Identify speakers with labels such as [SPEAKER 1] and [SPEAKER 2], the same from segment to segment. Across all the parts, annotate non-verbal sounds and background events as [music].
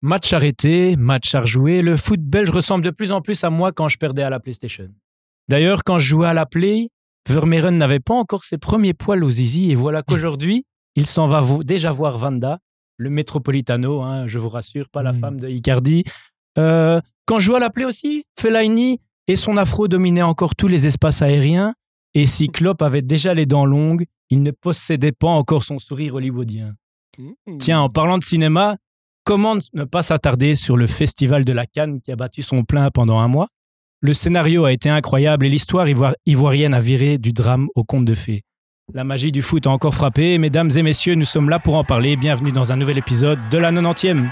[SPEAKER 1] Match arrêté, match à rejouer, le foot belge ressemble de plus en plus à moi quand je perdais à la PlayStation. D'ailleurs, quand je jouais à la Play, Vermeeren n'avait pas encore ses premiers poils aux zizi et voilà qu'aujourd'hui, il s'en va vo- déjà voir Vanda, le Metropolitano, hein, je vous rassure, pas la
[SPEAKER 2] Mm.
[SPEAKER 1] femme de Icardi. Euh, quand je jouais à la Play aussi, Fellaini et son afro dominaient encore tous les espaces aériens et si Klopp avait déjà les dents longues, il ne possédait pas encore son sourire hollywoodien. Tiens, en parlant de cinéma, comment ne pas s'attarder sur le festival de la Cannes qui a battu son plein pendant un mois Le scénario a été incroyable et l'histoire ivoire- ivoirienne a viré du drame au conte de fées. La magie du foot a encore frappé. Mesdames et messieurs, nous sommes là pour en parler. Bienvenue dans un nouvel épisode de la 90e.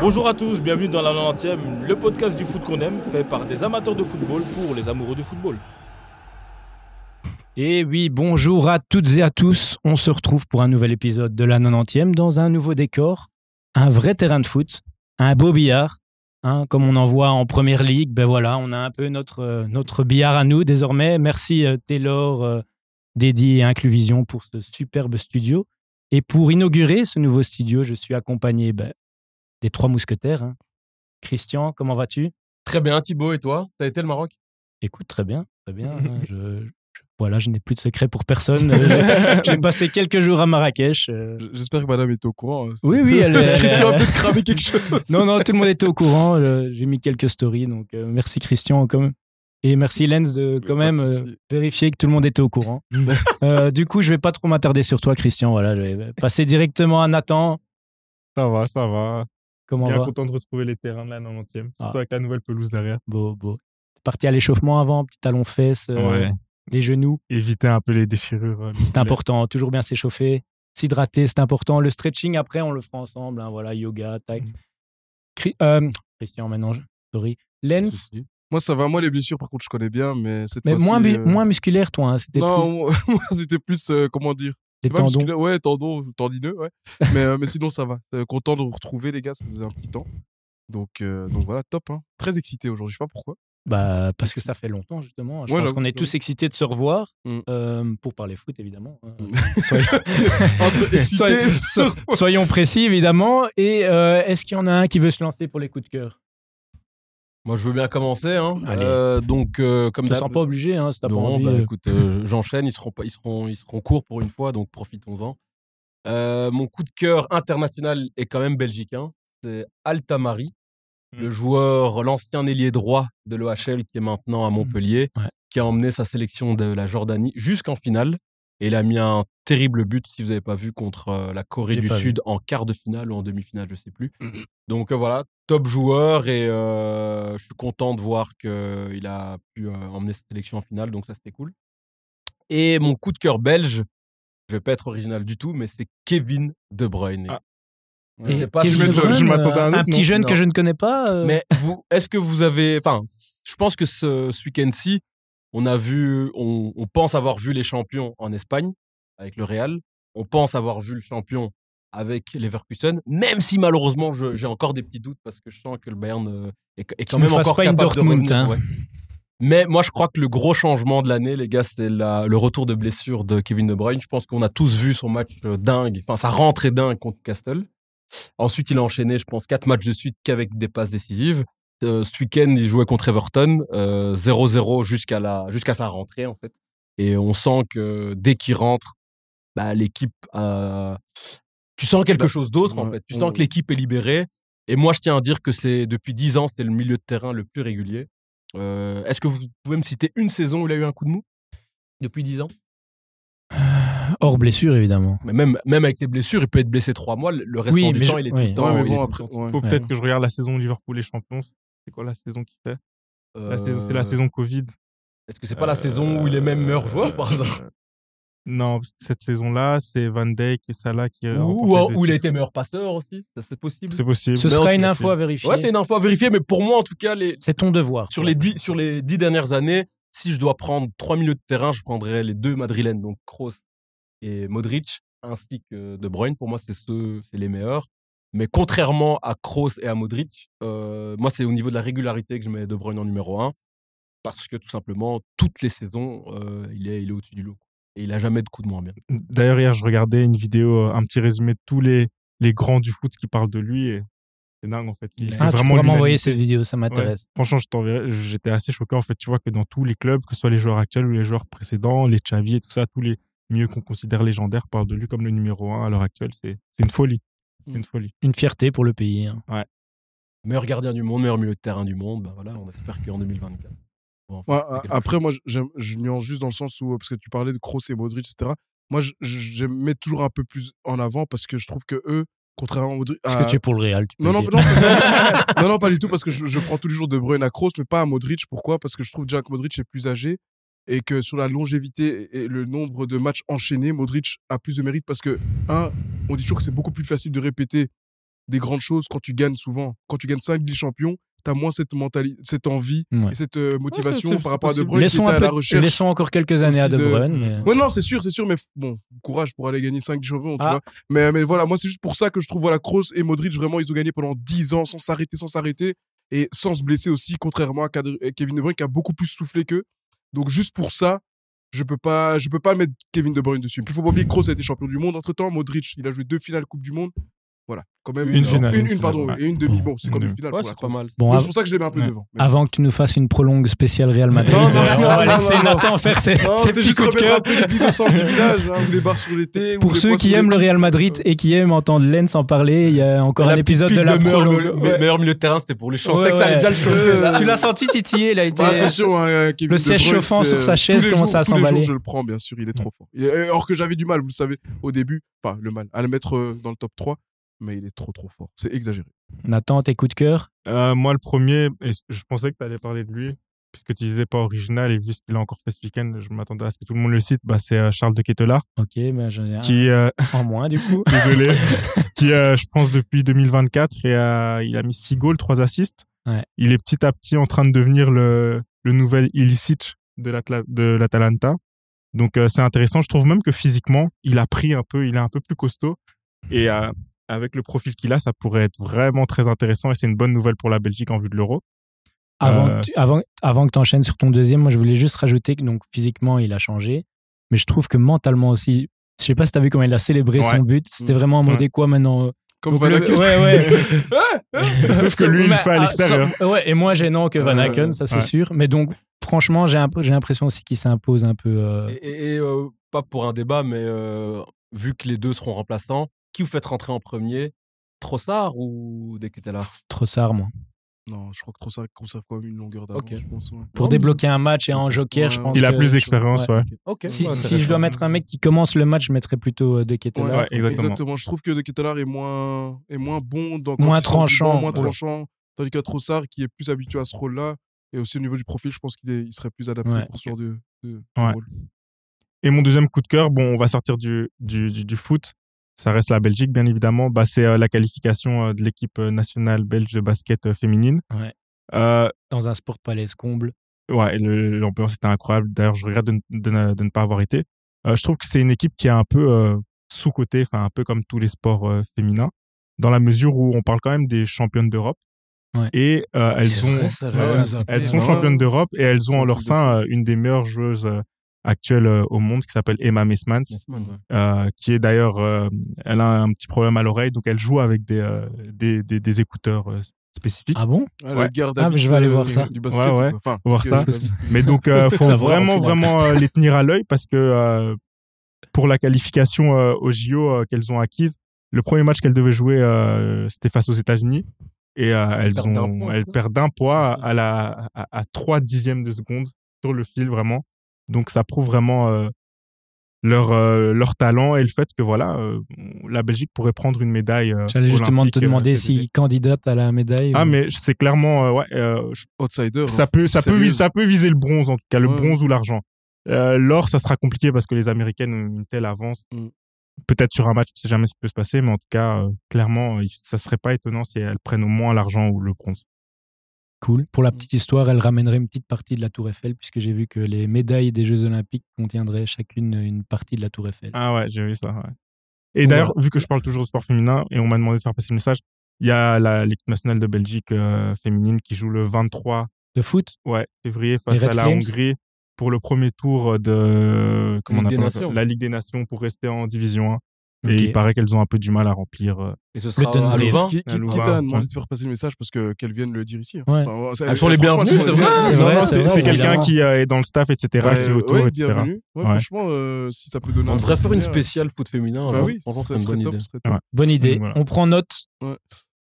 [SPEAKER 3] Bonjour à tous, bienvenue dans la 90e, le podcast du foot qu'on aime, fait par des amateurs de football pour les amoureux de football.
[SPEAKER 1] Et oui, bonjour à toutes et à tous. On se retrouve pour un nouvel épisode de la 90e dans un nouveau décor, un vrai terrain de foot, un beau billard. hein, comme on en voit en première ligue, ben voilà, on a un peu notre, euh, notre billard à nous désormais. Merci euh, Taylor, euh, Dédi et Incluvision pour ce superbe studio. Et pour inaugurer ce nouveau studio, je suis accompagné ben, des trois mousquetaires. hein. Christian, comment vas-tu
[SPEAKER 4] Très bien, Thibaut, et toi Ça a été le
[SPEAKER 3] [laughs]
[SPEAKER 4] Maroc
[SPEAKER 1] Écoute, très bien, très bien. hein, je, je- voilà, je n'ai plus de secret pour personne. Euh, J'ai passé quelques jours à Marrakech. euh.
[SPEAKER 2] J- J'espère que madame est au courant.
[SPEAKER 5] hein.
[SPEAKER 2] euh,
[SPEAKER 1] Oui, oui, elle
[SPEAKER 5] [laughs]
[SPEAKER 1] est-
[SPEAKER 2] Christian a peut-être
[SPEAKER 3] [laughs]
[SPEAKER 2] cramé quelque chose.
[SPEAKER 1] Non, non, tout le monde était au courant. euh, J'ai mis quelques stories, donc euh, merci Christian quand même. Et merci Lens de quand
[SPEAKER 2] Pas de
[SPEAKER 1] même euh,
[SPEAKER 2] souci.
[SPEAKER 1] vérifier que tout le monde était au
[SPEAKER 2] [laughs]
[SPEAKER 1] courant. Euh, du coup, je vais pas trop m'attarder sur toi, Christian. Voilà, je vais passer directement à Nathan.
[SPEAKER 5] Ça va, ça va.
[SPEAKER 1] Comment
[SPEAKER 5] Bien
[SPEAKER 1] va
[SPEAKER 5] content de retrouver les terrains de la 90e, surtout
[SPEAKER 1] Ah.
[SPEAKER 5] avec la nouvelle pelouse derrière.
[SPEAKER 1] Beau, beau. T'es Parti à l'échauffement avant, petit talon fesse, euh,
[SPEAKER 5] Ouais.
[SPEAKER 1] les genoux.
[SPEAKER 5] Éviter un peu les déchirures. euh,
[SPEAKER 1] C'est
[SPEAKER 5] musculaires.
[SPEAKER 1] important, toujours bien s'échauffer, s'hydrater, c'est important. Le stretching, après, on le fera ensemble. hein, voilà, yoga, tac.
[SPEAKER 2] Mm.
[SPEAKER 1] Cri- euh, Christian, maintenant, je- sorry. Lens,
[SPEAKER 2] Moi, ça va. Moi, les blessures, par contre, je connais bien, mais cette
[SPEAKER 1] mais
[SPEAKER 2] fois-ci,
[SPEAKER 1] moins, bu-
[SPEAKER 2] euh,
[SPEAKER 1] moins musculaire, toi. hein, C'était plus
[SPEAKER 2] Non, [laughs] moi, c'était plus, euh, comment dire
[SPEAKER 1] les
[SPEAKER 2] C'est pas
[SPEAKER 1] tendons.
[SPEAKER 2] musculaire, Ouais, tendons, tendineux, ouais. mais, euh, mais sinon, ça va. Euh, content de vous retrouver, les gars. Ça faisait un petit temps. Donc, euh, donc voilà, top. hein. Très excité aujourd'hui. Je sais pas pourquoi.
[SPEAKER 1] Bah, parce que ça fait longtemps, justement. Je
[SPEAKER 2] Ouais,
[SPEAKER 1] pense
[SPEAKER 2] j'avoue,
[SPEAKER 1] qu'on est
[SPEAKER 2] j'avoue.
[SPEAKER 1] tous excités de se revoir
[SPEAKER 2] Mm.
[SPEAKER 1] euh, pour parler foot, évidemment. hein.
[SPEAKER 2] [laughs] Entre
[SPEAKER 1] [laughs]
[SPEAKER 2] excité
[SPEAKER 1] Soyez-
[SPEAKER 2] et sur-
[SPEAKER 1] [laughs] Soyons précis, évidemment. Et euh, est-ce qu'il y en a un qui veut se lancer pour les coups de cœur
[SPEAKER 4] Moi, je veux bien commencer. Hein.
[SPEAKER 1] Allez.
[SPEAKER 4] Euh, donc, euh,
[SPEAKER 1] Je
[SPEAKER 4] comme
[SPEAKER 1] te
[SPEAKER 4] d'hab-
[SPEAKER 1] sens pas obligé, hein, si t'as pas
[SPEAKER 4] Non,
[SPEAKER 1] envie.
[SPEAKER 4] bah,
[SPEAKER 1] euh.
[SPEAKER 4] écoute, euh, j'enchaîne. Ils seront, pas- ils, seront, ils seront courts pour une fois, donc profitons-en. Euh, mon coup de cœur international est quand même belgicain. C'est Altamari,
[SPEAKER 5] Mm.
[SPEAKER 1] Mmh.
[SPEAKER 4] le joueur, l'ancien ailier droit de l'OHL qui est maintenant à Montpellier,
[SPEAKER 1] Mmh. Ouais.
[SPEAKER 4] qui a emmené sa sélection de la Jordanie jusqu'en finale. Et il a mis un terrible but, si vous n'avez pas vu, contre euh, la Corée
[SPEAKER 1] J'ai
[SPEAKER 4] du
[SPEAKER 1] pas vu.
[SPEAKER 4] Sud en quart de finale ou en demi-finale, je ne sais plus. Donc euh, voilà, top joueur et euh, je suis content de voir qu'il a pu euh, emmener sa sélection en finale, donc ça c'était cool. Et mon coup de cœur belge, je vais pas être original du tout, mais c'est Kevin De Bruyne.
[SPEAKER 2] Ah.
[SPEAKER 4] Euh, Je sais pas
[SPEAKER 1] Kevin
[SPEAKER 4] si je-
[SPEAKER 1] De
[SPEAKER 2] je- je
[SPEAKER 1] Bruyne, euh,
[SPEAKER 2] m'attendais à
[SPEAKER 1] un
[SPEAKER 2] un autre
[SPEAKER 1] petit
[SPEAKER 2] nom.
[SPEAKER 1] jeune que
[SPEAKER 2] Non.
[SPEAKER 1] je ne connais pas. euh,
[SPEAKER 4] Mais vous, est-ce que vous avez. Enfin, je pense que ce, ce week-end-ci, on a vu. On, on pense avoir vu les champions en Espagne avec le Real. On pense avoir vu le champion avec Leverkusen. Même si malheureusement, je- j'ai encore des petits doutes parce que je sens que le Bayern euh, est, est quand
[SPEAKER 1] Qu'il ne
[SPEAKER 4] même
[SPEAKER 1] fasse
[SPEAKER 4] encore
[SPEAKER 1] pas une
[SPEAKER 4] capable de
[SPEAKER 1] Dortmund,
[SPEAKER 4] revenir,
[SPEAKER 1] hein.
[SPEAKER 4] ouais. Mais moi, je crois que le gros changement de l'année, les gars, c'est la- le retour de blessure de Kevin De Bruyne. Je pense qu'on a tous vu son match euh, dingue, enfin sa rentrée dingue contre Castle. Ensuite, il a enchaîné, je pense, quatre matchs de suite qu'avec des passes décisives. Euh, ce week-end, il jouait contre Everton, euh, 0-0 jusqu'à la jusqu'à sa rentrée en fait. Et on sent que dès qu'il rentre, bah, l'équipe, a- tu sens quelque
[SPEAKER 2] Bah,
[SPEAKER 4] chose d'autre en
[SPEAKER 2] ouais,
[SPEAKER 4] fait. Tu
[SPEAKER 2] on-
[SPEAKER 4] sens que l'équipe est libérée. Et moi, je tiens à dire que c'est depuis 10 ans, c'était le milieu de terrain le plus régulier. Euh, Est-ce que vous pouvez me citer une saison où il a eu un coup de mou depuis 10 ans
[SPEAKER 1] Hors blessure, évidemment.
[SPEAKER 4] mais même, même avec les blessures, il peut être blessé 3 mois. Le restant
[SPEAKER 1] Oui,
[SPEAKER 4] du
[SPEAKER 1] mais
[SPEAKER 4] temps,
[SPEAKER 1] je-
[SPEAKER 4] il est
[SPEAKER 1] oui.
[SPEAKER 4] tout le temps.
[SPEAKER 2] Ouais, mais
[SPEAKER 4] il est
[SPEAKER 2] bon,
[SPEAKER 4] tout
[SPEAKER 2] après,
[SPEAKER 4] le temps-
[SPEAKER 2] ouais.
[SPEAKER 5] Faut
[SPEAKER 1] Ouais.
[SPEAKER 5] peut-être que je regarde la saison Liverpool et Champions. C'est quoi la saison qu'il fait la saison, C'est la
[SPEAKER 4] Euh,
[SPEAKER 5] saison Covid. Euh,
[SPEAKER 4] Est-ce que c'est pas la saison où il est même meilleur joueur, par exemple
[SPEAKER 5] Non, parce que cette saison-là, c'est Van Dijk et Salah qui.
[SPEAKER 4] Ou, ou-
[SPEAKER 5] remportent les deux
[SPEAKER 4] ou il a
[SPEAKER 5] titres.
[SPEAKER 4] été meilleur passeur aussi Ça, C'est possible
[SPEAKER 5] C'est possible.
[SPEAKER 1] Ce
[SPEAKER 4] Mais en
[SPEAKER 1] sera
[SPEAKER 4] tout
[SPEAKER 1] une
[SPEAKER 4] cas,
[SPEAKER 1] info à vérifier.
[SPEAKER 4] Ouais, c'est une info à vérifier, mais pour moi, en tout cas, les,
[SPEAKER 1] C'est ton devoir.
[SPEAKER 4] sur, les dix, sur les dix dernières années, si je dois prendre trois milieux de terrain, je prendrais les deux madrilènes, donc Kroos et Modric, ainsi que De Bruyne. Pour moi, c'est ceux, c'est les meilleurs. Mais contrairement à Kroos et à Modric, euh, moi, c'est au niveau de la régularité que je mets De Bruyne en numéro un. parce que tout simplement, toutes les saisons, euh, il est, il est au-dessus du lot. Et il a jamais de coup de moins bien.
[SPEAKER 5] D'ailleurs, hier, je regardais une vidéo, euh, un petit résumé de tous les, les grands du foot qui parlent de lui. Et c'est dingue, en fait. Il fait
[SPEAKER 1] Ah, tu pourras
[SPEAKER 5] l'humanité.
[SPEAKER 1] m'envoyer cette vidéo, ça m'intéresse.
[SPEAKER 5] Franchement, je t'enverrai. J'étais assez choqué, en fait. Tu vois que dans tous les clubs, que ce soit les joueurs actuels ou les joueurs précédents, les Xavi et tout ça, tous les mieux qu'on considère légendaires parlent de lui comme le numéro un à l'heure actuelle. C'est c'est une folie. C'est une folie.
[SPEAKER 1] Une fierté pour le pays. hein.
[SPEAKER 4] Meilleur gardien du monde, meilleur milieu de terrain du monde. Ben voilà, on espère qu'en 2024.
[SPEAKER 2] Ouais, a- après, moi, j'aime- je m'y lance juste dans le sens où, euh, parce que tu parlais de Kroos et Modric, etc. Moi, je, je- je mets toujours un peu plus en avant parce que je trouve que eux, contrairement à Modric.
[SPEAKER 1] Parce
[SPEAKER 2] à-
[SPEAKER 1] que tu es pour le Real. Tu peux
[SPEAKER 2] Euh, Non, non,
[SPEAKER 1] le
[SPEAKER 2] non,
[SPEAKER 1] dire. [laughs]
[SPEAKER 2] non, non, pas du tout, parce que je, je prends tous les jours De Bruyne à Kroos, mais pas à Modric. Pourquoi Parce que je trouve déjà que Modric est plus âgé et que sur la longévité et et le nombre de matchs enchaînés, Modric a plus de mérite parce que, un, on dit toujours que c'est beaucoup plus facile de répéter des grandes choses quand tu gagnes souvent. Quand tu gagnes 5 Ligues champions, t'as moins cette mentalité, cette envie
[SPEAKER 1] Ouais.
[SPEAKER 2] et cette euh, motivation
[SPEAKER 5] c'est- c'est
[SPEAKER 2] par rapport à De
[SPEAKER 5] possible.
[SPEAKER 2] Bruyne qui
[SPEAKER 1] Laissons,
[SPEAKER 2] était
[SPEAKER 1] un
[SPEAKER 2] à la
[SPEAKER 1] peu-
[SPEAKER 2] recherche.
[SPEAKER 1] laissons encore quelques années à
[SPEAKER 2] aussi
[SPEAKER 1] De
[SPEAKER 2] de-
[SPEAKER 1] Bruyne. mais-
[SPEAKER 2] Ouais, non, c'est sûr, c'est sûr, mais f- bon, courage pour aller gagner 5 champions, tu
[SPEAKER 1] Ah.
[SPEAKER 2] vois. Mais, mais voilà, moi, c'est juste pour ça que je trouve, voilà, Kroos et Modric, vraiment, ils ont gagné pendant 10 ans sans s'arrêter, sans s'arrêter, et sans se blesser aussi, contrairement à Kadri- euh, Kevin De Bruyne, qui a beaucoup plus soufflé qu'eux. Donc, juste pour ça, je peux pas, je peux pas mettre Kevin De Bruyne dessus. Puis, faut pas oublier que Kroos a été champion du monde entre temps. Modric, il a joué deux finales Coupe du Monde. Voilà, quand même.
[SPEAKER 5] Une finale,
[SPEAKER 2] Une,
[SPEAKER 5] une
[SPEAKER 2] une, pardon,
[SPEAKER 5] finale,
[SPEAKER 2] et une demi.
[SPEAKER 5] Bon,
[SPEAKER 2] Bon, c'est
[SPEAKER 5] une
[SPEAKER 2] comme une
[SPEAKER 5] demi.
[SPEAKER 2] finale.
[SPEAKER 4] Ouais,
[SPEAKER 2] pour la
[SPEAKER 4] c'est pas
[SPEAKER 2] Croatie.
[SPEAKER 4] mal.
[SPEAKER 1] Bon, Ah,
[SPEAKER 2] Donc,
[SPEAKER 1] av-
[SPEAKER 2] C'est pour ça que je les mets un peu
[SPEAKER 5] Ouais.
[SPEAKER 2] devant. Mais bon.
[SPEAKER 1] avant que tu nous fasses une prolongue spéciale Real Madrid,
[SPEAKER 2] Non, non,
[SPEAKER 1] euh, on
[SPEAKER 2] non,
[SPEAKER 1] va
[SPEAKER 2] non,
[SPEAKER 1] laisser
[SPEAKER 2] non, non.
[SPEAKER 1] Nathan faire ses,
[SPEAKER 2] Non,
[SPEAKER 1] ses
[SPEAKER 2] c'était
[SPEAKER 1] petits
[SPEAKER 2] juste
[SPEAKER 1] coups de
[SPEAKER 2] remettre
[SPEAKER 1] cœur.
[SPEAKER 2] un peu l'église au centre du village, hein, ou les bars sur l'été. ou
[SPEAKER 1] Pour
[SPEAKER 2] les
[SPEAKER 1] ceux
[SPEAKER 2] poissons
[SPEAKER 1] qui
[SPEAKER 2] sur
[SPEAKER 1] aiment
[SPEAKER 2] les-
[SPEAKER 1] le Real Madrid et qui aiment entendre Lens en parler, il y a encore un épisode de la
[SPEAKER 4] meilleur,
[SPEAKER 1] prolongue.
[SPEAKER 4] milieu- meilleur milieu de terrain, c'était pour les
[SPEAKER 1] Ouais,
[SPEAKER 4] Chantex. ça allait
[SPEAKER 1] ouais.
[SPEAKER 4] déjà le
[SPEAKER 1] [laughs]
[SPEAKER 4] chauffer, là.
[SPEAKER 1] Tu l'as senti titiller, il a été.
[SPEAKER 2] Bah, Euh, attention, hein, euh, Kevin
[SPEAKER 1] Le
[SPEAKER 2] De
[SPEAKER 1] siège
[SPEAKER 2] Bruyne,
[SPEAKER 1] chauffant
[SPEAKER 2] c'est,
[SPEAKER 1] sur sa
[SPEAKER 2] euh,
[SPEAKER 1] chaise
[SPEAKER 2] tous les
[SPEAKER 1] commence
[SPEAKER 2] jours-
[SPEAKER 1] à
[SPEAKER 2] tous les jours,
[SPEAKER 1] s'emballer.
[SPEAKER 2] Je le prends, bien sûr, il est trop fort. Et- et- Alors que j'avais du mal, vous le savez, au début, pas le mal, à le mettre euh, dans le top 3, mais il est trop trop fort. C'est exagéré.
[SPEAKER 1] Nathan, tes coups de cœur
[SPEAKER 5] Euh, moi, le premier, et je pensais que tu allais parler de lui, puisque tu disais pas original, et vu ce qu'il a encore fait ce week-end, je m'attendais à ce que tout le monde le cite. Bah, c'est euh, Charles de Kettelard,
[SPEAKER 1] Ok, mais j'en ai un
[SPEAKER 5] qui, euh,
[SPEAKER 1] en moins du coup.
[SPEAKER 5] désolé, qui, euh, je pense, depuis 2024, et, euh, il a mis 6 goals, 3 assists.
[SPEAKER 1] Ouais.
[SPEAKER 5] Il est petit à petit en train de devenir le, le nouvel Ilicic de l'Atla- de l'Atalanta. Donc, euh, c'est intéressant. Je trouve même que physiquement, il a pris un peu, il est un peu plus costaud. Et euh, avec le profil qu'il a, ça pourrait être vraiment très intéressant, et c'est une bonne nouvelle pour la Belgique en vue de l'Euro.
[SPEAKER 1] Avant,
[SPEAKER 5] Euh,
[SPEAKER 1] que tu, avant, avant que tu enchaînes sur ton deuxième, moi je voulais juste rajouter que donc physiquement il a changé, mais je trouve que mentalement aussi, je sais pas si t'as vu comment il a célébré
[SPEAKER 5] Ouais.
[SPEAKER 1] son but, c'était
[SPEAKER 2] Mm.
[SPEAKER 1] vraiment en mode
[SPEAKER 5] Ouais.
[SPEAKER 1] et quoi maintenant euh,
[SPEAKER 2] Comme
[SPEAKER 1] donc le-
[SPEAKER 2] Van Aken.
[SPEAKER 1] Ouais, ouais.
[SPEAKER 5] [laughs] Ah, Sauf que lui, il le
[SPEAKER 1] Bah,
[SPEAKER 5] fait à
[SPEAKER 1] ah,
[SPEAKER 5] l'extérieur.
[SPEAKER 1] ça- ouais, et moins gênant que Van
[SPEAKER 2] Ouais,
[SPEAKER 1] Aken, ça c'est
[SPEAKER 5] ouais.
[SPEAKER 1] sûr. Mais donc, franchement, j'ai imp- j'ai l'impression aussi qu'il s'impose un peu. euh,
[SPEAKER 4] Et, et- et, euh, pas pour un débat, mais euh, vu que les deux seront remplaçants, qui vous faites rentrer en premier Trossard ou Deketela
[SPEAKER 1] Trossard, moi.
[SPEAKER 2] Non, je crois que trop ça conserve quand même une longueur d'avance,
[SPEAKER 4] Ok.
[SPEAKER 2] je pense. ouais.
[SPEAKER 1] Pour débloquer un match et un joker,
[SPEAKER 2] Ouais.
[SPEAKER 1] je pense.
[SPEAKER 5] Il a
[SPEAKER 1] que-
[SPEAKER 5] plus d'expérience, ouais.
[SPEAKER 4] Ok.
[SPEAKER 1] Si,
[SPEAKER 4] ouais,
[SPEAKER 1] si je dois mettre un mec qui commence le match, je mettrais plutôt euh, De
[SPEAKER 2] Ouais,
[SPEAKER 1] Ketelaere.
[SPEAKER 5] Ouais, exactement.
[SPEAKER 2] Je trouve que De Ketelaere est moins, est moins bon dans quand
[SPEAKER 1] Moins
[SPEAKER 2] il sort du
[SPEAKER 1] tranchant,
[SPEAKER 2] banc, moins
[SPEAKER 1] voilà.
[SPEAKER 2] tranchant. Tandis qu'à Trossard, qui est plus habitué à ce rôle-là, et aussi au niveau du profil, je pense qu'il est- il serait plus adapté
[SPEAKER 1] Ouais.
[SPEAKER 2] pour ce genre de, de- de
[SPEAKER 5] Ouais.
[SPEAKER 2] rôle.
[SPEAKER 5] Et mon deuxième coup de cœur, bon, on va sortir du, du, du, du foot. Ça reste la Belgique, bien évidemment. Bah, c'est euh, la qualification euh, de l'équipe euh, nationale belge de basket euh, féminine.
[SPEAKER 1] Ouais.
[SPEAKER 5] Euh,
[SPEAKER 1] Dans un sport palais comble.
[SPEAKER 5] ouais, le- l'ambiance était incroyable. D'ailleurs, je regrette de, ne- de ne, de ne pas avoir été. Euh, je trouve que c'est une équipe qui est un peu euh, sous-cotée, enfin, un peu comme tous les sports euh, féminins, dans la mesure où on parle quand même des championnes d'Europe.
[SPEAKER 1] Ouais.
[SPEAKER 5] Et euh, elles ont.
[SPEAKER 1] ouais,
[SPEAKER 5] Elles
[SPEAKER 1] Ouais,
[SPEAKER 5] sont
[SPEAKER 1] ouais.
[SPEAKER 5] championnes d'Europe et elles
[SPEAKER 2] C'est
[SPEAKER 5] ont
[SPEAKER 2] un
[SPEAKER 5] en leur
[SPEAKER 2] truc de
[SPEAKER 5] sein euh, une des meilleures joueuses euh, actuelles euh, au monde qui s'appelle Emma Messmans, euh, qui est d'ailleurs, euh, elle a un petit problème à l'oreille, donc elle joue avec des, euh, des, des, des écouteurs euh, spécifiques.
[SPEAKER 1] Ah bon
[SPEAKER 2] Ah,
[SPEAKER 5] Ouais.
[SPEAKER 2] Edgar
[SPEAKER 1] Ah, mais je
[SPEAKER 2] Davids,
[SPEAKER 1] vais aller
[SPEAKER 2] euh,
[SPEAKER 1] voir ça.
[SPEAKER 2] Du basket,
[SPEAKER 5] ouais.
[SPEAKER 2] quoi. Enfin,
[SPEAKER 5] Voir
[SPEAKER 2] que-
[SPEAKER 5] ça. Mais donc,
[SPEAKER 4] [laughs]
[SPEAKER 5] euh, faut
[SPEAKER 1] La voir,
[SPEAKER 5] vraiment,
[SPEAKER 1] au final.
[SPEAKER 5] vraiment euh, les tenir à l'œil parce que euh, pour la qualification euh, au JO euh, qu'elles ont acquise, le premier match qu'elles devaient jouer, euh, c'était face aux États-Unis. Et euh, elles,
[SPEAKER 4] perdent d'un
[SPEAKER 5] ont,
[SPEAKER 4] point,
[SPEAKER 5] elles
[SPEAKER 4] ça.
[SPEAKER 5] perdent d'un poids à, la, à, à 3 dixièmes de seconde sur le fil, vraiment. Donc, ça prouve vraiment euh, leur, euh, leur talent et le fait que voilà, euh, la Belgique pourrait prendre une médaille. euh,
[SPEAKER 1] J'allais justement te
[SPEAKER 5] olympique, euh,
[SPEAKER 1] demander
[SPEAKER 5] cet été.
[SPEAKER 1] si candidate à la médaille. euh,
[SPEAKER 5] Ah,
[SPEAKER 1] ou-
[SPEAKER 5] mais c'est clairement. euh, ouais, euh, je
[SPEAKER 2] Outsider.
[SPEAKER 5] ça
[SPEAKER 2] hein,
[SPEAKER 5] peut, ça, peut
[SPEAKER 2] sérieux.
[SPEAKER 5] viser, ça peut viser le bronze, en tout cas, le
[SPEAKER 2] Ouais.
[SPEAKER 5] bronze ou l'argent. Euh, L'or, ça sera compliqué parce que les Américaines ont une telle avance.
[SPEAKER 2] Mm.
[SPEAKER 5] Peut-être sur un match, on ne sait jamais ce qui peut se passer, mais en tout cas, euh, clairement, il- ça serait pas étonnant si elles prennent au moins l'argent ou le bronze.
[SPEAKER 1] Cool. Pour la petite histoire, elle ramènerait une petite partie de la Tour Eiffel, puisque j'ai vu que les médailles des Jeux Olympiques contiendraient chacune une partie de la Tour Eiffel.
[SPEAKER 5] Ah ouais, j'ai vu ça. ouais. bah. Et d'ailleurs, vu que je parle toujours de sport féminin et on m'a demandé de faire passer le message, il y a la- l'équipe nationale de Belgique euh, féminine qui joue le 23
[SPEAKER 1] de foot.
[SPEAKER 5] Ouais, février face
[SPEAKER 1] Red
[SPEAKER 5] à la
[SPEAKER 1] Flames.
[SPEAKER 5] Hongrie pour le premier tour euh, de comment on
[SPEAKER 4] Ligue des
[SPEAKER 5] appelle ça
[SPEAKER 4] Nations.
[SPEAKER 5] la Ligue des Nations pour rester en Division 1.
[SPEAKER 1] Ok.
[SPEAKER 5] Et il paraît qu'elles ont un peu du mal à remplir. euh,
[SPEAKER 4] Et ce
[SPEAKER 1] Le
[SPEAKER 4] sera à
[SPEAKER 1] Dundee.
[SPEAKER 4] Louvain.
[SPEAKER 2] Qui,
[SPEAKER 5] à
[SPEAKER 2] qui,
[SPEAKER 5] Louvain,
[SPEAKER 2] qui t'a
[SPEAKER 5] ouais. Ah,
[SPEAKER 2] demandé de faire passer le message parce que qu'elle vienne le dire ici hein.
[SPEAKER 1] Ouais.
[SPEAKER 2] Enfin, ça-
[SPEAKER 4] Elles sont les
[SPEAKER 2] franchement,
[SPEAKER 4] bienvenues,
[SPEAKER 2] elles sont-
[SPEAKER 4] c'est vrai.
[SPEAKER 2] Ouais,
[SPEAKER 1] Ah, C'est
[SPEAKER 2] non,
[SPEAKER 1] vrai,
[SPEAKER 2] non,
[SPEAKER 1] c'est
[SPEAKER 2] c'est-
[SPEAKER 1] vrai,
[SPEAKER 5] C'est quelqu'un
[SPEAKER 1] évidemment.
[SPEAKER 5] qui euh, est dans le staff, etc.
[SPEAKER 2] Ouais,
[SPEAKER 5] qui est autour,
[SPEAKER 2] Bah, euh, ouais,
[SPEAKER 5] etc.
[SPEAKER 2] bienvenue. Ouais,
[SPEAKER 5] Ouais.
[SPEAKER 2] Franchement, euh, si ça peut donner.
[SPEAKER 4] On
[SPEAKER 2] un
[SPEAKER 4] devrait
[SPEAKER 2] truc
[SPEAKER 4] faire une
[SPEAKER 2] derrière.
[SPEAKER 4] spéciale foot féminin.
[SPEAKER 2] Bah
[SPEAKER 4] genre.
[SPEAKER 2] oui,
[SPEAKER 4] Franchement,
[SPEAKER 2] ça
[SPEAKER 4] c'est une
[SPEAKER 2] serait
[SPEAKER 4] bonne
[SPEAKER 2] top,
[SPEAKER 4] idée.
[SPEAKER 2] ça serait top.
[SPEAKER 5] Ouais.
[SPEAKER 1] Bonne idée.
[SPEAKER 5] Voilà.
[SPEAKER 1] On prend note.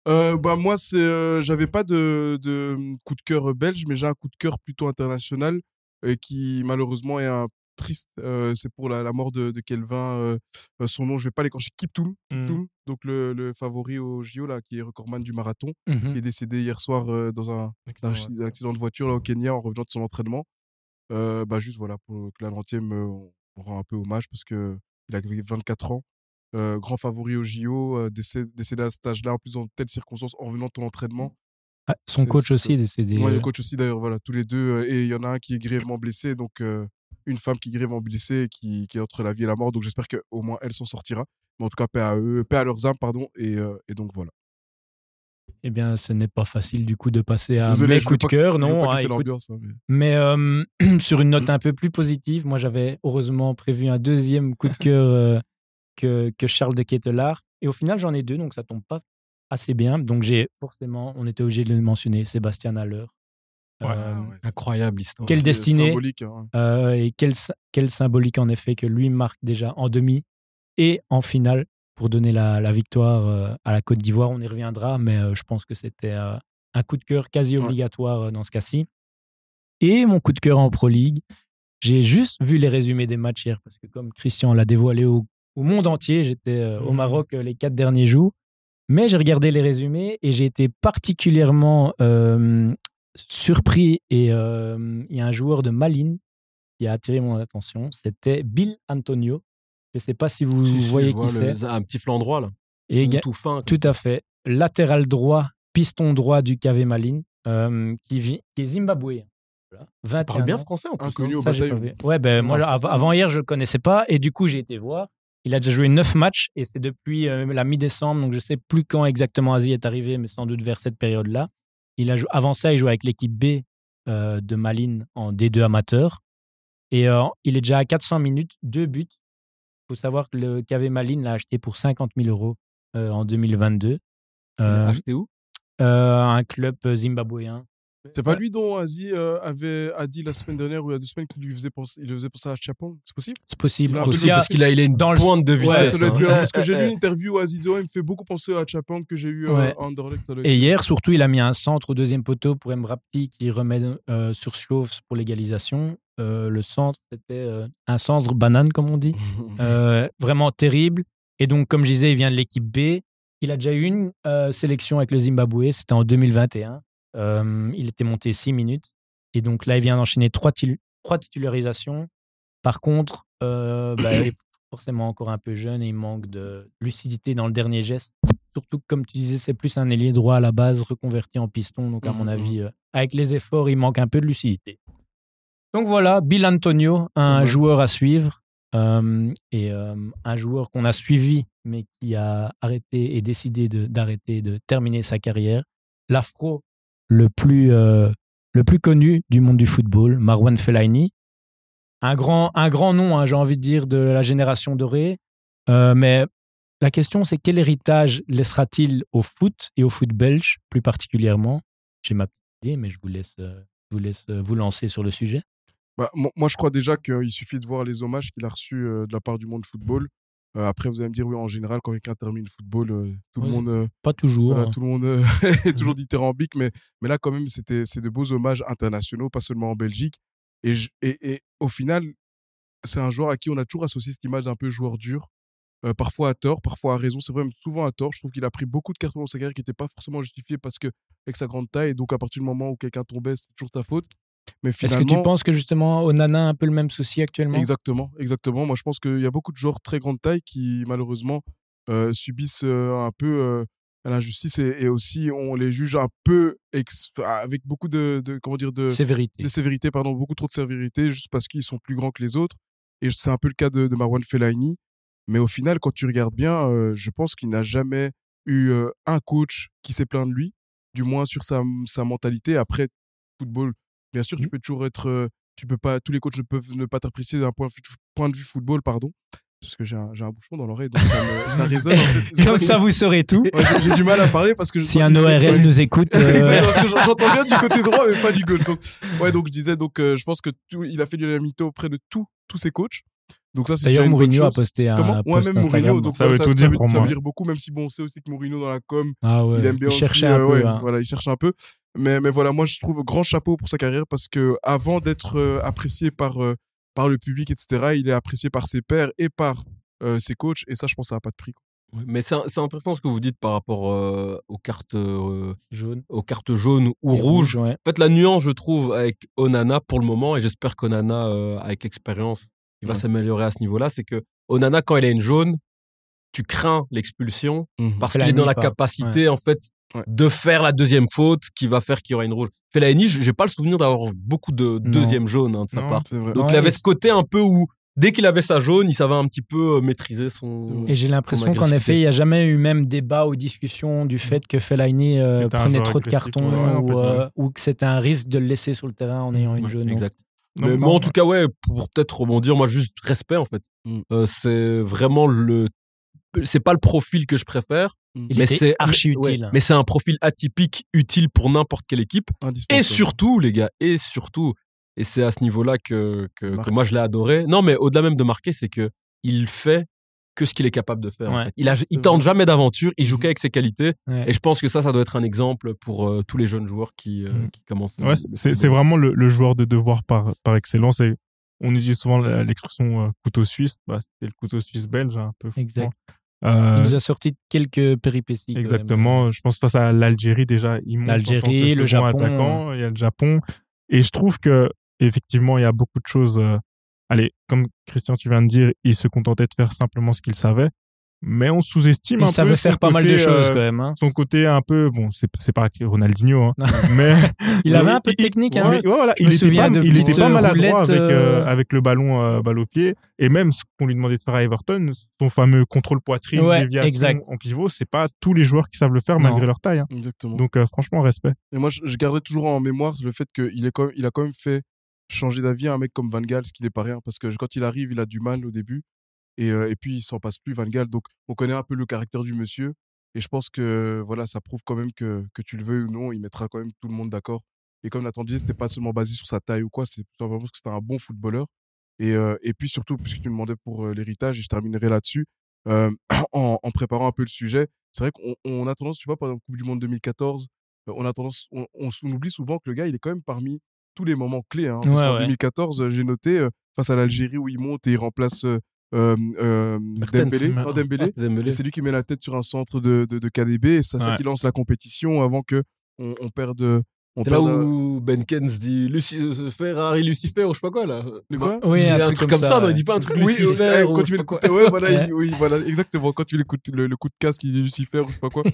[SPEAKER 2] Euh, bah moi c'est euh, j'avais pas de, de mmh, coup de cœur euh, belge mais j'ai un coup de cœur plutôt international euh, qui malheureusement est un triste euh, c'est pour la, la mort de, de Kelvin euh, euh, son nom je vais pas l'écorcher Kiptoum
[SPEAKER 5] Mm.
[SPEAKER 2] Kiptoum, donc le, le favori au JO là qui est recordman du marathon
[SPEAKER 1] Mhm.
[SPEAKER 2] qui est décédé hier soir euh, dans un, un chi- un accident de voiture là, au Kenya en revenant de son entraînement Euh, bah juste voilà pour que la e on rend un peu hommage parce que il avait 24 ans euh, grand favori au JO, euh, décé- décédé à cet âge-là, en plus dans de telles circonstances, en revenant de ton entraînement.
[SPEAKER 1] Ah, son
[SPEAKER 2] C'est-
[SPEAKER 1] coach
[SPEAKER 2] c'est
[SPEAKER 1] aussi
[SPEAKER 2] top.
[SPEAKER 1] est décédé.
[SPEAKER 2] Moi,
[SPEAKER 1] euh,
[SPEAKER 2] le coach aussi, d'ailleurs, voilà, tous les deux. euh, et il y en a un qui est grièvement blessé, donc euh, une femme qui est grièvement blessée, et qui, qui est entre la vie et la mort. Donc j'espère qu'au moins elle s'en sortira. Mais en tout cas, paix à eux, paix à leurs âmes, pardon. Et, euh, et donc voilà.
[SPEAKER 1] Eh bien, ce n'est pas facile du coup de passer à
[SPEAKER 2] Désolé,
[SPEAKER 1] mes
[SPEAKER 2] je veux
[SPEAKER 1] coups de
[SPEAKER 2] pas-
[SPEAKER 1] cœur,
[SPEAKER 2] Je veux
[SPEAKER 1] non
[SPEAKER 2] pas
[SPEAKER 1] hein,
[SPEAKER 2] casser
[SPEAKER 1] écoute.
[SPEAKER 2] l'ambiance, hein, mais-
[SPEAKER 1] Mais euh, [clears throat] sur une note un peu plus positive, moi j'avais heureusement prévu un deuxième coup de cœur euh, que, que Charles de Kettelard. Et au final, j'en ai deux, donc ça tombe pas assez bien. Donc j'ai forcément, on était obligé de le mentionner, Sébastien Haller.
[SPEAKER 5] Ouais.
[SPEAKER 1] Euh,
[SPEAKER 2] Ah, ouais.
[SPEAKER 4] Incroyable histoire.
[SPEAKER 1] Quelle
[SPEAKER 2] C'est
[SPEAKER 1] destinée.
[SPEAKER 2] symbolique, hein.
[SPEAKER 1] euh, et quelle quel symbolique en effet que lui marque déjà en demi et en finale pour donner la, la victoire euh, à la Côte d'Ivoire. On y reviendra, mais euh, je pense que c'était euh, un coup de cœur quasi
[SPEAKER 2] Ouais.
[SPEAKER 1] obligatoire euh, dans ce cas-ci. Et mon coup de cœur en Pro League, j'ai juste vu les résumés des matchs hier, parce que comme Christian l'a dévoilé au, au monde entier, j'étais euh, au Maroc euh, les quatre derniers jours, mais j'ai regardé les résumés et j'ai été particulièrement euh, surpris. Et euh, il y a un joueur de Malines qui a attiré mon attention, c'était Bill Antonio. Je ne sais pas si vous
[SPEAKER 4] Si, si, je
[SPEAKER 1] voyez
[SPEAKER 4] vois
[SPEAKER 1] qui c'est.
[SPEAKER 4] le- Un petit flanc droit, là.
[SPEAKER 1] Et ga-
[SPEAKER 4] Tout fin.
[SPEAKER 1] tout à fait. Latéral droit, piston droit du KV Malines, euh, qui, vit, qui est Zimbabwe. Voilà.
[SPEAKER 4] Il
[SPEAKER 1] 21
[SPEAKER 4] parle bien
[SPEAKER 1] ans.
[SPEAKER 4] français, en plus. hein.
[SPEAKER 2] Inconnu au
[SPEAKER 1] Ça, j'ai pas
[SPEAKER 2] bataillon.
[SPEAKER 1] vu. Ouais, ben, moi,
[SPEAKER 4] Non,
[SPEAKER 1] av- avant hier, je ne le connaissais pas. Et du coup, j'ai été voir. Il a déjà joué 9 matchs et c'est depuis euh, la mi-décembre. Donc, je ne sais plus quand exactement Asie est arrivé, mais sans doute vers cette période-là. Il a jou- Avant ça, il jouait avec l'équipe B euh, de Malines en D2 amateur. Et euh, il est déjà à 400 minutes, 2 buts. Il faut savoir que le KV Malines l'a acheté pour 50 000 euros euh, en 2022. Euh,
[SPEAKER 4] Acheté où
[SPEAKER 1] euh, un club zimbabwéen.
[SPEAKER 2] C'est pas lui dont Asie euh, avait a dit la semaine dernière ou il y a deux semaines qu'il lui faisait penser, il le faisait penser à Chapon. C'est possible?
[SPEAKER 1] C'est possible.
[SPEAKER 2] Il a
[SPEAKER 1] En tout
[SPEAKER 2] un peu de-
[SPEAKER 1] cas,
[SPEAKER 4] Parce qu'il a, il a une
[SPEAKER 1] dans le-
[SPEAKER 4] pointe de
[SPEAKER 1] Ouais,
[SPEAKER 4] vitesse.
[SPEAKER 2] ça doit
[SPEAKER 4] hein.
[SPEAKER 2] être lui, hein, parce que j'ai
[SPEAKER 4] Eh,
[SPEAKER 2] lu
[SPEAKER 4] eh,
[SPEAKER 2] une interview à Zizou, il me fait beaucoup penser à Chapang que j'ai eu euh,
[SPEAKER 1] Ouais.
[SPEAKER 2] à Anderlecht. ça doit être-
[SPEAKER 1] Et hier, surtout, il a mis un centre au deuxième poteau pour Mbrapti qui remet euh, sur Schoofs pour l'égalisation. Euh, le centre, c'était euh, un centre banane, comme on dit. Euh, vraiment terrible. Et donc, comme je disais, il vient de l'équipe B. Il a déjà eu une euh, sélection avec le Zimbabwe, c'était en 2021. Euh, il était monté 6 minutes. Et donc là, il vient d'enchaîner 3, titularisations. Par contre, euh, bah, il est forcément encore un peu jeune et il manque de lucidité dans le dernier geste. Surtout que, comme tu disais, c'est plus un ailier droit à la base, reconverti en piston. Donc, à mon
[SPEAKER 2] Mhm.
[SPEAKER 1] avis, euh, avec les efforts, il manque un peu de lucidité. Donc voilà, Bill Antonio, un
[SPEAKER 2] Ouais.
[SPEAKER 1] joueur à suivre. Euh, et euh, un joueur qu'on a suivi, mais qui a arrêté et décidé de- d'arrêter, de, terminer sa carrière. L'afro le plus, euh, le plus connu du monde du football, Marwan Fellaini. Un grand, un grand nom, hein, j'ai envie de dire, de la génération dorée. Euh, mais la question, c'est quel héritage laissera-t-il au foot et au foot belge, plus particulièrement J'ai ma petite idée, mais je vous laisse, euh, je vous, laisse euh, vous lancer sur le sujet.
[SPEAKER 2] [laughs] Bah, mo- moi, je crois déjà qu'il suffit de voir les hommages qu'il a reçus euh, de la part du monde football. Euh, après, vous allez me dire, oui, en général, quand quelqu'un termine le football, euh, tout,
[SPEAKER 1] Ouais,
[SPEAKER 2] le monde, euh,
[SPEAKER 1] Pas toujours. Mm.
[SPEAKER 2] voilà,
[SPEAKER 1] hein.
[SPEAKER 2] tout le monde euh, [laughs] est toujours dithyrambique, mais, mais là, quand même, c'était- c'est de beaux hommages internationaux, pas seulement en Belgique. Et, je- et, et au final, c'est un joueur à qui on a toujours associé cette image d'un peu joueur dur, euh, parfois à tort, parfois à raison, c'est vrai, mais souvent à tort. Je trouve qu'il a pris beaucoup de cartons dans sa carrière qui n'étaient pas forcément justifiés parce que, avec sa grande taille, donc à partir du moment où quelqu'un tombait, c'est toujours ta faute. Mais
[SPEAKER 1] Est-ce
[SPEAKER 2] finalement,
[SPEAKER 1] que tu penses que justement, Onana a un peu le même souci actuellement
[SPEAKER 2] Exactement, exactement. Moi, je pense qu'il y a beaucoup de joueurs de très grande taille qui, malheureusement, euh, subissent euh, un peu euh, l'injustice et, et aussi on les juge un peu ex- avec beaucoup de, de- comment dire de,
[SPEAKER 1] Sévérité.
[SPEAKER 2] de sévérité, pardon, beaucoup trop de sévérité, juste parce qu'ils sont plus grands que les autres. Et c'est un peu le cas de, de Marwan Fellaini. Mais au final, quand tu regardes bien, euh, je pense qu'il n'a jamais eu euh, un coach qui s'est plaint de lui, du moins sur sa, sa mentalité. Après, football. Bien sûr,
[SPEAKER 1] Mmh.
[SPEAKER 2] tu peux toujours être. euh, Tu peux pas, tous les coachs ne peuvent ne pas t'apprécier d'un point, de vue- point de vue football, pardon. Parce que j'ai un, j'ai un bouchon dans l'oreille, donc ça, me-
[SPEAKER 1] [laughs]
[SPEAKER 2] ça résonne. en fait.
[SPEAKER 1] Comme ça, vous saurez
[SPEAKER 2] [laughs]
[SPEAKER 1] tout.
[SPEAKER 2] Ouais, j'ai- J'ai du mal à parler parce que je
[SPEAKER 1] Si
[SPEAKER 2] sens
[SPEAKER 1] un
[SPEAKER 2] que c'est-
[SPEAKER 1] ORL nous
[SPEAKER 2] [laughs]
[SPEAKER 1] écoute, euh,
[SPEAKER 2] Exactement, parce que J'entends bien du
[SPEAKER 1] [laughs]
[SPEAKER 2] côté droit, mais pas du gauche. Donc, ouais, donc je disais, donc euh, je pense que tout, il a fait du l'amito auprès de tous tous ses coachs. Donc ça, c'est déjà
[SPEAKER 1] d'ailleurs
[SPEAKER 2] une bonne
[SPEAKER 1] Mourinho a
[SPEAKER 2] chose.
[SPEAKER 1] posté
[SPEAKER 2] Comment
[SPEAKER 1] un
[SPEAKER 2] Ouais,
[SPEAKER 1] post
[SPEAKER 2] même
[SPEAKER 1] Instagram.
[SPEAKER 2] Mourinho. Donc
[SPEAKER 5] Ça veut
[SPEAKER 2] ça,
[SPEAKER 5] tout
[SPEAKER 2] ça
[SPEAKER 5] dire
[SPEAKER 2] veut-
[SPEAKER 5] pour
[SPEAKER 2] ça
[SPEAKER 5] moi.
[SPEAKER 2] veut dire beaucoup, même si bon, on sait aussi que Mourinho dans la com,
[SPEAKER 1] ah ouais,
[SPEAKER 2] il aime bien aussi,
[SPEAKER 1] cherchait un
[SPEAKER 2] euh,
[SPEAKER 1] peu.
[SPEAKER 2] ouais,
[SPEAKER 1] hein.
[SPEAKER 2] Voilà, il cherche un peu. Mais, mais voilà, moi je trouve grand chapeau pour sa carrière parce que avant d'être euh, apprécié par, euh, par le public, etc., il est apprécié par ses pairs et par euh, ses coachs. Et ça, je pense, que ça n'a pas de prix. quoi.
[SPEAKER 4] Ouais, Mais c'est c'est intéressant ce que vous dites par rapport euh, aux cartes euh,
[SPEAKER 1] Jaune
[SPEAKER 4] aux cartes jaunes ou
[SPEAKER 1] et
[SPEAKER 4] rouges.
[SPEAKER 1] ouais.
[SPEAKER 4] En fait, la nuance, je trouve, avec Onana pour le moment, et j'espère qu'Onana, euh, avec l'expérience, il va
[SPEAKER 2] Ouais.
[SPEAKER 4] s'améliorer à ce niveau-là, c'est que Onana, quand il a une jaune, tu crains l'expulsion parce qu'il est
[SPEAKER 1] Fellaini,
[SPEAKER 4] dans la
[SPEAKER 1] pas.
[SPEAKER 4] capacité, en fait,
[SPEAKER 2] Ouais.
[SPEAKER 4] de faire la deuxième faute qui va faire qu'il y aura une rouge. Fellaini, j- j'ai pas le souvenir d'avoir beaucoup de deuxième jaune hein, de sa
[SPEAKER 5] Non.
[SPEAKER 4] part.
[SPEAKER 2] C'est vrai.
[SPEAKER 4] Donc
[SPEAKER 1] Ouais,
[SPEAKER 4] il avait
[SPEAKER 1] et-
[SPEAKER 4] ce côté un peu où, dès qu'il avait sa jaune, il savait un petit peu euh, maîtriser son.
[SPEAKER 1] Et j'ai l'impression
[SPEAKER 4] Comme
[SPEAKER 1] qu'en
[SPEAKER 4] agressivité.
[SPEAKER 1] effet, il n'y a jamais eu même débat ou discussion du fait que Fellaini euh,
[SPEAKER 5] C'était un
[SPEAKER 1] prenait
[SPEAKER 5] joueur
[SPEAKER 1] trop de
[SPEAKER 5] agressif,
[SPEAKER 1] cartons
[SPEAKER 5] ouais, on peut
[SPEAKER 1] ou,
[SPEAKER 5] dire.
[SPEAKER 1] euh, ou que c'était un risque de le laisser sur le terrain en ayant une
[SPEAKER 4] Ouais,
[SPEAKER 1] jaune.
[SPEAKER 4] exact.
[SPEAKER 5] Non,
[SPEAKER 4] mais
[SPEAKER 5] non,
[SPEAKER 4] moi, en
[SPEAKER 5] ouais.
[SPEAKER 4] tout cas, ouais, pour peut-être rebondir, moi, juste respect, en fait.
[SPEAKER 2] Mm.
[SPEAKER 4] Euh, c'est vraiment le. C'est pas le profil que je préfère,
[SPEAKER 1] Il
[SPEAKER 4] mais
[SPEAKER 1] était
[SPEAKER 4] c'est
[SPEAKER 1] archi
[SPEAKER 4] ouais,
[SPEAKER 1] utile.
[SPEAKER 4] mais c'est un profil atypique, utile pour n'importe quelle équipe. Et
[SPEAKER 2] Indispensable.
[SPEAKER 4] surtout, les gars, et surtout, et c'est à ce niveau-là que, que, que
[SPEAKER 2] Marquer.
[SPEAKER 4] moi je l'ai adoré. Non, mais au-delà même de marquer, c'est que il fait que ce qu'il est capable de faire. en
[SPEAKER 1] Ouais. Mm.
[SPEAKER 4] fait. Il, a, il tente jamais d'aventure, il joue qu'avec ses qualités.
[SPEAKER 1] Ouais.
[SPEAKER 4] Et je pense que ça, ça doit être un exemple pour euh, tous les jeunes joueurs qui, euh,
[SPEAKER 5] Mm.
[SPEAKER 4] qui commencent.
[SPEAKER 5] Ouais, c'est- c'est c'est vraiment le, le joueur de devoir par, par excellence. Et on utilise souvent la- l'expression euh, couteau suisse. Bah, C'était le couteau suisse belge, hein, un peu.
[SPEAKER 1] Exact.
[SPEAKER 5] franchement. Euh,
[SPEAKER 1] Il nous a sorti quelques péripéties. quand même.
[SPEAKER 5] Exactement. Je pense face à l'Algérie déjà. il monte en tant que
[SPEAKER 1] euh, L'Algérie, le
[SPEAKER 5] second
[SPEAKER 1] Japon.
[SPEAKER 5] attaquant, Il y a le Japon. Et je trouve que effectivement, il y a beaucoup de choses. euh, Allez, comme Christian, tu viens de dire, il se contentait de faire simplement ce qu'il savait. Mais on sous-estime un
[SPEAKER 1] Il
[SPEAKER 5] peu.
[SPEAKER 1] savait
[SPEAKER 5] son
[SPEAKER 1] faire pas mal de
[SPEAKER 5] côté,
[SPEAKER 1] choses quand
[SPEAKER 5] euh,
[SPEAKER 1] même. hein.
[SPEAKER 5] Son côté un peu, bon, c'est c'est pas Ronaldinho, hein,
[SPEAKER 1] Non.
[SPEAKER 5] mais
[SPEAKER 1] [laughs] Il avait un peu de
[SPEAKER 5] il-
[SPEAKER 1] technique.
[SPEAKER 5] Ouais,
[SPEAKER 1] hein.
[SPEAKER 5] ouais, voilà,
[SPEAKER 1] Je
[SPEAKER 5] il
[SPEAKER 1] me
[SPEAKER 5] était
[SPEAKER 1] souviens
[SPEAKER 5] pas,
[SPEAKER 1] de
[SPEAKER 5] il était
[SPEAKER 1] petites,
[SPEAKER 5] pas
[SPEAKER 1] euh,
[SPEAKER 5] maladroit
[SPEAKER 1] roulettes,
[SPEAKER 5] avec, euh,
[SPEAKER 1] euh,
[SPEAKER 5] avec le ballon, euh, balle au pied. Et même ce qu'on lui demandait de faire à Everton, son fameux contrôle poitrine,
[SPEAKER 1] Ouais,
[SPEAKER 5] déviation
[SPEAKER 1] exact.
[SPEAKER 5] en pivot, c'est pas tous les joueurs qui savent le faire
[SPEAKER 1] Non.
[SPEAKER 5] malgré leur taille. hein.
[SPEAKER 2] Exactement.
[SPEAKER 5] Donc euh,
[SPEAKER 4] [laughs]
[SPEAKER 5] franchement, respect.
[SPEAKER 2] Et moi, je, je garderai toujours en mémoire le fait qu'il est quand même- il a quand même fait changer d'avis à un mec comme Van Gaal, ce qui n'est pas rien, parce que quand il arrive, il a du mal au début, et, euh, et puis il s'en passe plus, Van Gaal. Donc, on connaît un peu le caractère du monsieur, et je pense que voilà, ça prouve quand même que, que tu le veux ou non, il mettra quand même tout le monde d'accord. Et comme Nathan disait, c'était pas seulement basé sur sa taille ou quoi, c'est plutôt vraiment parce que c'était un bon footballeur. Et, euh, et puis surtout, puisque tu me demandais pour euh, l'héritage, et je terminerai là-dessus, euh, [clears throat] en, en préparant un peu le sujet, c'est vrai qu'on on a tendance, tu vois, par exemple, Coupe du Monde 2014, euh, on a tendance, on, on s- on oublie souvent que le gars, il est quand même parmi tous les moments clés. hein, parce
[SPEAKER 1] Ouais,
[SPEAKER 2] qu'en
[SPEAKER 1] ouais.
[SPEAKER 2] 2014, euh, j'ai noté euh, face à l'Algérie où il monte et il remplace euh, euh, euh,
[SPEAKER 4] Mertens,
[SPEAKER 2] Dembélé.
[SPEAKER 4] mais-
[SPEAKER 2] non, Dembélé.
[SPEAKER 4] Ah, c'est Dembélé.
[SPEAKER 2] Et c'est lui qui met la tête sur un centre de, de, de KDB et c'est ça
[SPEAKER 5] Ouais.
[SPEAKER 2] qui lance la compétition avant que on, on perde. On
[SPEAKER 4] C'est là
[SPEAKER 2] perde, euh,
[SPEAKER 4] où Ben Kens dit Luci- euh, Ferrari Lucifer ou je sais pas quoi là.
[SPEAKER 2] le quoi
[SPEAKER 4] Il
[SPEAKER 1] Oui,
[SPEAKER 4] dit
[SPEAKER 1] un, truc comme ça.
[SPEAKER 4] non,
[SPEAKER 1] ouais.
[SPEAKER 4] il dit pas un truc
[SPEAKER 2] oui,
[SPEAKER 4] Lucifer.
[SPEAKER 2] euh,
[SPEAKER 4] ou
[SPEAKER 2] quand
[SPEAKER 4] je
[SPEAKER 2] tu
[SPEAKER 4] sais pas quoi.
[SPEAKER 2] l'écoutes, ouais, voilà,
[SPEAKER 1] Ouais.
[SPEAKER 2] il- oui, voilà, exactement. Quand tu l'écoutes, le, le coup de casque, il est Lucifer ou je sais
[SPEAKER 4] [laughs]
[SPEAKER 2] pas quoi.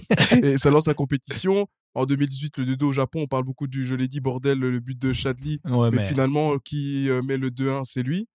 [SPEAKER 2] et ça lance la compétition. En 2018, le 2-2 au Japon, on parle beaucoup du, je l'ai dit, bordel, le but de Chadli.
[SPEAKER 1] Ouais,
[SPEAKER 2] mais,
[SPEAKER 1] mais-
[SPEAKER 2] finalement, qui euh, met le 2-1, c'est lui.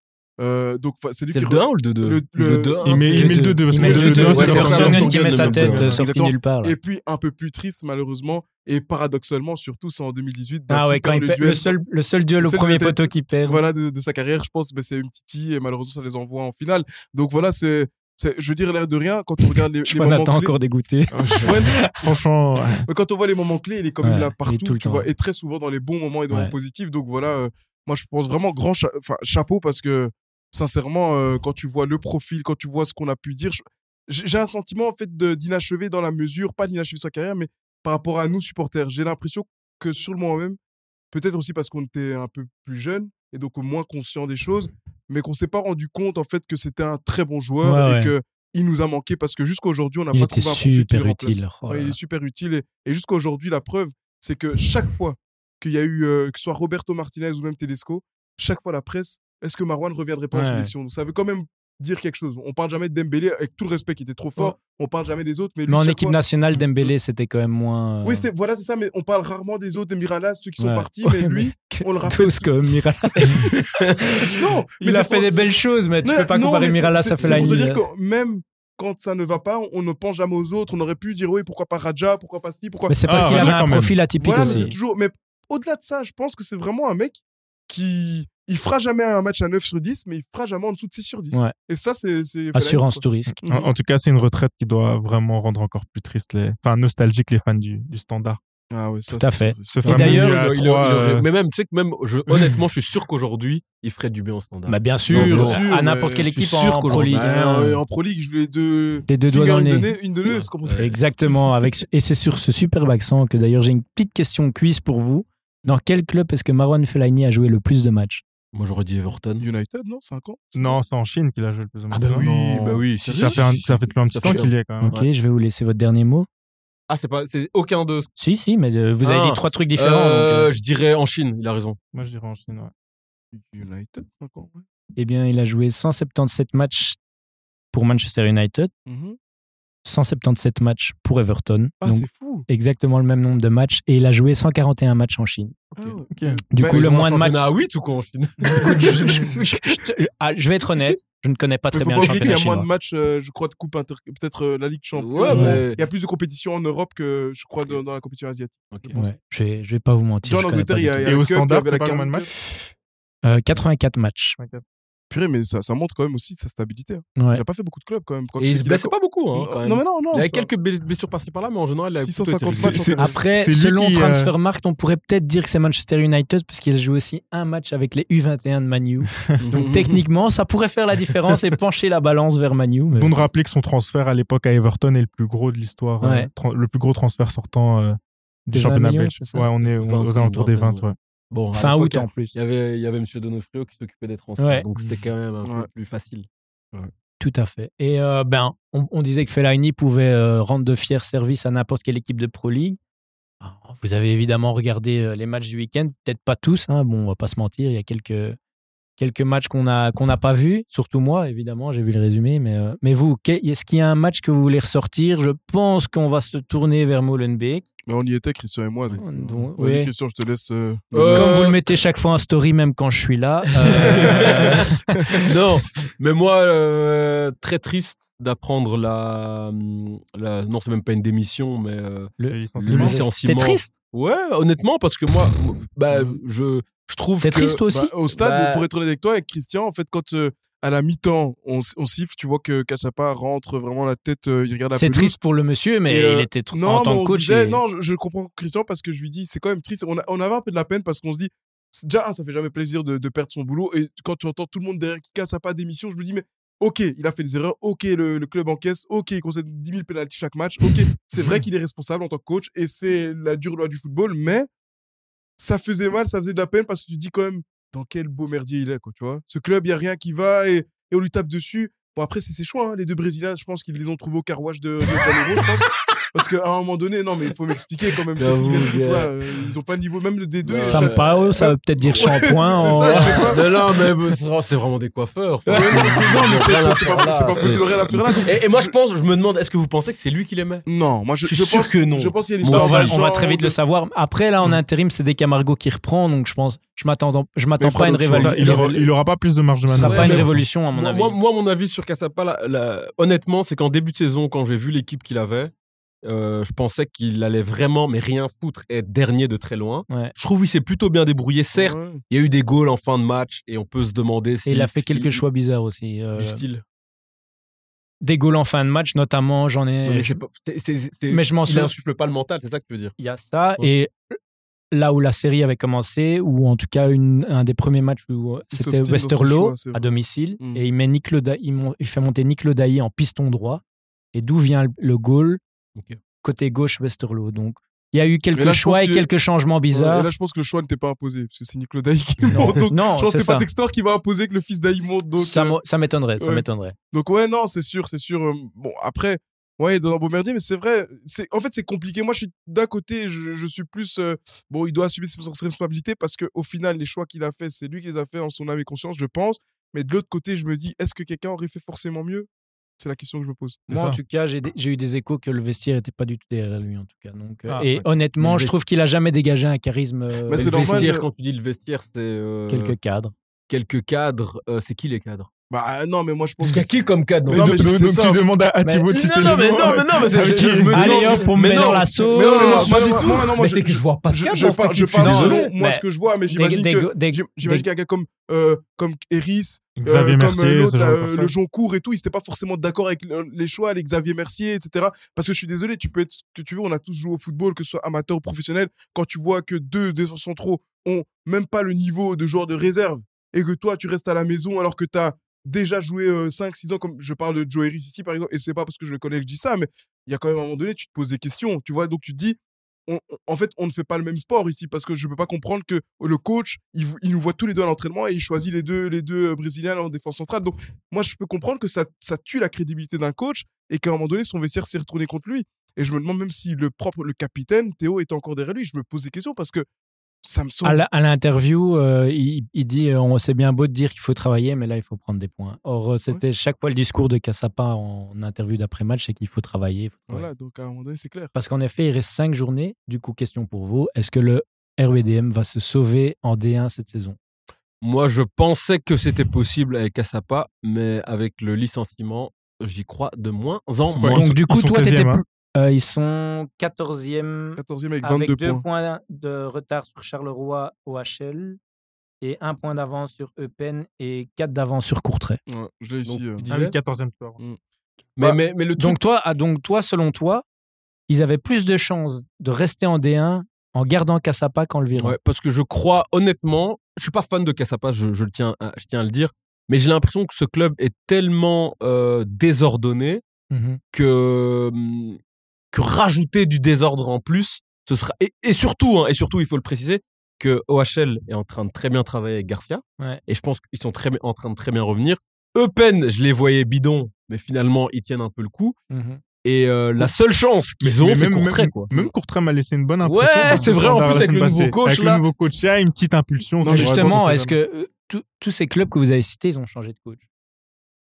[SPEAKER 2] Euh, donc, enfin, c'est lui
[SPEAKER 4] C'est
[SPEAKER 2] qui.
[SPEAKER 4] le 2-1 ou le 2-2
[SPEAKER 2] Le- le-
[SPEAKER 5] Il met, il met le 2-2 parce
[SPEAKER 1] Il
[SPEAKER 5] que
[SPEAKER 1] met
[SPEAKER 5] le
[SPEAKER 1] le
[SPEAKER 5] 2-2,
[SPEAKER 1] deux,
[SPEAKER 4] ouais,
[SPEAKER 1] c'est
[SPEAKER 5] c'est
[SPEAKER 4] Vertonghen
[SPEAKER 1] Vertonghen
[SPEAKER 5] Vertonghen.
[SPEAKER 1] qui met
[SPEAKER 4] le
[SPEAKER 1] sa
[SPEAKER 4] deux,
[SPEAKER 1] tête
[SPEAKER 4] ouais.
[SPEAKER 1] euh, sortie
[SPEAKER 2] Exactement.
[SPEAKER 1] nulle part. là.
[SPEAKER 2] Et puis, un peu plus triste, malheureusement, et paradoxalement, surtout, c'est en 2018.
[SPEAKER 1] Ah
[SPEAKER 2] donc,
[SPEAKER 1] ouais, quand il
[SPEAKER 2] perd
[SPEAKER 1] perd- le
[SPEAKER 2] duel
[SPEAKER 1] seul le seul duel
[SPEAKER 2] Le
[SPEAKER 1] au
[SPEAKER 2] seul
[SPEAKER 1] premier
[SPEAKER 2] duel-
[SPEAKER 1] poteau qui perd.
[SPEAKER 2] voilà, de, de sa carrière, je pense, mais c'est une titi et malheureusement, ça les envoie en finale. Donc voilà, c'est, c'est- je veux dire, l'air de rien, quand on regarde
[SPEAKER 1] [laughs]
[SPEAKER 2] les,
[SPEAKER 1] Je
[SPEAKER 2] les
[SPEAKER 1] crois
[SPEAKER 2] moments
[SPEAKER 1] Nathan
[SPEAKER 2] clés,
[SPEAKER 1] encore dégoûté.
[SPEAKER 2] Ouais,
[SPEAKER 4] [laughs]
[SPEAKER 5] Franchement, ouais.
[SPEAKER 2] [laughs] mais quand on voit les moments clés, il est quand même
[SPEAKER 1] Ouais,
[SPEAKER 2] là
[SPEAKER 1] il est
[SPEAKER 2] partout,
[SPEAKER 1] tout le
[SPEAKER 2] tu
[SPEAKER 1] temps.
[SPEAKER 2] vois, et très souvent dans les bons moments et dans
[SPEAKER 1] Ouais.
[SPEAKER 2] les positifs. Donc voilà, euh, moi, je pense vraiment grand cha- enfin, chapeau parce que, sincèrement, euh, quand tu vois le profil, quand tu vois ce qu'on a pu dire, je- j'ai j'ai un sentiment, en fait, de- d'inachevé dans la mesure, pas d'inachevé sur sa carrière, mais par rapport à nous, supporters. J'ai l'impression que sur le moment même, peut-être aussi parce qu'on était un peu plus jeune et donc moins conscient des choses, mais qu'on s'est pas rendu compte en fait que c'était un très bon joueur
[SPEAKER 1] Ouais,
[SPEAKER 2] et
[SPEAKER 1] ouais.
[SPEAKER 2] que il nous a manqué parce que jusqu'à aujourd'hui on n'a
[SPEAKER 1] Il
[SPEAKER 2] pas
[SPEAKER 1] était
[SPEAKER 2] trouvé un profil qui le
[SPEAKER 1] super
[SPEAKER 2] remplace.
[SPEAKER 1] utile. Oh
[SPEAKER 2] Ouais,
[SPEAKER 1] là
[SPEAKER 2] il
[SPEAKER 1] là.
[SPEAKER 2] est super utile et, et jusqu'à aujourd'hui la preuve c'est que chaque fois qu'il y a eu euh, que ce soit Roberto Martinez ou même Tedesco, chaque fois la presse est-ce que Marwan reviendrait pas en
[SPEAKER 1] Ouais.
[SPEAKER 2] sélection Donc ça veut quand même dire quelque chose. On parle jamais de Dembélé avec tout le respect qui était trop fort. On parle jamais des autres, mais, lui,
[SPEAKER 1] Mais en
[SPEAKER 2] chaque
[SPEAKER 1] équipe
[SPEAKER 2] fois-
[SPEAKER 1] nationale, Dembélé, c'était quand même moins. euh,
[SPEAKER 2] [laughs] Oui, c'est- voilà, c'est ça. Mais on parle rarement des autres, des Miralas, ceux qui sont
[SPEAKER 1] ouais.
[SPEAKER 2] partis.
[SPEAKER 1] Ouais,
[SPEAKER 2] mais lui,
[SPEAKER 1] que- [laughs]
[SPEAKER 2] on le rappelle
[SPEAKER 1] euh, Tous comme
[SPEAKER 2] [laughs]
[SPEAKER 1] Miralas.
[SPEAKER 2] non, mais
[SPEAKER 1] Il a
[SPEAKER 2] c'est
[SPEAKER 1] fait des
[SPEAKER 2] pour-
[SPEAKER 1] belles choses, mais tu
[SPEAKER 2] Non,
[SPEAKER 1] peux pas
[SPEAKER 2] non,
[SPEAKER 1] comparer
[SPEAKER 2] mais c'est-
[SPEAKER 1] Miralas
[SPEAKER 2] c'est-
[SPEAKER 1] à
[SPEAKER 2] C'est pour te
[SPEAKER 1] Fellaini.
[SPEAKER 2] dire que même quand ça ne va pas, on- on ne pense jamais aux autres. On aurait pu dire oui, pourquoi pas Raja, pourquoi pas si, pourquoi.
[SPEAKER 1] Mais c'est
[SPEAKER 5] Ah,
[SPEAKER 1] parce qu'il
[SPEAKER 5] Raja,
[SPEAKER 1] avait un
[SPEAKER 5] quand même.
[SPEAKER 1] profil atypique
[SPEAKER 2] Voilà, mais c'est
[SPEAKER 1] aussi.
[SPEAKER 2] toujours. Mais au-delà de ça, je pense que c'est vraiment un mec qui. Il fera jamais un match à 9 sur 10, mais il fera jamais en dessous de 6 sur 10.
[SPEAKER 1] Ouais.
[SPEAKER 2] Et ça, c'est. c'est
[SPEAKER 1] Assurance tout risque.
[SPEAKER 2] Mhm.
[SPEAKER 5] En, en tout cas, c'est une retraite qui doit vraiment rendre encore plus triste, les... enfin nostalgique les fans du, du standard.
[SPEAKER 2] Ah ouais, ça,
[SPEAKER 1] Tout à
[SPEAKER 2] c'est
[SPEAKER 1] fait.
[SPEAKER 2] sûr, c'est
[SPEAKER 5] Ce
[SPEAKER 2] sûr.
[SPEAKER 1] Et d'ailleurs,
[SPEAKER 5] fameux, euh,
[SPEAKER 4] Il- il- il aurait-
[SPEAKER 5] trois, euh,
[SPEAKER 4] mais même, tu sais que même,
[SPEAKER 1] [laughs]
[SPEAKER 4] je- honnêtement, je suis sûr qu'aujourd'hui, il ferait du bien au standard.
[SPEAKER 1] Bah, bien
[SPEAKER 4] Non,
[SPEAKER 1] sûr,
[SPEAKER 4] bien
[SPEAKER 2] sûr,
[SPEAKER 1] à n'importe
[SPEAKER 2] mais
[SPEAKER 1] quelle
[SPEAKER 4] je suis
[SPEAKER 1] équipe
[SPEAKER 4] sûr
[SPEAKER 1] en
[SPEAKER 4] qu'au
[SPEAKER 1] Pro League.
[SPEAKER 2] Ah,
[SPEAKER 1] hein.
[SPEAKER 2] ouais, en Pro League, je voulais deux.
[SPEAKER 1] Les deux doigts
[SPEAKER 2] fingers,
[SPEAKER 1] dans le
[SPEAKER 2] une de
[SPEAKER 1] nez.
[SPEAKER 2] nez, Une de
[SPEAKER 4] Ouais.
[SPEAKER 2] nez, c'est comme
[SPEAKER 1] [laughs]
[SPEAKER 2] ça.
[SPEAKER 1] Exactement. Avec ce- et c'est sur ce superbe accent que d'ailleurs j'ai une petite question quiz pour vous. Dans quel club est-ce que Marwan Fellaini a joué le plus de matchs
[SPEAKER 4] Moi, j'aurais dit Everton.
[SPEAKER 2] United, non 5 ans
[SPEAKER 5] Non, c'est en Chine qu'il a joué le plus. de
[SPEAKER 4] Ah,
[SPEAKER 5] matchs,
[SPEAKER 4] bah oui,
[SPEAKER 5] non
[SPEAKER 4] bah oui.
[SPEAKER 5] Ça,
[SPEAKER 4] si,
[SPEAKER 5] ça
[SPEAKER 4] si,
[SPEAKER 5] fait un-
[SPEAKER 4] si.
[SPEAKER 5] ça fait depuis un petit
[SPEAKER 4] Ça
[SPEAKER 5] temps
[SPEAKER 4] fait-
[SPEAKER 5] qu'il y est quand même.
[SPEAKER 1] Ok, je vais vous laisser votre dernier mot.
[SPEAKER 4] Ah, c'est pas, c'est aucun d'eux.
[SPEAKER 1] Si, si, mais euh, vous avez
[SPEAKER 4] Ah,
[SPEAKER 1] dit trois trucs différents. donc,
[SPEAKER 4] Euh,
[SPEAKER 1] euh,
[SPEAKER 4] Je dirais en Chine, il a raison.
[SPEAKER 5] Moi, je dirais en Chine. ouais.
[SPEAKER 2] United, 5 ans, ouais.
[SPEAKER 1] Eh bien, il a joué 177 matchs pour Manchester United,
[SPEAKER 2] Mhm.
[SPEAKER 1] 177 matchs pour Everton.
[SPEAKER 2] Ah,
[SPEAKER 1] donc
[SPEAKER 2] c'est fou.
[SPEAKER 1] exactement le même nombre de matchs. Et il a joué 141 matchs en
[SPEAKER 2] [laughs]
[SPEAKER 1] Chine.
[SPEAKER 2] Ah ouais.
[SPEAKER 1] Du
[SPEAKER 2] Bah,
[SPEAKER 1] coup,
[SPEAKER 2] ils
[SPEAKER 1] le
[SPEAKER 2] ont
[SPEAKER 1] moins
[SPEAKER 2] un
[SPEAKER 1] de matchs.
[SPEAKER 4] Ah oui, tout con en Chine.
[SPEAKER 1] je, je- je te- ah, je vais être honnête, je ne connais pas
[SPEAKER 2] Mais
[SPEAKER 1] très
[SPEAKER 2] faut
[SPEAKER 1] bien
[SPEAKER 2] pas
[SPEAKER 1] le
[SPEAKER 2] oublier qu'il y
[SPEAKER 1] championnat
[SPEAKER 2] a moins
[SPEAKER 1] chinois. bah,
[SPEAKER 2] de matchs, euh, je crois, de Coupe Inter, peut-être euh, la Ligue Champion.
[SPEAKER 4] Ouais, mais-
[SPEAKER 2] Il y a plus de compétitions en Europe que, je crois, dans, dans la compétition asiatique.
[SPEAKER 1] Ouais, je vais, je vais pas vous mentir.
[SPEAKER 2] Genre,
[SPEAKER 1] je
[SPEAKER 2] en
[SPEAKER 1] connais pas
[SPEAKER 2] Angleterre, il y
[SPEAKER 1] du
[SPEAKER 2] a, il y a
[SPEAKER 5] Et
[SPEAKER 2] la
[SPEAKER 5] au
[SPEAKER 2] Cup, il y
[SPEAKER 5] standard,
[SPEAKER 2] avait
[SPEAKER 5] c'est
[SPEAKER 2] la
[SPEAKER 5] pas combien de
[SPEAKER 2] Carabao
[SPEAKER 5] matchs
[SPEAKER 1] tout. Euh, 84 matchs.
[SPEAKER 2] Purée, mais ça, ça montre quand même aussi de sa stabilité. hein.
[SPEAKER 1] Ouais.
[SPEAKER 2] Il n'a pas fait beaucoup de clubs quand même. Quand
[SPEAKER 4] Et
[SPEAKER 2] tu
[SPEAKER 4] il
[SPEAKER 2] sais
[SPEAKER 4] se
[SPEAKER 2] qu'il a-
[SPEAKER 4] blessait pas beaucoup, hein, quand
[SPEAKER 2] Non,
[SPEAKER 4] même.
[SPEAKER 2] Oh, mais non, non.
[SPEAKER 4] Il y a
[SPEAKER 2] ça-
[SPEAKER 4] quelques bel- blessures par-ci par-là, mais en général, il a plutôt été
[SPEAKER 2] 650
[SPEAKER 4] régulier.
[SPEAKER 2] matchs en
[SPEAKER 5] C'est-
[SPEAKER 2] championnat.
[SPEAKER 1] Après,
[SPEAKER 5] C'est lui
[SPEAKER 1] selon
[SPEAKER 5] qui, euh,
[SPEAKER 1] Transfermarkt, on pourrait peut-être dire que c'est Manchester United parce qu'il a joué aussi un match avec les U21 de Manu.
[SPEAKER 4] [laughs]
[SPEAKER 2] [laughs]
[SPEAKER 1] Donc techniquement, ça pourrait faire la différence et pencher la balance vers Manu. mais-
[SPEAKER 5] Bon de rappeler que son transfert à l'époque à Everton est le plus gros de l'histoire,
[SPEAKER 1] Ouais.
[SPEAKER 5] euh, tran- le plus gros transfert sortant euh,
[SPEAKER 1] Des
[SPEAKER 5] du
[SPEAKER 1] 20
[SPEAKER 5] championnat
[SPEAKER 1] millions,
[SPEAKER 5] belge.
[SPEAKER 1] c'est ça
[SPEAKER 5] Ouais, on est on-
[SPEAKER 4] Vingt,
[SPEAKER 5] aux alentours des 20.
[SPEAKER 4] ouais.
[SPEAKER 5] ouais.
[SPEAKER 4] Bon, à
[SPEAKER 1] fin
[SPEAKER 4] l'époque,
[SPEAKER 1] août en
[SPEAKER 4] Il
[SPEAKER 1] plus.
[SPEAKER 4] y avait, il y avait M. Donofrio qui s'occupait des transferts,
[SPEAKER 1] Ouais.
[SPEAKER 4] donc c'était quand même un
[SPEAKER 2] Ouais.
[SPEAKER 4] peu plus [laughs] facile.
[SPEAKER 1] Tout à fait. Et euh, ben, on, on disait que Fellaini pouvait euh, rendre de fiers services à n'importe quelle équipe de Pro League. Alors, Vous avez évidemment regardé euh, les matchs du week-end, peut-être pas tous. Hein. Bon, on va pas se mentir, il y a quelques quelques matchs qu'on a qu'on n'a pas vus. Surtout moi, évidemment, j'ai vu le résumé. Mais euh, mais vous, que- est-ce qu'il y a un match que vous voulez ressortir Je pense qu'on va se tourner vers Molenbeek.
[SPEAKER 2] Mais on y était, Christian et moi. donc,
[SPEAKER 1] On- donc,
[SPEAKER 2] Vas-y,
[SPEAKER 1] ouais.
[SPEAKER 2] Christian, je te laisse. euh,
[SPEAKER 4] Oh, Euh,
[SPEAKER 1] Comme vous le mettez chaque fois en story, même quand je suis là.
[SPEAKER 2] [laughs]
[SPEAKER 1] euh,
[SPEAKER 4] [laughs] non, mais moi, euh, très triste d'apprendre la, hum, la- Non, c'est même pas une démission, mais. euh,
[SPEAKER 5] Le
[SPEAKER 4] le
[SPEAKER 5] licenciement.
[SPEAKER 1] T'es
[SPEAKER 4] licenciement.
[SPEAKER 1] triste
[SPEAKER 4] Ouais, honnêtement, parce que moi, bah, je, je trouve.
[SPEAKER 1] T'es
[SPEAKER 4] que-
[SPEAKER 1] triste toi aussi
[SPEAKER 2] bah, au stade,
[SPEAKER 4] Bah-
[SPEAKER 2] pour être honnête avec toi, avec Christian, en fait, quand euh, à la mi-temps, on, s- on siffle, tu vois que Kachapa rentre vraiment la tête, euh, il regarde la
[SPEAKER 1] C'est
[SPEAKER 2] pelouse.
[SPEAKER 1] triste pour le monsieur, mais
[SPEAKER 2] Et, euh,
[SPEAKER 1] il était trop
[SPEAKER 2] Non,
[SPEAKER 1] en
[SPEAKER 2] mais
[SPEAKER 1] tant
[SPEAKER 2] on
[SPEAKER 1] que coach.
[SPEAKER 2] disait-
[SPEAKER 1] il-
[SPEAKER 2] non, je, je comprends Christian parce que je lui dis, c'est quand même triste. On, a- on avait un peu de la peine parce qu'on se dit, c'est- déjà, un, ça fait jamais plaisir de, de perdre son boulot. Et quand tu entends tout le monde derrière qui casse à pas d'émission, je me dis, mais ok, il a fait des erreurs, ok, le, le club encaisse, ok, il concède 10 000 pénalties chaque match, ok, c'est vrai qu'il est responsable en tant que coach et c'est la dure loi du football, mais ça faisait mal, ça faisait de la peine parce que tu te dis quand même, dans quel beau merdier il est, quoi, tu vois. Ce club, il n'y a rien qui va et, et on lui tape dessus. Bon, après, c'est ses choix, hein. les deux Brésiliens, je pense qu'ils les ont trouvés au carwash de, de Janeiro, je pense. Parce qu'à un moment donné, non, mais il faut m'expliquer quand même. qu'est-ce qu'ils
[SPEAKER 4] J'avoue,
[SPEAKER 2] viennent foutre, là,
[SPEAKER 4] gars.
[SPEAKER 2] euh, ils n'ont pas le niveau, même le D2.
[SPEAKER 4] Ouais.
[SPEAKER 2] ils-
[SPEAKER 4] Ça me
[SPEAKER 1] Sampao, ça veut peut-être
[SPEAKER 4] [laughs]
[SPEAKER 1] dire shampoing.
[SPEAKER 2] C'est
[SPEAKER 1] en-
[SPEAKER 2] ça, je sais pas.
[SPEAKER 4] Non, non, mais euh, c'est- c'est vraiment des coiffeurs.
[SPEAKER 2] Ouais, non, mais c'est- non,
[SPEAKER 4] [laughs]
[SPEAKER 2] mais c'est- c'est- c'est pas
[SPEAKER 4] Voilà,
[SPEAKER 2] c'est pas
[SPEAKER 4] c'est-
[SPEAKER 2] possible, rien à faire là.
[SPEAKER 4] Et, et moi, je pense, je me demande, est-ce que vous pensez que c'est lui qui l'aimait
[SPEAKER 2] Non, moi je,
[SPEAKER 4] Je suis sûr
[SPEAKER 2] pense
[SPEAKER 4] que non.
[SPEAKER 2] Je pense qu'il y a
[SPEAKER 4] [laughs]
[SPEAKER 1] Bon,
[SPEAKER 2] l'histoire.
[SPEAKER 1] on, va,
[SPEAKER 2] de
[SPEAKER 1] on va
[SPEAKER 2] Jean,
[SPEAKER 1] très vite
[SPEAKER 2] de-
[SPEAKER 1] le
[SPEAKER 4] euh,
[SPEAKER 1] savoir. Après, là, en intérim, c'est des Camargo qui reprend, donc je pense, je m'attends, je m'attends
[SPEAKER 2] Mais il fera
[SPEAKER 1] pas à une
[SPEAKER 2] d'autres choses.
[SPEAKER 5] Ça, il, aura,
[SPEAKER 1] révolution.
[SPEAKER 5] il aura pas plus de marge de
[SPEAKER 1] Ce
[SPEAKER 5] manœuvre.
[SPEAKER 1] sera pas une
[SPEAKER 4] mais-
[SPEAKER 1] révolution, à mon
[SPEAKER 4] moi,
[SPEAKER 1] avis.
[SPEAKER 4] moi, moi, mon avis sur Cassapa, la- la- honnêtement, c'est qu'en début de saison, quand j'ai vu l'équipe qu'il avait, euh, je pensais qu'il allait vraiment, mais rien foutre, être dernier de très loin.
[SPEAKER 1] Ouais.
[SPEAKER 4] Je trouve qu'il s'est plutôt bien débrouillé. Certes,
[SPEAKER 2] Ouais.
[SPEAKER 4] il y a eu des goals en fin de match et on peut se demander si.
[SPEAKER 1] Et il a fait quelques
[SPEAKER 4] il-
[SPEAKER 1] choix bizarres aussi. euh,
[SPEAKER 4] Du style.
[SPEAKER 1] des goals en fin de match, notamment, j'en
[SPEAKER 4] Non,
[SPEAKER 1] ai.
[SPEAKER 4] mais c'est pas- c'est- c'est- c'est-
[SPEAKER 1] Mais je m'en
[SPEAKER 4] il
[SPEAKER 1] souviens.
[SPEAKER 4] insuffle pas le mental, c'est ça que tu veux dire.
[SPEAKER 1] Il y a ça.
[SPEAKER 4] Ouais.
[SPEAKER 1] Et là où la série avait commencé, ou en tout cas une- un des premiers matchs où euh,
[SPEAKER 2] Il
[SPEAKER 1] c'était
[SPEAKER 2] s'obstine dans ses
[SPEAKER 1] Westerlo
[SPEAKER 2] choix, c'est
[SPEAKER 1] à
[SPEAKER 2] vrai.
[SPEAKER 1] domicile,
[SPEAKER 2] Mm.
[SPEAKER 1] et il, met Nick Loda- il, mon- il fait monter Nick Lodaï en piston droit. Et d'où vient le- le goal
[SPEAKER 4] Ok.
[SPEAKER 1] Côté gauche, Westerlo. Donc, il y a eu quelques
[SPEAKER 2] Mais là, je
[SPEAKER 1] choix
[SPEAKER 2] pense
[SPEAKER 1] et
[SPEAKER 2] que-
[SPEAKER 1] quelques changements
[SPEAKER 2] Ouais, et
[SPEAKER 1] bizarres.
[SPEAKER 2] là, je pense que le choix n'était pas imposé, parce que c'est Nicolas Daï qui [laughs]
[SPEAKER 1] [laughs]
[SPEAKER 2] monte. Donc,
[SPEAKER 1] non,
[SPEAKER 2] je pense
[SPEAKER 1] c'est
[SPEAKER 2] que c'est pas
[SPEAKER 1] ça.
[SPEAKER 2] Textor qui va imposer que le fils d'Aï monte. Donc,
[SPEAKER 1] ça
[SPEAKER 2] euh,
[SPEAKER 1] m'o- ça m'étonnerait, ça
[SPEAKER 2] ouais.
[SPEAKER 1] m'étonnerait.
[SPEAKER 2] donc ouais, non, c'est sûr, c'est sûr. euh, bon, après, ouais, dans un beau merdier, mais c'est vrai. c'est- En fait, c'est compliqué. Moi, je suis d'un côté, je, je suis plus. euh, bon, il doit assumer ses ses responsabilités parce qu'au final, les choix qu'il a fait, c'est lui qui les a fait en son âme et conscience, je pense. Mais de l'autre côté, je me dis, est-ce que quelqu'un aurait fait forcément mieux C'est la question que je me pose.
[SPEAKER 1] Moi,
[SPEAKER 5] ça.
[SPEAKER 1] en tout cas, j'ai des- j'ai eu des échos que le vestiaire n'était pas du tout derrière lui, en tout cas. Donc, euh,
[SPEAKER 5] Ah,
[SPEAKER 1] et
[SPEAKER 5] ouais.
[SPEAKER 1] honnêtement,
[SPEAKER 4] Le
[SPEAKER 1] je
[SPEAKER 4] vest-
[SPEAKER 1] trouve qu'il a jamais dégagé un charisme. euh,
[SPEAKER 2] Bah, c'est
[SPEAKER 4] le
[SPEAKER 2] normal,
[SPEAKER 4] vestiaire,
[SPEAKER 2] euh,
[SPEAKER 4] quand tu dis le vestiaire, c'est euh,
[SPEAKER 1] Quelques cadres.
[SPEAKER 4] quelques cadres. euh, c'est qui les cadres
[SPEAKER 2] Bah non, mais moi je pense
[SPEAKER 4] Parce qu'il y a qui comme cadre
[SPEAKER 2] Non,
[SPEAKER 5] Donc,
[SPEAKER 2] mais
[SPEAKER 5] donc
[SPEAKER 2] c'est ça.
[SPEAKER 5] tu demandes à, à
[SPEAKER 1] Mais-
[SPEAKER 5] Thibaut de citer
[SPEAKER 4] Non, non,
[SPEAKER 5] les
[SPEAKER 4] mais
[SPEAKER 5] noms,
[SPEAKER 4] non,
[SPEAKER 5] ouais.
[SPEAKER 4] mais non, mais c'est-
[SPEAKER 5] Avec
[SPEAKER 4] je-
[SPEAKER 5] qui-
[SPEAKER 4] je me-
[SPEAKER 1] Allez
[SPEAKER 4] non,
[SPEAKER 1] hop, on me
[SPEAKER 4] mais
[SPEAKER 1] met
[SPEAKER 4] non,
[SPEAKER 1] dans la
[SPEAKER 2] Mais
[SPEAKER 1] sauce.
[SPEAKER 2] non, mais moi,
[SPEAKER 4] Non,
[SPEAKER 2] moi,
[SPEAKER 4] pas du
[SPEAKER 2] moi,
[SPEAKER 4] tout.
[SPEAKER 2] moi, non, moi,
[SPEAKER 4] mais
[SPEAKER 2] je-
[SPEAKER 4] c'est que je vois pas de
[SPEAKER 2] je,
[SPEAKER 4] cadre
[SPEAKER 2] je
[SPEAKER 4] dans ce
[SPEAKER 2] parle,
[SPEAKER 4] truc,
[SPEAKER 2] je
[SPEAKER 4] je suis
[SPEAKER 2] parle
[SPEAKER 1] Non,
[SPEAKER 4] désolé.
[SPEAKER 2] selon moi
[SPEAKER 1] mais-
[SPEAKER 2] ce que je vois, mais j'imagine
[SPEAKER 1] Des- des-
[SPEAKER 2] que
[SPEAKER 1] des-
[SPEAKER 2] j'im- j'imagine qu'un gars comme euh, comme Eris, euh,
[SPEAKER 5] Xavier
[SPEAKER 2] comme euh,
[SPEAKER 5] Mercier,
[SPEAKER 2] l'autre,
[SPEAKER 5] ce genre
[SPEAKER 2] là,
[SPEAKER 5] de
[SPEAKER 2] euh,
[SPEAKER 5] personne.
[SPEAKER 2] le Joncourt et tout, ils n'étaient pas forcément d'accord avec le- les choix, les Xavier Mercier, etc. Parce que je suis désolé, tu peux être ce que tu veux, on a tous joué au football, que ce soit amateur ou professionnel, quand tu vois que deux défenseurs centraux ont même pas le niveau de joueur de réserve et que toi tu restes à la maison alors que tu as déjà joué 5-6 ans, comme je parle de Joe Eris ici par exemple, et c'est pas parce que je le connais que je dis ça, mais il y a quand même un moment donné, tu te poses des questions, tu vois, donc tu te dis, on- on- en fait, on ne fait pas le même sport ici parce que je ne peux pas comprendre que oh, le coach, il, vou- il nous voit tous les deux à l'entraînement et il choisit les deux, les deux euh, Brésiliens en défense centrale. Donc, moi, je peux comprendre que ça, ça tue la crédibilité d'un coach et qu'à un moment donné, son vestiaire s'est retourné contre lui. Et je me demande même si le propre, le capitaine, Théo, était encore derrière lui. Je me pose des questions parce que ça me semble.
[SPEAKER 1] À la- à l'interview, euh, il, il dit euh, on c'est bien beau de dire qu'il faut travailler, mais là, il faut prendre des points. Or, euh, c'était chaque fois le discours de Cassapa en interview d'après-match c'est qu'il faut travailler. il faut travailler.
[SPEAKER 2] Voilà, donc à un moment donné, c'est clair.
[SPEAKER 1] Parce qu'en effet, il reste cinq journées. Du coup, question pour vous est-ce que le RWDM va se sauver en D1 cette saison
[SPEAKER 4] Moi, je pensais que c'était possible avec Cassapa, mais avec le licenciement, j'y crois de moins en moins.
[SPEAKER 5] C'est Ouais, ils
[SPEAKER 1] Donc,
[SPEAKER 5] sont-
[SPEAKER 1] du
[SPEAKER 5] ils
[SPEAKER 1] coup,
[SPEAKER 5] sont
[SPEAKER 1] toi,
[SPEAKER 5] 16e,
[SPEAKER 1] t'étais
[SPEAKER 5] hein.
[SPEAKER 1] plus- euh, ils sont 14e
[SPEAKER 2] 14e avec 22
[SPEAKER 1] avec deux
[SPEAKER 2] points.
[SPEAKER 1] points. de retard sur Charleroi au HL et un point d'avance sur Eupen et quatre d'avance sur Courtrai.
[SPEAKER 2] Ouais, je l'ai
[SPEAKER 4] Donc,
[SPEAKER 2] ici. euh.
[SPEAKER 4] tu
[SPEAKER 5] Ah
[SPEAKER 4] disais
[SPEAKER 5] oui, 14e victoire.
[SPEAKER 4] mais, mais, mais le truc,
[SPEAKER 1] Donc toi, ah, donc toi, selon toi, ils avaient plus de chances de rester en D1 en gardant Cassapa qu'en le virant.
[SPEAKER 4] Ouais, parce que je crois honnêtement, je suis pas fan de Cassapa, je, je le tiens, à, je tiens à le dire, mais j'ai l'impression que ce club est tellement euh, désordonné
[SPEAKER 1] Mhm.
[SPEAKER 4] que hum, que rajouter du désordre en plus, ce sera et, et surtout, hein, et surtout, il faut le préciser que OHL est en train de très bien travailler avec Garcia,
[SPEAKER 1] Ouais.
[SPEAKER 4] et je pense qu'ils sont très bien- en train de très bien revenir. Eupen, je les voyais bidons, mais finalement ils tiennent un peu le coup.
[SPEAKER 1] Mhm.
[SPEAKER 2] Ah,
[SPEAKER 4] Et euh, la seule chance qu'ils
[SPEAKER 5] Mais-
[SPEAKER 4] ont,
[SPEAKER 5] mais
[SPEAKER 4] c'est
[SPEAKER 5] même-
[SPEAKER 4] Courtrai,
[SPEAKER 5] même-
[SPEAKER 4] quoi.
[SPEAKER 5] Même Courtrai m'a laissé une bonne impression.
[SPEAKER 4] Ouais,
[SPEAKER 5] parce
[SPEAKER 4] c'est
[SPEAKER 5] que
[SPEAKER 4] vrai, en
[SPEAKER 5] Standard
[SPEAKER 4] plus,
[SPEAKER 5] la
[SPEAKER 4] avec
[SPEAKER 5] semaine
[SPEAKER 4] le nouveau
[SPEAKER 5] passée.
[SPEAKER 4] coach,
[SPEAKER 5] Avec
[SPEAKER 4] là.
[SPEAKER 5] le nouveau coach, il y a une petite impulsion.
[SPEAKER 2] Non,
[SPEAKER 1] Mais
[SPEAKER 2] mais
[SPEAKER 1] justement,
[SPEAKER 2] ouais,
[SPEAKER 1] est-ce que euh, tous- tous ces clubs que vous avez cités, ils ont changé de coach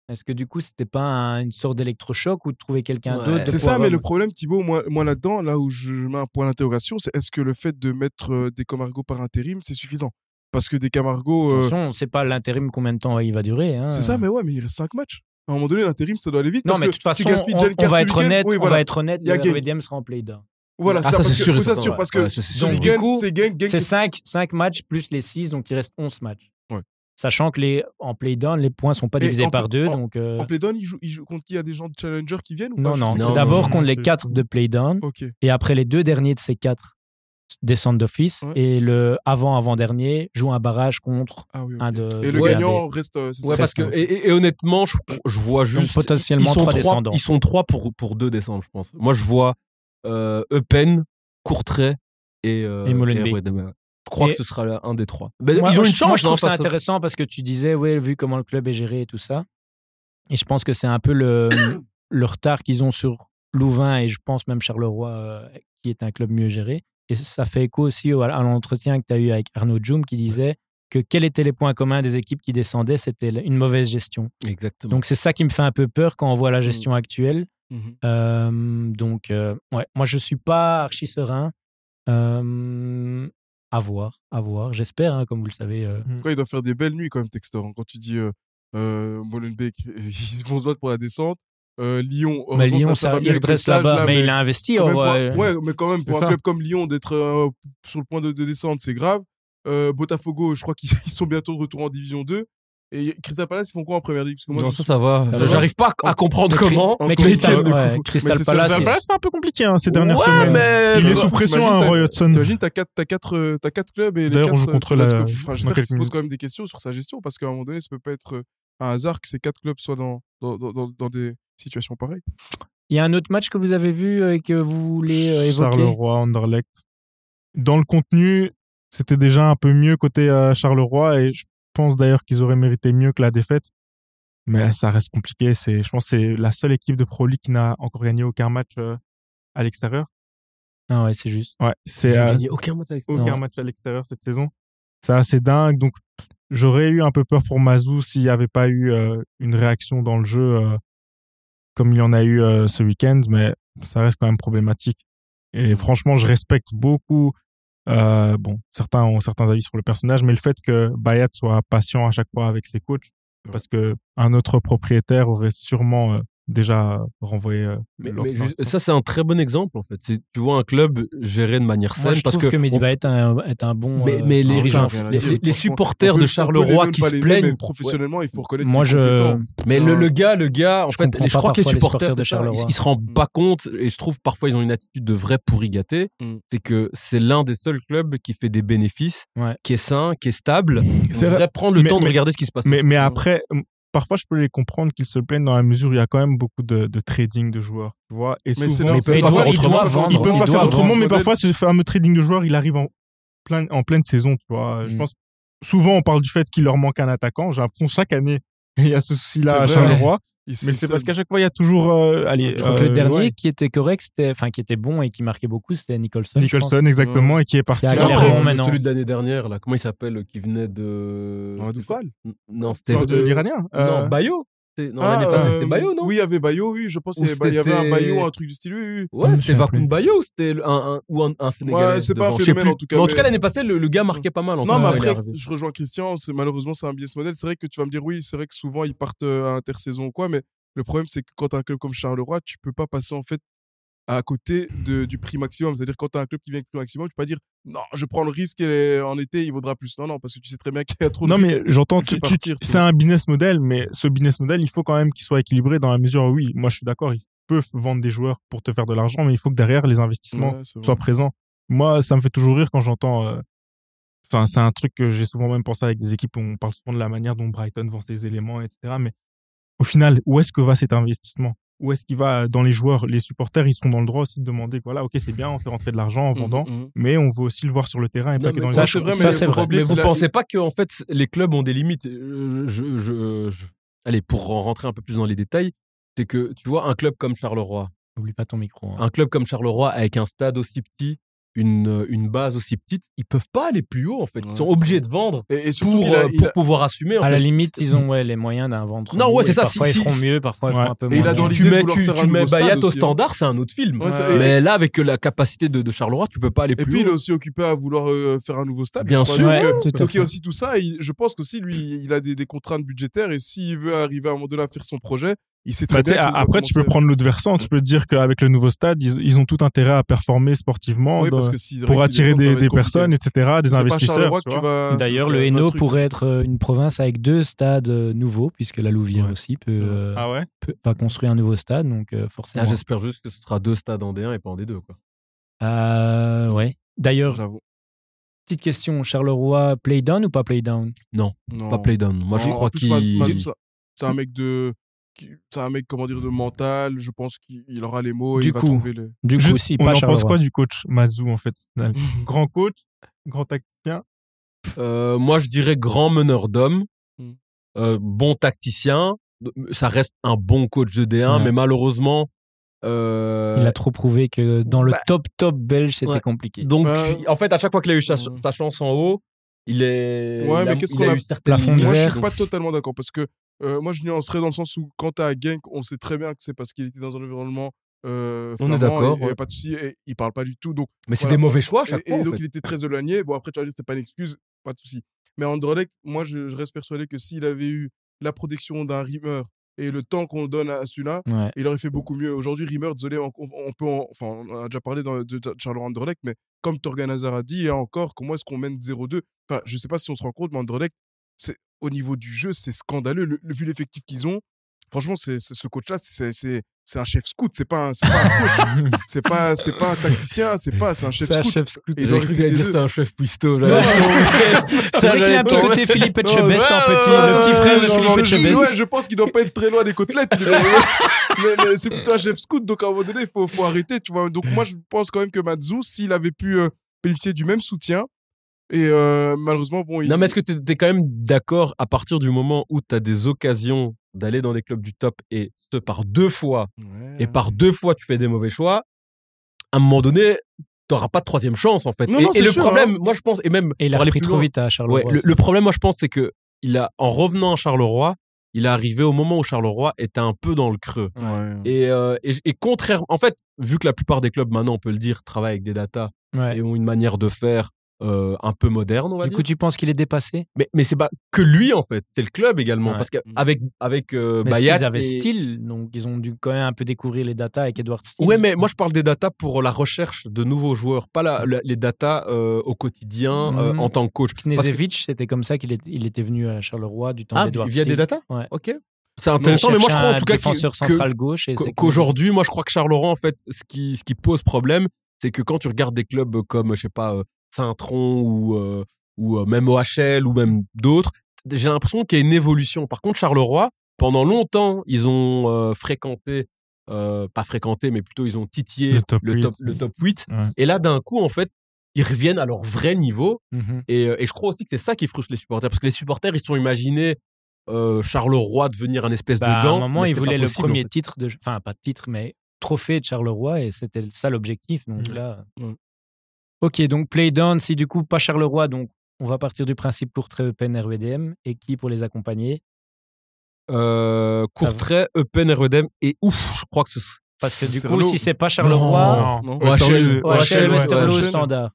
[SPEAKER 1] Est-ce que du coup, c'était pas un- une sorte d'électrochoc ou de trouver quelqu'un
[SPEAKER 4] Ouais.
[SPEAKER 1] d'autre de
[SPEAKER 2] C'est ça,
[SPEAKER 1] pouvoir-
[SPEAKER 2] mais le problème, Thibaut, moi, moi là-dedans, là où je mets un point d'interrogation, c'est est-ce que le fait de mettre euh, des Camargo par intérim, c'est suffisant Parce que des Camargo. euh,
[SPEAKER 1] Attention, on ne sait pas l'intérim combien de temps il va durer. hein.
[SPEAKER 2] c'est ça, mais ouais, mais il reste 5 matchs. À un moment donné, l'intérim, ça doit aller vite.
[SPEAKER 1] non,
[SPEAKER 2] parce
[SPEAKER 1] mais
[SPEAKER 2] que
[SPEAKER 1] de toute façon,
[SPEAKER 2] tu gaspilles
[SPEAKER 1] on,
[SPEAKER 2] Jane
[SPEAKER 1] on
[SPEAKER 2] Carter
[SPEAKER 1] va être
[SPEAKER 2] week-end,
[SPEAKER 1] honnête,
[SPEAKER 2] oui,
[SPEAKER 1] on va
[SPEAKER 2] voilà.
[SPEAKER 1] être honnête,
[SPEAKER 2] Il y a
[SPEAKER 1] le
[SPEAKER 2] Gay.
[SPEAKER 1] RVDM sera en play down.
[SPEAKER 2] Voilà,
[SPEAKER 4] Ah, ça,
[SPEAKER 2] parce
[SPEAKER 4] c'est
[SPEAKER 2] que-
[SPEAKER 4] sûr et
[SPEAKER 2] oui, ça,
[SPEAKER 4] certain,
[SPEAKER 2] sûr,
[SPEAKER 4] ouais.
[SPEAKER 2] parce que
[SPEAKER 4] Ouais, ça, c'est
[SPEAKER 2] ce
[SPEAKER 1] sûr.
[SPEAKER 2] week-end,
[SPEAKER 1] Du coup,
[SPEAKER 2] c'est Gang, Gang.
[SPEAKER 1] C'est
[SPEAKER 2] qui-
[SPEAKER 1] 5, matchs plus les 6, donc il reste 11 matchs.
[SPEAKER 2] Ouais.
[SPEAKER 1] Sachant que les, en play-down, les points ne sont pas
[SPEAKER 2] Et
[SPEAKER 1] divisés
[SPEAKER 2] en-
[SPEAKER 1] par deux.
[SPEAKER 2] en-
[SPEAKER 1] donc, euh,
[SPEAKER 2] En playdon, il joue, il joue contre qui Il y a des gens de Challenger qui viennent ou
[SPEAKER 1] non,
[SPEAKER 2] pas Je
[SPEAKER 1] non,
[SPEAKER 2] sais
[SPEAKER 1] c'est
[SPEAKER 4] non,
[SPEAKER 2] pas.
[SPEAKER 1] d'abord
[SPEAKER 5] non,
[SPEAKER 1] contre les
[SPEAKER 5] c'est-
[SPEAKER 1] 4 de play-down.
[SPEAKER 2] Ok.
[SPEAKER 1] Et après, les deux derniers de ces 4 descendent d'office.
[SPEAKER 2] Ouais.
[SPEAKER 1] Et le avant-avant-dernier joue un barrage contre
[SPEAKER 2] Ah oui, ok.
[SPEAKER 1] un de.
[SPEAKER 2] Et le
[SPEAKER 1] de
[SPEAKER 2] gagnant reste. euh, c'est
[SPEAKER 4] Ouais,
[SPEAKER 2] ça.
[SPEAKER 4] parce que, et, et- et honnêtement, je, je vois
[SPEAKER 1] B. Donc,
[SPEAKER 4] juste.
[SPEAKER 1] potentiellement
[SPEAKER 4] ils sont
[SPEAKER 1] trois
[SPEAKER 4] trois,
[SPEAKER 1] descendants.
[SPEAKER 4] Ils sont trois pour, pour deux descendre, je pense. Moi, je vois euh, Eupen, Courtrai et, euh,
[SPEAKER 1] Et Molenbeek.
[SPEAKER 4] Roedemer. Je crois
[SPEAKER 1] Et-
[SPEAKER 4] que ce sera là un des trois. Ben,
[SPEAKER 1] Moi,
[SPEAKER 4] ils ont
[SPEAKER 1] je-
[SPEAKER 4] une chance,
[SPEAKER 1] moi, je
[SPEAKER 4] hein,
[SPEAKER 1] trouve ça
[SPEAKER 4] face au-
[SPEAKER 1] intéressant parce que tu disais, ouais, vu comment le club est géré et tout ça. Et je pense que c'est un peu le,
[SPEAKER 4] [coughs]
[SPEAKER 1] le retard qu'ils ont sur Louvain et je pense même Charleroi, euh, qui est un club mieux géré. Et ça fait écho aussi au- à l'entretien que tu as eu avec Arnaud Joum qui disait que quels étaient les points communs des équipes qui descendaient C'était la- une mauvaise gestion.
[SPEAKER 4] Exactement.
[SPEAKER 1] Donc c'est ça qui me fait un peu peur quand on voit la
[SPEAKER 4] Mmh.
[SPEAKER 1] gestion actuelle.
[SPEAKER 2] Mhm.
[SPEAKER 1] Euh, donc, euh, ouais, moi, je suis pas archi serein. Euh, à voir, à voir. J'espère, hein, comme vous le savez. euh,
[SPEAKER 2] Pourquoi il doit faire des belles nuits quand même, Textor hein, Quand tu dis euh, euh, Molenbeek, [laughs] ils vont se battre pour la descente. Euh, Lyon,
[SPEAKER 1] mais
[SPEAKER 2] heureusement,
[SPEAKER 1] Lyon,
[SPEAKER 2] ça, ça
[SPEAKER 1] ça,
[SPEAKER 2] va
[SPEAKER 1] il
[SPEAKER 2] mieux avec
[SPEAKER 1] redresse
[SPEAKER 2] le stage,
[SPEAKER 1] là-bas.
[SPEAKER 2] là,
[SPEAKER 1] mais, il a investi.
[SPEAKER 2] quand même
[SPEAKER 1] au-
[SPEAKER 2] pour un-
[SPEAKER 1] euh,
[SPEAKER 2] ouais, mais quand même, pour
[SPEAKER 5] C'est
[SPEAKER 2] un
[SPEAKER 5] ça.
[SPEAKER 2] club comme Lyon, d'être euh, sur le point de, de descendre, c'est grave. Euh, Botafogo, je crois qu'ils [laughs] ils sont bientôt de retour en Division 2. Et Crystal Palace, ils font quoi en première ligue Parce que moi,
[SPEAKER 4] Non,
[SPEAKER 2] je-
[SPEAKER 4] ça, ça va.
[SPEAKER 2] ça va.
[SPEAKER 4] J'arrive pas à comprendre
[SPEAKER 1] mais Cri-
[SPEAKER 4] comment.
[SPEAKER 1] mais
[SPEAKER 2] Encore
[SPEAKER 1] Crystal,
[SPEAKER 2] une fois,
[SPEAKER 1] ouais,
[SPEAKER 2] du coup.
[SPEAKER 1] Crystal
[SPEAKER 2] Mais c'est ça,
[SPEAKER 1] Palace,
[SPEAKER 2] ça
[SPEAKER 1] ils-
[SPEAKER 2] va.
[SPEAKER 5] Bah, C'est un peu compliqué hein, ces dernières
[SPEAKER 4] Ouais,
[SPEAKER 5] semaines.
[SPEAKER 4] mais-
[SPEAKER 5] Il est sous
[SPEAKER 2] T'imagines,
[SPEAKER 5] pression,
[SPEAKER 2] t'as-
[SPEAKER 5] hein, Roy Hodgson.
[SPEAKER 2] T'imagines, t'as 4 quatre, euh, t'as quatre clubs et les
[SPEAKER 5] D'ailleurs, on
[SPEAKER 2] quatre,
[SPEAKER 5] joue
[SPEAKER 2] euh,
[SPEAKER 5] contre
[SPEAKER 2] tu dois
[SPEAKER 5] la-
[SPEAKER 2] te- enfin,
[SPEAKER 5] dans
[SPEAKER 2] J'espère qu'ils
[SPEAKER 5] quelques
[SPEAKER 2] se posent
[SPEAKER 5] minutes.
[SPEAKER 2] quand même des questions sur sa gestion parce qu'à un moment donné, ça peut pas être euh, un hasard que ces quatre clubs soient dans, dans, dans, dans- dans des situations pareilles.
[SPEAKER 1] Il y a un autre match que vous avez vu euh, et que vous voulez euh, évoquer.
[SPEAKER 5] Charleroi, Anderlecht. Dans le contenu, c'était déjà un peu mieux côté euh, Charleroi et je pense d'ailleurs qu'ils auraient mérité mieux que la défaite. Mais ça reste compliqué. C'est, je pense, que c'est la seule équipe de Pro League qui n'a encore gagné aucun match euh, à l'extérieur.
[SPEAKER 1] Ah ouais, c'est juste.
[SPEAKER 5] Ouais, c'est euh,
[SPEAKER 4] Il y a aucun match avec
[SPEAKER 5] aucun
[SPEAKER 1] Non.
[SPEAKER 5] match à l'extérieur cette saison. C'est assez dingue. Donc, j'aurais eu un peu peur pour Mazou s'il n'y avait pas eu euh, une réaction dans le jeu euh, comme il y en a eu euh, ce week-end, mais ça reste quand même problématique. Et franchement, je respecte beaucoup. euh, bon, certains ont certains avis sur le personnage, mais le fait que Bayat soit patient à chaque fois avec ses coachs, parce que un autre propriétaire aurait sûrement euh, déjà renvoyé. euh,
[SPEAKER 4] Mais-
[SPEAKER 5] l'autre
[SPEAKER 4] mais juste-
[SPEAKER 5] partie.
[SPEAKER 4] ça, c'est un très bon exemple, en fait. C'est- Tu vois un club géré de manière saine
[SPEAKER 1] Moi, je
[SPEAKER 4] parce
[SPEAKER 1] trouve que,
[SPEAKER 4] que. on-
[SPEAKER 1] Mediva est, un, est un bon
[SPEAKER 4] mais,
[SPEAKER 1] euh,
[SPEAKER 4] mais les,
[SPEAKER 1] dirigeant.
[SPEAKER 4] les-
[SPEAKER 2] rien à
[SPEAKER 4] les-
[SPEAKER 2] dire.
[SPEAKER 4] les
[SPEAKER 2] Franchement,
[SPEAKER 4] supporteurs
[SPEAKER 2] On peut- on peut
[SPEAKER 4] de
[SPEAKER 2] les
[SPEAKER 4] Charleroi
[SPEAKER 2] même
[SPEAKER 4] qui
[SPEAKER 2] pas
[SPEAKER 4] se
[SPEAKER 2] les
[SPEAKER 4] plaignent.
[SPEAKER 2] aimer, mais
[SPEAKER 4] Ouais.
[SPEAKER 2] professionnellement, il faut reconnaître
[SPEAKER 1] Moi,
[SPEAKER 2] qu'il est
[SPEAKER 1] je,
[SPEAKER 2] compétent.
[SPEAKER 4] Mais
[SPEAKER 1] C'est
[SPEAKER 4] le,
[SPEAKER 1] un-
[SPEAKER 4] le gars, le gars, en
[SPEAKER 1] Je
[SPEAKER 4] fait,
[SPEAKER 1] comprends
[SPEAKER 4] les- je
[SPEAKER 1] pas
[SPEAKER 4] crois que les
[SPEAKER 1] parfois les
[SPEAKER 4] supporters,
[SPEAKER 1] supporters de
[SPEAKER 4] c'est ça,
[SPEAKER 1] Charleroi.
[SPEAKER 4] ils, ils se rendent pas compte, et je trouve parfois ils ont une attitude de vrai pourri gâté,
[SPEAKER 2] Mm.
[SPEAKER 4] c'est que c'est l'un des seuls clubs qui fait des bénéfices,
[SPEAKER 1] Ouais.
[SPEAKER 4] qui est sain, qui est stable.
[SPEAKER 5] C'est
[SPEAKER 4] C'est
[SPEAKER 5] vrai.
[SPEAKER 4] vrai, prendre le
[SPEAKER 5] Mais-
[SPEAKER 4] temps de
[SPEAKER 5] mais-
[SPEAKER 4] regarder ce qui se passe.
[SPEAKER 5] Mais, mais
[SPEAKER 1] Mm.
[SPEAKER 5] après, m- parfois, je peux les comprendre qu'ils se plaignent dans la mesure où il y a quand même beaucoup de, de trading de joueurs, tu vois. Et
[SPEAKER 2] Mais c'est
[SPEAKER 5] souvent,
[SPEAKER 2] leur-
[SPEAKER 1] Mais
[SPEAKER 2] c'est
[SPEAKER 1] il
[SPEAKER 2] leur-
[SPEAKER 1] doit- il
[SPEAKER 2] autrement,
[SPEAKER 1] doit
[SPEAKER 2] ils peuvent
[SPEAKER 1] vendre.
[SPEAKER 5] ils peuvent
[SPEAKER 1] il
[SPEAKER 5] faire ça
[SPEAKER 1] doit
[SPEAKER 5] autrement,
[SPEAKER 1] vendre.
[SPEAKER 5] mais
[SPEAKER 2] ce
[SPEAKER 5] parfois, ce fameux trading de joueurs, il arrive en, plein, en pleine saison, tu vois. Je
[SPEAKER 4] Mm.
[SPEAKER 5] pense, souvent, on parle du fait qu'il leur manque un attaquant. J'ai l'impression chaque année, [laughs] il y a ce souci-là à
[SPEAKER 2] C'est vrai.
[SPEAKER 5] Charleroi.
[SPEAKER 2] Il-
[SPEAKER 5] Mais c'est parce qu'à chaque fois, il y a toujours. euh, allez,
[SPEAKER 1] Je crois que
[SPEAKER 5] euh,
[SPEAKER 1] le dernier
[SPEAKER 5] ouais,
[SPEAKER 1] qui était correct, c'était, enfin qui était bon et qui marquait beaucoup, c'était Nicholson. je pense.
[SPEAKER 5] Nicholson, exactement, et qui est parti.
[SPEAKER 1] Il y a
[SPEAKER 5] Après,
[SPEAKER 1] Clermont,
[SPEAKER 5] euh,
[SPEAKER 1] maintenant.
[SPEAKER 4] Celui de l'année dernière, là, comment il s'appelle, euh, qui venait de.
[SPEAKER 2] Ah, Doufal
[SPEAKER 4] Non, c'était.
[SPEAKER 5] de
[SPEAKER 4] euh,
[SPEAKER 5] l'Iranien.
[SPEAKER 4] Non,
[SPEAKER 5] euh,
[SPEAKER 4] Bayo. C'est- Non,
[SPEAKER 2] Ah,
[SPEAKER 4] l'année passée, c'était
[SPEAKER 2] euh,
[SPEAKER 4] Bayo, non
[SPEAKER 2] Oui, il y avait Bayo, oui, je pense.
[SPEAKER 4] Ou
[SPEAKER 2] qu'il y avait- bah, Il y avait un
[SPEAKER 4] c'était-
[SPEAKER 2] Bayo, un truc du style, oui, oui.
[SPEAKER 1] Je
[SPEAKER 4] Ouais,
[SPEAKER 1] me
[SPEAKER 4] c'était
[SPEAKER 1] souviens plus.
[SPEAKER 4] Vakoum Bayo ou c'était le- un, un- ou un, un Sénégalais
[SPEAKER 2] Ouais, c'est pas un
[SPEAKER 4] devant, je sais
[SPEAKER 2] phénomène
[SPEAKER 4] plus.
[SPEAKER 2] en tout cas.
[SPEAKER 4] Mais en
[SPEAKER 2] mais-
[SPEAKER 4] tout cas, l'année passée, le, le gars marquait pas mal. en tout
[SPEAKER 2] Non,
[SPEAKER 4] cas,
[SPEAKER 2] mais
[SPEAKER 4] quand il est
[SPEAKER 2] après,
[SPEAKER 4] arrivé.
[SPEAKER 2] je rejoins Christian, c'est malheureusement, c'est un biais ce modèle. C'est vrai que tu vas me dire, oui, c'est vrai que souvent, ils partent euh, à intersaison ou quoi, mais le problème, c'est que quand t'as un club comme Charleroi, tu peux pas passer, en fait, à côté de- du prix maximum. C'est-à-dire, quand t'as un club qui vient avec le prix maximum, tu peux pas dire, non, je prends le risque, et en été, il vaudra plus. Non, non, parce que tu sais très bien qu'il y a trop de
[SPEAKER 5] Non,
[SPEAKER 2] risques.
[SPEAKER 5] mais j'entends,
[SPEAKER 2] tu
[SPEAKER 5] tu-
[SPEAKER 2] fais
[SPEAKER 5] tu-
[SPEAKER 2] partir, tu
[SPEAKER 5] c'est un business model, mais ce business model, il faut quand même qu'il soit équilibré dans la mesure où, oui, moi je suis d'accord, ils peuvent vendre des joueurs pour te faire de l'argent, mais il faut que derrière, les investissements
[SPEAKER 2] Ouais, c'est vrai.
[SPEAKER 5] soient présents. Moi, ça me fait toujours rire quand j'entends. euh, Enfin, c'est un truc que j'ai souvent même pensé avec des équipes où on parle souvent de la manière dont Brighton vend ses éléments, etc. Mais au final, où est-ce que va cet investissement Où est-ce qu'il va euh, dans les joueurs Les supporters, ils sont dans le droit aussi de demander voilà, ok, c'est bien, on fait rentrer de l'argent en
[SPEAKER 2] Mhm,
[SPEAKER 5] vendant,
[SPEAKER 2] mhm.
[SPEAKER 5] mais on veut aussi le voir sur le terrain et
[SPEAKER 4] Non,
[SPEAKER 5] pas que
[SPEAKER 4] mais
[SPEAKER 5] dans les
[SPEAKER 1] Ça,
[SPEAKER 2] Ça, c'est
[SPEAKER 1] je-
[SPEAKER 2] vrai,
[SPEAKER 1] ça,
[SPEAKER 2] mais
[SPEAKER 1] c'est
[SPEAKER 2] le
[SPEAKER 1] vrai.
[SPEAKER 2] problème,
[SPEAKER 4] Mais vous
[SPEAKER 2] il a-
[SPEAKER 4] pensez pas que en fait c- les clubs ont des limites Euh, je, je- je- Allez, pour en rentrer un peu plus dans les détails, c'est que tu vois un club comme Charleroi,
[SPEAKER 1] N'oublie pas ton micro. hein.
[SPEAKER 4] un club comme Charleroi avec un stade aussi petit, une, euh, une base aussi petite, ils peuvent pas aller plus haut en fait. Ils
[SPEAKER 2] Ouais,
[SPEAKER 4] sont
[SPEAKER 2] c'est
[SPEAKER 4] obligés de vendre
[SPEAKER 2] Et, et surtout,
[SPEAKER 4] pour,
[SPEAKER 2] il a-
[SPEAKER 4] euh,
[SPEAKER 2] il
[SPEAKER 4] pour
[SPEAKER 2] a-
[SPEAKER 4] pouvoir assumer. en
[SPEAKER 1] À la
[SPEAKER 4] fait.
[SPEAKER 1] limite, ils ont ouais, les moyens d'un ventre.
[SPEAKER 4] Non,
[SPEAKER 1] mou,
[SPEAKER 4] ouais, c'est
[SPEAKER 1] et
[SPEAKER 4] ça,
[SPEAKER 1] Parfois,
[SPEAKER 4] si-
[SPEAKER 1] ils
[SPEAKER 4] si-
[SPEAKER 1] feront mieux, parfois, ils
[SPEAKER 5] Ouais.
[SPEAKER 1] feront un peu
[SPEAKER 2] Et il
[SPEAKER 1] moins.
[SPEAKER 2] a dans
[SPEAKER 1] bien.
[SPEAKER 2] l'idée
[SPEAKER 4] tu
[SPEAKER 2] de
[SPEAKER 4] mets,
[SPEAKER 2] vouloir
[SPEAKER 4] tu,
[SPEAKER 2] faire
[SPEAKER 4] tu
[SPEAKER 2] un nouveau
[SPEAKER 4] mets
[SPEAKER 2] stade
[SPEAKER 4] Bayat au
[SPEAKER 2] aussi, hein.
[SPEAKER 4] standard, c'est un autre film.
[SPEAKER 2] Ouais, c'est-
[SPEAKER 4] Mais là, avec euh, la capacité de, de Charleroi, tu peux pas aller
[SPEAKER 2] Et
[SPEAKER 4] plus
[SPEAKER 2] puis, il est
[SPEAKER 4] haut.
[SPEAKER 2] aussi occupé à vouloir euh, faire un nouveau stade. je
[SPEAKER 4] Bien
[SPEAKER 2] crois.
[SPEAKER 4] sûr.
[SPEAKER 2] Donc,
[SPEAKER 1] Ouais,
[SPEAKER 2] euh,
[SPEAKER 1] tout à
[SPEAKER 2] Donc il y a
[SPEAKER 1] fait.
[SPEAKER 2] aussi tout ça. Il- je pense qu'aussi, lui, il a des, des contraintes budgétaires et s'il veut arriver à un moment donné à faire son projet, il sait très
[SPEAKER 5] Bah, tu
[SPEAKER 2] bien.
[SPEAKER 5] sais,
[SPEAKER 2] qu'il va
[SPEAKER 5] après, tu peux
[SPEAKER 2] commencer-
[SPEAKER 5] prendre l'autre versant. Tu peux te dire qu'avec le nouveau stade, ils, ils ont tout intérêt à performer sportivement
[SPEAKER 2] Oui,
[SPEAKER 5] dans-
[SPEAKER 2] parce que s'il-
[SPEAKER 5] pour
[SPEAKER 2] s'il
[SPEAKER 5] attirer
[SPEAKER 2] descend, ça va
[SPEAKER 5] des,
[SPEAKER 2] être
[SPEAKER 5] des
[SPEAKER 2] compliqué.
[SPEAKER 5] personnes, etc.,
[SPEAKER 2] C'est
[SPEAKER 5] des
[SPEAKER 2] pas
[SPEAKER 5] investisseurs.
[SPEAKER 2] Charleroi
[SPEAKER 5] tu
[SPEAKER 2] que tu
[SPEAKER 5] vois.
[SPEAKER 2] vas-
[SPEAKER 1] D'ailleurs,
[SPEAKER 2] tu vas
[SPEAKER 1] le
[SPEAKER 2] faire un
[SPEAKER 1] Hainaut
[SPEAKER 2] truc.
[SPEAKER 1] pourrait être euh, une province avec deux stades euh, nouveaux, puisque la Louvière
[SPEAKER 4] Ouais.
[SPEAKER 1] aussi peut, euh,
[SPEAKER 5] Ah ouais
[SPEAKER 1] peut- va construire un nouveau stade, donc euh,
[SPEAKER 4] Ah,
[SPEAKER 1] forcément.
[SPEAKER 4] J'espère juste que ce sera deux stades en D1 et pas en D2. Quoi.
[SPEAKER 1] Euh, ouais. D'ailleurs,
[SPEAKER 2] J'avoue.
[SPEAKER 1] petite question Charleroi, play down ou pas play down
[SPEAKER 2] Non.
[SPEAKER 4] Pas Playdown. Moi, je
[SPEAKER 2] Non, en
[SPEAKER 4] crois
[SPEAKER 2] plus,
[SPEAKER 4] qu'il.
[SPEAKER 2] Mas- Masou, ça- C'est un mec de. qui- C'est un mec, comment dire, de mental. Je pense qu'il il aura les mots. et
[SPEAKER 1] Du
[SPEAKER 2] il va
[SPEAKER 1] coup.
[SPEAKER 2] trouver les.
[SPEAKER 1] Du coup,
[SPEAKER 5] Juste,
[SPEAKER 1] si,
[SPEAKER 5] On
[SPEAKER 1] pas
[SPEAKER 5] en pense
[SPEAKER 1] Charleroi.
[SPEAKER 5] quoi du coach Mazou, en fait au final Grand coach, grand [laughs] tacticien.
[SPEAKER 4] Euh, moi, je dirais grand meneur d'hommes,
[SPEAKER 2] Mm.
[SPEAKER 4] euh, bon tacticien. Ça reste un bon coach de D1,
[SPEAKER 1] Ouais.
[SPEAKER 4] mais malheureusement. euh,
[SPEAKER 1] Il a trop prouvé que dans le
[SPEAKER 4] bah,
[SPEAKER 1] top, top belge, c'était
[SPEAKER 4] ouais.
[SPEAKER 1] compliqué.
[SPEAKER 4] donc,
[SPEAKER 2] Euh,
[SPEAKER 4] en fait, à chaque fois qu'il a eu sa,
[SPEAKER 2] ouais.
[SPEAKER 4] sa chance en haut, il est.
[SPEAKER 2] Ouais,
[SPEAKER 4] il a-
[SPEAKER 2] mais qu'est-ce
[SPEAKER 4] il
[SPEAKER 2] qu'on
[SPEAKER 4] a
[SPEAKER 2] a-
[SPEAKER 4] eu certaines
[SPEAKER 1] Plafond
[SPEAKER 4] limites.
[SPEAKER 2] Moi, je
[SPEAKER 1] Vert.
[SPEAKER 2] suis pas totalement d'accord parce que euh, moi, je nuancerais dans le sens où, quant à Genk, on sait très bien que c'est parce qu'il était dans un environnement. euh,
[SPEAKER 4] On
[SPEAKER 2] flamand
[SPEAKER 4] est d'accord,
[SPEAKER 2] et- et
[SPEAKER 4] ouais.
[SPEAKER 2] Pas de souci. et Il parle pas du tout. Donc,
[SPEAKER 4] Mais c'est
[SPEAKER 2] Voilà.
[SPEAKER 4] des mauvais choix à chaque
[SPEAKER 2] et,
[SPEAKER 4] fois.
[SPEAKER 2] et
[SPEAKER 4] en
[SPEAKER 2] donc
[SPEAKER 4] fait.
[SPEAKER 2] il était très éloigné. Bon, après, tu vas dire que c'était pas une excuse, pas de souci. Mais Anderlecht, moi, je, je reste persuadé que s'il avait eu la protection d'un Rimmer et le temps qu'on donne à celui-là,
[SPEAKER 1] Ouais.
[SPEAKER 2] il aurait fait beaucoup mieux. Aujourd'hui, Rimmer, désolé, on, on- on peut en- enfin, on a déjà parlé dans- de Charleroi Anderlecht, mais comme Torgan Hazard a dit, et encore, comment est-ce qu'on mène 0-2 Enfin, je sais pas si on se rend compte, mais Anderlecht, c'est, au niveau du jeu, c'est scandaleux. Le, le- vu l'effectif qu'ils ont, franchement, c'est, c'est- ce coach-là, c'est, c'est, c'est un chef scout, c'est pas un, c'est pas un coach, c'est pas, c'est pas un tacticien, c'est pas, c'est un chef
[SPEAKER 1] C'est un
[SPEAKER 2] scout.
[SPEAKER 1] chef scout.
[SPEAKER 2] Et donc, c'était deux.
[SPEAKER 4] un chef pisto.
[SPEAKER 1] là. C'est vrai qu'il a un petit côté Philippe Etchebest en petit,
[SPEAKER 2] Euh,
[SPEAKER 1] le petit frère de Philippe Etchebest.
[SPEAKER 2] Ouais, je pense qu'il doit pas être très loin des côtelettes. mais- euh, [laughs] mais- mais c'est plutôt un chef scout, donc à un moment donné, il faut, faut arrêter, tu vois. Donc moi, je pense quand même que Matsu, s'il avait pu euh, bénéficier du même soutien, et euh, malheureusement,
[SPEAKER 1] [laughs]
[SPEAKER 2] bon, il...
[SPEAKER 4] Non, mais est-ce que tu es, quand même d'accord à partir du moment où tu as des occasions d'aller dans des clubs du top et ce par deux fois,
[SPEAKER 2] Ouais.
[SPEAKER 4] et par deux fois tu fais des mauvais choix, à un moment donné, tu n'auras pas de troisième chance en fait.
[SPEAKER 2] Non,
[SPEAKER 4] et
[SPEAKER 2] non,
[SPEAKER 4] et
[SPEAKER 2] c'est
[SPEAKER 4] le
[SPEAKER 2] sûr, hein.
[SPEAKER 4] problème, moi je pense, et même.
[SPEAKER 1] Et il a
[SPEAKER 4] pour aller
[SPEAKER 1] repris
[SPEAKER 4] plus
[SPEAKER 1] trop
[SPEAKER 4] loin,
[SPEAKER 1] vite à Charleroi.
[SPEAKER 4] ouais, le, le problème, moi je pense, c'est que il a, en revenant à Charleroi, il est arrivé au moment où Charleroi était un peu dans le
[SPEAKER 1] Mmh.
[SPEAKER 4] creux.
[SPEAKER 2] Ouais.
[SPEAKER 4] Et, euh, et, et contraire, en fait, vu que la plupart des clubs maintenant, on peut le dire, travaillent avec des datas
[SPEAKER 1] Ouais.
[SPEAKER 4] et ont une manière de faire euh, un peu moderne, on va
[SPEAKER 1] Du
[SPEAKER 4] dire.
[SPEAKER 1] coup, tu penses qu'il est dépassé
[SPEAKER 4] mais mais c'est pas que lui en fait, c'est le club également
[SPEAKER 1] Ouais.
[SPEAKER 4] parce qu'avec avec euh,
[SPEAKER 1] Mais
[SPEAKER 4] Bayat
[SPEAKER 1] ils avaient
[SPEAKER 4] et-
[SPEAKER 1] style, donc ils ont dû quand même un peu découvrir les datas avec Edward Steele.
[SPEAKER 4] Ouais, mais moi je parle des datas pour la recherche de nouveaux joueurs, pas
[SPEAKER 1] Mmh.
[SPEAKER 4] la- la- les datas euh, au quotidien euh,
[SPEAKER 1] Mhm.
[SPEAKER 4] en tant que coach. Parce que-
[SPEAKER 1] Knezevic, c'était comme ça qu'il est- il était venu à Charleroi du temps
[SPEAKER 4] Ah,
[SPEAKER 1] d'Edward
[SPEAKER 4] via des
[SPEAKER 1] Steele.
[SPEAKER 4] datas
[SPEAKER 1] Ouais.
[SPEAKER 4] Ok. C'est intéressant, mais moi je crois en tout cas qu'il-
[SPEAKER 1] défenseur
[SPEAKER 4] que-
[SPEAKER 1] central gauche. et
[SPEAKER 4] qu'au-
[SPEAKER 1] c'est-
[SPEAKER 4] qu'aujourd'hui, moi je crois que Charles Laurent, en fait, ce qui, ce qui pose problème, c'est que quand tu regardes des clubs comme, je sais pas, euh, Saint-Tron ou, euh, ou euh, même OHL ou même d'autres, j'ai l'impression qu'il y a une évolution. Par contre, Charleroi, pendant longtemps, ils ont euh, fréquenté, euh, pas fréquenté, mais plutôt ils ont titillé
[SPEAKER 5] Le top
[SPEAKER 4] le
[SPEAKER 5] 8.
[SPEAKER 4] top, le top 8.
[SPEAKER 5] Ouais.
[SPEAKER 4] Et là, d'un coup, en fait, ils reviennent à leur vrai niveau.
[SPEAKER 1] Mhm.
[SPEAKER 4] Et, euh, et je crois aussi que c'est ça qui frustre les supporters, parce que les supporters, ils se sont imaginés euh, Charleroi devenir un espèce
[SPEAKER 1] Bah,
[SPEAKER 4] de
[SPEAKER 1] à
[SPEAKER 4] dent.
[SPEAKER 1] un moment,
[SPEAKER 4] mais
[SPEAKER 1] il
[SPEAKER 4] c'était pas
[SPEAKER 1] voulait le
[SPEAKER 4] possible, en
[SPEAKER 1] premier
[SPEAKER 4] fait.
[SPEAKER 1] titre, de, enfin pas titre, mais trophée de Charleroi, et c'était ça l'objectif. Donc
[SPEAKER 4] Ouais.
[SPEAKER 1] là,
[SPEAKER 2] Ouais.
[SPEAKER 1] ok, donc Playdown, si du coup pas Charleroi, donc on va partir du principe pour Trépen RVDM et qui pour les accompagner,
[SPEAKER 4] Euh, Courtrai, Eupen, Redem et ouf, je crois que ce serait.
[SPEAKER 1] parce que du coup,
[SPEAKER 2] Westerlo.
[SPEAKER 1] si c'est pas Charleroi,
[SPEAKER 2] Non.
[SPEAKER 5] Non.
[SPEAKER 4] OHL,
[SPEAKER 5] OHL,
[SPEAKER 1] OHL,
[SPEAKER 4] ouais.
[SPEAKER 1] Westerlo,
[SPEAKER 2] OHL.
[SPEAKER 1] Standard.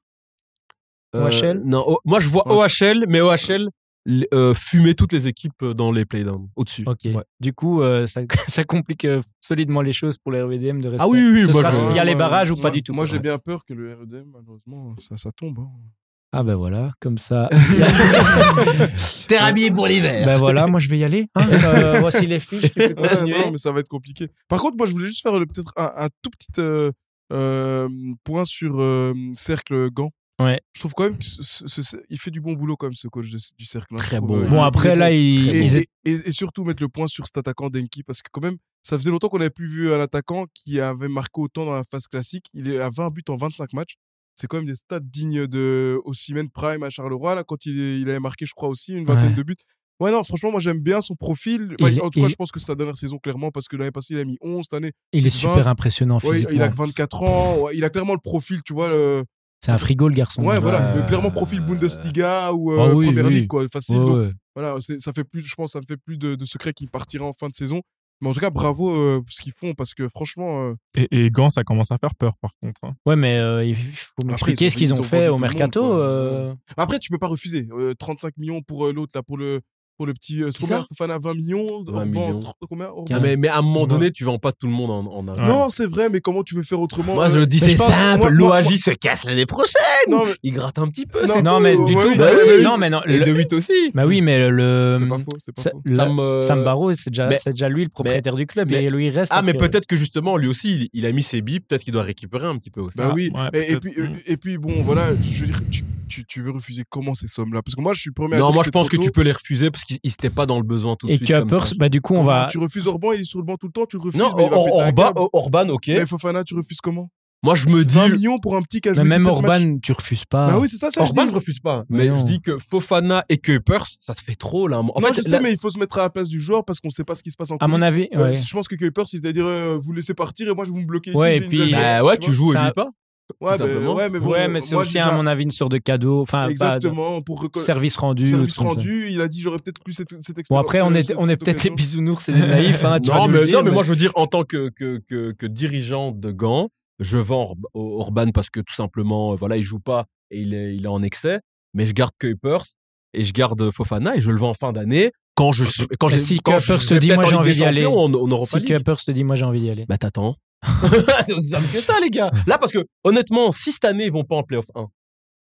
[SPEAKER 1] OHL?
[SPEAKER 4] Non, oh, moi je vois
[SPEAKER 2] Ouais,
[SPEAKER 4] OHL, mais OHL l- euh, fumer toutes les équipes euh, dans les playdowns au-dessus.
[SPEAKER 1] Ok.
[SPEAKER 4] Ouais.
[SPEAKER 1] Du coup, euh, ça, [laughs] ça complique euh, solidement les choses pour les RVDM de rester.
[SPEAKER 4] Ah oui, oui, oui,
[SPEAKER 1] Ce
[SPEAKER 4] moi,
[SPEAKER 1] sera
[SPEAKER 4] je-
[SPEAKER 1] via les barrages ou pas du tout.
[SPEAKER 2] Moi,
[SPEAKER 1] quoi.
[SPEAKER 2] j'ai bien peur que le REDM, malheureusement, ça, ça tombe. hein.
[SPEAKER 1] Ah ben voilà, comme
[SPEAKER 2] [laughs]
[SPEAKER 1] ça. [laughs]
[SPEAKER 4] T'es rhabillé pour l'hiver.
[SPEAKER 1] ben voilà, moi je vais y aller. hein. Euh, [laughs] voici les fiches. Tu peux
[SPEAKER 2] Ouais,
[SPEAKER 1] continuer.
[SPEAKER 2] non, mais ça va être compliqué. Par contre, moi, je voulais juste faire euh, peut-être un, un tout petit euh, euh, point sur euh, Cercle Gand.
[SPEAKER 1] Ouais.
[SPEAKER 2] Je trouve quand même qu'il ce, ce- ce- il fait du bon boulot, quand même, ce coach de- du Cercle. hein. Je
[SPEAKER 4] Très
[SPEAKER 2] trouve,
[SPEAKER 4] bon.
[SPEAKER 2] euh,
[SPEAKER 1] Bon
[SPEAKER 2] il- il
[SPEAKER 1] après
[SPEAKER 2] est
[SPEAKER 1] là, ils,
[SPEAKER 4] Très
[SPEAKER 2] Et,
[SPEAKER 1] ils
[SPEAKER 2] et- et- et surtout mettre le point sur cet attaquant Denki, parce que quand même, ça faisait longtemps qu'on n'avait plus vu un attaquant qui avait marqué autant dans la phase classique. Il est à 20 buts en 25 matchs. C'est quand même des stats dignes de Osimhen Prime à Charleroi, là, quand il, est- il avait marqué, je crois, aussi une vingtaine
[SPEAKER 1] Ouais.
[SPEAKER 2] de buts. Ouais, non, franchement, moi, j'aime bien son profil. Enfin,
[SPEAKER 1] Il-
[SPEAKER 2] en tout cas,
[SPEAKER 1] il-
[SPEAKER 2] je pense que c'est sa dernière saison, clairement, parce que l'année passée, il a mis 11, cette année.
[SPEAKER 1] Il est
[SPEAKER 2] 20.
[SPEAKER 1] super impressionnant
[SPEAKER 2] Ouais,
[SPEAKER 1] physiquement.
[SPEAKER 2] il a que 24 ans. Ouais, il a clairement le profil, tu vois. le-
[SPEAKER 1] C'est un frigo le garçon.
[SPEAKER 2] Ouais, voilà,
[SPEAKER 4] ouais.
[SPEAKER 2] le- clairement profil Bundesliga ou
[SPEAKER 1] Euh, Ah
[SPEAKER 2] euh,
[SPEAKER 1] oui,
[SPEAKER 2] Première
[SPEAKER 1] oui.
[SPEAKER 2] Ligue, quoi, facile.
[SPEAKER 1] Ouais,
[SPEAKER 2] donc,
[SPEAKER 1] ouais.
[SPEAKER 2] voilà, c'est- ça fait plus, je pense, ça ne fait plus de, de secret qu'il partira en fin de saison. Mais en tout cas, bravo euh, pour ce qu'ils font parce que franchement, euh,
[SPEAKER 5] Et, et Gand, ça commence à faire peur, par contre. hein.
[SPEAKER 1] Ouais, mais euh, il faut
[SPEAKER 2] ils
[SPEAKER 1] m'expliquer
[SPEAKER 2] ont-
[SPEAKER 1] ce qu'ils
[SPEAKER 2] ils
[SPEAKER 1] ont
[SPEAKER 2] ont
[SPEAKER 1] fait
[SPEAKER 2] vendu
[SPEAKER 1] au
[SPEAKER 2] tout le monde,
[SPEAKER 1] mercato.
[SPEAKER 2] quoi.
[SPEAKER 1] euh,
[SPEAKER 2] après tu peux pas refuser Euh, 35 millions pour euh, l'autre là pour le pour le petit euh,
[SPEAKER 4] Qui
[SPEAKER 2] Stromberg,
[SPEAKER 4] ça
[SPEAKER 2] Fofana 20 millions,
[SPEAKER 4] 20
[SPEAKER 2] Orban,
[SPEAKER 4] millions.
[SPEAKER 2] 30 combien Orban
[SPEAKER 4] Ah, mais, mais à un moment
[SPEAKER 5] Ouais.
[SPEAKER 4] donné, tu vends pas tout le monde en, en un.
[SPEAKER 5] Ouais.
[SPEAKER 2] Non, c'est vrai, mais comment tu veux faire autrement
[SPEAKER 4] Moi
[SPEAKER 2] euh
[SPEAKER 4] je dis
[SPEAKER 2] mais
[SPEAKER 4] c'est
[SPEAKER 2] pense-
[SPEAKER 4] simple,
[SPEAKER 2] moi- moi-
[SPEAKER 4] l'OAJ se casse l'année prochaine.
[SPEAKER 2] Non, mais-
[SPEAKER 4] Il gratte un petit peu.
[SPEAKER 2] Non,
[SPEAKER 4] c'est
[SPEAKER 1] Non
[SPEAKER 2] tout,
[SPEAKER 1] mais
[SPEAKER 2] ouais,
[SPEAKER 1] du
[SPEAKER 2] euh, ouais,
[SPEAKER 1] tout.
[SPEAKER 2] ouais,
[SPEAKER 1] bah
[SPEAKER 4] ouais,
[SPEAKER 1] oui,
[SPEAKER 4] ouais.
[SPEAKER 1] non mais non.
[SPEAKER 4] Et
[SPEAKER 1] le-
[SPEAKER 4] de 8 aussi.
[SPEAKER 1] Bah oui, mais le.
[SPEAKER 2] c'est pas faux, c'est pas
[SPEAKER 1] ça-
[SPEAKER 2] faux.
[SPEAKER 1] la-
[SPEAKER 4] Ça me-
[SPEAKER 1] Sam Barrow, c'est déjà,
[SPEAKER 4] mais-
[SPEAKER 1] c'est déjà lui le propriétaire du club
[SPEAKER 4] mais-
[SPEAKER 1] et lui il reste. euh,
[SPEAKER 4] Ah,
[SPEAKER 1] a
[SPEAKER 4] mais
[SPEAKER 1] priori.
[SPEAKER 4] peut-être que justement, lui aussi, il, il a mis ses billes, peut-être qu'il doit récupérer un petit peu aussi.
[SPEAKER 2] Bah oui.
[SPEAKER 5] ouais,
[SPEAKER 2] et, et
[SPEAKER 5] peut-être.
[SPEAKER 2] puis euh, et puis bon voilà, je veux dire tu, tu, tu veux refuser comment ces sommes là parce que moi je suis premier à
[SPEAKER 4] non,
[SPEAKER 2] dire
[SPEAKER 4] moi
[SPEAKER 2] c'est
[SPEAKER 4] je pense
[SPEAKER 2] trop
[SPEAKER 4] que tu
[SPEAKER 2] tôt.
[SPEAKER 4] peux les refuser parce qu'ils n'étaient pas dans le besoin tout de
[SPEAKER 1] Et
[SPEAKER 4] suite. comme
[SPEAKER 1] Kuipers,
[SPEAKER 4] ça.
[SPEAKER 1] bah du coup on va.
[SPEAKER 2] tu refuses Orban, il est sur le banc tout le temps, tu le refuses
[SPEAKER 4] Non,
[SPEAKER 2] mais il va
[SPEAKER 4] Or-
[SPEAKER 2] péter un
[SPEAKER 4] Orban,
[SPEAKER 2] câble.
[SPEAKER 4] Orban, ok.
[SPEAKER 2] Mais Fofana, tu refuses comment
[SPEAKER 4] Moi je me
[SPEAKER 2] 20
[SPEAKER 4] dis.
[SPEAKER 2] millions pour un petit qui a
[SPEAKER 1] Mais
[SPEAKER 2] joué
[SPEAKER 1] même
[SPEAKER 2] 17 matchs.
[SPEAKER 1] Orban, tu refuses pas.
[SPEAKER 2] Bah oui, c'est ça, ça. je
[SPEAKER 4] Orban,
[SPEAKER 2] dis.
[SPEAKER 4] je refuse pas.
[SPEAKER 1] Mais
[SPEAKER 4] Mais
[SPEAKER 1] non.
[SPEAKER 4] je dis que Fofana et Kuipers, ça te fait trop là. En
[SPEAKER 2] non,
[SPEAKER 4] fait,
[SPEAKER 2] je sais,
[SPEAKER 4] la-
[SPEAKER 2] mais il faut se mettre à la place du joueur parce qu'on sait pas ce qui se passe en
[SPEAKER 1] À mon
[SPEAKER 2] coulisses.
[SPEAKER 1] avis,
[SPEAKER 2] Euh,
[SPEAKER 1] ouais.
[SPEAKER 2] Je pense que Kuipers, il va dire euh, vous laissez partir et moi je vais vous bloquer
[SPEAKER 1] Ouais, et
[SPEAKER 2] ici. j'ai une
[SPEAKER 1] puis-
[SPEAKER 2] blague.
[SPEAKER 4] Bah ouais, tu
[SPEAKER 2] vois
[SPEAKER 4] joues et
[SPEAKER 1] ça-
[SPEAKER 4] lui pas.
[SPEAKER 2] Ouais, bah,
[SPEAKER 4] tout simplement.
[SPEAKER 2] ouais, mais bon,
[SPEAKER 1] ouais, mais c'est
[SPEAKER 2] moi,
[SPEAKER 1] aussi,
[SPEAKER 2] déjà-
[SPEAKER 1] à mon avis, une sorte de cadeau. Enfin, pas de-
[SPEAKER 2] Exactement, pour reconnaître.
[SPEAKER 1] service rendu. ou
[SPEAKER 2] Service
[SPEAKER 1] des trucs comme ça.
[SPEAKER 2] rendu, il a dit j'aurais peut-être plus cette, cette
[SPEAKER 1] Bon,
[SPEAKER 2] expérience.
[SPEAKER 1] après, on est,
[SPEAKER 2] cette-
[SPEAKER 1] on est
[SPEAKER 2] cette
[SPEAKER 1] peut-être des
[SPEAKER 2] occasion.
[SPEAKER 1] bisounours et des naïfs. Hein, tu vas
[SPEAKER 4] [laughs] Non,
[SPEAKER 1] nous
[SPEAKER 4] mais,
[SPEAKER 1] le dire,
[SPEAKER 4] non, mais
[SPEAKER 1] mais-
[SPEAKER 4] moi je veux dire, en tant que, que, que, que dirigeant de Gand, je vends Or- Or- Orban parce que tout simplement, euh, voilà, il joue pas et il est, il est en excès. Mais je garde Kuipers et je garde Fofana et je le vends en fin d'année. Quand je quand
[SPEAKER 1] Mais
[SPEAKER 4] j'ai
[SPEAKER 1] si
[SPEAKER 4] quand
[SPEAKER 1] Kuipers
[SPEAKER 4] je
[SPEAKER 1] se
[SPEAKER 4] vais
[SPEAKER 1] dit,
[SPEAKER 4] peut-être
[SPEAKER 1] moi,
[SPEAKER 4] en
[SPEAKER 1] j'ai
[SPEAKER 4] Ligue
[SPEAKER 1] envie
[SPEAKER 4] des
[SPEAKER 1] d'y aller.
[SPEAKER 4] Champions, En, en Europa
[SPEAKER 1] Si
[SPEAKER 4] League.
[SPEAKER 1] Kuipers te dit, moi j'ai envie d'y aller.
[SPEAKER 4] Bah t'attends. [laughs] c'est aussi simple que ça, les gars. Là, parce que honnêtement, si cette année ils vont pas en playoff 1,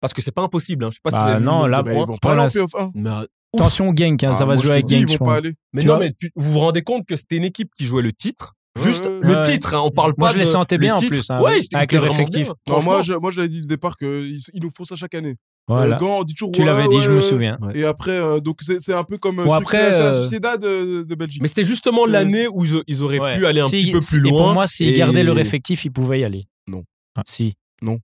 [SPEAKER 4] parce que c'est pas impossible. Hein. Je sais pas si
[SPEAKER 1] Bah,
[SPEAKER 4] vous avez vu le
[SPEAKER 1] non,
[SPEAKER 4] nombre
[SPEAKER 1] là,
[SPEAKER 4] de
[SPEAKER 2] Bah,
[SPEAKER 4] points.
[SPEAKER 2] Ils vont
[SPEAKER 1] Pour
[SPEAKER 2] pas aller en
[SPEAKER 1] l'instant-
[SPEAKER 2] playoff 1.
[SPEAKER 4] Mais, euh, ouf.
[SPEAKER 1] Attention, Genk,
[SPEAKER 2] Ah,
[SPEAKER 1] hein, ça va se jouer avec Genk.
[SPEAKER 2] Ils
[SPEAKER 1] je
[SPEAKER 2] vont pas
[SPEAKER 1] pense.
[SPEAKER 2] aller.
[SPEAKER 4] Mais
[SPEAKER 1] Tu
[SPEAKER 4] non,
[SPEAKER 1] vois
[SPEAKER 4] mais tu- vous vous rendez compte que c'était une équipe qui jouait le titre.
[SPEAKER 2] Ouais,
[SPEAKER 4] Juste
[SPEAKER 2] ouais,
[SPEAKER 4] le
[SPEAKER 1] ouais.
[SPEAKER 4] titre, hein, on parle
[SPEAKER 1] Moi,
[SPEAKER 4] pas
[SPEAKER 1] je les
[SPEAKER 4] de-
[SPEAKER 1] sentais
[SPEAKER 4] le
[SPEAKER 1] bien, en
[SPEAKER 4] titre.
[SPEAKER 1] plus, hein,
[SPEAKER 4] Ouais,
[SPEAKER 1] avec
[SPEAKER 4] c'était-
[SPEAKER 1] leur
[SPEAKER 4] c'était vraiment
[SPEAKER 1] effectif.
[SPEAKER 4] bien,
[SPEAKER 2] Non, moi,
[SPEAKER 4] franchement.
[SPEAKER 2] je- moi, j'avais dit le départ qu'ils nous font ça chaque année.
[SPEAKER 1] Voilà.
[SPEAKER 2] Le Gant, on dit toujours.
[SPEAKER 1] Tu
[SPEAKER 2] ouais,
[SPEAKER 1] l'avais dit, je
[SPEAKER 2] ouais,
[SPEAKER 1] me
[SPEAKER 2] ouais.
[SPEAKER 1] souviens.
[SPEAKER 4] Ouais.
[SPEAKER 2] Et après, euh, donc c'est c'est un peu comme. euh,
[SPEAKER 1] Bon,
[SPEAKER 2] truc,
[SPEAKER 1] après,
[SPEAKER 2] C'est c'est la
[SPEAKER 1] euh,
[SPEAKER 2] Sociedad de, de Belgique.
[SPEAKER 4] Mais c'était justement
[SPEAKER 2] Je-
[SPEAKER 4] l'année où ils, ils auraient pu aller un
[SPEAKER 1] Si-
[SPEAKER 4] petit peu
[SPEAKER 1] si-
[SPEAKER 4] plus loin.
[SPEAKER 1] Et pour
[SPEAKER 4] [laughs]
[SPEAKER 1] moi, s'ils
[SPEAKER 4] et-
[SPEAKER 1] gardaient leur effectif, ils pouvaient y aller.
[SPEAKER 2] Non.
[SPEAKER 1] Ah,
[SPEAKER 4] [laughs]
[SPEAKER 1] Si.
[SPEAKER 2] Non.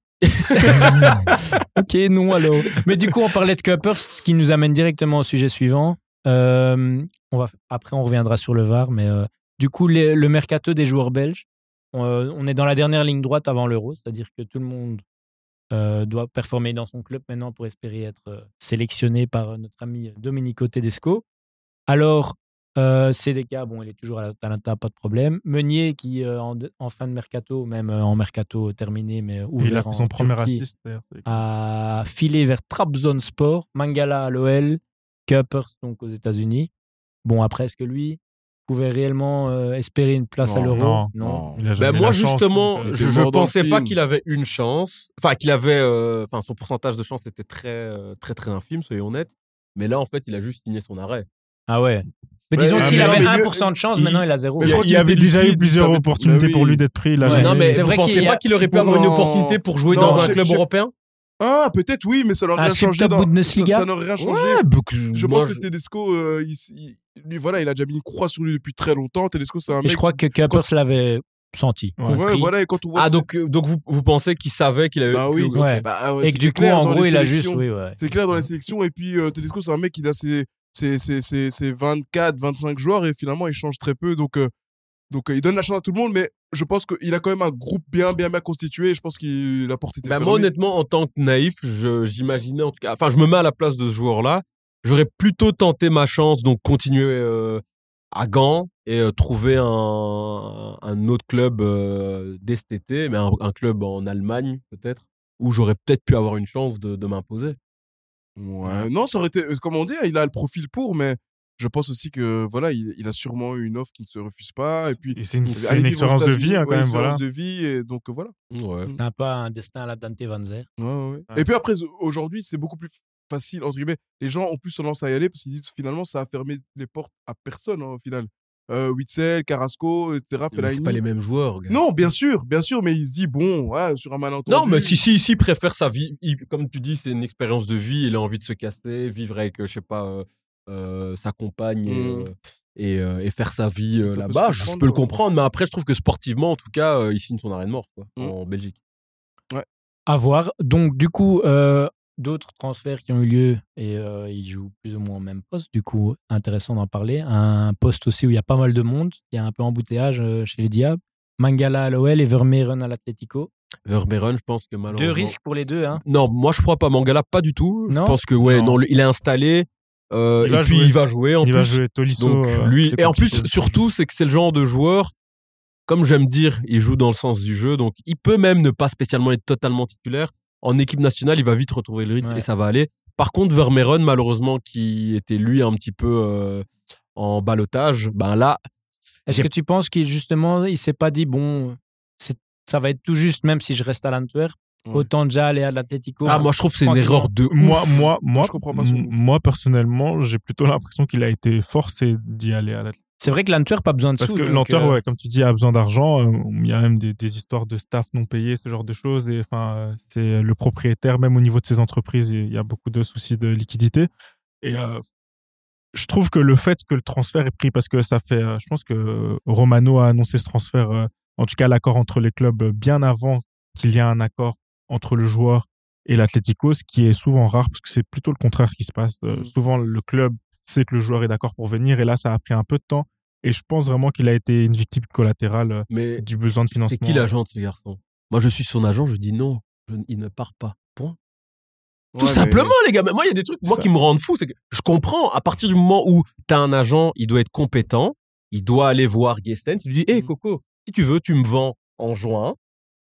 [SPEAKER 1] ok, non alors. Mais du coup, on parlait de Kuipers, ce qui nous amène directement au sujet suivant. Euh, on va, après, on reviendra sur le VAR, mais euh, du coup, les- le mercato des joueurs belges, on, euh, on est dans la dernière ligne droite avant l'euro, c'est-à-dire que tout le monde euh, doit performer dans son club maintenant pour espérer être euh, sélectionné par euh, notre ami Domenico Tedesco. Alors, Euh, CDK, bon, il est toujours à l'Atalanta, pas de problème. Meunier, qui euh, en, en fin de mercato, même euh, en mercato terminé, mais ouvert
[SPEAKER 5] Il a
[SPEAKER 1] en
[SPEAKER 5] fait son premier
[SPEAKER 1] Turquie, Ah,
[SPEAKER 5] assist. d'ailleurs, c'est-
[SPEAKER 1] a filé vers Trabzonspor, Mangala à l'OL, Kuppers donc aux États-Unis. Bon, après, est-ce que lui pouvait réellement euh, espérer une place à
[SPEAKER 4] Non,
[SPEAKER 1] l'Euro
[SPEAKER 5] non, Il
[SPEAKER 2] Bah,
[SPEAKER 5] a jamais
[SPEAKER 4] Ben
[SPEAKER 5] eu la
[SPEAKER 4] moi
[SPEAKER 5] chance,
[SPEAKER 4] justement,
[SPEAKER 1] hein.
[SPEAKER 5] donc, euh,
[SPEAKER 2] il
[SPEAKER 4] je,
[SPEAKER 2] était
[SPEAKER 4] je
[SPEAKER 2] mort dans le
[SPEAKER 4] pensais pas
[SPEAKER 2] film.
[SPEAKER 4] qu'il avait une chance, enfin qu'il avait, euh, enfin son pourcentage de chance était très euh, très très infime, soyons honnêtes. Mais là en fait, il a juste signé son arrêt.
[SPEAKER 1] Ah ouais. Mais
[SPEAKER 2] Ouais, euh,
[SPEAKER 1] disons que
[SPEAKER 5] ah,
[SPEAKER 1] s'il
[SPEAKER 5] mais non,
[SPEAKER 1] avait
[SPEAKER 2] mais
[SPEAKER 1] 1% de chance,
[SPEAKER 2] il-
[SPEAKER 1] maintenant il a zéro.
[SPEAKER 2] mais je crois
[SPEAKER 5] il y
[SPEAKER 2] qu'il
[SPEAKER 5] avait
[SPEAKER 2] était
[SPEAKER 5] déjà eu
[SPEAKER 2] lucide,
[SPEAKER 5] plusieurs
[SPEAKER 2] il savait-
[SPEAKER 5] opportunités
[SPEAKER 2] Mais
[SPEAKER 5] pour
[SPEAKER 2] Bah oui.
[SPEAKER 5] lui d'être pris. Il a
[SPEAKER 1] Ouais.
[SPEAKER 5] jamais-
[SPEAKER 4] non mais
[SPEAKER 1] c'est
[SPEAKER 4] vous
[SPEAKER 1] vrai
[SPEAKER 4] pensez
[SPEAKER 1] qu'il y a-
[SPEAKER 4] pas qu'il aurait pu avoir une
[SPEAKER 2] Non.
[SPEAKER 4] opportunité pour jouer
[SPEAKER 2] Non,
[SPEAKER 4] dans
[SPEAKER 2] je-
[SPEAKER 4] un club
[SPEAKER 2] je-
[SPEAKER 4] européen
[SPEAKER 2] Ah, peut-être oui, mais ça leur
[SPEAKER 1] Un
[SPEAKER 2] a changé.
[SPEAKER 1] subtop
[SPEAKER 2] dans-
[SPEAKER 1] Bundesliga
[SPEAKER 2] ça, ça n'aurait rien changé. Je pense que Tedesco, euh, il s- il- lui, voilà, il a déjà mis une croix sur lui depuis très longtemps. Tedesco, c'est un
[SPEAKER 1] Et
[SPEAKER 2] mec.
[SPEAKER 1] je crois que Kuppers l'avait senti.
[SPEAKER 5] Ouais,
[SPEAKER 2] Ouais,
[SPEAKER 1] compris.
[SPEAKER 2] voilà, et quand on voit.
[SPEAKER 4] Ah
[SPEAKER 2] ses-
[SPEAKER 4] donc euh, donc vous vous pensez qu'il savait qu'il avait
[SPEAKER 2] Bah oui.
[SPEAKER 4] que-
[SPEAKER 1] euh, Ouais.
[SPEAKER 2] Bah, ouais,
[SPEAKER 1] Et que
[SPEAKER 2] c'est
[SPEAKER 1] du coup,
[SPEAKER 2] clair
[SPEAKER 1] en
[SPEAKER 2] dans
[SPEAKER 1] gros,
[SPEAKER 2] les
[SPEAKER 1] il a juste.
[SPEAKER 2] sélections.
[SPEAKER 1] Oui, ouais.
[SPEAKER 2] C'est clair dans les sélections. Et puis, euh, Tedesco, c'est un mec, il a ses, ses, ses, ses, ses 24, 25 joueurs et finalement, il change très peu. Donc, euh, donc euh, il donne la chance à tout le monde, mais je pense qu'il a quand même un groupe bien, bien, bien constitué. Et je pense qu'il a porté
[SPEAKER 4] Bah, moi, honnêtement, en tant que naïf, je- j'imaginais, en tout cas, enfin, je me mets à la place de ce joueur-là. J'aurais plutôt tenté ma chance, donc continuer euh, à Gand et euh, trouver un, un autre club euh, dès cet été, mais un, un club en Allemagne, peut-être, où j'aurais peut-être pu avoir une chance de, de m'imposer.
[SPEAKER 2] Ouais, non, ça aurait été. euh, Comme on dit, il a le profil pour, mais je pense aussi que voilà, il, il a sûrement eu une offre qui ne se refuse pas. ah, Et puis,
[SPEAKER 5] Et c'est une, c'est
[SPEAKER 2] aller
[SPEAKER 5] une
[SPEAKER 2] vivre aux
[SPEAKER 5] expérience de
[SPEAKER 2] États-Unis,
[SPEAKER 5] vie, hein,
[SPEAKER 2] ouais,
[SPEAKER 5] quand même. Voilà.
[SPEAKER 2] expérience de vie, et donc euh, voilà.
[SPEAKER 4] Ouais.
[SPEAKER 1] C'est un peu un destin à la Dante Van Zer.
[SPEAKER 2] Ouais, ouais, ouais.
[SPEAKER 5] Ouais.
[SPEAKER 2] Et puis après, z- aujourd'hui, c'est beaucoup plus facile, entre guillemets. Les gens ont plus tendance à y aller parce qu'ils disent finalement, ça a fermé les portes à personne, hein, au final. Euh, Witzel, Carrasco, etc.
[SPEAKER 4] Mais
[SPEAKER 2] Fellaini.
[SPEAKER 4] C'est pas les mêmes hein. joueurs. gars.
[SPEAKER 2] Non, bien sûr, bien sûr, mais il se dit, bon, voilà, sur un malentendu.
[SPEAKER 4] Non, mais si, si, si, préfère sa vie. Il- comme tu dis, c'est une expérience de vie. Il a envie de se casser, vivre avec, euh, je sais pas, euh, euh, sa compagne et,
[SPEAKER 2] Mm.
[SPEAKER 4] euh, et, euh, et faire sa vie euh,
[SPEAKER 2] Ça peut
[SPEAKER 4] là-bas.
[SPEAKER 2] se
[SPEAKER 4] Je
[SPEAKER 2] comprendre,
[SPEAKER 4] peux le
[SPEAKER 2] quoi.
[SPEAKER 4] comprendre, mais après, je trouve que sportivement, en tout cas, euh, il signe son arrêt de mort quoi,
[SPEAKER 2] Mm.
[SPEAKER 4] en Belgique.
[SPEAKER 1] À voir. Donc, du coup, euh, d'autres transferts qui ont eu lieu et euh, ils jouent plus ou moins au même poste. Du coup, intéressant d'en parler. Un poste aussi où il y a pas mal de monde. Il y a un peu embouteillage euh, chez les Diables. Mangala à l'OL et Vermeeren à l'Atlético.
[SPEAKER 4] Vermeeren, je pense que malheureusement.
[SPEAKER 1] Deux risques pour les deux. Hein.
[SPEAKER 4] Non, moi, je crois pas Mangala, pas du tout.
[SPEAKER 1] Non
[SPEAKER 4] Je pense que, ouais,
[SPEAKER 5] Non.
[SPEAKER 4] non, il est installé. euh,
[SPEAKER 5] Il
[SPEAKER 4] et
[SPEAKER 5] va
[SPEAKER 4] puis,
[SPEAKER 5] jouer.
[SPEAKER 4] il va jouer en
[SPEAKER 5] il
[SPEAKER 4] plus.
[SPEAKER 5] va jouer Tolisso.
[SPEAKER 4] Donc
[SPEAKER 5] euh,
[SPEAKER 4] lui
[SPEAKER 5] c'est
[SPEAKER 4] et en
[SPEAKER 5] compliqué.
[SPEAKER 4] plus surtout c'est que c'est le genre de joueur comme j'aime dire, il joue dans le sens du jeu donc il peut même ne pas spécialement être totalement titulaire en équipe nationale, il va vite retrouver le rythme
[SPEAKER 1] Ouais.
[SPEAKER 4] et ça va aller. Par contre Vermeeren malheureusement qui était lui un petit peu euh, en balotage, ben là
[SPEAKER 1] Est-ce
[SPEAKER 4] J'ai-
[SPEAKER 1] que tu penses qu'il justement, il s'est pas dit bon, c'est- ça va être tout juste même si je reste à l'Antwerp,
[SPEAKER 2] Ouais.
[SPEAKER 1] autant déjà aller à l'Atlético.
[SPEAKER 4] ah, moi je trouve que c'est une
[SPEAKER 1] Franchement,
[SPEAKER 4] erreur de
[SPEAKER 5] Moi,
[SPEAKER 4] ouf.
[SPEAKER 5] moi, moi,
[SPEAKER 2] je comprends pas son
[SPEAKER 5] m-
[SPEAKER 2] move.
[SPEAKER 5] moi personnellement, j'ai plutôt l'impression qu'il a été forcé d'y aller à la
[SPEAKER 1] c'est vrai que l'Antwerp a besoin de
[SPEAKER 5] Parce
[SPEAKER 1] sous,
[SPEAKER 5] que
[SPEAKER 1] donc,
[SPEAKER 5] l'enteur,
[SPEAKER 1] euh,
[SPEAKER 5] ouais, comme tu dis, a besoin d'argent. Euh, Il y a même des, des histoires de staff non payés, ce genre de choses. Et enfin, euh, c'est le propriétaire, même au niveau de ses entreprises, il y a beaucoup de soucis de liquidité. Et euh, je trouve que le fait que le transfert est pris, parce que ça fait, euh, je pense que Romano a annoncé ce transfert, euh, en tout cas l'accord entre les clubs, euh, bien avant qu'il y ait un accord entre le joueur et l'Atlético, ce qui est souvent rare, parce que c'est plutôt le contraire qui se passe. Euh,
[SPEAKER 1] Mmh.
[SPEAKER 2] Mhm.
[SPEAKER 5] Souvent, le club sait que le joueur est d'accord pour venir, et là, ça a pris un peu de temps. Et je pense vraiment qu'il a été une victime collatérale euh,
[SPEAKER 4] mais
[SPEAKER 5] du besoin de financement.
[SPEAKER 4] c'est qui l'agent de ce garçon Moi je suis son agent, je dis non, je- il ne part pas. Point. Tout
[SPEAKER 2] Ouais, mais-
[SPEAKER 4] simplement, les gars. Mais moi, il y a des trucs, moi,
[SPEAKER 5] Ça-
[SPEAKER 4] qui me rendent fou. C'est que je comprends, à partir du moment où t'as un agent, il doit être compétent, il doit aller voir Gesten, il lui dit, hé,
[SPEAKER 2] Mhm.
[SPEAKER 4] Coco, si tu veux, tu me vends en juin,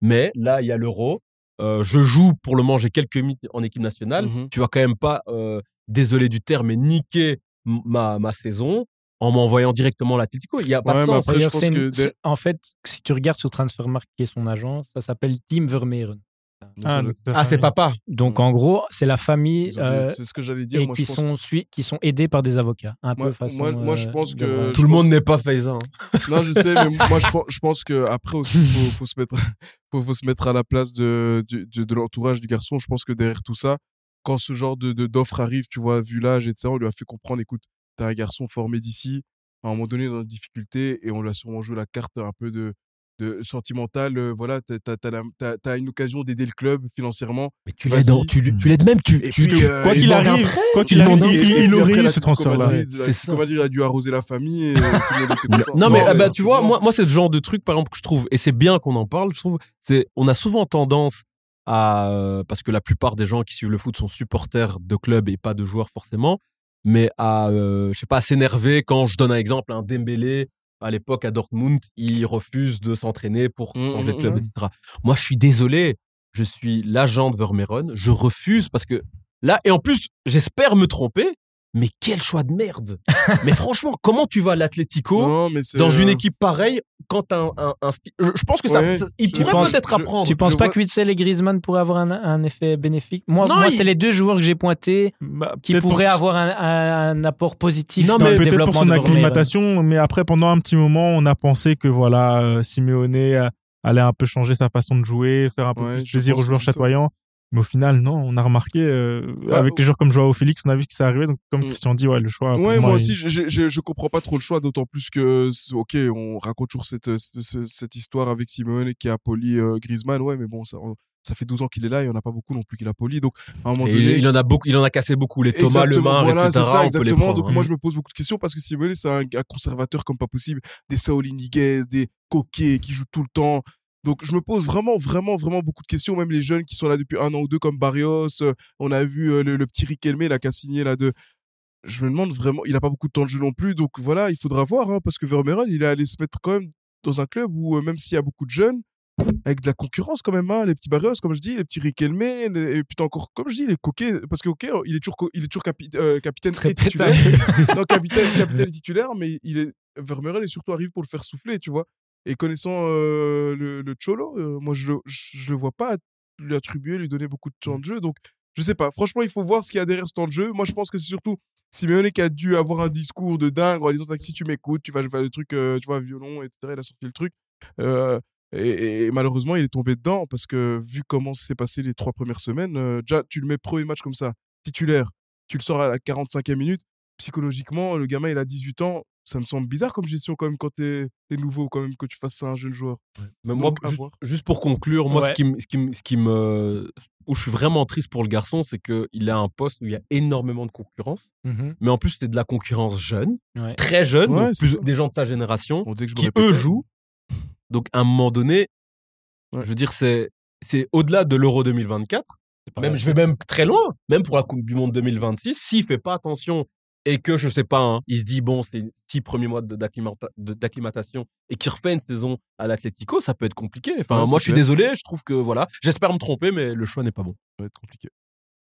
[SPEAKER 4] mais là, il y a l'euro, euh, je joue pour le moment, j'ai quelques minutes en équipe nationale,
[SPEAKER 2] Mhm.
[SPEAKER 4] tu vas quand même pas, euh, désolé du terme, mais niquer m- ma, ma saison en m'envoyant directement à l'Atlético. Il y a pas
[SPEAKER 2] Ouais,
[SPEAKER 4] de
[SPEAKER 2] mais
[SPEAKER 4] sens.
[SPEAKER 2] après, je
[SPEAKER 1] D'ailleurs,
[SPEAKER 2] pense
[SPEAKER 1] c'est une-
[SPEAKER 2] que.
[SPEAKER 1] c'est- En fait, si tu regardes sur Transfermarkt qui est son agent, ça s'appelle Tim Vermeeren.
[SPEAKER 5] Ah,
[SPEAKER 2] Non,
[SPEAKER 5] sa
[SPEAKER 4] Ah, c'est
[SPEAKER 5] famille.
[SPEAKER 4] papa.
[SPEAKER 1] Donc
[SPEAKER 2] Mm.
[SPEAKER 1] en gros, c'est la famille
[SPEAKER 2] c'est la-
[SPEAKER 1] euh,
[SPEAKER 2] C'est ce que j'allais
[SPEAKER 1] et
[SPEAKER 2] dire. Moi,
[SPEAKER 1] qui
[SPEAKER 2] je pense.
[SPEAKER 1] sont sui- qui sont aidés par des avocats, un
[SPEAKER 2] Moi-
[SPEAKER 1] peu façon.
[SPEAKER 2] moi- moi, je
[SPEAKER 1] euh,
[SPEAKER 2] pense
[SPEAKER 1] de
[SPEAKER 2] que-
[SPEAKER 1] Brun.
[SPEAKER 2] je
[SPEAKER 4] Tout le monde
[SPEAKER 2] pense-
[SPEAKER 4] n'est pas Faisan.
[SPEAKER 2] Non, je sais, mais moi, je pense, je pense que après aussi, faut, faut se mettre, [laughs] faut, faut se mettre à la place de, du- de, de l'entourage du garçon. Je pense que derrière tout ça, quand ce genre de, de- d'offre arrive, tu vois, vu l'âge et tout ça, on lui a fait comprendre, écoute, t'es un garçon formé d'ici, à un moment donné dans la difficulté, et on lui a sûrement joué la carte un peu de, de sentimentale. euh, voilà, t'as, t'as, t'as, la- t'as- t'as une occasion d'aider le club financièrement.
[SPEAKER 4] Mais tu
[SPEAKER 2] Vas-y.
[SPEAKER 4] l'aides, en- tu, tu l'aides même, tu,
[SPEAKER 2] Et
[SPEAKER 4] tu,
[SPEAKER 2] puis,
[SPEAKER 4] tu-
[SPEAKER 2] euh,
[SPEAKER 5] Quoi
[SPEAKER 2] il
[SPEAKER 5] qu'il
[SPEAKER 4] demande un
[SPEAKER 5] arrive,
[SPEAKER 4] prêt.
[SPEAKER 5] quoi qu'il arrive,
[SPEAKER 4] demande un
[SPEAKER 5] il,
[SPEAKER 4] prêt.
[SPEAKER 5] il- il aurait eu ce transfert-là.
[SPEAKER 4] Ouais, c'est ça.
[SPEAKER 2] Comment dire, il a dû arroser la famille. et euh, tout le monde était content.
[SPEAKER 4] Non, mais, ah bah,
[SPEAKER 2] mais
[SPEAKER 4] tu vois, moi, moi c'est le genre de truc, par exemple, que je trouve, et c'est bien qu'on en parle, je trouve, c'est, on a souvent tendance à, euh, parce que la plupart des gens qui suivent le foot sont supporters de clubs et pas de joueurs forcément, mais à, euh, je sais pas, à s'énerver quand je donne un exemple, un Dembélé à l'époque à Dortmund, il refuse de s'entraîner pour
[SPEAKER 2] Mhm,
[SPEAKER 4] changer de
[SPEAKER 2] mhm,
[SPEAKER 4] club,
[SPEAKER 2] mhm.
[SPEAKER 4] etc. Moi, je suis désolé, je suis l'agent de Vermeeren, je refuse parce que là, et en plus, j'espère me tromper, mais quel choix de merde Mais franchement, comment tu vas à l'Atlético
[SPEAKER 2] Non, mais c'est,
[SPEAKER 4] dans une
[SPEAKER 2] euh,
[SPEAKER 4] équipe pareille quand t'as un, un, un sti- je, je pense que ça,
[SPEAKER 2] Ouais,
[SPEAKER 4] ça- il
[SPEAKER 2] je
[SPEAKER 4] pourrait
[SPEAKER 1] pense-
[SPEAKER 4] peut-être
[SPEAKER 2] je-
[SPEAKER 4] apprendre.
[SPEAKER 1] Tu penses
[SPEAKER 2] je
[SPEAKER 1] pas
[SPEAKER 2] vois-
[SPEAKER 1] que Witzel et Griezmann pourraient avoir un, un effet bénéfique Moi,
[SPEAKER 4] Non,
[SPEAKER 1] moi
[SPEAKER 4] il-
[SPEAKER 1] c'est les deux joueurs que j'ai pointés
[SPEAKER 5] Bah,
[SPEAKER 1] qui
[SPEAKER 5] peut-être pour-
[SPEAKER 1] pourraient avoir un, un- un apport positif
[SPEAKER 4] Non,
[SPEAKER 1] dans
[SPEAKER 4] mais
[SPEAKER 1] le
[SPEAKER 5] peut-être
[SPEAKER 1] développement
[SPEAKER 5] pour son
[SPEAKER 1] de Vermeeren.
[SPEAKER 5] acclimatation, mais après, pendant un petit moment, on a pensé que voilà, euh, Simeone euh, allait un peu changer sa façon de jouer, faire un peu
[SPEAKER 2] Ouais,
[SPEAKER 5] plus
[SPEAKER 2] je
[SPEAKER 5] plaisir
[SPEAKER 2] pense
[SPEAKER 5] aux
[SPEAKER 2] que
[SPEAKER 5] joueurs
[SPEAKER 2] c'est ça.
[SPEAKER 5] chatoyants. Mais au final, non, on a remarqué, euh,
[SPEAKER 2] Ouais,
[SPEAKER 5] avec les joueurs comme Joao Félix, on a vu que ça arrivait. Donc, comme
[SPEAKER 2] Mm.
[SPEAKER 5] Christian dit, ouais, le choix. pour
[SPEAKER 2] Ouais, moi
[SPEAKER 5] il-
[SPEAKER 2] aussi, j'ai- j'ai- j'ai- je comprends pas trop le choix, d'autant plus que, c'est- ok, on raconte toujours cette, euh, ce- ce- cette histoire avec Simone qui a poli euh, Griezmann, ouais, mais bon, ça, on- ça fait 12 ans qu'il est là, il y en a pas beaucoup non plus qu'il a poli, donc à un moment
[SPEAKER 4] Et
[SPEAKER 2] donné.
[SPEAKER 4] il, il en a beaucoup, il en a cassé beaucoup. Les Thomas Le
[SPEAKER 2] Exactement,
[SPEAKER 4] Maire,
[SPEAKER 2] voilà,
[SPEAKER 4] etc.
[SPEAKER 2] c'est ça,
[SPEAKER 4] on peut les
[SPEAKER 2] exactement.
[SPEAKER 4] prendre.
[SPEAKER 2] Donc
[SPEAKER 4] hein.
[SPEAKER 2] moi, je me pose beaucoup de questions parce que Simone, c'est un gars conservateur comme pas possible, des Saoli Niguez, des Coquet qui jouent tout le temps. Donc je me pose vraiment, vraiment, vraiment beaucoup de questions, même les jeunes qui sont là depuis un an ou deux comme Barrios. euh, on a vu euh, le, le petit Riquelme là qui a signé là de. Je me demande vraiment, il a pas beaucoup de temps de jeu non plus, donc voilà, il faudra voir hein, parce que Vermeeren, il est allé se mettre quand même dans un club où euh, même s'il y a beaucoup de jeunes avec de la concurrence quand même, hein, les petits Barrios, comme je dis, les petits Riquelme, les- et puis t'as encore, comme je dis, les coquets, parce que ok, il est toujours, co- il est toujours capi- euh, capitaine et titulaire, [laughs] non, capitaine, capitaine et titulaire, mais il est, Vermeeren est surtout arrivé pour le faire souffler, tu vois. Et connaissant euh, le, le Cholo, euh, moi je, le- je, je le vois pas lui attribuer, lui donner beaucoup de temps de jeu, donc je sais pas. Franchement, il faut voir ce qu'il y a derrière ce temps de jeu. Moi, je pense que c'est surtout Simeone qui a dû avoir un discours de dingue en disant si tu m'écoutes, tu vas faire le truc, euh, tu vois, violon, etc. Il a sorti le truc. Euh, et, et malheureusement, il est tombé dedans parce que vu comment s'est passé les trois premières semaines, euh, déjà, tu le mets premier match comme ça, titulaire, tu le sors à la 45e minute. Psychologiquement, le gamin, il a 18 ans. Ça me semble bizarre comme gestion quand même quand t'es es nouveau, quand même que tu fasses ça à un jeune joueur.
[SPEAKER 4] Mais moi,
[SPEAKER 2] Donc, à
[SPEAKER 4] ju-
[SPEAKER 2] voir.
[SPEAKER 4] juste pour conclure, moi, ce
[SPEAKER 1] Ouais.
[SPEAKER 4] qui, me- ce qui, me- ce qui me, où je suis vraiment triste pour le garçon, c'est qu'il a un poste où il y a énormément de concurrence.
[SPEAKER 1] Mhm.
[SPEAKER 4] Mais en plus, c'est de la concurrence jeune,
[SPEAKER 1] Ouais.
[SPEAKER 4] très jeune,
[SPEAKER 2] Ouais,
[SPEAKER 4] donc
[SPEAKER 2] c'est
[SPEAKER 4] plus
[SPEAKER 2] ça.
[SPEAKER 4] des gens de sa génération
[SPEAKER 2] On disait que je me
[SPEAKER 4] qui
[SPEAKER 2] répétais.
[SPEAKER 4] eux jouent. Donc, à un moment donné,
[SPEAKER 2] Ouais.
[SPEAKER 4] je veux dire, c'est, c'est au-delà de l'Euro 2024. Même, je vais même très loin, même pour la Coupe du Monde 2026. S'il fait pas attention et que, je sais pas, hein, il se dit, bon, c'est six premiers mois de- d'acclimata- de- d'acclimatation et qu'il refait une saison à l'Atlético, ça peut être compliqué. Enfin,
[SPEAKER 2] Ouais, c'est
[SPEAKER 4] moi, je suis
[SPEAKER 2] clair.
[SPEAKER 4] désolé, je trouve que, voilà, j'espère me tromper, mais le choix n'est pas bon.
[SPEAKER 2] Ça va être compliqué.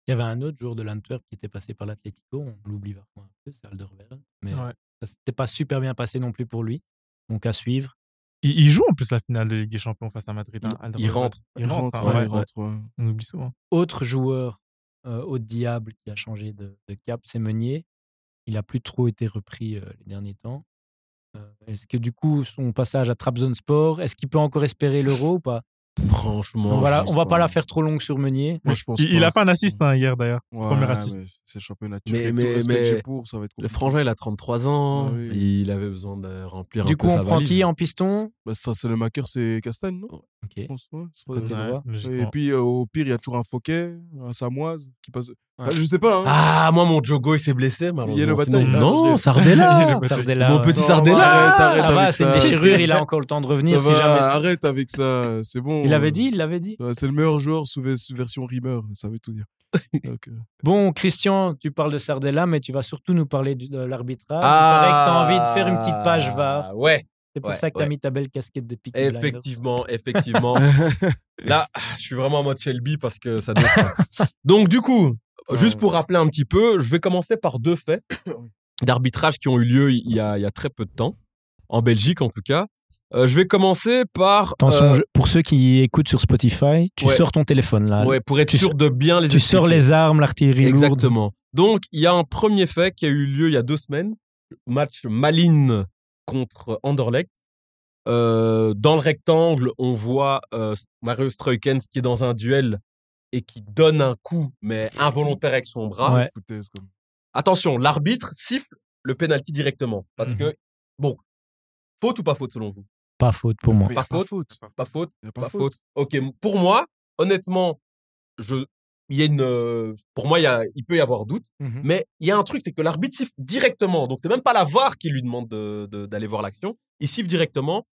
[SPEAKER 1] Il y avait un autre joueur de l'Antwerp qui était passé par l'Atlético, on l'oublie parfois un peu, c'est Alderweireld. Mais
[SPEAKER 5] Ouais.
[SPEAKER 1] ça s'était pas super bien passé non plus pour lui. Donc à suivre.
[SPEAKER 5] Il, il joue en plus la finale de Ligue des Champions face à Madrid. hein,
[SPEAKER 4] Il-
[SPEAKER 5] Alderweireld.
[SPEAKER 4] il rentre.
[SPEAKER 5] Il rentre. hein,
[SPEAKER 2] ouais,
[SPEAKER 5] ouais.
[SPEAKER 2] il rentre, ouais.
[SPEAKER 5] On oublie souvent.
[SPEAKER 1] Autre joueur euh, au diable qui a changé de, de cap, c'est Meunier. Il a plus trop été repris euh, les derniers temps. Euh, est-ce que du coup, son passage à Trabzonspor, est-ce qu'il peut encore espérer l'euro ou pas
[SPEAKER 4] Franchement.
[SPEAKER 1] Donc Voilà,
[SPEAKER 4] je
[SPEAKER 1] on
[SPEAKER 4] sais
[SPEAKER 1] va pas hein. la faire trop longue sur Meunier.
[SPEAKER 2] Moi, je pense
[SPEAKER 5] Il, il
[SPEAKER 2] pas.
[SPEAKER 5] a fait un assist hein, hier d'ailleurs.
[SPEAKER 2] Ouais,
[SPEAKER 5] premier assist.
[SPEAKER 2] mais C'est le championnat
[SPEAKER 4] Mais-
[SPEAKER 2] turc.
[SPEAKER 4] mais-
[SPEAKER 2] Mais,
[SPEAKER 4] mais-
[SPEAKER 2] mais, pour, ça va être
[SPEAKER 4] Le
[SPEAKER 2] compliqué.
[SPEAKER 4] frangin, il a 33 ans.
[SPEAKER 2] Ah oui.
[SPEAKER 4] Il avait besoin de remplir un
[SPEAKER 1] Du
[SPEAKER 4] peu
[SPEAKER 1] coup, on
[SPEAKER 4] sa
[SPEAKER 1] prend
[SPEAKER 4] valise.
[SPEAKER 1] qui en piston
[SPEAKER 2] Bah, ça, c'est le maqueur, c'est Castagne, non
[SPEAKER 1] Ok.
[SPEAKER 2] Je pense, ouais, ça doit
[SPEAKER 1] Côté
[SPEAKER 2] être-
[SPEAKER 1] droit.
[SPEAKER 2] Et
[SPEAKER 5] logiquement.
[SPEAKER 2] puis, euh, au pire, il y a toujours un Fauquet, un Samoise qui passe. Ah, je sais pas. Hein.
[SPEAKER 4] Ah, moi, mon Jogo, il s'est blessé, malheureusement.
[SPEAKER 2] Il y a le
[SPEAKER 4] Sinon-
[SPEAKER 2] bataille. Ah, je
[SPEAKER 4] Non,
[SPEAKER 1] [laughs]
[SPEAKER 2] l'ai-
[SPEAKER 4] Sardella.
[SPEAKER 1] Tardella,
[SPEAKER 4] Mon
[SPEAKER 1] ouais.
[SPEAKER 4] petit
[SPEAKER 2] Non,
[SPEAKER 4] Sardella.
[SPEAKER 2] arrête, arrête
[SPEAKER 1] Ça va,
[SPEAKER 2] avec
[SPEAKER 1] c'est une
[SPEAKER 2] ça.
[SPEAKER 1] déchirure,
[SPEAKER 2] [laughs]
[SPEAKER 1] il a encore le temps de
[SPEAKER 2] Ça
[SPEAKER 1] revenir si
[SPEAKER 2] va,
[SPEAKER 1] jamais.
[SPEAKER 2] Arrête avec ça, c'est bon. euh,
[SPEAKER 1] Il l'avait dit, il l'avait dit.
[SPEAKER 2] Ouais, C'est le meilleur joueur sous vers- sous version Rimmer, ça veut tout dire. Donc, euh,
[SPEAKER 1] Bon, Christian, tu parles de Sardella, mais tu vas surtout nous parler du- de l'arbitrage. Ah, Il paraît que tu as envie de faire une petite page VAR.
[SPEAKER 4] Ah, Ouais.
[SPEAKER 1] C'est pour
[SPEAKER 4] ouais,
[SPEAKER 1] ça que tu as
[SPEAKER 4] ouais.
[SPEAKER 1] mis ta belle casquette de pique.
[SPEAKER 4] Effectivement, effectivement. Là, je suis vraiment en mode Shelby parce que ça doit Donc, du coup, juste pour rappeler un petit peu, je vais commencer par deux faits d'arbitrage qui ont eu lieu il y, a, il y a très peu de temps, en Belgique en tout cas. Euh, je vais commencer par. euh,
[SPEAKER 1] pour ceux qui écoutent sur Spotify, tu
[SPEAKER 4] Ouais.
[SPEAKER 1] sors ton téléphone là.
[SPEAKER 4] ouais, pour être
[SPEAKER 1] tu
[SPEAKER 4] sûr
[SPEAKER 1] sors-
[SPEAKER 4] de bien les
[SPEAKER 1] Tu sors
[SPEAKER 4] expliquer.
[SPEAKER 1] les armes, l'artillerie lourde.
[SPEAKER 4] Exactement. Donc, il y a un premier fait qui a eu lieu il y a deux semaines. Match Malines contre Anderlecht. Euh, dans le rectangle, on voit euh, Marius Treukens qui est dans un duel et qui donne un coup, mais involontaire avec son bras.
[SPEAKER 1] Ouais.
[SPEAKER 2] foutaise, comme.
[SPEAKER 4] Attention, l'arbitre siffle le penalty directement. Parce
[SPEAKER 1] Mhm.
[SPEAKER 4] que, bon, faute ou pas faute selon vous
[SPEAKER 1] Pas faute pour moi.
[SPEAKER 2] Il y a
[SPEAKER 4] Par
[SPEAKER 2] pas
[SPEAKER 4] faute.
[SPEAKER 2] faute.
[SPEAKER 4] Pas faute
[SPEAKER 2] Il y a
[SPEAKER 4] pas Bah, faute. Ok, m- pour moi, honnêtement, je, il y a une, euh, pour moi, il, y a- il peut y avoir doute,
[SPEAKER 1] Mhm.
[SPEAKER 4] mais il y a un truc, c'est que l'arbitre siffle directement, donc c'est même pas la VAR qui lui demande de- de- d'aller voir l'action, il siffle directement,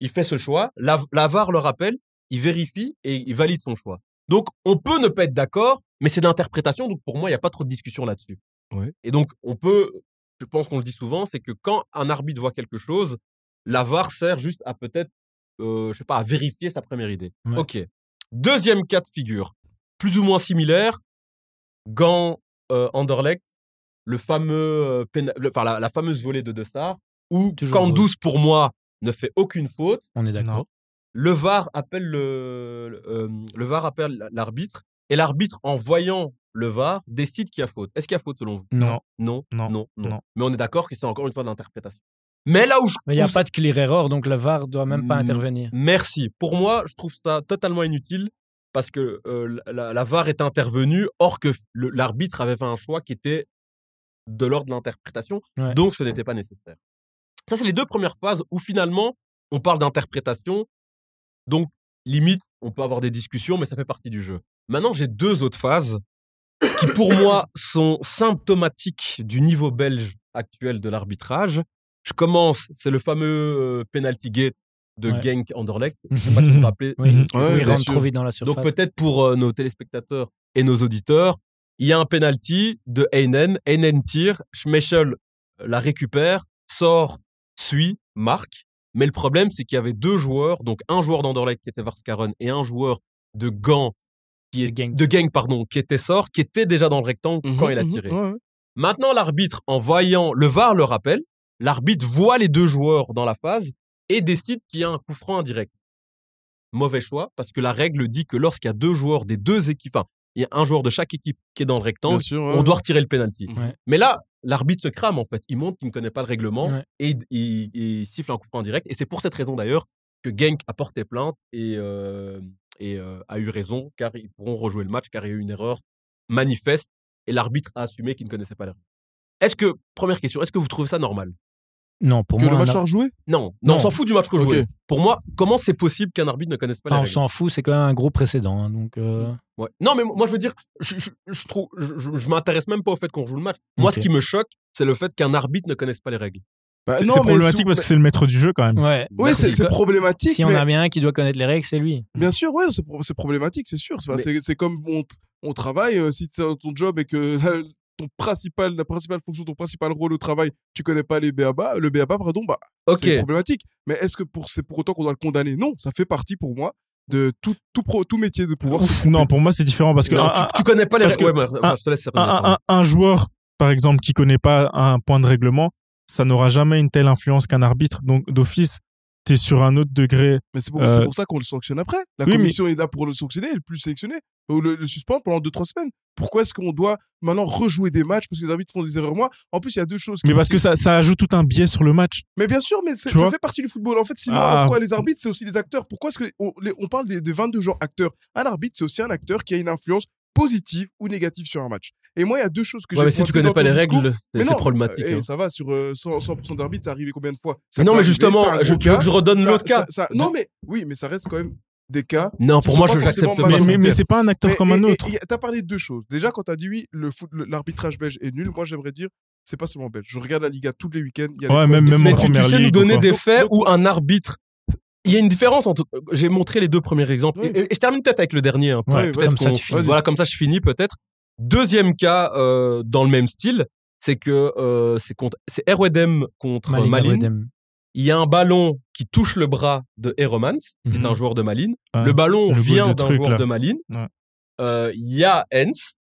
[SPEAKER 4] il fait ce choix, la, la VAR le rappelle, il vérifie et il valide son choix. Donc on peut ne pas être d'accord, mais c'est de l'interprétation, donc pour moi, il n'y a pas trop de discussion là-dessus.
[SPEAKER 2] Ouais.
[SPEAKER 4] Et donc, on peut, je pense qu'on le dit souvent, c'est que quand un arbitre voit quelque chose, la VAR sert juste à peut-être, euh, je sais pas, à vérifier sa première idée.
[SPEAKER 1] Ouais.
[SPEAKER 4] Ok. Deuxième cas de figure, plus ou moins similaire, Gant, euh, Anderlecht, le fameux, euh, péna- le- enfin, la, la fameuse volée de De Sar, où
[SPEAKER 1] Toujours
[SPEAKER 4] Kandous,
[SPEAKER 1] drôle.
[SPEAKER 4] pour moi, ne fait aucune faute.
[SPEAKER 1] On est d'accord.
[SPEAKER 4] Le VAR appelle le, le, euh, le VAR appelle la- l'arbitre et l'arbitre en voyant le VAR décide qu'il y a faute. Est-ce qu'il y a faute selon vous
[SPEAKER 1] Non.
[SPEAKER 2] Ah,
[SPEAKER 4] non,
[SPEAKER 5] Non,
[SPEAKER 4] non, non,
[SPEAKER 5] non.
[SPEAKER 4] Mais on est d'accord que c'est encore une fois de l'interprétation. Mais là où je
[SPEAKER 1] Mais il n'y a
[SPEAKER 4] trouve
[SPEAKER 1] pas de clear error, donc la VAR doit même pas
[SPEAKER 4] Mm.
[SPEAKER 1] intervenir.
[SPEAKER 4] Merci. Pour moi, je trouve ça totalement inutile parce que euh, la- la, la VAR est intervenue, or que le- l'arbitre avait fait un choix qui était de l'ordre de l'interprétation,
[SPEAKER 1] Ouais.
[SPEAKER 4] donc ce n'était pas nécessaire. Ça, c'est les deux premières phases où finalement, on parle d'interprétation, donc limite, on peut avoir des discussions, mais ça fait partie du jeu. Maintenant, j'ai deux autres phases qui,
[SPEAKER 1] [coughs]
[SPEAKER 4] pour moi, sont symptomatiques du niveau belge actuel de l'arbitrage. Je commence, c'est le fameux euh, penalty gate de
[SPEAKER 1] Ouais.
[SPEAKER 4] Genk Anderlecht. Je sais
[SPEAKER 1] [laughs]
[SPEAKER 4] pas si on peut appeler
[SPEAKER 1] Oui,
[SPEAKER 5] Mhm.
[SPEAKER 2] Ouais,
[SPEAKER 1] oui, il
[SPEAKER 2] bien
[SPEAKER 1] rentre
[SPEAKER 2] sûr.
[SPEAKER 1] trop vite dans la surface.
[SPEAKER 4] donc peut-être pour euh, nos téléspectateurs et nos auditeurs, il y a un penalty de Heinen. Heinen tire, Schmeichel euh, la récupère, sort, suit, marque. Mais le problème, c'est qu'il y avait deux joueurs, donc un joueur d'Anderlecht qui était Varskaron et un joueur de Gand, qui est,
[SPEAKER 1] De Genk.
[SPEAKER 4] de Genk, pardon, qui était sort, qui était déjà dans le rectangle
[SPEAKER 2] Mhm, Mmh
[SPEAKER 4] quand il a tiré. Maintenant, l'arbitre, en voyant le VAR le rappelle, l'arbitre voit les deux joueurs dans la phase et décide qu'il y a un coup franc indirect. Mauvais choix, parce que la règle dit que lorsqu'il y a deux joueurs des deux équipes, enfin, il y a un joueur de chaque équipe qui est dans le
[SPEAKER 2] Bien
[SPEAKER 4] rectangle,
[SPEAKER 2] sûr.
[SPEAKER 4] on doit retirer le penalty.
[SPEAKER 1] Ouais.
[SPEAKER 4] Mais là, l'arbitre se crame en fait. Il montre qu'il ne connaît pas le règlement
[SPEAKER 1] Ouais.
[SPEAKER 4] et il, il- il siffle un coup franc direct. Et c'est pour cette raison d'ailleurs que Genk a porté plainte et, euh, et, euh, a eu raison car ils pourront rejouer le match car il y a eu une erreur manifeste et l'arbitre a assumé qu'il ne connaissait pas les règles. Est-ce que, première question, est-ce que vous trouvez ça normal
[SPEAKER 1] non, pour
[SPEAKER 2] Que
[SPEAKER 1] moi,
[SPEAKER 2] le
[SPEAKER 1] un
[SPEAKER 2] match
[SPEAKER 1] ar-
[SPEAKER 2] soit rejoué
[SPEAKER 4] Non, non, on
[SPEAKER 1] Non.
[SPEAKER 4] s'en fout du match qu'on
[SPEAKER 2] Ok.
[SPEAKER 4] jouait. Pour moi, comment c'est possible qu'un arbitre ne connaisse pas les
[SPEAKER 1] Ah, on
[SPEAKER 4] règles
[SPEAKER 1] s'en fout, c'est quand même un gros précédent. hein, donc, euh,
[SPEAKER 4] Ouais. Non, mais moi, je veux dire, je, je, je trouve, je, je- je m'intéresse même pas au fait qu'on joue le match. Moi,
[SPEAKER 1] Ok.
[SPEAKER 4] ce qui me choque, c'est le fait qu'un arbitre ne connaisse pas les règles.
[SPEAKER 2] Bah,
[SPEAKER 5] C'est
[SPEAKER 2] non,
[SPEAKER 5] c'est
[SPEAKER 2] mais
[SPEAKER 5] problématique
[SPEAKER 2] si-
[SPEAKER 5] parce que c'est le maître du jeu quand même.
[SPEAKER 1] ouais.
[SPEAKER 2] Oui, c'est
[SPEAKER 1] Si-
[SPEAKER 2] c'est problématique.
[SPEAKER 1] Si on
[SPEAKER 2] mais-
[SPEAKER 1] a bien un qui doit connaître les règles, c'est lui.
[SPEAKER 5] Mmh.
[SPEAKER 2] Bien sûr, ouais, c'est pro- c'est problématique, c'est sûr. C'est pas-
[SPEAKER 4] Mais-
[SPEAKER 2] C'est c'est comme on, t- on travaille, euh, si c'est ton job et que la, ton principal, la principale fonction, ton principal rôle au travail, tu connais pas les BABA, le BABA, pardon, bah,
[SPEAKER 4] Ok.
[SPEAKER 2] c'est problématique. Mais est-ce que pour- c'est pour autant qu'on doit le condamner Non, ça fait partie pour moi de tout, tout, pro- tout métier de pouvoir.
[SPEAKER 5] Ouf, non, pour moi c'est différent parce que
[SPEAKER 4] Non,
[SPEAKER 5] un-
[SPEAKER 4] tu,
[SPEAKER 5] un-
[SPEAKER 4] tu connais pas les
[SPEAKER 5] parce
[SPEAKER 4] règles.
[SPEAKER 5] que
[SPEAKER 4] Ouais, mais, enfin,
[SPEAKER 5] un-
[SPEAKER 4] je te laisse terminer,
[SPEAKER 5] un,
[SPEAKER 4] pardon.
[SPEAKER 5] un- un joueur, par exemple, qui connaît pas un point de règlement, ça n'aura jamais une telle influence qu'un arbitre. Donc, d'office, tu es sur un autre degré.
[SPEAKER 2] Mais c'est pour,
[SPEAKER 5] Euh,
[SPEAKER 2] c'est pour ça qu'on le sanctionne après. La
[SPEAKER 5] oui, mais-
[SPEAKER 2] commission est là pour le sanctionner et le plus sélectionner. Ou le, le suspendre pendant 2-3 semaines. Pourquoi est-ce qu'on doit maintenant rejouer des matchs parce que les arbitres font des erreurs Moi, en plus, il y a deux choses. qui-
[SPEAKER 5] Mais parce que ça, ça ajoute tout un biais sur le match.
[SPEAKER 2] Mais bien sûr, mais c'est-
[SPEAKER 5] Tu
[SPEAKER 2] ça
[SPEAKER 5] vois
[SPEAKER 2] fait partie du football. En fait, sinon,
[SPEAKER 5] Ah.
[SPEAKER 2] pourquoi les arbitres, c'est aussi des acteurs Pourquoi est-ce qu'on on parle des, des 22 genres acteurs Un arbitre, c'est aussi un acteur qui a une influence positive ou négative sur un match. Et moi, il y a deux choses que
[SPEAKER 4] Ouais,
[SPEAKER 2] j'ai
[SPEAKER 4] mais si tu
[SPEAKER 2] pointées dans
[SPEAKER 4] connais pas
[SPEAKER 2] ton
[SPEAKER 4] les
[SPEAKER 2] discours.
[SPEAKER 4] règles,
[SPEAKER 2] Mais
[SPEAKER 4] c'est c'est
[SPEAKER 2] non,
[SPEAKER 4] problématique.
[SPEAKER 2] Et
[SPEAKER 4] hein.
[SPEAKER 2] ça va, sur euh, 100%, 100% d'arbitres, ça arrivé combien de fois Ça
[SPEAKER 4] Mais non,
[SPEAKER 2] peut
[SPEAKER 4] mais
[SPEAKER 2] arriver, c'est
[SPEAKER 4] justement,
[SPEAKER 2] un
[SPEAKER 4] je,
[SPEAKER 2] gros
[SPEAKER 4] tu veux
[SPEAKER 2] cas.
[SPEAKER 4] que je redonne
[SPEAKER 2] Ça-
[SPEAKER 4] l'autre
[SPEAKER 2] ça-
[SPEAKER 4] cas
[SPEAKER 2] ça- Non, mais oui, mais ça reste quand même des cas.
[SPEAKER 4] Non, pour
[SPEAKER 2] Ils
[SPEAKER 4] moi,
[SPEAKER 2] sont
[SPEAKER 4] je
[SPEAKER 2] pas forcément
[SPEAKER 4] l'accepte pas.
[SPEAKER 5] Mais, mais,
[SPEAKER 2] majoritaires.
[SPEAKER 5] mais c'est pas un acteur
[SPEAKER 2] Mais-
[SPEAKER 5] comme
[SPEAKER 2] et-
[SPEAKER 5] un
[SPEAKER 2] et-
[SPEAKER 5] autre.
[SPEAKER 2] et T'as parlé de deux choses. Déjà, quand t'as dit oui, le foot- le- l'arbitrage belge est nul, moi, j'aimerais dire, c'est pas seulement belge. Je regarde la Liga tous les week-ends. il y a des
[SPEAKER 5] Ouais,
[SPEAKER 2] problèmes
[SPEAKER 5] même-
[SPEAKER 2] de
[SPEAKER 5] même
[SPEAKER 4] Mais
[SPEAKER 5] en
[SPEAKER 2] sport.
[SPEAKER 4] tu, tu
[SPEAKER 5] première
[SPEAKER 4] sais nous
[SPEAKER 5] ligue
[SPEAKER 4] donner
[SPEAKER 5] ou
[SPEAKER 4] des
[SPEAKER 2] quoi.
[SPEAKER 4] faits
[SPEAKER 2] Donc-
[SPEAKER 4] où un arbitre. Il y a une différence entre. J'ai montré les deux premiers exemples.
[SPEAKER 2] Oui.
[SPEAKER 4] Et, et je termine peut-être avec le dernier. hein, pour
[SPEAKER 2] Ouais,
[SPEAKER 4] peut-être
[SPEAKER 1] comme ça,
[SPEAKER 4] qu'on-
[SPEAKER 1] tu finis.
[SPEAKER 4] Voilà, comme ça, je finis peut-être. Deuxième cas euh, dans le même style, c'est que euh, c'est contre- c'est Erwedem contre
[SPEAKER 1] Malin,
[SPEAKER 4] Malin.
[SPEAKER 1] Redem.
[SPEAKER 4] Il y a un ballon qui touche le bras de Eromans, qui est
[SPEAKER 1] Mhm.
[SPEAKER 4] un joueur de Malines.
[SPEAKER 5] Ouais.
[SPEAKER 4] Le ballon
[SPEAKER 5] Le goal
[SPEAKER 4] vient
[SPEAKER 5] de
[SPEAKER 4] d'un
[SPEAKER 5] truc,
[SPEAKER 4] joueur
[SPEAKER 5] là.
[SPEAKER 4] de Malines.
[SPEAKER 5] Ouais.
[SPEAKER 4] Euh, Il y a Hens.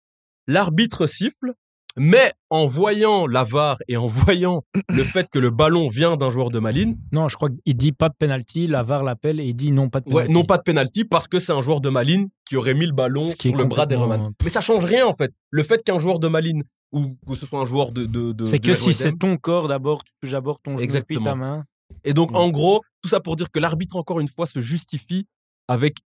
[SPEAKER 4] L'arbitre siffle. Mais en voyant la VAR et en voyant le fait que le ballon vient d'un joueur de Malines,
[SPEAKER 1] Non, je crois qu'il dit pas de penalty, la VAR l'appelle et il dit non, pas de
[SPEAKER 4] ouais,
[SPEAKER 1] penalty.
[SPEAKER 4] non pas de penalty parce que c'est un joueur de Malines qui aurait mis le ballon
[SPEAKER 1] Ce qui
[SPEAKER 4] sur
[SPEAKER 1] est
[SPEAKER 4] le bras
[SPEAKER 1] complètement-
[SPEAKER 4] d'Eromans. Mais ça change rien en fait. Le fait qu'un joueur de Malines ou que ce soit un joueur de. de, de-
[SPEAKER 1] C'est
[SPEAKER 4] de
[SPEAKER 1] que si
[SPEAKER 4] RWDM.
[SPEAKER 1] c'est ton corps d'abord, tu touches d'abord ton genou puis
[SPEAKER 4] Exactement.
[SPEAKER 1] ta main.
[SPEAKER 4] Et donc
[SPEAKER 1] Mm.
[SPEAKER 4] en gros, tout ça pour dire que l'arbitre encore une fois se justifie avec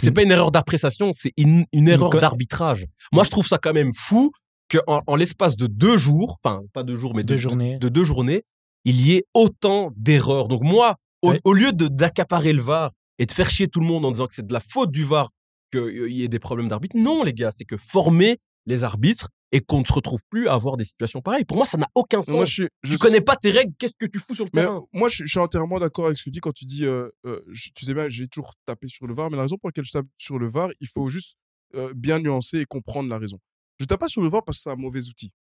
[SPEAKER 4] c'est
[SPEAKER 1] Mm.
[SPEAKER 4] pas une erreur d'appréciation, c'est une, une erreur
[SPEAKER 1] co-
[SPEAKER 4] d'arbitrage. Moi, je trouve ça quand même fou que en, en l'espace de deux jours, enfin pas deux jours, mais
[SPEAKER 1] Deux
[SPEAKER 4] de,
[SPEAKER 1] journées.
[SPEAKER 4] de deux journées, il y ait autant d'erreurs. Donc moi, au,
[SPEAKER 1] Ouais.
[SPEAKER 4] au lieu de d'accaparer le VAR et de faire chier tout le monde en disant que c'est de la faute du VAR qu'il y ait des problèmes d'arbitre, non les gars, c'est que former les arbitres et qu'on ne se retrouve plus à avoir des situations pareilles. Pour moi, ça n'a aucun sens.
[SPEAKER 2] Moi, je suis- je
[SPEAKER 4] tu connais pas tes règles, qu'est-ce que tu fous sur le
[SPEAKER 2] Mais
[SPEAKER 4] terrain
[SPEAKER 2] moi, je, je suis entièrement d'accord avec ce que tu dis quand tu dis, euh, euh, je- tu sais bien, j'ai toujours tapé sur le VAR, mais la raison pour laquelle je tape sur le VAR, il faut juste euh, bien nuancer et comprendre la raison. Je tape pas sur le VAR parce que c'est un mauvais outil.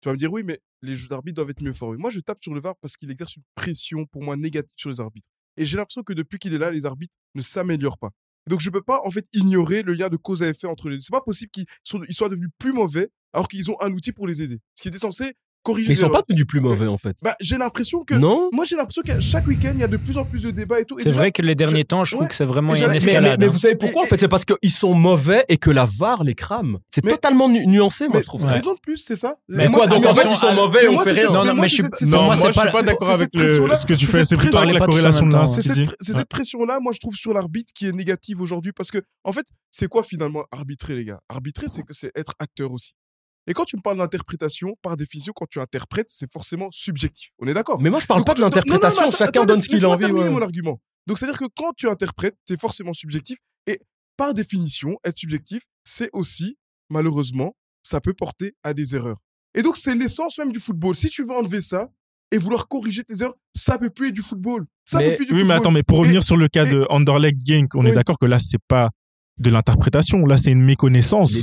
[SPEAKER 2] Tu vas me dire, oui, mais les jeux d'arbitre doivent être mieux formés. Moi, je tape sur le VAR parce qu'il exerce une pression pour moi négative sur les arbitres. Et j'ai l'impression que depuis qu'il est là, les arbitres ne s'améliorent pas. Donc, je peux pas, en fait, ignorer le lien de cause à effet entre les deux. C'est pas possible qu'ils sont- ils soient devenus plus mauvais alors qu'ils ont un outil pour les aider. Ce qui était censé corriger
[SPEAKER 4] Mais ils
[SPEAKER 2] les
[SPEAKER 4] sont pas
[SPEAKER 2] erreurs.
[SPEAKER 4] du plus mauvais, en fait.
[SPEAKER 2] Bah, j'ai l'impression que.
[SPEAKER 4] Non
[SPEAKER 2] Moi, j'ai l'impression qu'à chaque week-end, il y a de plus en plus de débats et tout. Et
[SPEAKER 1] C'est
[SPEAKER 2] déjà,
[SPEAKER 1] vrai que les derniers temps, je trouve
[SPEAKER 2] ouais,
[SPEAKER 1] que c'est vraiment
[SPEAKER 2] mais
[SPEAKER 1] il y a une
[SPEAKER 2] j'avais-
[SPEAKER 4] mais, mais-
[SPEAKER 1] escalade.
[SPEAKER 4] mais
[SPEAKER 1] hein.
[SPEAKER 4] vous savez pourquoi en fait C'est parce qu'ils sont mauvais et que la VAR les crame. C'est
[SPEAKER 2] Mais-
[SPEAKER 4] totalement nu- nuancé, moi
[SPEAKER 2] Mais-
[SPEAKER 4] je trouve.
[SPEAKER 1] Ouais.
[SPEAKER 4] ça.
[SPEAKER 2] Raison de plus, c'est ça.
[SPEAKER 1] Mais
[SPEAKER 2] Et moi,
[SPEAKER 1] quoi,
[SPEAKER 2] c'est-
[SPEAKER 1] donc, en
[SPEAKER 2] mais
[SPEAKER 1] fait, ils
[SPEAKER 2] moi,
[SPEAKER 1] sont
[SPEAKER 4] mauvais
[SPEAKER 2] mais moi,
[SPEAKER 1] Non,
[SPEAKER 2] c'est- mais
[SPEAKER 1] non,
[SPEAKER 2] moi,
[SPEAKER 1] mais
[SPEAKER 2] c'est
[SPEAKER 1] je suis-
[SPEAKER 2] cette-
[SPEAKER 1] non,
[SPEAKER 2] cette-
[SPEAKER 1] moi, c'est
[SPEAKER 2] moi, je
[SPEAKER 1] pas
[SPEAKER 2] suis
[SPEAKER 1] la-
[SPEAKER 2] pas d'accord
[SPEAKER 1] c'est
[SPEAKER 2] avec
[SPEAKER 1] cette
[SPEAKER 2] le-
[SPEAKER 5] ce que tu
[SPEAKER 2] c'est
[SPEAKER 5] fais,
[SPEAKER 2] cette
[SPEAKER 5] c'est plutôt
[SPEAKER 2] pression-
[SPEAKER 5] avec
[SPEAKER 1] Parlez pas de
[SPEAKER 5] la
[SPEAKER 1] ça en
[SPEAKER 5] corrélation
[SPEAKER 1] même
[SPEAKER 5] de
[SPEAKER 1] temps,
[SPEAKER 5] l'intensité.
[SPEAKER 2] C'est
[SPEAKER 5] dit.
[SPEAKER 2] cette, c'est cette pression-là, moi, je trouve sur l'arbitre qui est négative aujourd'hui. Parce que, en fait, c'est quoi finalement arbitrer, les gars Arbitrer, c'est que c'est être acteur aussi. Et quand tu me parles d'interprétation, par définition, quand tu interprètes, c'est forcément subjectif. On est d'accord
[SPEAKER 4] Mais moi je parle
[SPEAKER 2] Donc,
[SPEAKER 4] pas de
[SPEAKER 2] non, non, non, mais
[SPEAKER 4] l'interprétation,
[SPEAKER 2] attends,
[SPEAKER 4] chacun
[SPEAKER 2] attends,
[SPEAKER 4] donne
[SPEAKER 2] laisse-
[SPEAKER 4] ce qu'il a
[SPEAKER 2] laisse-moi
[SPEAKER 4] envie.
[SPEAKER 2] terminer
[SPEAKER 4] ouais.
[SPEAKER 2] mon argument. Donc, c'est-à-dire que quand tu interprètes, tu es forcément subjectif. Et par définition, être subjectif, c'est aussi, malheureusement, ça peut porter à des erreurs. Et donc, c'est l'essence même du football. Si tu veux enlever ça et vouloir corriger tes erreurs, ça peut plus être du football. Ça
[SPEAKER 4] Mais-
[SPEAKER 2] peut plus être du
[SPEAKER 5] Oui, mais
[SPEAKER 2] football.
[SPEAKER 5] attends, mais pour revenir sur le cas
[SPEAKER 2] et-
[SPEAKER 5] de Anderlecht Genk, on est
[SPEAKER 2] Oui.
[SPEAKER 5] d'accord que là, c'est pas de l'interprétation, là, c'est une méconnaissance.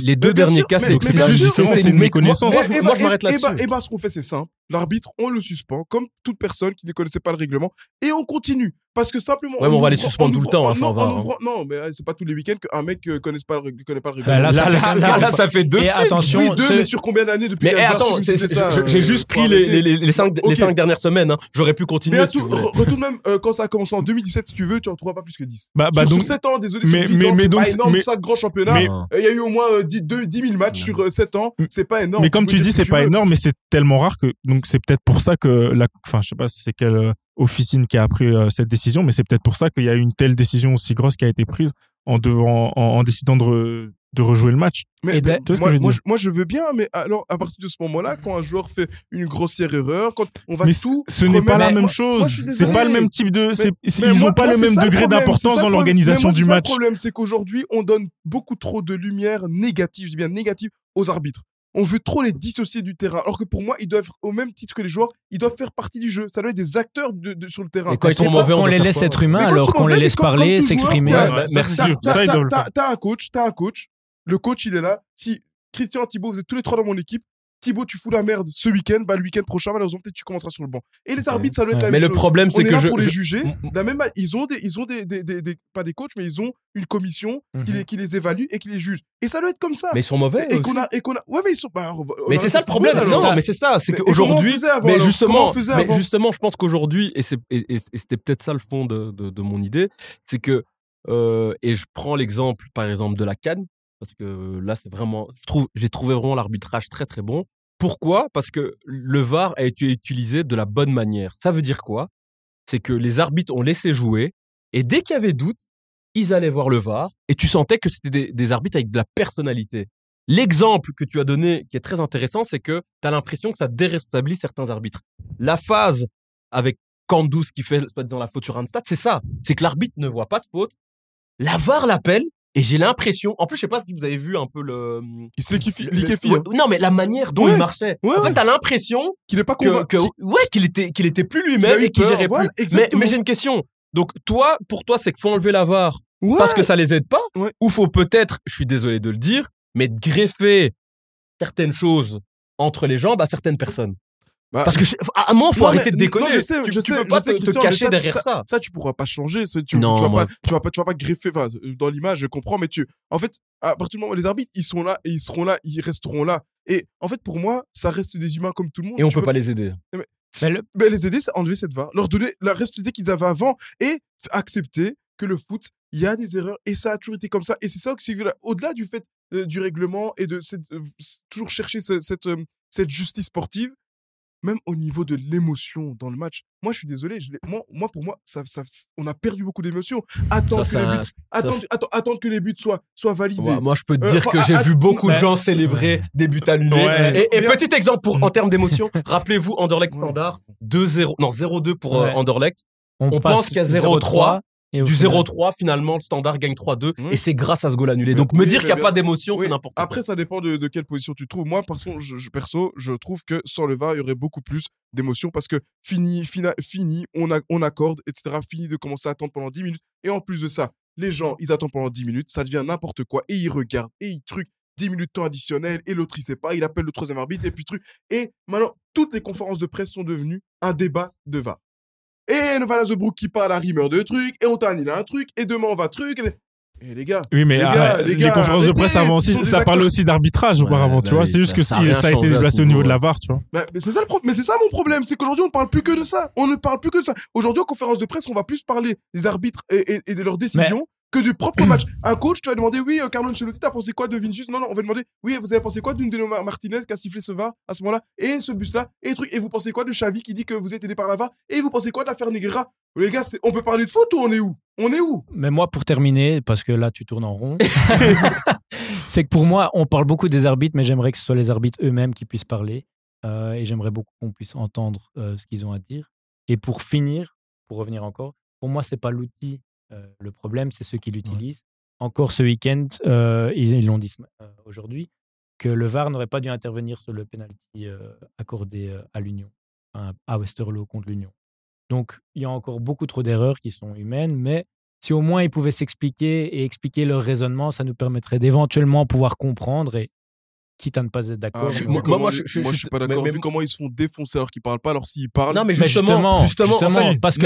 [SPEAKER 4] Les, les deux
[SPEAKER 2] Mais bien
[SPEAKER 4] derniers
[SPEAKER 2] sûr,
[SPEAKER 4] cas,
[SPEAKER 2] mais-
[SPEAKER 4] c'est
[SPEAKER 2] mais bien
[SPEAKER 4] oxydage.
[SPEAKER 2] sûr,
[SPEAKER 4] C'est-
[SPEAKER 5] c'est
[SPEAKER 4] C'est
[SPEAKER 5] une
[SPEAKER 4] une
[SPEAKER 5] méconnaissance.
[SPEAKER 4] méconnaissance.
[SPEAKER 2] Eh, eh
[SPEAKER 4] Moi
[SPEAKER 2] ben,
[SPEAKER 4] je m'arrête
[SPEAKER 2] eh, eh
[SPEAKER 4] là-dessus.
[SPEAKER 2] ben, eh ben, ce qu'on fait, c'est simple. L'arbitre, on le suspend, comme toute personne qui ne connaissait pas le règlement, et on continue. Parce que simplement.
[SPEAKER 4] Ouais, mais on va les suspendre tout le temps, hein,
[SPEAKER 2] hein,
[SPEAKER 4] ça, on va, hein.
[SPEAKER 2] Non, mais allez, c'est pas tous les week-ends qu'un mec ne connaisse pas le, règ- connaît pas le
[SPEAKER 1] Bah,
[SPEAKER 2] règlement.
[SPEAKER 1] là, ça fait quelqu'un qui-
[SPEAKER 4] ça fait deux.
[SPEAKER 1] Et attention,
[SPEAKER 2] oui, deux,
[SPEAKER 1] ce-
[SPEAKER 2] mais sur combien d'années depuis
[SPEAKER 4] Mais eh,
[SPEAKER 2] qu'il y a le
[SPEAKER 4] attends,
[SPEAKER 2] Varsity,
[SPEAKER 4] c'est-
[SPEAKER 2] c'était
[SPEAKER 4] c'est-
[SPEAKER 2] ça,
[SPEAKER 4] je-
[SPEAKER 2] euh,
[SPEAKER 4] j'ai juste
[SPEAKER 2] faut
[SPEAKER 4] pris les,
[SPEAKER 2] arrêter.
[SPEAKER 4] les, les- les cinq,
[SPEAKER 2] Ok.
[SPEAKER 4] les cinq dernières semaines. hein. J'aurais pu
[SPEAKER 2] Mais
[SPEAKER 4] continuer.
[SPEAKER 2] à
[SPEAKER 4] si tu
[SPEAKER 2] tout-
[SPEAKER 4] voulais.
[SPEAKER 2] re- retourne même euh, quand ça a commencé en 2017, si tu veux, tu en trouveras pas plus que 10.
[SPEAKER 4] Ah,
[SPEAKER 5] Bah, bah,
[SPEAKER 2] sur,
[SPEAKER 5] donc,
[SPEAKER 2] 7 ans, désolé,
[SPEAKER 5] mais-
[SPEAKER 2] sur 10
[SPEAKER 5] mais-
[SPEAKER 2] ans,
[SPEAKER 5] mais
[SPEAKER 2] c'est
[SPEAKER 5] donc-
[SPEAKER 2] pas énorme,
[SPEAKER 5] mais-
[SPEAKER 2] ça, grand championnat.
[SPEAKER 5] mais-
[SPEAKER 2] Et Il y a eu au moins euh, 10 deux- 10 000 matchs
[SPEAKER 4] Non.
[SPEAKER 2] sur 7 ans,
[SPEAKER 5] Mais-
[SPEAKER 2] c'est pas énorme.
[SPEAKER 5] mais comme
[SPEAKER 2] peux
[SPEAKER 5] tu
[SPEAKER 2] dire
[SPEAKER 5] dis,
[SPEAKER 2] ce que
[SPEAKER 5] c'est pas
[SPEAKER 2] veux.
[SPEAKER 5] énorme, mais c'est tellement rare que donc c'est peut-être pour ça que la, enfin je sais pas c'est quelle euh, officine qui a pris euh, cette décision, mais c'est peut-être pour ça qu'il y a eu une telle décision aussi grosse qui a été prise en devant, en, en décidant de, re- de rejouer le match.
[SPEAKER 2] Mais,
[SPEAKER 1] Et d'a-
[SPEAKER 2] mais
[SPEAKER 5] tu vois
[SPEAKER 2] Eh ben,
[SPEAKER 5] ce
[SPEAKER 2] moi,
[SPEAKER 5] que je veux
[SPEAKER 2] moi,
[SPEAKER 5] dire
[SPEAKER 2] moi, je veux bien, mais alors à partir de ce moment-là, quand un joueur fait une grossière erreur, quand on va
[SPEAKER 5] Mais
[SPEAKER 2] tout,
[SPEAKER 5] Ce n'est pas
[SPEAKER 2] remettre-
[SPEAKER 5] la
[SPEAKER 2] Mais
[SPEAKER 5] même
[SPEAKER 2] moi- moi, je
[SPEAKER 5] chose,
[SPEAKER 2] suis
[SPEAKER 5] c'est
[SPEAKER 2] désolé.
[SPEAKER 5] pas le même type de, c'est- c'est-
[SPEAKER 2] Mais
[SPEAKER 5] ils
[SPEAKER 2] moi-
[SPEAKER 5] n'ont pas
[SPEAKER 2] moi,
[SPEAKER 5] le
[SPEAKER 2] c'est
[SPEAKER 5] même
[SPEAKER 2] ça
[SPEAKER 5] degré
[SPEAKER 2] problème, c'est ça
[SPEAKER 5] d'importance
[SPEAKER 2] le
[SPEAKER 5] dans
[SPEAKER 2] problème. Mais
[SPEAKER 5] l'organisation
[SPEAKER 2] moi,
[SPEAKER 5] du
[SPEAKER 2] c'est ça
[SPEAKER 5] match.
[SPEAKER 2] Le problème, c'est qu'aujourd'hui, on donne beaucoup trop de lumière négative, je dis bien négative, aux arbitres. On veut trop les dissocier du terrain, alors que pour moi, ils doivent, au même titre que les joueurs, ils doivent faire partie du jeu. Ça doit être des acteurs de- de- sur le terrain.
[SPEAKER 4] Et quand ils sont
[SPEAKER 2] pas-
[SPEAKER 4] mauvais, on
[SPEAKER 1] qu'on
[SPEAKER 4] doit
[SPEAKER 1] les
[SPEAKER 4] faire
[SPEAKER 1] laisse
[SPEAKER 4] quoi
[SPEAKER 1] être humains
[SPEAKER 2] Mais quand ils
[SPEAKER 1] alors
[SPEAKER 2] sont
[SPEAKER 1] qu'on les
[SPEAKER 2] mauvais,
[SPEAKER 1] laisse
[SPEAKER 2] comme- comme
[SPEAKER 1] parler,
[SPEAKER 2] tout joueur,
[SPEAKER 1] s'exprimer.
[SPEAKER 2] t'as-
[SPEAKER 5] Ouais,
[SPEAKER 2] t'as-
[SPEAKER 5] merci.
[SPEAKER 2] t'as-
[SPEAKER 5] Ça,
[SPEAKER 2] t'as-
[SPEAKER 5] ils doivent le
[SPEAKER 2] t'as-
[SPEAKER 5] faire.
[SPEAKER 2] T'as un coach, t'as un coach. Le coach, il est là. Si Christian Thibaut, vous êtes tous les trois dans mon équipe. Thibaut, tu fous la merde ce week-end. Bah, le week-end prochain, malheureusement, peut-être tu commenceras sur le banc. Et les arbitres, ça doit être la
[SPEAKER 4] Mais
[SPEAKER 2] même
[SPEAKER 4] le
[SPEAKER 2] chose.
[SPEAKER 4] problème,
[SPEAKER 2] On
[SPEAKER 4] c'est
[SPEAKER 2] est
[SPEAKER 4] que
[SPEAKER 2] là
[SPEAKER 4] je.
[SPEAKER 2] pour les
[SPEAKER 4] je-
[SPEAKER 2] juger.
[SPEAKER 4] Mm, mm.
[SPEAKER 2] De la même manière, ils ont des, ils ont des, des- des- des- pas des coachs, mais ils ont une commission qui,
[SPEAKER 1] Mhm.
[SPEAKER 2] les, qui les évalue et qui les juge. Et ça doit être comme ça.
[SPEAKER 4] Mais ils sont mauvais.
[SPEAKER 2] et
[SPEAKER 4] aussi.
[SPEAKER 2] qu'on a, et qu'on a, ouais, mais ils sont. bah, on va- on
[SPEAKER 4] Mais
[SPEAKER 2] a-
[SPEAKER 4] c'est ça le problème.
[SPEAKER 2] Ouais,
[SPEAKER 1] c'est
[SPEAKER 2] alors,
[SPEAKER 1] ça.
[SPEAKER 4] Non, mais c'est ça. C'est
[SPEAKER 2] Mais- et comment on
[SPEAKER 4] qu'aujourd'hui.
[SPEAKER 2] faisait avant,
[SPEAKER 4] Mais
[SPEAKER 2] alors Comment
[SPEAKER 4] justement,
[SPEAKER 2] on faisait
[SPEAKER 4] mais
[SPEAKER 2] avant
[SPEAKER 4] justement, je pense qu'aujourd'hui, et, c'est- et- et- et c'était peut-être ça le fond de, de- de mon idée, c'est que, euh, et je prends l'exemple, par exemple, de la Cannes, parce que là, c'est vraiment, je trouve, j'ai trouvé vraiment l'arbitrage très très bon. Pourquoi Parce que le VAR a été utilisé de la bonne manière. Ça veut dire quoi C'est que les arbitres ont laissé jouer, et dès qu'il y avait doute, ils allaient voir le VAR, et tu sentais que c'était des, des arbitres avec de la personnalité. L'exemple que tu as donné, qui est très intéressant, c'est que tu as l'impression que ça déresponsabilise certains arbitres la phase avec Kandous qui fait soi-disant la faute sur un stade, c'est ça. C'est que l'arbitre ne voit pas de faute. La VAR l'appelle et j'ai l'impression. En plus, je sais pas si vous avez vu un peu le.
[SPEAKER 2] Il se liquéfie.
[SPEAKER 4] le-
[SPEAKER 2] liquéfie,
[SPEAKER 4] ouais,
[SPEAKER 2] hein.
[SPEAKER 4] non, mais la manière dont
[SPEAKER 2] Ouais,
[SPEAKER 4] il marchait.
[SPEAKER 2] ouais,
[SPEAKER 4] en
[SPEAKER 2] ouais.
[SPEAKER 4] fait, t'as l'impression
[SPEAKER 2] Qu'il n'est pas
[SPEAKER 4] que,
[SPEAKER 2] convaincu.
[SPEAKER 4] que- ouais qu'il était qu'il était plus lui-même
[SPEAKER 2] Qu'il a eu
[SPEAKER 4] et qu'il
[SPEAKER 2] peur,
[SPEAKER 4] gérait
[SPEAKER 2] voilà,
[SPEAKER 4] plus. Mais,
[SPEAKER 2] exactement.
[SPEAKER 4] mais j'ai une question. Donc toi, pour toi, c'est qu'il faut enlever la VAR
[SPEAKER 2] Ouais.
[SPEAKER 4] parce que ça les aide pas,
[SPEAKER 2] Ouais.
[SPEAKER 4] ou faut peut-être, je suis désolé de le dire, mais de greffer certaines choses entre les jambes à certaines personnes.
[SPEAKER 2] Bah,
[SPEAKER 4] Parce que je- à un moment, faut
[SPEAKER 2] Non,
[SPEAKER 4] arrêter
[SPEAKER 2] mais-
[SPEAKER 4] de déconner.
[SPEAKER 2] non, je sais,
[SPEAKER 4] tu,
[SPEAKER 2] je
[SPEAKER 4] tu
[SPEAKER 2] sais,
[SPEAKER 4] peux pas
[SPEAKER 2] je sais,
[SPEAKER 4] te- te,
[SPEAKER 2] Christian, mais
[SPEAKER 4] cacher
[SPEAKER 2] ça-
[SPEAKER 4] derrière ça.
[SPEAKER 2] ça tu pourras pas changer ça, tu,
[SPEAKER 4] Non,
[SPEAKER 2] tu vas
[SPEAKER 4] moi-
[SPEAKER 2] pas tu vas pas tu vas pas greffer enfin euh, dans l'image je comprends mais tu en fait à partir du moment où les arbitres ils sont là et ils seront là ils resteront là et en fait pour moi ça reste des humains comme tout le monde
[SPEAKER 4] Et on
[SPEAKER 2] Tu
[SPEAKER 4] peut
[SPEAKER 2] peux
[SPEAKER 4] pas les aider.
[SPEAKER 1] Mais le-
[SPEAKER 2] ben, les aider c'est enlever cette VAR leur donner la responsabilité qu'ils avaient avant et f- accepter que le foot il y a des erreurs et ça a toujours été comme ça et c'est ça que c'est au-delà du fait euh, du règlement et de cette- euh, toujours chercher ce- cette euh, cette justice sportive même au niveau de l'émotion dans le match. Moi, je suis désolé. Je l'ai- moi, moi, pour moi, ça, ça- on a perdu beaucoup d'émotions. Attendre,
[SPEAKER 4] Ça,
[SPEAKER 2] que,
[SPEAKER 4] ça-
[SPEAKER 2] les buts, attendre, attendre- attendre que les buts soient, soient validés.
[SPEAKER 4] Moi, moi, je peux te
[SPEAKER 2] Euh,
[SPEAKER 4] dire que
[SPEAKER 2] ah,
[SPEAKER 4] j'ai
[SPEAKER 2] ah,
[SPEAKER 4] vu beaucoup de
[SPEAKER 1] ouais.
[SPEAKER 4] gens célébrer des buts annulés.
[SPEAKER 5] Ouais.
[SPEAKER 4] Et, et
[SPEAKER 2] Mais-
[SPEAKER 4] petit exemple
[SPEAKER 2] Mm.
[SPEAKER 4] pour, en
[SPEAKER 2] [laughs]
[SPEAKER 4] termes d'émotion, rappelez-vous Anderlecht
[SPEAKER 2] Ouais.
[SPEAKER 4] standard 2-0, non 0-2 pour euh,
[SPEAKER 1] Ouais.
[SPEAKER 4] Anderlecht. on
[SPEAKER 1] passe
[SPEAKER 4] pense qu'il y a
[SPEAKER 1] 0-3, et au
[SPEAKER 4] Du
[SPEAKER 1] final-
[SPEAKER 4] 0-3 finalement, le standard gagne 3-2
[SPEAKER 2] Ouais.
[SPEAKER 4] et c'est grâce à ce goal annulé. Donc
[SPEAKER 2] Mm. Mais-
[SPEAKER 4] me
[SPEAKER 2] oui, mais
[SPEAKER 4] dire qu'il n'y a
[SPEAKER 2] bien-
[SPEAKER 4] pas d'émotion,
[SPEAKER 2] Oui,
[SPEAKER 4] c'est n'importe quoi.
[SPEAKER 2] Après, ça dépend de, de quelle position tu te trouves. Moi, par contre, je, je- perso, je trouve que sans le VAR, il y aurait beaucoup plus d'émotions parce que fini, fina- fini, on, a- on accorde, etc. Fini de commencer à attendre pendant 10 minutes. Et en plus de ça, les gens, ils attendent pendant 10 minutes, ça devient n'importe quoi et ils regardent et ils truc. 10 minutes de temps additionnel, et l'autre, il sait pas, il appelle le troisième arbitre, et puis truc. Et maintenant, toutes les conférences de presse sont devenues un débat de VAR. Et le Valas de Brook qui parle à Rimmer de trucs, et on t'a il a un truc, et demain on va truc. Et et les gars,
[SPEAKER 5] Oui, mais
[SPEAKER 2] Les
[SPEAKER 5] euh, les,
[SPEAKER 2] gars, les gars,
[SPEAKER 5] conférences de
[SPEAKER 2] arrêtez,
[SPEAKER 5] presse avant
[SPEAKER 2] ce
[SPEAKER 5] aussi,
[SPEAKER 2] sont des
[SPEAKER 5] ça parlait
[SPEAKER 2] acteurs.
[SPEAKER 5] aussi d'arbitrage auparavant,
[SPEAKER 4] Ouais,
[SPEAKER 5] tu
[SPEAKER 4] bah
[SPEAKER 5] vois.
[SPEAKER 4] oui,
[SPEAKER 5] C'est juste
[SPEAKER 4] ça-
[SPEAKER 5] que
[SPEAKER 4] ça a
[SPEAKER 5] si-
[SPEAKER 4] rien
[SPEAKER 5] ça a été
[SPEAKER 4] changé à ce
[SPEAKER 5] déplacé au niveau de
[SPEAKER 4] niveau-là.
[SPEAKER 5] la VAR, tu vois.
[SPEAKER 2] Bah, mais c'est ça le problème. Mais c'est ça mon problème, c'est qu'aujourd'hui on parle plus que de ça. On ne parle plus que de ça. Aujourd'hui en conférence de presse, on va plus parler des arbitres et, et- et de leurs décisions que du
[SPEAKER 4] [clears throat]
[SPEAKER 2] propre match. Un coach, tu vas demander oui, euh, Carlo Ancelotti, t'as pensé quoi de Vinicius Non, non, on va demander oui, vous avez pensé quoi d'une Delo Martinez qui a sifflé ce VAR à ce moment-là et ce bus-là et truc. Et vous pensez quoi de Xavi qui dit que vous êtes aidé par la VAR et vous pensez quoi de l'affaire Negreira Les gars, c'est- on peut parler de faute ou on est où On est où
[SPEAKER 1] Mais moi, pour terminer, parce que là, tu tournes en
[SPEAKER 4] [laughs]
[SPEAKER 1] rond, c'est que pour moi, on parle beaucoup des arbitres, mais j'aimerais que ce soit les arbitres eux-mêmes qui puissent parler. euh, et j'aimerais beaucoup qu'on puisse entendre euh, ce qu'ils ont à dire. Et pour finir, pour revenir encore, pour moi, c'est pas l'outil euh, le problème, c'est ceux qui l'utilisent. Encore ce week-end, euh, ils ils l'ont dit ce ma- euh, aujourd'hui, que le VAR n'aurait pas dû intervenir sur le penalty euh, accordé euh, à l'Union, enfin, à Westerlo contre l'Union. Donc, il y a encore beaucoup trop d'erreurs qui sont humaines, mais si au moins ils pouvaient s'expliquer et expliquer leur raisonnement, ça nous permettrait d'éventuellement pouvoir comprendre et quitte à ne pas être
[SPEAKER 2] Ah,
[SPEAKER 1] d'accord.
[SPEAKER 4] je-
[SPEAKER 1] mais-
[SPEAKER 4] moi- moi, je- je- je- mais- mais-
[SPEAKER 2] comment ils se font défoncer alors qu'ils parlent pas, alors s'ils parlent.
[SPEAKER 4] Non, mais
[SPEAKER 1] Mais
[SPEAKER 4] justement, justement,
[SPEAKER 1] justement,
[SPEAKER 5] si,
[SPEAKER 1] parce que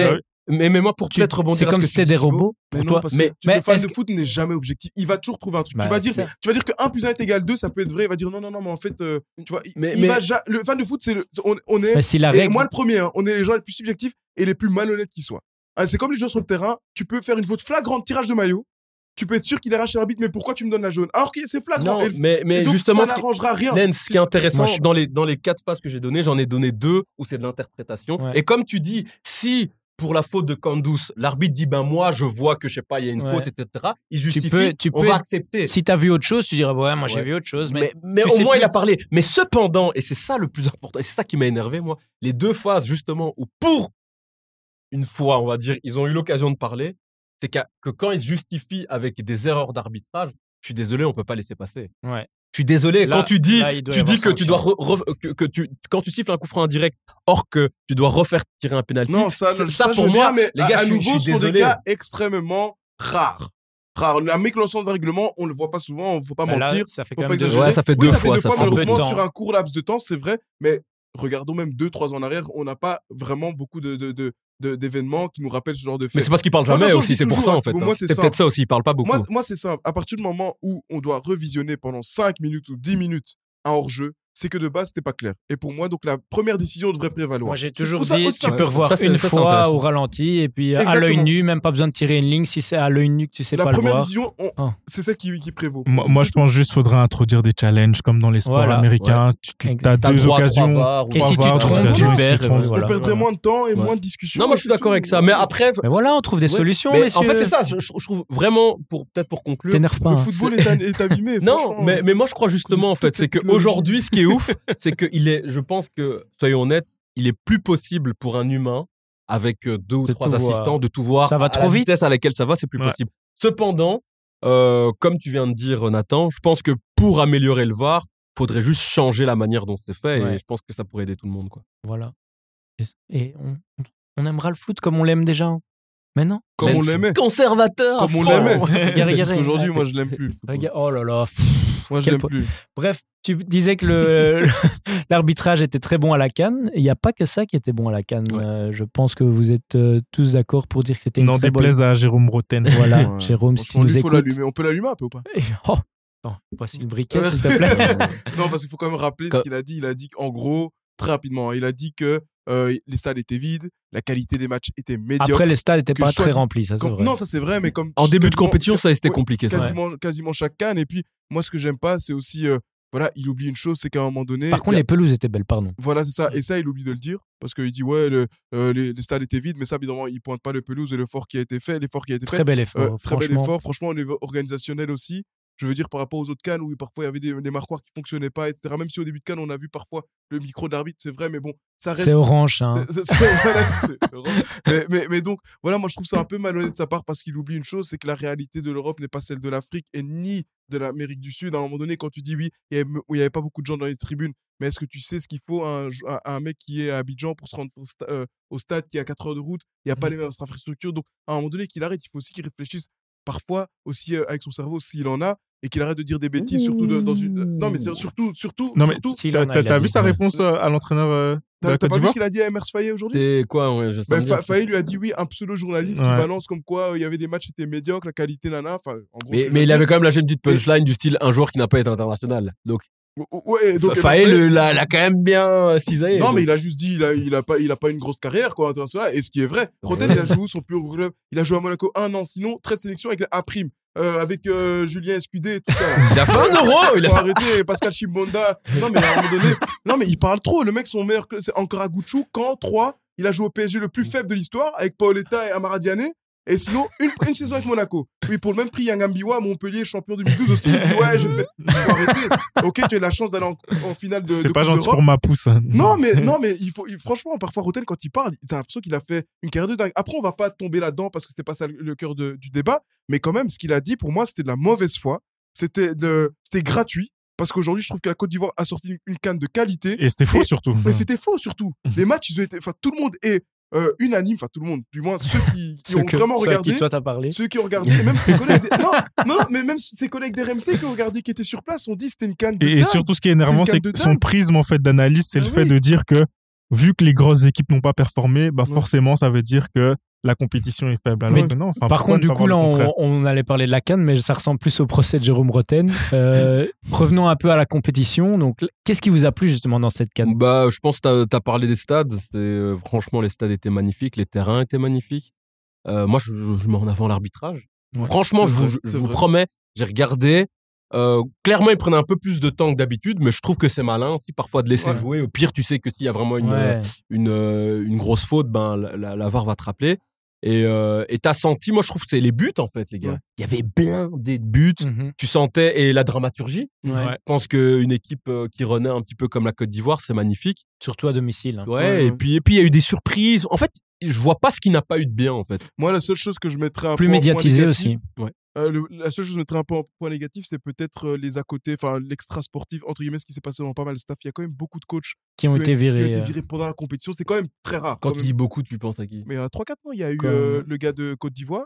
[SPEAKER 4] mais- mais, mais moi, pour
[SPEAKER 1] tu-
[SPEAKER 4] peut-être rebondir
[SPEAKER 1] c'est
[SPEAKER 4] à ce
[SPEAKER 1] comme
[SPEAKER 4] que
[SPEAKER 1] si c'était
[SPEAKER 4] tu
[SPEAKER 1] des
[SPEAKER 4] dis, Thibaut,
[SPEAKER 1] robots
[SPEAKER 2] Mais
[SPEAKER 1] pour
[SPEAKER 2] non,
[SPEAKER 1] toi.
[SPEAKER 2] parce
[SPEAKER 4] mais-
[SPEAKER 2] que tu- le
[SPEAKER 1] mais
[SPEAKER 2] fan
[SPEAKER 1] est-ce
[SPEAKER 2] de foot n'est jamais objectif. Il va toujours trouver un truc.
[SPEAKER 1] Bah,
[SPEAKER 2] tu, vas dire,
[SPEAKER 1] c'est ça.
[SPEAKER 2] tu vas dire que 1 plus 1 est égal 2, ça peut être vrai. Il va dire non, non, non, mais en fait, euh, tu vois, il-
[SPEAKER 4] Mais-
[SPEAKER 2] il
[SPEAKER 4] mais-
[SPEAKER 2] va ja- le fan de foot, c'est le- on, on est.
[SPEAKER 1] Mais si la
[SPEAKER 2] et
[SPEAKER 1] règle,
[SPEAKER 2] moi, le premier, hein, on est les gens les plus subjectifs et les plus malhonnêtes qui soient. Ah, c'est comme les gens sur le terrain, tu peux faire une faute flagrante, tirage de maillot, tu peux être sûr qu'il arrache l'arbitre, mais pourquoi tu me donnes la jaune Alors que c'est flagrant.
[SPEAKER 4] Non,
[SPEAKER 2] et le-
[SPEAKER 4] mais, mais
[SPEAKER 2] et donc,
[SPEAKER 4] justement,
[SPEAKER 2] ça
[SPEAKER 4] ce qui-
[SPEAKER 2] n'arrangera rien.
[SPEAKER 4] Len, ce qui est intéressant,
[SPEAKER 1] Moi, je-
[SPEAKER 4] dans, les, dans les quatre phases que j'ai données, j'en ai donné deux où c'est de l'interprétation.
[SPEAKER 1] Ouais.
[SPEAKER 4] Et comme tu dis, si pour la faute de Candouce, l'arbitre dit ben moi je vois que je sais pas il y a une
[SPEAKER 1] Ouais.
[SPEAKER 4] faute etc. Il justifie,
[SPEAKER 1] peux- tu
[SPEAKER 4] on
[SPEAKER 1] peux-
[SPEAKER 4] va accepter.
[SPEAKER 1] si tu as vu autre chose, tu dirais ouais, moi j'ai
[SPEAKER 4] Ouais.
[SPEAKER 1] vu autre chose, mais,
[SPEAKER 4] Mais, mais
[SPEAKER 1] tu
[SPEAKER 4] au
[SPEAKER 1] sais
[SPEAKER 4] moins,
[SPEAKER 1] plus.
[SPEAKER 4] il a parlé. Mais cependant, et c'est ça le plus important, et c'est ça qui m'a énervé, moi, les deux phases, justement, où pour une fois, on va dire, ils ont eu l'occasion de parler, c'est qu'à- que quand ils se justifient avec des erreurs d'arbitrage, je suis désolé, on peut pas laisser passer.
[SPEAKER 1] Ouais.
[SPEAKER 4] Je suis désolé,
[SPEAKER 1] Là-
[SPEAKER 4] quand tu dis,
[SPEAKER 1] là, il doit y
[SPEAKER 4] tu dis
[SPEAKER 1] avoir
[SPEAKER 4] que tu dois
[SPEAKER 1] sanction.
[SPEAKER 4] re- re- que, que tu quand tu siffles un coup franc indirect, or que tu dois refaire tirer un pénalty.
[SPEAKER 2] Non, ça,
[SPEAKER 4] c'est-
[SPEAKER 2] non,
[SPEAKER 4] ça,
[SPEAKER 2] je
[SPEAKER 4] pour
[SPEAKER 2] veux
[SPEAKER 4] moi,
[SPEAKER 2] bien, mais
[SPEAKER 4] les
[SPEAKER 2] à-
[SPEAKER 4] gars,
[SPEAKER 2] à
[SPEAKER 4] je suis- je
[SPEAKER 2] nouveau,
[SPEAKER 4] suis
[SPEAKER 2] ce sont des
[SPEAKER 4] désolé.
[SPEAKER 2] cas extrêmement rares. Rares. La méconnaissance d'un règlement, on le voit pas souvent, faut pas
[SPEAKER 4] Bah
[SPEAKER 1] mais là,
[SPEAKER 2] mentir.
[SPEAKER 1] ça fait
[SPEAKER 2] faut
[SPEAKER 1] quand
[SPEAKER 2] pas
[SPEAKER 1] même deux
[SPEAKER 2] exagérer.
[SPEAKER 1] jours.
[SPEAKER 4] Ouais, ça fait
[SPEAKER 2] Oui,
[SPEAKER 4] deux
[SPEAKER 2] ça
[SPEAKER 4] fois,
[SPEAKER 2] fait deux
[SPEAKER 4] ça
[SPEAKER 2] fois,
[SPEAKER 4] fait un peu de
[SPEAKER 2] malheureusement,
[SPEAKER 1] temps.
[SPEAKER 2] sur un court laps de temps, c'est vrai. Mais regardons même deux, trois ans en arrière, on n'a pas vraiment beaucoup de- de- de- de- d'événements qui nous rappellent ce genre de
[SPEAKER 4] Mais
[SPEAKER 2] fait.
[SPEAKER 4] c'est parce qu'ils parlent
[SPEAKER 2] Moi, de toute
[SPEAKER 4] jamais
[SPEAKER 2] façon, je
[SPEAKER 4] aussi,
[SPEAKER 2] dis
[SPEAKER 4] c'est pour
[SPEAKER 2] toujours,
[SPEAKER 4] ça
[SPEAKER 2] hein,
[SPEAKER 4] en fait.
[SPEAKER 2] pour moi,
[SPEAKER 4] hein.
[SPEAKER 2] c'est
[SPEAKER 4] C'est
[SPEAKER 2] ça.
[SPEAKER 4] peut-être ça aussi, ils parlent pas beaucoup.
[SPEAKER 2] Moi, moi, c'est simple. À partir du moment où on doit revisionner pendant 5 minutes ou 10 minutes un hors-jeu, c'est que de base, c'était pas clair. Et pour moi, donc, la première décision devrait prévaloir.
[SPEAKER 1] Moi, j'ai
[SPEAKER 2] C'est
[SPEAKER 1] toujours
[SPEAKER 2] pour ça
[SPEAKER 1] dit,
[SPEAKER 2] aussi
[SPEAKER 1] tu peux
[SPEAKER 2] simple.
[SPEAKER 1] revoir
[SPEAKER 4] Ça, c'est-
[SPEAKER 1] une
[SPEAKER 4] ça, c'est
[SPEAKER 1] fois
[SPEAKER 4] intéressant.
[SPEAKER 1] au ralenti et puis euh, à l'œil
[SPEAKER 2] Exactement.
[SPEAKER 1] nu, même pas besoin de tirer une ligne si c'est à l'œil nu que tu sais
[SPEAKER 2] La
[SPEAKER 1] pas le
[SPEAKER 2] première
[SPEAKER 1] voir.
[SPEAKER 2] décision, on-
[SPEAKER 1] Ah.
[SPEAKER 4] Hein.
[SPEAKER 2] c'est celle qui, qui prévaut.
[SPEAKER 5] Moi, moi, je pense juste faudra introduire des challenges comme dans les sports
[SPEAKER 1] Voilà.
[SPEAKER 5] américains. Tu
[SPEAKER 1] Ex-
[SPEAKER 5] as
[SPEAKER 4] T'as
[SPEAKER 5] deux
[SPEAKER 4] droit à trois
[SPEAKER 5] occasions.
[SPEAKER 4] barres ou
[SPEAKER 1] Et
[SPEAKER 4] trois
[SPEAKER 1] si tu
[SPEAKER 4] barres,
[SPEAKER 2] te
[SPEAKER 4] trois
[SPEAKER 2] trompes,
[SPEAKER 4] occasions.
[SPEAKER 2] tu
[SPEAKER 1] perds,
[SPEAKER 5] tu te trompes.
[SPEAKER 1] voilà.
[SPEAKER 2] on perdrait moins de temps et
[SPEAKER 4] Ouais.
[SPEAKER 2] moins de discussion.
[SPEAKER 4] Non, moi je suis d'accord avec ça. Mais après,
[SPEAKER 1] Mais voilà, on trouve des
[SPEAKER 4] Ouais.
[SPEAKER 1] solutions,
[SPEAKER 4] Mais
[SPEAKER 1] messieurs.
[SPEAKER 4] en fait, c'est ça. Je, je- je trouve vraiment, pour peut-être pour conclure.
[SPEAKER 1] T'énerve pas.
[SPEAKER 2] Le
[SPEAKER 1] hein.
[SPEAKER 2] football est, ab- est abîmé.
[SPEAKER 4] [laughs] Non,
[SPEAKER 2] franchement.
[SPEAKER 4] mais, mais moi je crois justement en
[SPEAKER 2] Toutes
[SPEAKER 4] fait, c'est
[SPEAKER 2] ces technologies.
[SPEAKER 4] qu'aujourd'hui, ce qui
[SPEAKER 1] [laughs]
[SPEAKER 4] est ouf, c'est que il est, je pense que, soyons honnêtes, il est plus possible pour un humain avec euh, deux ou
[SPEAKER 1] De
[SPEAKER 4] trois
[SPEAKER 1] tout voir.
[SPEAKER 4] assistants de tout voir.
[SPEAKER 1] Ça va
[SPEAKER 4] à
[SPEAKER 1] trop
[SPEAKER 4] la
[SPEAKER 1] vite.
[SPEAKER 4] vitesse à laquelle ça va, c'est plus
[SPEAKER 5] Ouais.
[SPEAKER 4] possible. Cependant, euh, comme tu viens de dire Nathan, je pense que pour améliorer le VAR, faudrait juste changer la manière dont c'est fait
[SPEAKER 1] Ouais.
[SPEAKER 4] et je pense que ça pourrait aider tout
[SPEAKER 1] [laughs]
[SPEAKER 4] le monde quoi.
[SPEAKER 1] Voilà. Et, et on, on aimera le foot comme on l'aime déjà. hein. Mais non.
[SPEAKER 2] Comme
[SPEAKER 4] Même
[SPEAKER 2] on
[SPEAKER 4] si-
[SPEAKER 2] l'aimait.
[SPEAKER 4] Conservateur. à
[SPEAKER 2] Comme on
[SPEAKER 4] fond. [laughs]
[SPEAKER 2] l'aimait.
[SPEAKER 1] Regarde,
[SPEAKER 2] Parce
[SPEAKER 1] regarde,
[SPEAKER 2] qu'aujourd'hui,
[SPEAKER 1] regarde.
[SPEAKER 2] moi, je l'aime plus. le football.
[SPEAKER 1] Regarde- Oh là là.
[SPEAKER 2] Moi, je
[SPEAKER 1] Quel
[SPEAKER 2] l'aime
[SPEAKER 1] po-
[SPEAKER 2] plus.
[SPEAKER 1] Bref, tu disais que le- [laughs] l'arbitrage était très bon à la canne. Il n'y a pas que ça qui était bon à la canne.
[SPEAKER 4] Ouais.
[SPEAKER 1] je pense que vous êtes euh, tous d'accord pour dire que c'était une
[SPEAKER 5] N'en
[SPEAKER 1] très bonne-
[SPEAKER 5] déplaise à Jérôme Roten.
[SPEAKER 1] [laughs] Voilà,
[SPEAKER 2] Ouais.
[SPEAKER 1] Jérôme, si tu
[SPEAKER 2] Franchement, lui,
[SPEAKER 1] nous
[SPEAKER 2] faut
[SPEAKER 1] écoutes.
[SPEAKER 2] l'allumer. On peut l'allumer un peu ou pas
[SPEAKER 1] Et- oh, attends, voici le briquet, s'il te
[SPEAKER 2] [laughs]
[SPEAKER 1] plaît.
[SPEAKER 2] Non, parce qu'il faut quand même rappeler
[SPEAKER 4] Quand-
[SPEAKER 2] ce qu'il a dit. Il a dit en gros, très rapidement, hein, il a dit que euh, les stades étaient vides, la qualité des matchs était médiocre.
[SPEAKER 1] Après, les stades n'étaient
[SPEAKER 2] Que
[SPEAKER 1] pas
[SPEAKER 2] je sois
[SPEAKER 1] très
[SPEAKER 2] dit-
[SPEAKER 1] remplis, ça c'est
[SPEAKER 2] Comme-
[SPEAKER 1] vrai.
[SPEAKER 2] Non, ça c'est vrai, mais comme
[SPEAKER 4] En début de
[SPEAKER 2] quasiment-
[SPEAKER 4] compétition, ça c'était
[SPEAKER 2] Ouais,
[SPEAKER 4] compliqué. ça.
[SPEAKER 2] quasiment, quasiment chaque canne. Et puis, moi, ce que j'aime pas, c'est aussi, euh, voilà, il oublie une chose, c'est qu'à un moment donné,
[SPEAKER 1] Par
[SPEAKER 2] il y
[SPEAKER 1] contre,
[SPEAKER 2] a-
[SPEAKER 1] les pelouses étaient belles, pardon.
[SPEAKER 2] voilà, c'est ça. Et ça, il oublie de le dire parce qu'il dit ouais, le- euh, les, les stades étaient vides, mais ça, évidemment, il pointe pas le pelouse et l'effort qui a été fait, l'effort qui a été fait.
[SPEAKER 1] Très bel effort,
[SPEAKER 2] Euh, très bel
[SPEAKER 1] franchement.
[SPEAKER 2] effort, franchement, au niveau organisationnel aussi. Je veux dire, par rapport aux autres cannes où parfois il y avait des, des marquoirs qui fonctionnaient pas, etc. Même si au début de canne, on a vu parfois le micro d'arbitre, c'est vrai, mais bon, ça reste.
[SPEAKER 1] C'est orange, hein.
[SPEAKER 2] C'est- c'est- [laughs] voilà, c'est Europe. mais, mais, mais donc, voilà, moi je trouve ça un peu malhonnête de sa part parce qu'il oublie une chose, c'est que la réalité de l'Europe n'est pas celle de l'Afrique et ni de l'Amérique du Sud. À un moment donné, quand tu dis oui, il n'y avait pas beaucoup de gens dans les tribunes, mais est-ce que tu sais ce qu'il faut à un, jou- à- à un mec qui est à Abidjan pour se rendre au, sta- euh, au stade qui est à 4 heures de route Il n'y a
[SPEAKER 5] Mmh.
[SPEAKER 2] pas les mêmes infrastructures. Donc, à un moment donné, qu'il arrête, il faut aussi qu'il réfléchisse parfois aussi euh, avec son cerveau s'il en a et qu'il arrête de dire des bêtises, surtout de- dans une. euh, Non, mais c'est- surtout, surtout,
[SPEAKER 5] Mmh. Non, mais
[SPEAKER 2] surtout.
[SPEAKER 1] S'il
[SPEAKER 5] T'as
[SPEAKER 1] en a,
[SPEAKER 5] t'as-
[SPEAKER 1] il a
[SPEAKER 5] t'as vu
[SPEAKER 1] dit.
[SPEAKER 5] sa réponse euh, à l'entraîneur euh, de
[SPEAKER 2] T'as t'as
[SPEAKER 5] la Côte
[SPEAKER 2] pas vu ce
[SPEAKER 5] d'Ivoire
[SPEAKER 2] qu'il a dit à Mers Faye aujourd'hui
[SPEAKER 4] T'es quoi, ouais, je sens
[SPEAKER 2] Ben,
[SPEAKER 4] bien
[SPEAKER 2] Fa-
[SPEAKER 4] que-
[SPEAKER 2] Faye lui a dit oui, un pseudo-journaliste qui
[SPEAKER 5] Ouais.
[SPEAKER 2] balance comme quoi euh, il y avait des matchs c'était médiocres, la qualité nana. Enfin, en gros, ce que
[SPEAKER 4] Mais, mais
[SPEAKER 2] je
[SPEAKER 4] il
[SPEAKER 2] veux
[SPEAKER 4] avait
[SPEAKER 2] dire-
[SPEAKER 4] quand même lâché une petite punchline du style un joueur qui n'a pas été international. Donc,
[SPEAKER 2] O- o- Ouais, donc.
[SPEAKER 4] Fa-
[SPEAKER 2] Emerson
[SPEAKER 4] Faé
[SPEAKER 2] Faye-
[SPEAKER 4] le- l'a l'a quand même bien euh, cisaillé.
[SPEAKER 2] Non, mais
[SPEAKER 4] Donc,
[SPEAKER 2] il a juste dit il a, il a, pas, il a pas une grosse carrière quoi, internationale, et ce qui est vrai. Roten, il a joué où son plus haut club Il a joué à Monaco un an, sinon 13 sélections avec la A prime, avec euh, Julien Escudé et tout ça. là.
[SPEAKER 4] il a fait un [laughs]
[SPEAKER 5] Ah,
[SPEAKER 4] euro. Il a
[SPEAKER 2] Faut
[SPEAKER 4] fait...
[SPEAKER 2] arrêter Pascal Chimbonda. Non mais à un
[SPEAKER 5] [laughs]
[SPEAKER 2] moment donné, non mais il parle trop. Le mec, son meilleur, club, c'est encore Quand 3, il a joué au PSG le plus faible de l'histoire avec Paoletta et Amara Diané. Et sinon, une, une saison avec Monaco. Oui, pour le même prix, Yangambiwa, Montpellier, champion 2012 aussi. Il dit, ouais, je fais. Faut arrêter. Ok, tu as eu la chance d'aller en, en finale de.
[SPEAKER 5] C'est
[SPEAKER 2] de
[SPEAKER 5] pas
[SPEAKER 2] Coupe
[SPEAKER 5] gentil
[SPEAKER 2] d'Europe.
[SPEAKER 5] pour ma pousse. hein.
[SPEAKER 2] Non,
[SPEAKER 1] [laughs]
[SPEAKER 2] mais, non, mais il faut, il- franchement, parfois, Roten, quand il parle, t'as l'impression qu'il a fait une carrière de dingue. Après, on va pas tomber là-dedans parce que c'était pas ça le cœur de- du débat. Mais quand même, ce qu'il a dit, pour moi, c'était de la mauvaise foi. C'était de- c'était gratuit. Parce qu'aujourd'hui, je trouve que la Côte d'Ivoire a sorti une, une canne de qualité.
[SPEAKER 5] Et c'était faux
[SPEAKER 2] Et-
[SPEAKER 5] surtout.
[SPEAKER 2] Mais c'était
[SPEAKER 1] [laughs]
[SPEAKER 2] faux, surtout. Les matchs, ils ont été, enfin, tout le monde est euh, unanime, enfin, tout le monde, du moins ceux qui,
[SPEAKER 1] [laughs]
[SPEAKER 2] qui
[SPEAKER 1] Ceux
[SPEAKER 2] ont
[SPEAKER 1] que-
[SPEAKER 2] vraiment
[SPEAKER 1] ceux à
[SPEAKER 2] regardé
[SPEAKER 1] qui toi t'as parlé.
[SPEAKER 2] ceux qui ont regardé, et même ses
[SPEAKER 1] [laughs]
[SPEAKER 2] collègues, des- non, non, non, mais même ses collègues d'RMC qui ont regardé, qui étaient sur place, ont dit c'était une canne de
[SPEAKER 5] Et, et
[SPEAKER 2] dingue.
[SPEAKER 5] surtout, ce qui
[SPEAKER 2] C'est
[SPEAKER 5] est énervant,
[SPEAKER 2] une
[SPEAKER 5] c'est
[SPEAKER 2] canne de
[SPEAKER 5] que son
[SPEAKER 2] dingue.
[SPEAKER 5] prisme en fait d'analyse, c'est
[SPEAKER 2] Ah
[SPEAKER 5] le fait
[SPEAKER 2] oui.
[SPEAKER 5] de dire que vu que les grosses équipes n'ont pas performé, bah
[SPEAKER 2] Ouais.
[SPEAKER 5] forcément, ça veut dire que la compétition est faible. Alors
[SPEAKER 1] Mais
[SPEAKER 5] que non, enfin,
[SPEAKER 1] Par
[SPEAKER 5] pourquoi
[SPEAKER 1] contre,
[SPEAKER 5] ne
[SPEAKER 1] du
[SPEAKER 5] pas
[SPEAKER 1] coup, là,
[SPEAKER 5] voir le contraire
[SPEAKER 1] on, on allait parler de la Cannes, mais ça ressemble plus au procès de Jérôme
[SPEAKER 5] [laughs]
[SPEAKER 1] Roten. Euh, revenons un peu à la compétition. Donc, l- qu'est-ce qui vous a plu justement dans cette Cannes
[SPEAKER 4] Bah, je pense que tu as parlé des stades. C'est, euh, franchement, les stades étaient magnifiques, les terrains étaient magnifiques. Euh, moi, je, je- je mets en avant l'arbitrage.
[SPEAKER 1] Ouais,
[SPEAKER 4] franchement,
[SPEAKER 2] c'est
[SPEAKER 4] je, vous-
[SPEAKER 2] vrai,
[SPEAKER 4] je-
[SPEAKER 2] c'est
[SPEAKER 4] je vous
[SPEAKER 2] vrai.
[SPEAKER 4] promets, j'ai regardé. Euh, clairement, ils prenaient un peu plus de temps que d'habitude, mais je trouve que c'est malin aussi parfois de laisser
[SPEAKER 2] Ouais.
[SPEAKER 4] jouer. Au pire, tu sais que s'il y a vraiment une,
[SPEAKER 1] Ouais.
[SPEAKER 4] une, euh, une grosse faute, ben, la, la, la VAR va te rappeler. Et euh, et t'as senti, moi je trouve que c'est les buts en fait, les gars.
[SPEAKER 2] Ouais. Mm.
[SPEAKER 4] Il y avait plein des buts.
[SPEAKER 2] euh,
[SPEAKER 1] Mhm.
[SPEAKER 5] mm-hmm,
[SPEAKER 4] Tu sentais, et la dramaturgie.
[SPEAKER 1] Ouais.
[SPEAKER 4] Je pense qu'une équipe euh, qui renaît un petit peu comme la Côte d'Ivoire, c'est magnifique.
[SPEAKER 1] Surtout à domicile. hein.
[SPEAKER 4] Ouais,
[SPEAKER 2] Ouais,
[SPEAKER 4] et
[SPEAKER 2] ouais.
[SPEAKER 4] puis et puis il y a eu des surprises. En fait, je vois pas ce qui n'a pas eu de bien en fait.
[SPEAKER 2] Moi, la seule chose que je mettrais un
[SPEAKER 1] Plus
[SPEAKER 2] peu en point
[SPEAKER 1] médiatisé
[SPEAKER 2] négatif,
[SPEAKER 1] aussi.
[SPEAKER 2] Euh, le- la seule chose que je mettrais un peu en point négatif, c'est peut-être euh, les à côté, enfin l'extra sportif, entre guillemets, ce qui s'est passé dans pas mal de staff. Il y a quand même beaucoup de coachs
[SPEAKER 1] Qui ont
[SPEAKER 2] qui
[SPEAKER 1] été
[SPEAKER 2] qui ont
[SPEAKER 1] virés.
[SPEAKER 2] été
[SPEAKER 1] euh.
[SPEAKER 2] virés pendant la compétition. C'est quand même très rare.
[SPEAKER 4] Quand
[SPEAKER 2] quand
[SPEAKER 4] tu
[SPEAKER 2] même.
[SPEAKER 4] dis beaucoup, tu penses à qui
[SPEAKER 2] Mais à 3-4 ans, il y a eu
[SPEAKER 1] Comme-
[SPEAKER 2] euh, le gars de Côte d'Ivoire.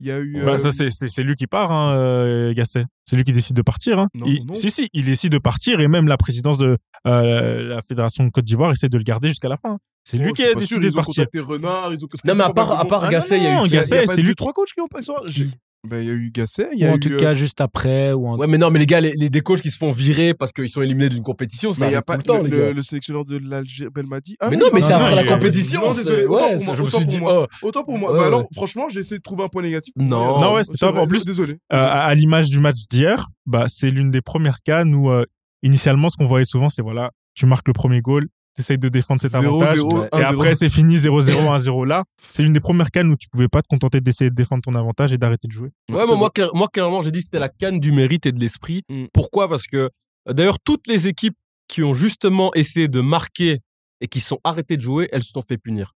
[SPEAKER 2] Il y a eu.
[SPEAKER 5] Bah,
[SPEAKER 2] euh,
[SPEAKER 5] ça, c'est- c'est c'est lui qui part, hein, euh, Gasset. C'est lui qui décide de partir. hein.
[SPEAKER 2] Non,
[SPEAKER 5] Il-
[SPEAKER 2] non.
[SPEAKER 5] Si, si, il décide de partir et même la présidence de euh, la Fédération de Côte d'Ivoire essaie de le garder jusqu'à la fin. C'est
[SPEAKER 2] oh,
[SPEAKER 5] lui
[SPEAKER 2] je
[SPEAKER 5] qui
[SPEAKER 2] suis
[SPEAKER 5] a
[SPEAKER 2] pas
[SPEAKER 5] décidé
[SPEAKER 2] sûr,
[SPEAKER 5] de
[SPEAKER 2] Ils ont
[SPEAKER 5] partir.
[SPEAKER 2] contacté Renard, ils ont contacté
[SPEAKER 4] Non, mais à part, à
[SPEAKER 2] probablement-
[SPEAKER 4] part
[SPEAKER 5] Ah,
[SPEAKER 4] Gasset, il y a
[SPEAKER 5] non,
[SPEAKER 4] eu.
[SPEAKER 5] Gasset,
[SPEAKER 2] Il y a pas
[SPEAKER 5] c'est
[SPEAKER 2] deux,
[SPEAKER 5] lui. Euh,
[SPEAKER 2] trois coachs qui ont pas
[SPEAKER 5] Qui-
[SPEAKER 2] Ben, il y a eu Gasset, il y
[SPEAKER 1] Ou
[SPEAKER 2] a
[SPEAKER 1] en
[SPEAKER 2] eu.
[SPEAKER 1] tout
[SPEAKER 2] euh,
[SPEAKER 1] cas, juste après. Ou en-
[SPEAKER 4] Ouais, mais non, mais les gars, les, les des coachs qui se font virer parce qu'ils sont éliminés d'une compétition, ça
[SPEAKER 2] mais il y
[SPEAKER 4] arrive
[SPEAKER 2] a pas
[SPEAKER 4] tout le temps,
[SPEAKER 2] le,
[SPEAKER 4] les gars.
[SPEAKER 2] le- le sélectionneur de l'Algérie, Belmadi. Ah
[SPEAKER 4] Mais
[SPEAKER 2] oui,
[SPEAKER 4] non, mais
[SPEAKER 2] pardon.
[SPEAKER 4] c'est
[SPEAKER 5] non,
[SPEAKER 4] après la
[SPEAKER 5] il y a-
[SPEAKER 4] compétition.
[SPEAKER 2] Non,
[SPEAKER 4] c'est-
[SPEAKER 2] désolé.
[SPEAKER 4] ouais,
[SPEAKER 2] Autant pour
[SPEAKER 4] ça,
[SPEAKER 2] moi.
[SPEAKER 4] je me
[SPEAKER 2] autant
[SPEAKER 4] suis
[SPEAKER 2] pour
[SPEAKER 4] dit,
[SPEAKER 2] moi.
[SPEAKER 4] oh,
[SPEAKER 2] Autant pour moi.
[SPEAKER 4] Ouais,
[SPEAKER 2] Bah
[SPEAKER 4] ouais.
[SPEAKER 2] alors, franchement, j'ai essayé de trouver un point négatif. hein.
[SPEAKER 4] Non.
[SPEAKER 5] Non, ouais, c'est top.
[SPEAKER 2] vrai,
[SPEAKER 5] En plus,
[SPEAKER 2] désolé.
[SPEAKER 5] Euh, à à l'image du match d'hier, bah, c'est l'une des premières cannes où, euh, initialement, ce qu'on voyait souvent, c'est voilà, tu marques le premier goal, t'essayes de défendre cet avantage.
[SPEAKER 2] 0-0,
[SPEAKER 4] ouais.
[SPEAKER 5] Et
[SPEAKER 2] 1-0.
[SPEAKER 5] après, c'est fini 0-0, 1-0. Là, c'est l'une des premières cannes où tu pouvais pas te contenter d'essayer de défendre ton avantage et d'arrêter de jouer.
[SPEAKER 4] Ouais, mais moi, clair- moi, clairement, j'ai dit que c'était la canne du mérite et de l'esprit.
[SPEAKER 2] Mm.
[SPEAKER 4] Pourquoi Parce que, euh, d'ailleurs, toutes les équipes qui ont justement essayé de marquer et qui sont arrêtées de jouer, elles se sont fait punir.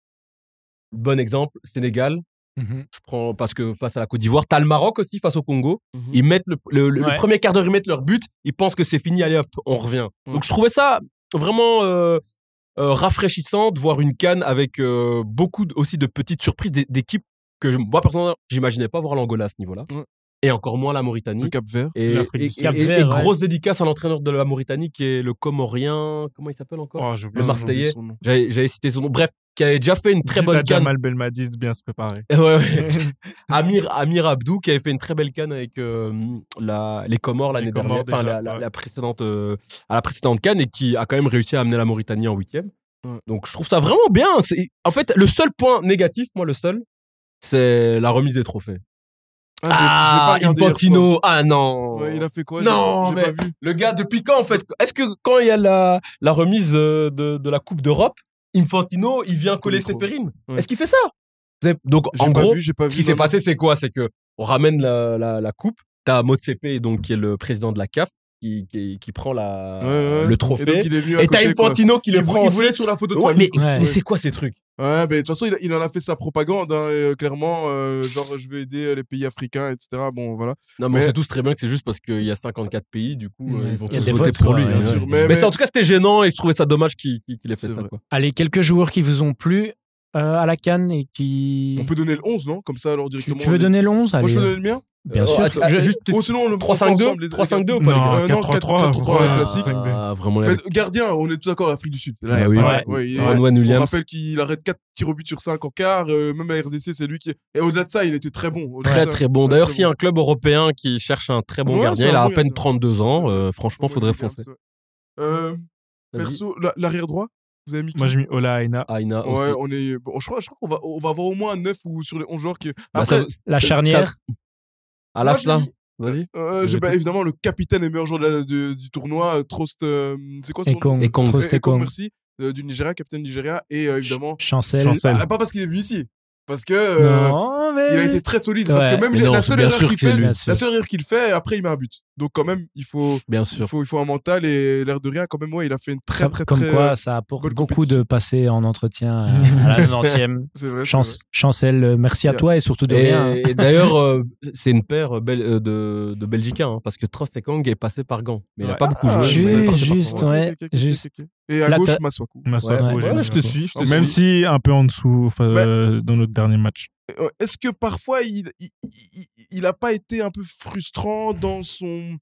[SPEAKER 4] Bon exemple, Sénégal.
[SPEAKER 5] Mm-hmm.
[SPEAKER 1] Mhm.
[SPEAKER 4] Je prends parce que face à la Côte d'Ivoire, t'as le Maroc aussi face au Congo.
[SPEAKER 2] Mhm.
[SPEAKER 4] Ils mettent le, le- le- le
[SPEAKER 1] Ouais.
[SPEAKER 4] premier quart d'heure, ils mettent leur but. Ils pensent que c'est fini, allez hop, on revient.
[SPEAKER 2] Ouais.
[SPEAKER 4] Donc je trouvais ça vraiment euh, euh, rafraîchissant de voir une canne avec euh, beaucoup de- aussi de petites surprises d'é- d'équipes que je- moi personnellement, j'imaginais pas voir l'Angola à ce niveau-là,
[SPEAKER 2] Ouais.
[SPEAKER 4] et encore moins la Mauritanie.
[SPEAKER 2] Le Cap Vert.
[SPEAKER 4] Et,
[SPEAKER 5] L'Afrique
[SPEAKER 4] et-
[SPEAKER 5] du Sud.
[SPEAKER 4] et-
[SPEAKER 1] Cap
[SPEAKER 4] et-
[SPEAKER 1] Vert,
[SPEAKER 4] et
[SPEAKER 1] ouais.
[SPEAKER 4] grosse dédicace à l'entraîneur de la Mauritanie qui est le Comorien, comment il s'appelle encore
[SPEAKER 5] Oh, j'ai oublié
[SPEAKER 4] Le
[SPEAKER 5] son nom.
[SPEAKER 4] Marseillais. J'avais j'avais cité son nom. Bref, qui avait déjà fait une très
[SPEAKER 5] Dites à
[SPEAKER 4] bonne canne.
[SPEAKER 5] Jamal Belmadi de bien se préparer.
[SPEAKER 4] Ouais, ouais.
[SPEAKER 2] [laughs]
[SPEAKER 4] Amir, Amir Abdou qui avait fait une très belle canne avec euh, la, les Comores l'année
[SPEAKER 5] Les
[SPEAKER 4] dernière,
[SPEAKER 5] Comores
[SPEAKER 4] enfin
[SPEAKER 5] déjà,
[SPEAKER 4] la, la-
[SPEAKER 5] ouais.
[SPEAKER 4] la précédente, euh, à la précédente canne et qui a quand même réussi à amener la Mauritanie en huitième.
[SPEAKER 2] Ouais.
[SPEAKER 4] Donc je trouve ça vraiment bien. C'est- En fait, le seul point négatif, moi le seul, c'est la remise des trophées. Ah, Infantino, ah non.
[SPEAKER 2] Ouais, il a fait quoi
[SPEAKER 4] Non,
[SPEAKER 2] J'ai- j'ai
[SPEAKER 4] mais-
[SPEAKER 2] pas vu.
[SPEAKER 4] Le gars, depuis quand en fait Est-ce que quand il y a la, la remise euh, de, de la Coupe d'Europe, Infantino, il vient coller
[SPEAKER 2] micro.
[SPEAKER 4] Séphérine
[SPEAKER 2] Ouais.
[SPEAKER 4] Est-ce qu'il fait ça Vous avez- Donc
[SPEAKER 2] J'ai
[SPEAKER 4] en
[SPEAKER 2] pas
[SPEAKER 4] gros,
[SPEAKER 2] vu, j'ai pas vu
[SPEAKER 4] ce qui
[SPEAKER 2] dans
[SPEAKER 4] s'est
[SPEAKER 2] le-
[SPEAKER 4] passé, c'est quoi C'est que on ramène la, la, la coupe. T'as Motsepe, donc qui est le président de la CAF, qui, qui, qui prend la,
[SPEAKER 2] Ouais, ouais.
[SPEAKER 4] le
[SPEAKER 2] Et donc,
[SPEAKER 4] trophée.
[SPEAKER 2] il est venu à
[SPEAKER 4] Et t'as
[SPEAKER 2] côté, quoi.
[SPEAKER 4] Infantino qui le
[SPEAKER 2] Il
[SPEAKER 4] prend.
[SPEAKER 2] voulait- il voulait
[SPEAKER 4] ensuite.
[SPEAKER 2] sur la photo de
[SPEAKER 4] Ouais,
[SPEAKER 2] famille,
[SPEAKER 4] mais
[SPEAKER 1] Ouais.
[SPEAKER 4] mais c'est quoi ces trucs
[SPEAKER 2] Ouais, mais de toute façon, il, il en a fait sa propagande, hein, et, euh, clairement. euh, genre, je vais aider euh, les pays africains, etc. Bon, voilà.
[SPEAKER 4] Non, mais,
[SPEAKER 2] Mais-
[SPEAKER 4] on sait tous très bien que c'est juste parce qu'il y a 54 pays, du coup, euh,
[SPEAKER 1] Ouais.
[SPEAKER 4] ils vont
[SPEAKER 1] Il y a
[SPEAKER 4] tous
[SPEAKER 1] des
[SPEAKER 4] voter
[SPEAKER 1] votes,
[SPEAKER 4] pour
[SPEAKER 1] quoi,
[SPEAKER 4] lui.
[SPEAKER 1] ouais,
[SPEAKER 4] bien
[SPEAKER 1] ouais.
[SPEAKER 4] sûr.
[SPEAKER 1] Mais
[SPEAKER 4] Mais, c'est- en tout cas, c'était gênant et je trouvais ça dommage qu'il qu'il- qu'il ait fait
[SPEAKER 2] C'est
[SPEAKER 4] ça.
[SPEAKER 2] vrai.
[SPEAKER 4] Quoi.
[SPEAKER 1] Allez, quelques joueurs qui vous ont plu euh, à la Cannes et qui.
[SPEAKER 4] Mm.
[SPEAKER 2] on peut donner le 11, non Comme ça, alors
[SPEAKER 1] Tu,
[SPEAKER 2] directement.
[SPEAKER 1] tu veux
[SPEAKER 2] on les-
[SPEAKER 1] donner le 11
[SPEAKER 2] Moi,
[SPEAKER 1] Allez.
[SPEAKER 2] je peux donner le mien
[SPEAKER 1] Bien
[SPEAKER 4] Euh,
[SPEAKER 1] sûr.
[SPEAKER 4] attends,
[SPEAKER 2] ah,
[SPEAKER 4] je- juste
[SPEAKER 2] Ou sinon, on le prend
[SPEAKER 4] 3-5-2,
[SPEAKER 2] ensemble, les- les-
[SPEAKER 4] 3-5-2 ou pas, les gars
[SPEAKER 5] Non,
[SPEAKER 2] Euh, non,
[SPEAKER 5] 4-3-3,
[SPEAKER 2] 4-3-3,
[SPEAKER 5] ouais,
[SPEAKER 2] classique.
[SPEAKER 5] cinq des-
[SPEAKER 4] Ah, vraiment les
[SPEAKER 2] Mais euh,
[SPEAKER 4] mecs.
[SPEAKER 2] gardien, on est tout d'accord, Afrique du Sud. Là,
[SPEAKER 4] Bah
[SPEAKER 2] y a
[SPEAKER 4] oui.
[SPEAKER 2] pas- ouais, il-
[SPEAKER 4] Ron
[SPEAKER 2] On
[SPEAKER 4] Williams.
[SPEAKER 2] rappelle qu'il arrête 4 tirs au but sur 5 en quart. euh, même à RDC, c'est lui qui. Et au-delà de ça, il était très bon. Au-delà de
[SPEAKER 4] Très
[SPEAKER 2] ça-
[SPEAKER 4] très bon. D'ailleurs,
[SPEAKER 2] très
[SPEAKER 4] s'il y a un club européen qui cherche un très bon
[SPEAKER 2] Ouais, c'est
[SPEAKER 4] gardien,
[SPEAKER 2] un
[SPEAKER 4] il a à
[SPEAKER 2] bon
[SPEAKER 4] peine
[SPEAKER 2] gardien.
[SPEAKER 4] 32 ans. euh, franchement,
[SPEAKER 2] Ouais,
[SPEAKER 4] faudrait
[SPEAKER 2] Williams,
[SPEAKER 4] foncer.
[SPEAKER 2] ouais. Euh, perso, la- l'arrière droit, vous avez mis qui
[SPEAKER 5] Moi, j'ai mis Ola Aina.
[SPEAKER 4] Aina aussi.
[SPEAKER 2] Ouais, on est. bon, je crois, je crois qu'on va, on va avoir au moins 9 ou sur les 11 joueurs qui.
[SPEAKER 4] Bah,
[SPEAKER 2] Après,
[SPEAKER 4] ça-
[SPEAKER 1] La
[SPEAKER 4] ça-
[SPEAKER 1] charnière.
[SPEAKER 4] ça- À l'as,
[SPEAKER 2] Moi,
[SPEAKER 4] là
[SPEAKER 2] j'ai
[SPEAKER 4] Vas-y.
[SPEAKER 2] euh, j'ai
[SPEAKER 4] Je vais
[SPEAKER 2] pas-
[SPEAKER 4] te-
[SPEAKER 2] évidemment le capitaine et meilleur joueur de la- de- du tournoi, euh, Trost. euh, c'est quoi son nom
[SPEAKER 1] Ekong.
[SPEAKER 4] Et Kong.
[SPEAKER 1] Trost
[SPEAKER 2] Eh, Ekong,
[SPEAKER 1] Ekong.
[SPEAKER 2] Merci. euh, du Nigeria, capitaine du Nigeria. Et euh, évidemment.
[SPEAKER 1] Chancel.
[SPEAKER 5] Chancel.
[SPEAKER 2] Ah, pas parce qu'il est venu ici. Parce que. euh,
[SPEAKER 1] non, mais.
[SPEAKER 2] Il a été très solide parce
[SPEAKER 1] Ouais.
[SPEAKER 2] que même
[SPEAKER 4] Mais
[SPEAKER 2] la-
[SPEAKER 4] non,
[SPEAKER 2] la
[SPEAKER 4] c'est
[SPEAKER 2] seule
[SPEAKER 4] bien
[SPEAKER 2] erreur
[SPEAKER 4] sûr
[SPEAKER 2] qu'il
[SPEAKER 4] que c'est
[SPEAKER 2] fait,
[SPEAKER 4] lui.
[SPEAKER 1] Bien sûr.
[SPEAKER 2] la seule erreur qu'il fait, après il met un but. Donc quand même, il faut,
[SPEAKER 4] Bien
[SPEAKER 2] il
[SPEAKER 4] sûr.
[SPEAKER 2] faut, il faut un mental et l'air de rien quand même. Ouais, il a fait une très
[SPEAKER 1] Ça-
[SPEAKER 2] très
[SPEAKER 1] comme
[SPEAKER 2] très. euh,
[SPEAKER 1] quoi, ça apporte
[SPEAKER 2] bonne
[SPEAKER 1] beaucoup
[SPEAKER 2] compétition.
[SPEAKER 1] de passer en entretien euh, à, à la 90e.
[SPEAKER 2] c'est vrai. c'est
[SPEAKER 1] Chance, Chancel, euh, merci à
[SPEAKER 2] Yeah.
[SPEAKER 1] toi et surtout de
[SPEAKER 4] Et,
[SPEAKER 1] rien. hein.
[SPEAKER 2] hein.
[SPEAKER 4] et d'ailleurs, euh, c'est une paire euh, bel- euh, de, de Belgicains, hein, parce que Trost et Kang est passé par Gand. Mais il n'a
[SPEAKER 2] Ouais.
[SPEAKER 4] pas beaucoup
[SPEAKER 2] Ah,
[SPEAKER 4] joué. mais
[SPEAKER 1] Juste,
[SPEAKER 4] il est passé par
[SPEAKER 1] juste,
[SPEAKER 4] Gand.
[SPEAKER 2] vrai.
[SPEAKER 1] ouais,
[SPEAKER 2] Ok, ok, ok, ok,
[SPEAKER 1] juste.
[SPEAKER 2] ok. Et à
[SPEAKER 1] La
[SPEAKER 2] gauche,
[SPEAKER 1] ta-
[SPEAKER 2] Maswaku.
[SPEAKER 5] Maswako,
[SPEAKER 4] Ouais,
[SPEAKER 5] j'ai
[SPEAKER 4] ouais,
[SPEAKER 5] mis
[SPEAKER 4] je te
[SPEAKER 5] Maswako.
[SPEAKER 4] suis. Je te
[SPEAKER 2] Même
[SPEAKER 5] Même
[SPEAKER 4] suis.
[SPEAKER 5] si un peu en dessous enfin,
[SPEAKER 2] Ouais.
[SPEAKER 5] euh, dans notre dernier match.
[SPEAKER 2] Euh, Est-ce que parfois il, il, il- il a pas été un peu frustrant dans son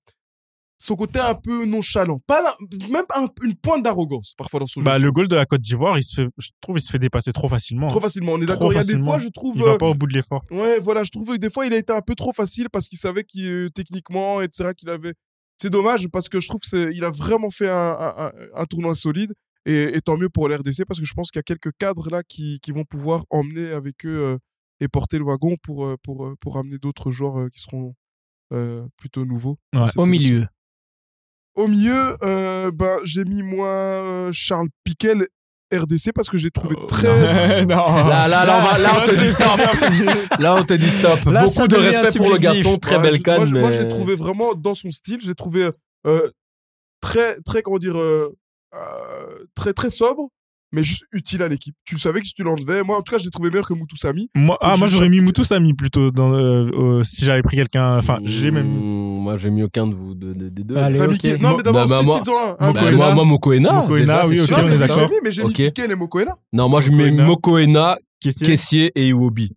[SPEAKER 2] son côté un peu nonchalant, pas la- même un- une pointe d'arrogance parfois dans son jeu.
[SPEAKER 5] Bah, le goal de la Côte d'Ivoire, il se fait- je trouve il se fait dépasser trop facilement.
[SPEAKER 2] Trop facilement. On est
[SPEAKER 5] Trop
[SPEAKER 2] d'accord. Il y a des
[SPEAKER 5] facilement.
[SPEAKER 2] fois, je trouve.
[SPEAKER 5] il
[SPEAKER 2] euh,
[SPEAKER 5] va pas au bout de l'effort.
[SPEAKER 2] Ouais, voilà, je trouve que des fois il a été un peu trop facile parce qu'il savait qu'il euh, techniquement, etc. qu'il avait. C'est dommage parce que je trouve que c'est- il a vraiment fait un, un- un- un tournoi solide et, et tant mieux pour l'RDC parce que je pense qu'il y a quelques cadres là qui, qui vont pouvoir emmener avec eux euh, et porter le wagon pour euh, pour euh, pour amener d'autres joueurs euh, qui seront euh, plutôt nouveaux. dans
[SPEAKER 5] Ouais.
[SPEAKER 2] cette
[SPEAKER 1] Au
[SPEAKER 2] sélection.
[SPEAKER 1] milieu.
[SPEAKER 2] Au milieu, euh, ben, j'ai mis moi euh, Charles Piquel RDC parce que j'ai trouvé
[SPEAKER 5] [laughs]
[SPEAKER 2] très
[SPEAKER 4] [laughs]
[SPEAKER 5] non.
[SPEAKER 4] Là, là, là, on va- là,
[SPEAKER 2] Ah,
[SPEAKER 4] on te dit
[SPEAKER 2] [laughs]
[SPEAKER 4] stop. Là, on te dit stop.
[SPEAKER 1] Là, ça
[SPEAKER 4] Beaucoup de
[SPEAKER 1] devient
[SPEAKER 4] respect pour le
[SPEAKER 1] subjectif.
[SPEAKER 4] garçon. Très
[SPEAKER 2] Ouais,
[SPEAKER 4] belle
[SPEAKER 2] je- Moi,
[SPEAKER 4] canne.
[SPEAKER 2] je-
[SPEAKER 4] mais...
[SPEAKER 2] moi, je l'ai trouvé vraiment dans son style. J'ai trouvé euh, très, très, comment dire, euh, euh, très, très sobre, mais juste utile à l'équipe. Tu savais que si tu l'enlevais, moi, en tout cas, je l'ai trouvé meilleur que Moutou Sami.
[SPEAKER 5] Moi, ah,
[SPEAKER 2] Je-
[SPEAKER 5] moi j'aurais mis Moutou Sami plutôt dans, euh, euh, si j'avais pris quelqu'un. Enfin, j'ai même mis.
[SPEAKER 4] Mmh, Moi, j'ai mis aucun de vous de- de- des deux.
[SPEAKER 1] Allez,
[SPEAKER 2] T'as
[SPEAKER 1] ok.
[SPEAKER 2] mis qui- Non, mais
[SPEAKER 4] Bah,
[SPEAKER 2] d'abord,
[SPEAKER 4] bah,
[SPEAKER 2] c'est
[SPEAKER 4] moi-
[SPEAKER 2] toi. hein.
[SPEAKER 4] Bah,
[SPEAKER 5] Mokoena.
[SPEAKER 4] moi, moi, Mokoena.
[SPEAKER 5] Mokoena,
[SPEAKER 4] déjà,
[SPEAKER 5] oui,
[SPEAKER 4] c'est
[SPEAKER 5] ok,
[SPEAKER 4] sûr.
[SPEAKER 5] on est d'accord.
[SPEAKER 2] mais j'ai mis
[SPEAKER 4] Ok.
[SPEAKER 2] Piquel et Mokoena.
[SPEAKER 4] Non, moi, je mets
[SPEAKER 5] Mokoena.
[SPEAKER 4] Mokoena,
[SPEAKER 5] Kessié.
[SPEAKER 4] Kessier et Iwobi.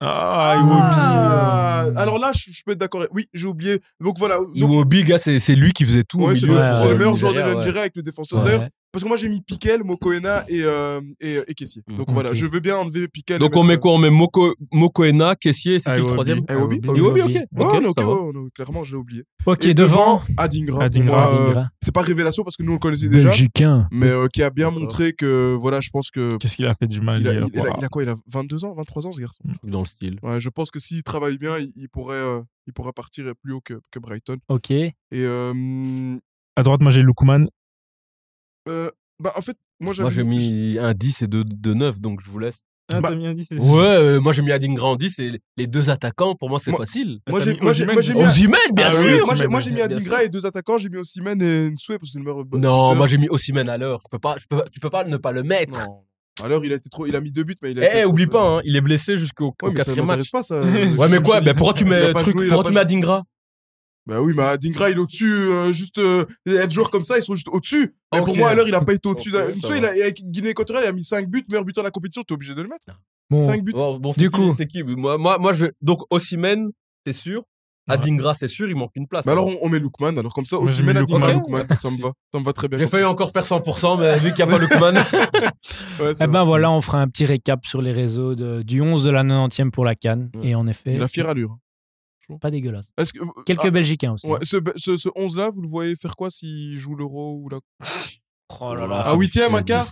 [SPEAKER 5] Ah,
[SPEAKER 2] Ah,
[SPEAKER 5] Iwobi.
[SPEAKER 2] Alors là, je, je peux être d'accord. Oui, j'ai oublié. Donc voilà. Donc,
[SPEAKER 4] Iwobi, gars, c'est c'est lui qui faisait tout. au
[SPEAKER 2] ouais, c'est
[SPEAKER 4] milieu
[SPEAKER 2] le,
[SPEAKER 1] ouais,
[SPEAKER 4] pour,
[SPEAKER 2] c'est le
[SPEAKER 4] euh,
[SPEAKER 2] meilleur joueur de
[SPEAKER 4] Nigeria, ouais.
[SPEAKER 2] l'Algérie avec le défenseur.
[SPEAKER 1] Ouais.
[SPEAKER 2] D'ailleurs, Parce que moi, j'ai mis Piquel, Mokoena et, euh, et, et Kessie. Donc
[SPEAKER 4] Mhm.
[SPEAKER 2] voilà,
[SPEAKER 1] Ok.
[SPEAKER 2] je veux bien enlever Piquel. et
[SPEAKER 4] Donc, on
[SPEAKER 2] mettre,
[SPEAKER 4] met quoi On met Moko- Mokoena, Kessier, c'est qui le
[SPEAKER 5] Iwobi.
[SPEAKER 4] troisième
[SPEAKER 2] euh, Iwobi.
[SPEAKER 1] Iwobi.
[SPEAKER 4] Iwobi, ok.
[SPEAKER 1] Iwobi.
[SPEAKER 2] Ouais,
[SPEAKER 4] Ok,
[SPEAKER 2] on est ok,
[SPEAKER 4] ça va.
[SPEAKER 2] ouais, on est- clairement, je l'ai oublié.
[SPEAKER 1] Ok,
[SPEAKER 2] Et
[SPEAKER 1] devant.
[SPEAKER 2] Adingra.
[SPEAKER 5] Adingra.
[SPEAKER 2] Pour moi, euh,
[SPEAKER 1] Adingra.
[SPEAKER 2] c'est pas révélation parce que nous on le connaissait déjà,
[SPEAKER 1] Belgicain.
[SPEAKER 2] mais euh, qui a bien
[SPEAKER 4] D'accord.
[SPEAKER 2] montré que voilà, je pense que
[SPEAKER 5] Qu'est-ce qu'il a fait du mal
[SPEAKER 2] il a,
[SPEAKER 5] hier
[SPEAKER 2] il- il a-
[SPEAKER 5] Waouh.
[SPEAKER 2] il a quoi Il a 22 ans, 23 ans ce garçon.
[SPEAKER 4] Un truc Dans le style.
[SPEAKER 2] Ouais, je pense que s'il travaille bien, il, il pourrait, euh, il pourrait partir plus haut que, que Brighton.
[SPEAKER 1] Ok.
[SPEAKER 2] Et euh,
[SPEAKER 5] À droite, moi j'ai Lukman.
[SPEAKER 2] euh, bah en fait, moi j'avais
[SPEAKER 4] Moi, j'ai mis un 10 et deux, deux 9, donc je vous laisse.
[SPEAKER 2] Ah, t'as
[SPEAKER 5] mis un 10
[SPEAKER 4] Ouais, euh, moi, j'ai mis Adingra en 10 et les deux attaquants, pour moi, c'est
[SPEAKER 2] Moi-
[SPEAKER 4] facile.
[SPEAKER 2] moi,
[SPEAKER 5] t'as
[SPEAKER 2] j'ai
[SPEAKER 5] mis
[SPEAKER 2] moi j'ai
[SPEAKER 5] Osimhen,
[SPEAKER 2] moi, j'ai
[SPEAKER 5] du
[SPEAKER 2] mis
[SPEAKER 5] coup.
[SPEAKER 2] un-
[SPEAKER 4] Osimhen, bien
[SPEAKER 2] Ah
[SPEAKER 5] Ah
[SPEAKER 4] sûr
[SPEAKER 2] oui,
[SPEAKER 5] Osimhen,
[SPEAKER 2] moi j'ai moi, j'ai mis
[SPEAKER 4] bien
[SPEAKER 2] Adingra
[SPEAKER 4] sûr.
[SPEAKER 2] et deux attaquants, j'ai mis Osimhen et Nsue parce que c'est le meilleur. euh,
[SPEAKER 4] Non,
[SPEAKER 2] Alors-
[SPEAKER 4] moi, j'ai mis Osimhen à l'heure. Je peux pas, je peux, tu peux pas ne pas le mettre.
[SPEAKER 2] Non. Alors il a été trop, il a mis deux buts, mais il a. été
[SPEAKER 4] Eh, eh,
[SPEAKER 2] trop- euh,
[SPEAKER 4] oublie pas, hein, il est blessé jusqu'au au
[SPEAKER 2] Ouais, mais ça
[SPEAKER 4] quatrième match.
[SPEAKER 2] m'intéresse pas ça.
[SPEAKER 4] Ouais, mais
[SPEAKER 2] Je-
[SPEAKER 4] quoi
[SPEAKER 2] je
[SPEAKER 4] Ben
[SPEAKER 2] dis-
[SPEAKER 4] pourquoi tu
[SPEAKER 2] [laughs] il a
[SPEAKER 4] mets
[SPEAKER 2] pas
[SPEAKER 4] truc
[SPEAKER 2] joué, il a
[SPEAKER 4] Pourquoi
[SPEAKER 2] pas
[SPEAKER 4] tu mets Adingra
[SPEAKER 2] Bah oui, mais Adingra, il est au-dessus. euh, juste, euh, les les joueurs comme ça, ils sont juste au-dessus. Mais
[SPEAKER 4] Ok.
[SPEAKER 2] pour moi, à l'heure, il a pas été au-dessus.
[SPEAKER 4] Ok,
[SPEAKER 2] d'un-
[SPEAKER 4] ça
[SPEAKER 2] Soit il a, avec Guinée équatoriale, il a mis 5 buts, meilleur buteur de la compétition, t'es obligé de le mettre.
[SPEAKER 1] Bon,
[SPEAKER 2] 5 buts.
[SPEAKER 4] Bon, bon,
[SPEAKER 1] Du
[SPEAKER 4] c'est qui-
[SPEAKER 1] coup.
[SPEAKER 4] c'est qui Moi, moi, moi, je donc Osimhen, c'est sûr. Adingra, c'est sûr, il manque une place. hein.
[SPEAKER 2] Bah alors, on, on met Lookman. Alors, comme ça,
[SPEAKER 5] Moi, j'ai
[SPEAKER 2] aussi, met
[SPEAKER 5] mis
[SPEAKER 2] Adingra,
[SPEAKER 4] Lookman.
[SPEAKER 2] Lookman. Ça me va. Ça me va très bien.
[SPEAKER 4] j'ai
[SPEAKER 2] comme
[SPEAKER 4] failli encore faire 100%, mais vu qu'il n'y a
[SPEAKER 1] [laughs]
[SPEAKER 4] pas Lukman.
[SPEAKER 2] ça. Ouais, c'est
[SPEAKER 1] eh
[SPEAKER 2] vrai.
[SPEAKER 1] ben voilà, on fera un petit récap sur les réseaux de- du 11 de la 90e pour la Cannes.
[SPEAKER 2] Ouais.
[SPEAKER 1] Et en effet,
[SPEAKER 2] Il a fière allure.
[SPEAKER 1] pas dégueulasse.
[SPEAKER 2] Est-ce que.
[SPEAKER 1] Quelques
[SPEAKER 2] Ah,
[SPEAKER 1] Belgicains aussi.
[SPEAKER 2] ouais, ce, ce, ce 11-là, vous le voyez faire quoi s'il joue l'euro ou la.
[SPEAKER 1] Oh là
[SPEAKER 2] Ah,
[SPEAKER 1] là.
[SPEAKER 2] huitième, un quart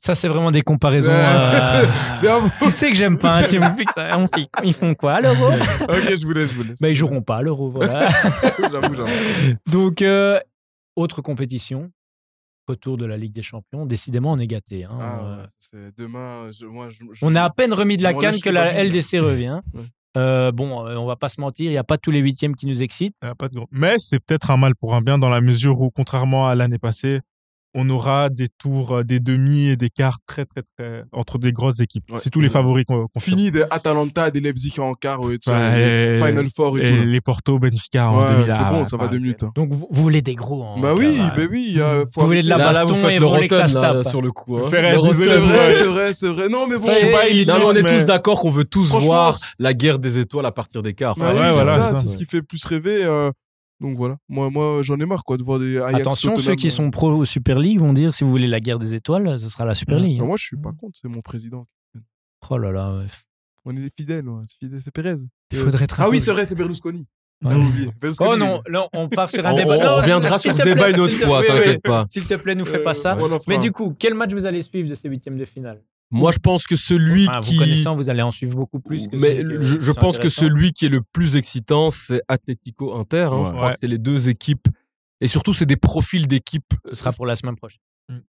[SPEAKER 1] Ça, c'est vraiment des comparaisons.
[SPEAKER 2] Ouais. [laughs]
[SPEAKER 1] euh,
[SPEAKER 2] Bien, bon.
[SPEAKER 4] Ah.
[SPEAKER 1] tu sais que j'aime pas, hein, tu me fixes ça. On fait- Ils font quoi à l'euro
[SPEAKER 2] Ok, je vous laisse, je vous laisse.
[SPEAKER 1] Bah, ils joueront pas à l'euro, voilà.
[SPEAKER 2] J'avoue, j'avoue.
[SPEAKER 1] Donc, euh, autre compétition, retour de la Ligue des Champions. Décidément, on est gâté.
[SPEAKER 2] Ah, ouais, c'est demain. je- moi, je- je-
[SPEAKER 1] on a à peine remis de la
[SPEAKER 2] Bon, là,
[SPEAKER 1] canne
[SPEAKER 2] je
[SPEAKER 1] que
[SPEAKER 2] suis
[SPEAKER 1] la
[SPEAKER 2] mobile.
[SPEAKER 1] LDC revient.
[SPEAKER 2] [laughs] Ouais.
[SPEAKER 1] Euh, bon, euh, on va pas se mentir, il n'y a pas tous les huitièmes qui nous excitent.
[SPEAKER 5] Ah, pas de gros. Mais c'est peut-être un mal pour un bien dans la mesure où, contrairement à l'année passée, on aura des tours, euh, des demi et des quarts très, très, très entre des grosses équipes.
[SPEAKER 2] Ouais.
[SPEAKER 5] c'est tous les favoris qu'on qu'on
[SPEAKER 2] Fini des Atalanta, des Leipzig en quart, ouais, tout ça,
[SPEAKER 5] Ouais,
[SPEAKER 2] les
[SPEAKER 5] et-
[SPEAKER 2] Final Four et,
[SPEAKER 5] Et
[SPEAKER 2] tout. là.
[SPEAKER 5] les Porto, Benfica en
[SPEAKER 2] Ouais,
[SPEAKER 5] 2000.
[SPEAKER 2] c'est
[SPEAKER 5] Ah,
[SPEAKER 2] bon,
[SPEAKER 5] ouais,
[SPEAKER 2] ça va
[SPEAKER 5] ouais.
[SPEAKER 2] deux minutes. hein.
[SPEAKER 1] Donc, vous, vous voulez des gros. hein, en
[SPEAKER 2] Bah
[SPEAKER 1] tout
[SPEAKER 2] oui,
[SPEAKER 1] cas,
[SPEAKER 2] bah
[SPEAKER 1] ouais. Mmh.
[SPEAKER 2] oui, il y a- faut
[SPEAKER 1] Vous voulez de la
[SPEAKER 4] Là, là,
[SPEAKER 1] baston
[SPEAKER 4] vous faites
[SPEAKER 1] et
[SPEAKER 4] le
[SPEAKER 1] vous voulez que
[SPEAKER 4] rotten,
[SPEAKER 1] ça se
[SPEAKER 4] là,
[SPEAKER 1] tape.
[SPEAKER 4] là, sur le coup. hein.
[SPEAKER 5] C'est vrai,
[SPEAKER 4] Le rotten,
[SPEAKER 5] désolé,
[SPEAKER 2] [laughs] C'est
[SPEAKER 5] Ouais.
[SPEAKER 2] vrai, c'est vrai, c'est vrai. Non, mais bah bon,
[SPEAKER 1] Ça y
[SPEAKER 2] c'est
[SPEAKER 1] est,
[SPEAKER 2] pas
[SPEAKER 1] il
[SPEAKER 2] élitiste,
[SPEAKER 4] Non, mais on est
[SPEAKER 5] mais-
[SPEAKER 4] tous d'accord qu'on veut tous
[SPEAKER 2] Franchement,
[SPEAKER 4] voir
[SPEAKER 2] c'est-
[SPEAKER 4] la guerre des étoiles à partir des quarts.
[SPEAKER 2] Ouais,
[SPEAKER 5] Ouais,
[SPEAKER 2] bah c'est
[SPEAKER 5] voilà,
[SPEAKER 2] ça,
[SPEAKER 5] c'est ça,
[SPEAKER 2] c'est
[SPEAKER 5] ouais.
[SPEAKER 2] ce qui fait plus rêver. euh, Donc voilà, moi, moi j'en ai marre quoi, de voir des Ajax
[SPEAKER 1] Attention,
[SPEAKER 2] Tottenham.
[SPEAKER 1] ceux qui sont pro au Super League vont dire si vous voulez la guerre des étoiles, ce sera la Super League. hein.
[SPEAKER 2] Non, euh. Bah, moi, je suis pas contre, c'est mon président.
[SPEAKER 1] Oh là là, ouais.
[SPEAKER 2] On est fidèles, ouais, c'est fidèle, c'est Pérez.
[SPEAKER 1] [laughs] il faudrait être un
[SPEAKER 2] Ah oui,
[SPEAKER 1] peu-
[SPEAKER 2] c'est vrai, c'est Berlusconi.
[SPEAKER 1] Ouais.
[SPEAKER 2] J'ai oublié. Berlusconi,
[SPEAKER 1] Oh
[SPEAKER 2] oui.
[SPEAKER 1] non, là on part sur un
[SPEAKER 4] On,
[SPEAKER 1] débat.
[SPEAKER 4] on- on
[SPEAKER 1] Non,
[SPEAKER 4] reviendra
[SPEAKER 1] s'il
[SPEAKER 4] sur
[SPEAKER 1] te
[SPEAKER 4] ce débat
[SPEAKER 1] plaît,
[SPEAKER 4] une autre
[SPEAKER 1] s'il te
[SPEAKER 4] fois,
[SPEAKER 1] plaît,
[SPEAKER 4] t'inquiète
[SPEAKER 1] oui.
[SPEAKER 4] pas.
[SPEAKER 1] S'il te plaît, nous fais
[SPEAKER 2] Euh,
[SPEAKER 1] pas ça.
[SPEAKER 2] on en fera
[SPEAKER 1] Mais
[SPEAKER 2] un.
[SPEAKER 1] du coup, quel match vous allez suivre de ces huitièmes de finale
[SPEAKER 4] Moi, je pense que celui
[SPEAKER 1] Ah,
[SPEAKER 4] qui.
[SPEAKER 1] Vous connaissant, vous allez en suivre beaucoup plus. Que
[SPEAKER 4] mais
[SPEAKER 1] ceux que-
[SPEAKER 4] je, je
[SPEAKER 1] c'est
[SPEAKER 4] pense que
[SPEAKER 1] intéressant.
[SPEAKER 4] celui qui est le plus excitant, c'est Atlético Inter. hein.
[SPEAKER 2] Ouais.
[SPEAKER 4] Je crois
[SPEAKER 5] Ouais.
[SPEAKER 4] que c'est les deux équipes. Et surtout, c'est des profils d'équipes.
[SPEAKER 1] Ce sera pour la semaine prochaine.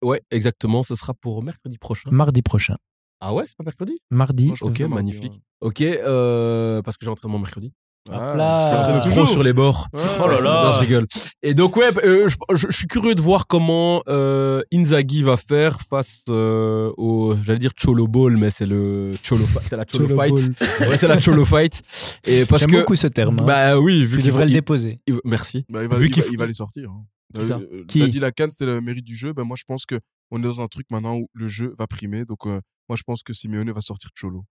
[SPEAKER 4] Ouais, exactement. Ce sera pour mercredi prochain.
[SPEAKER 1] Mardi prochain.
[SPEAKER 4] Ah ouais, c'est pas mercredi
[SPEAKER 1] Mardi.
[SPEAKER 2] Moi, je trouve
[SPEAKER 4] Mmh. Ok,
[SPEAKER 2] ça marrant,
[SPEAKER 4] magnifique. Ok, euh, parce que j'ai entraînement mercredi.
[SPEAKER 2] ouais.
[SPEAKER 1] Hop
[SPEAKER 2] Ah,
[SPEAKER 1] là.
[SPEAKER 2] je t'entraîne
[SPEAKER 1] Ah.
[SPEAKER 4] Trop
[SPEAKER 2] toujours.
[SPEAKER 4] sur les bords. [laughs]
[SPEAKER 2] Ouais.
[SPEAKER 1] Oh là là.
[SPEAKER 4] Non, je rigole. Et donc, ouais, euh, je, je- je suis curieux de voir comment euh, Inzaghi va faire face euh, au, j'allais dire Cholo Ball, mais c'est le Cholo, Fi- c'est la Cholo,
[SPEAKER 1] Cholo
[SPEAKER 4] Fight.
[SPEAKER 1] Ball.
[SPEAKER 4] Ouais, c'est la Cholo Fight. Et parce
[SPEAKER 1] J'aime
[SPEAKER 4] que,
[SPEAKER 1] beaucoup ce terme. hein.
[SPEAKER 4] bah oui,
[SPEAKER 1] tu
[SPEAKER 4] vu qu'il
[SPEAKER 1] devrais
[SPEAKER 4] faut-
[SPEAKER 1] le
[SPEAKER 4] il-
[SPEAKER 1] déposer.
[SPEAKER 4] il- merci.
[SPEAKER 2] Bah, il, va,
[SPEAKER 4] Vu
[SPEAKER 2] il
[SPEAKER 4] qu'il
[SPEAKER 2] va-
[SPEAKER 4] faut-
[SPEAKER 2] il va les sortir. hein.
[SPEAKER 1] C'est ça.
[SPEAKER 2] Euh, euh,
[SPEAKER 1] Qui
[SPEAKER 2] T'as dit la canne, c'est le mérite du jeu. Ben, moi, je pense que on est dans un truc maintenant où le jeu va primer. Donc, euh, moi, je pense que Simeone va sortir Cholo.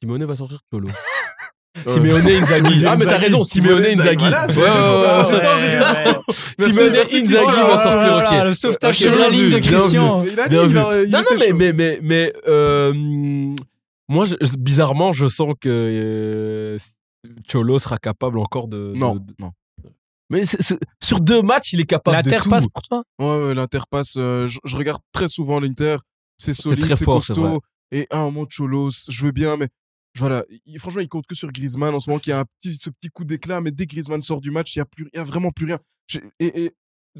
[SPEAKER 4] Simeone va sortir Cholo.
[SPEAKER 2] Euh,
[SPEAKER 4] Simeone Inzaghi. Ah, mais t'as raison, Simeone Inzaghi.
[SPEAKER 2] Voilà,
[SPEAKER 4] Ouais, ouais, ouais, ouais. Simeone
[SPEAKER 2] merci,
[SPEAKER 4] Inzaghi
[SPEAKER 2] merci.
[SPEAKER 4] va
[SPEAKER 2] Oh
[SPEAKER 4] sortir, ok.
[SPEAKER 1] Le sauvetage de
[SPEAKER 4] Bien
[SPEAKER 1] la
[SPEAKER 4] vu,
[SPEAKER 1] ligne de
[SPEAKER 4] bien vu.
[SPEAKER 1] Christian.
[SPEAKER 2] Il a dit,
[SPEAKER 4] Bien
[SPEAKER 2] il
[SPEAKER 4] vu.
[SPEAKER 2] va- euh, il
[SPEAKER 4] Non, non,
[SPEAKER 2] était
[SPEAKER 4] mais,
[SPEAKER 2] chaud.
[SPEAKER 4] mais, mais, mais, euh, moi, je- je- bizarrement, je sens que euh, Cholo sera capable encore de. de-
[SPEAKER 2] Non,
[SPEAKER 4] de-
[SPEAKER 2] non.
[SPEAKER 4] Mais c'est- c'est- sur deux matchs, il est capable de
[SPEAKER 1] L'Inter
[SPEAKER 4] tout.
[SPEAKER 1] passe pour toi.
[SPEAKER 2] Ouais, ouais, l'Inter passe. euh, je, je regarde très souvent l'Inter. C'est solide,
[SPEAKER 4] très
[SPEAKER 2] c'est
[SPEAKER 4] fort, c'est vrai.
[SPEAKER 2] costaud. Et à un moment, Cholo, c- je veux bien, mais voilà. il- franchement, il compte que sur Griezmann en ce moment, qui a un petit, ce petit coup d'éclat. Mais dès que Griezmann sort du match, il n'y a, plus- il y a vraiment plus rien. J'ai- Et, et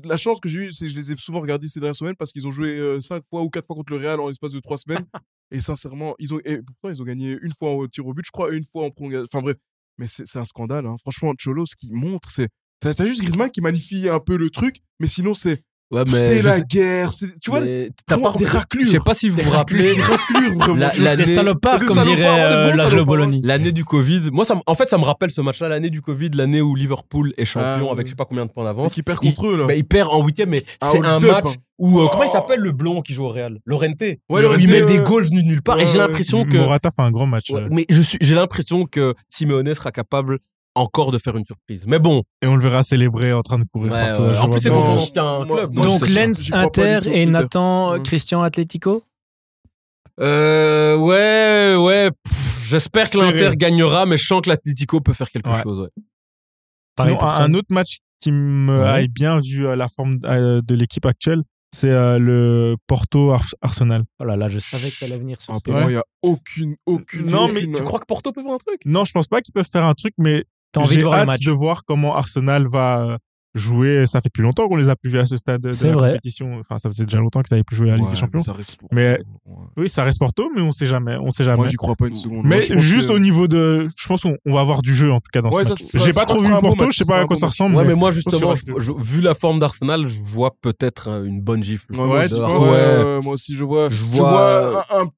[SPEAKER 2] la chance que j'ai eue, c'est que je les ai souvent regardés ces dernières semaines parce qu'ils ont joué 5 fois ou 4 fois contre le Real en l'espace de 3 semaines.
[SPEAKER 4] [laughs]
[SPEAKER 2] et sincèrement, ils ont, et pourtant, ils ont gagné une fois au tir au but, je crois, et une fois en prolongation. Enfin bref, mais c'est c'est un scandale. hein. Franchement, Cholo, ce qu'il montre, c'est. T'as t'as juste Griezmann qui magnifie un peu le truc, mais sinon, c'est
[SPEAKER 4] Ouais, mais
[SPEAKER 2] c'est
[SPEAKER 4] je
[SPEAKER 2] la
[SPEAKER 4] sais-
[SPEAKER 2] guerre, c'est- tu vois,
[SPEAKER 4] mais t'as
[SPEAKER 2] vraiment
[SPEAKER 4] pas
[SPEAKER 2] des
[SPEAKER 4] remarqué-
[SPEAKER 2] raclures.
[SPEAKER 4] Je sais pas si
[SPEAKER 2] [laughs]
[SPEAKER 4] vous vous rappelez
[SPEAKER 2] des raclures, vraiment.
[SPEAKER 4] la-
[SPEAKER 2] tu vois.
[SPEAKER 4] l'année-
[SPEAKER 1] Des salopards,
[SPEAKER 2] Des
[SPEAKER 1] comme
[SPEAKER 2] salopards,
[SPEAKER 1] dirait
[SPEAKER 2] ouais, des
[SPEAKER 1] euh,
[SPEAKER 2] bons
[SPEAKER 1] Laszlo
[SPEAKER 2] salopards.
[SPEAKER 1] Bologna.
[SPEAKER 4] l'année du Covid. Moi, ça, me- en fait, ça me rappelle ce match-là, l'année du Covid, l'année où Liverpool est champion
[SPEAKER 2] Ah,
[SPEAKER 4] avec je sais pas combien de points
[SPEAKER 2] Et
[SPEAKER 4] d'avance.
[SPEAKER 2] qui perd contre eux, là.
[SPEAKER 4] Bah, il perd en huitième, mais
[SPEAKER 2] Ah,
[SPEAKER 4] c'est
[SPEAKER 2] hold
[SPEAKER 4] un
[SPEAKER 2] up,
[SPEAKER 4] match
[SPEAKER 2] hein.
[SPEAKER 4] où euh, comment il
[SPEAKER 2] Oh.
[SPEAKER 4] s'appelle le blond qui joue au Real, Lorente.
[SPEAKER 2] Ouais,
[SPEAKER 4] Où il
[SPEAKER 2] Lorente,
[SPEAKER 4] met
[SPEAKER 2] ouais.
[SPEAKER 4] des goals venus de nulle part.
[SPEAKER 2] Ouais,
[SPEAKER 4] et j'ai
[SPEAKER 2] ouais.
[SPEAKER 4] l'impression que
[SPEAKER 5] Morata fait un grand match. euh,
[SPEAKER 4] Ouais,
[SPEAKER 5] ouais.
[SPEAKER 4] mais je suis, j'ai l'impression que Simeone sera capable encore de faire une surprise. Mais bon,
[SPEAKER 5] Et on le verra célébrer en train de courir
[SPEAKER 4] Ouais,
[SPEAKER 5] partout.
[SPEAKER 4] ouais.
[SPEAKER 5] Je
[SPEAKER 4] en
[SPEAKER 5] vois
[SPEAKER 4] plus c'est
[SPEAKER 5] bien.
[SPEAKER 4] pour son
[SPEAKER 2] Non,
[SPEAKER 4] ancien
[SPEAKER 2] moi-
[SPEAKER 4] club.
[SPEAKER 2] moi,
[SPEAKER 4] donc.
[SPEAKER 1] Donc
[SPEAKER 2] j'y
[SPEAKER 1] Lens,
[SPEAKER 2] crois pas
[SPEAKER 1] Inter
[SPEAKER 2] du tout,
[SPEAKER 1] et
[SPEAKER 2] Inter.
[SPEAKER 1] Nathan, euh,
[SPEAKER 2] Mm.
[SPEAKER 1] Christian, Atlético.
[SPEAKER 4] Euh, ouais, ouais. pff, J'espère que
[SPEAKER 5] Serré.
[SPEAKER 4] l'Inter gagnera, mais je sens que l'Atlético peut faire quelque
[SPEAKER 5] Ouais.
[SPEAKER 4] chose. ouais.
[SPEAKER 5] Sinon,
[SPEAKER 1] Pareil pour
[SPEAKER 5] un,
[SPEAKER 1] toi.
[SPEAKER 5] un autre match qui me
[SPEAKER 4] Ouais.
[SPEAKER 5] aille bien vu euh, la forme euh, de l'équipe actuelle, c'est euh, le Porto Ars- Arsenal.
[SPEAKER 1] Oh là là, je savais que t'allais venir sur
[SPEAKER 2] Ah,
[SPEAKER 1] ce
[SPEAKER 2] pour
[SPEAKER 1] terrain.
[SPEAKER 2] moi, il n'y a aucune, aucune.
[SPEAKER 5] Non, mais
[SPEAKER 2] aucune-
[SPEAKER 4] Tu crois que Porto peut faire un truc
[SPEAKER 5] Non, je pense pas qu'ils peuvent faire un truc, mais
[SPEAKER 1] T'as envie
[SPEAKER 5] j'ai
[SPEAKER 1] de voir le
[SPEAKER 5] hâte
[SPEAKER 1] match.
[SPEAKER 5] de voir comment Arsenal va euh, jouer. Ça fait plus longtemps qu'on les a plus vus à ce stade de
[SPEAKER 1] C'est
[SPEAKER 5] la
[SPEAKER 1] vrai.
[SPEAKER 5] compétition. Enfin, ça faisait déjà longtemps qu'ils n'avaient plus joué à la Ligue
[SPEAKER 2] Ouais,
[SPEAKER 5] des Champions.
[SPEAKER 2] mais ça reste pour-
[SPEAKER 5] Mais-
[SPEAKER 2] Ouais.
[SPEAKER 5] Oui, ça reste Porto, mais on sait jamais. On sait jamais.
[SPEAKER 2] Moi, j'y crois pas une seconde.
[SPEAKER 5] mais
[SPEAKER 2] Moi, je pense
[SPEAKER 5] juste
[SPEAKER 2] que-
[SPEAKER 5] au niveau de, je pense qu'on on va avoir du jeu en tout cas dans
[SPEAKER 2] Ouais,
[SPEAKER 5] ce
[SPEAKER 2] ça,
[SPEAKER 5] match.
[SPEAKER 2] ça, je
[SPEAKER 5] J'ai
[SPEAKER 2] pense
[SPEAKER 5] pas trop
[SPEAKER 2] que
[SPEAKER 5] vu
[SPEAKER 2] c'est un
[SPEAKER 5] le
[SPEAKER 2] bon
[SPEAKER 5] Porto,
[SPEAKER 2] match,
[SPEAKER 5] je sais
[SPEAKER 2] c'est
[SPEAKER 5] pas
[SPEAKER 2] un
[SPEAKER 5] à quoi
[SPEAKER 2] bon
[SPEAKER 5] ça
[SPEAKER 2] match.
[SPEAKER 5] ressemble.
[SPEAKER 4] Ouais, mais
[SPEAKER 5] mais-
[SPEAKER 4] moi
[SPEAKER 5] sûr,
[SPEAKER 4] justement,
[SPEAKER 5] je-
[SPEAKER 4] je- je- vu la forme d'Arsenal, je vois peut-être euh, une bonne gifle.
[SPEAKER 2] Ouais, moi,
[SPEAKER 5] Ouais,
[SPEAKER 2] aussi,
[SPEAKER 5] tu
[SPEAKER 2] ouais,
[SPEAKER 5] vois,
[SPEAKER 2] ouais,
[SPEAKER 4] ouais.
[SPEAKER 2] ouais, moi aussi, je vois.
[SPEAKER 4] Je
[SPEAKER 2] Je
[SPEAKER 4] vois.
[SPEAKER 2] vois un- un-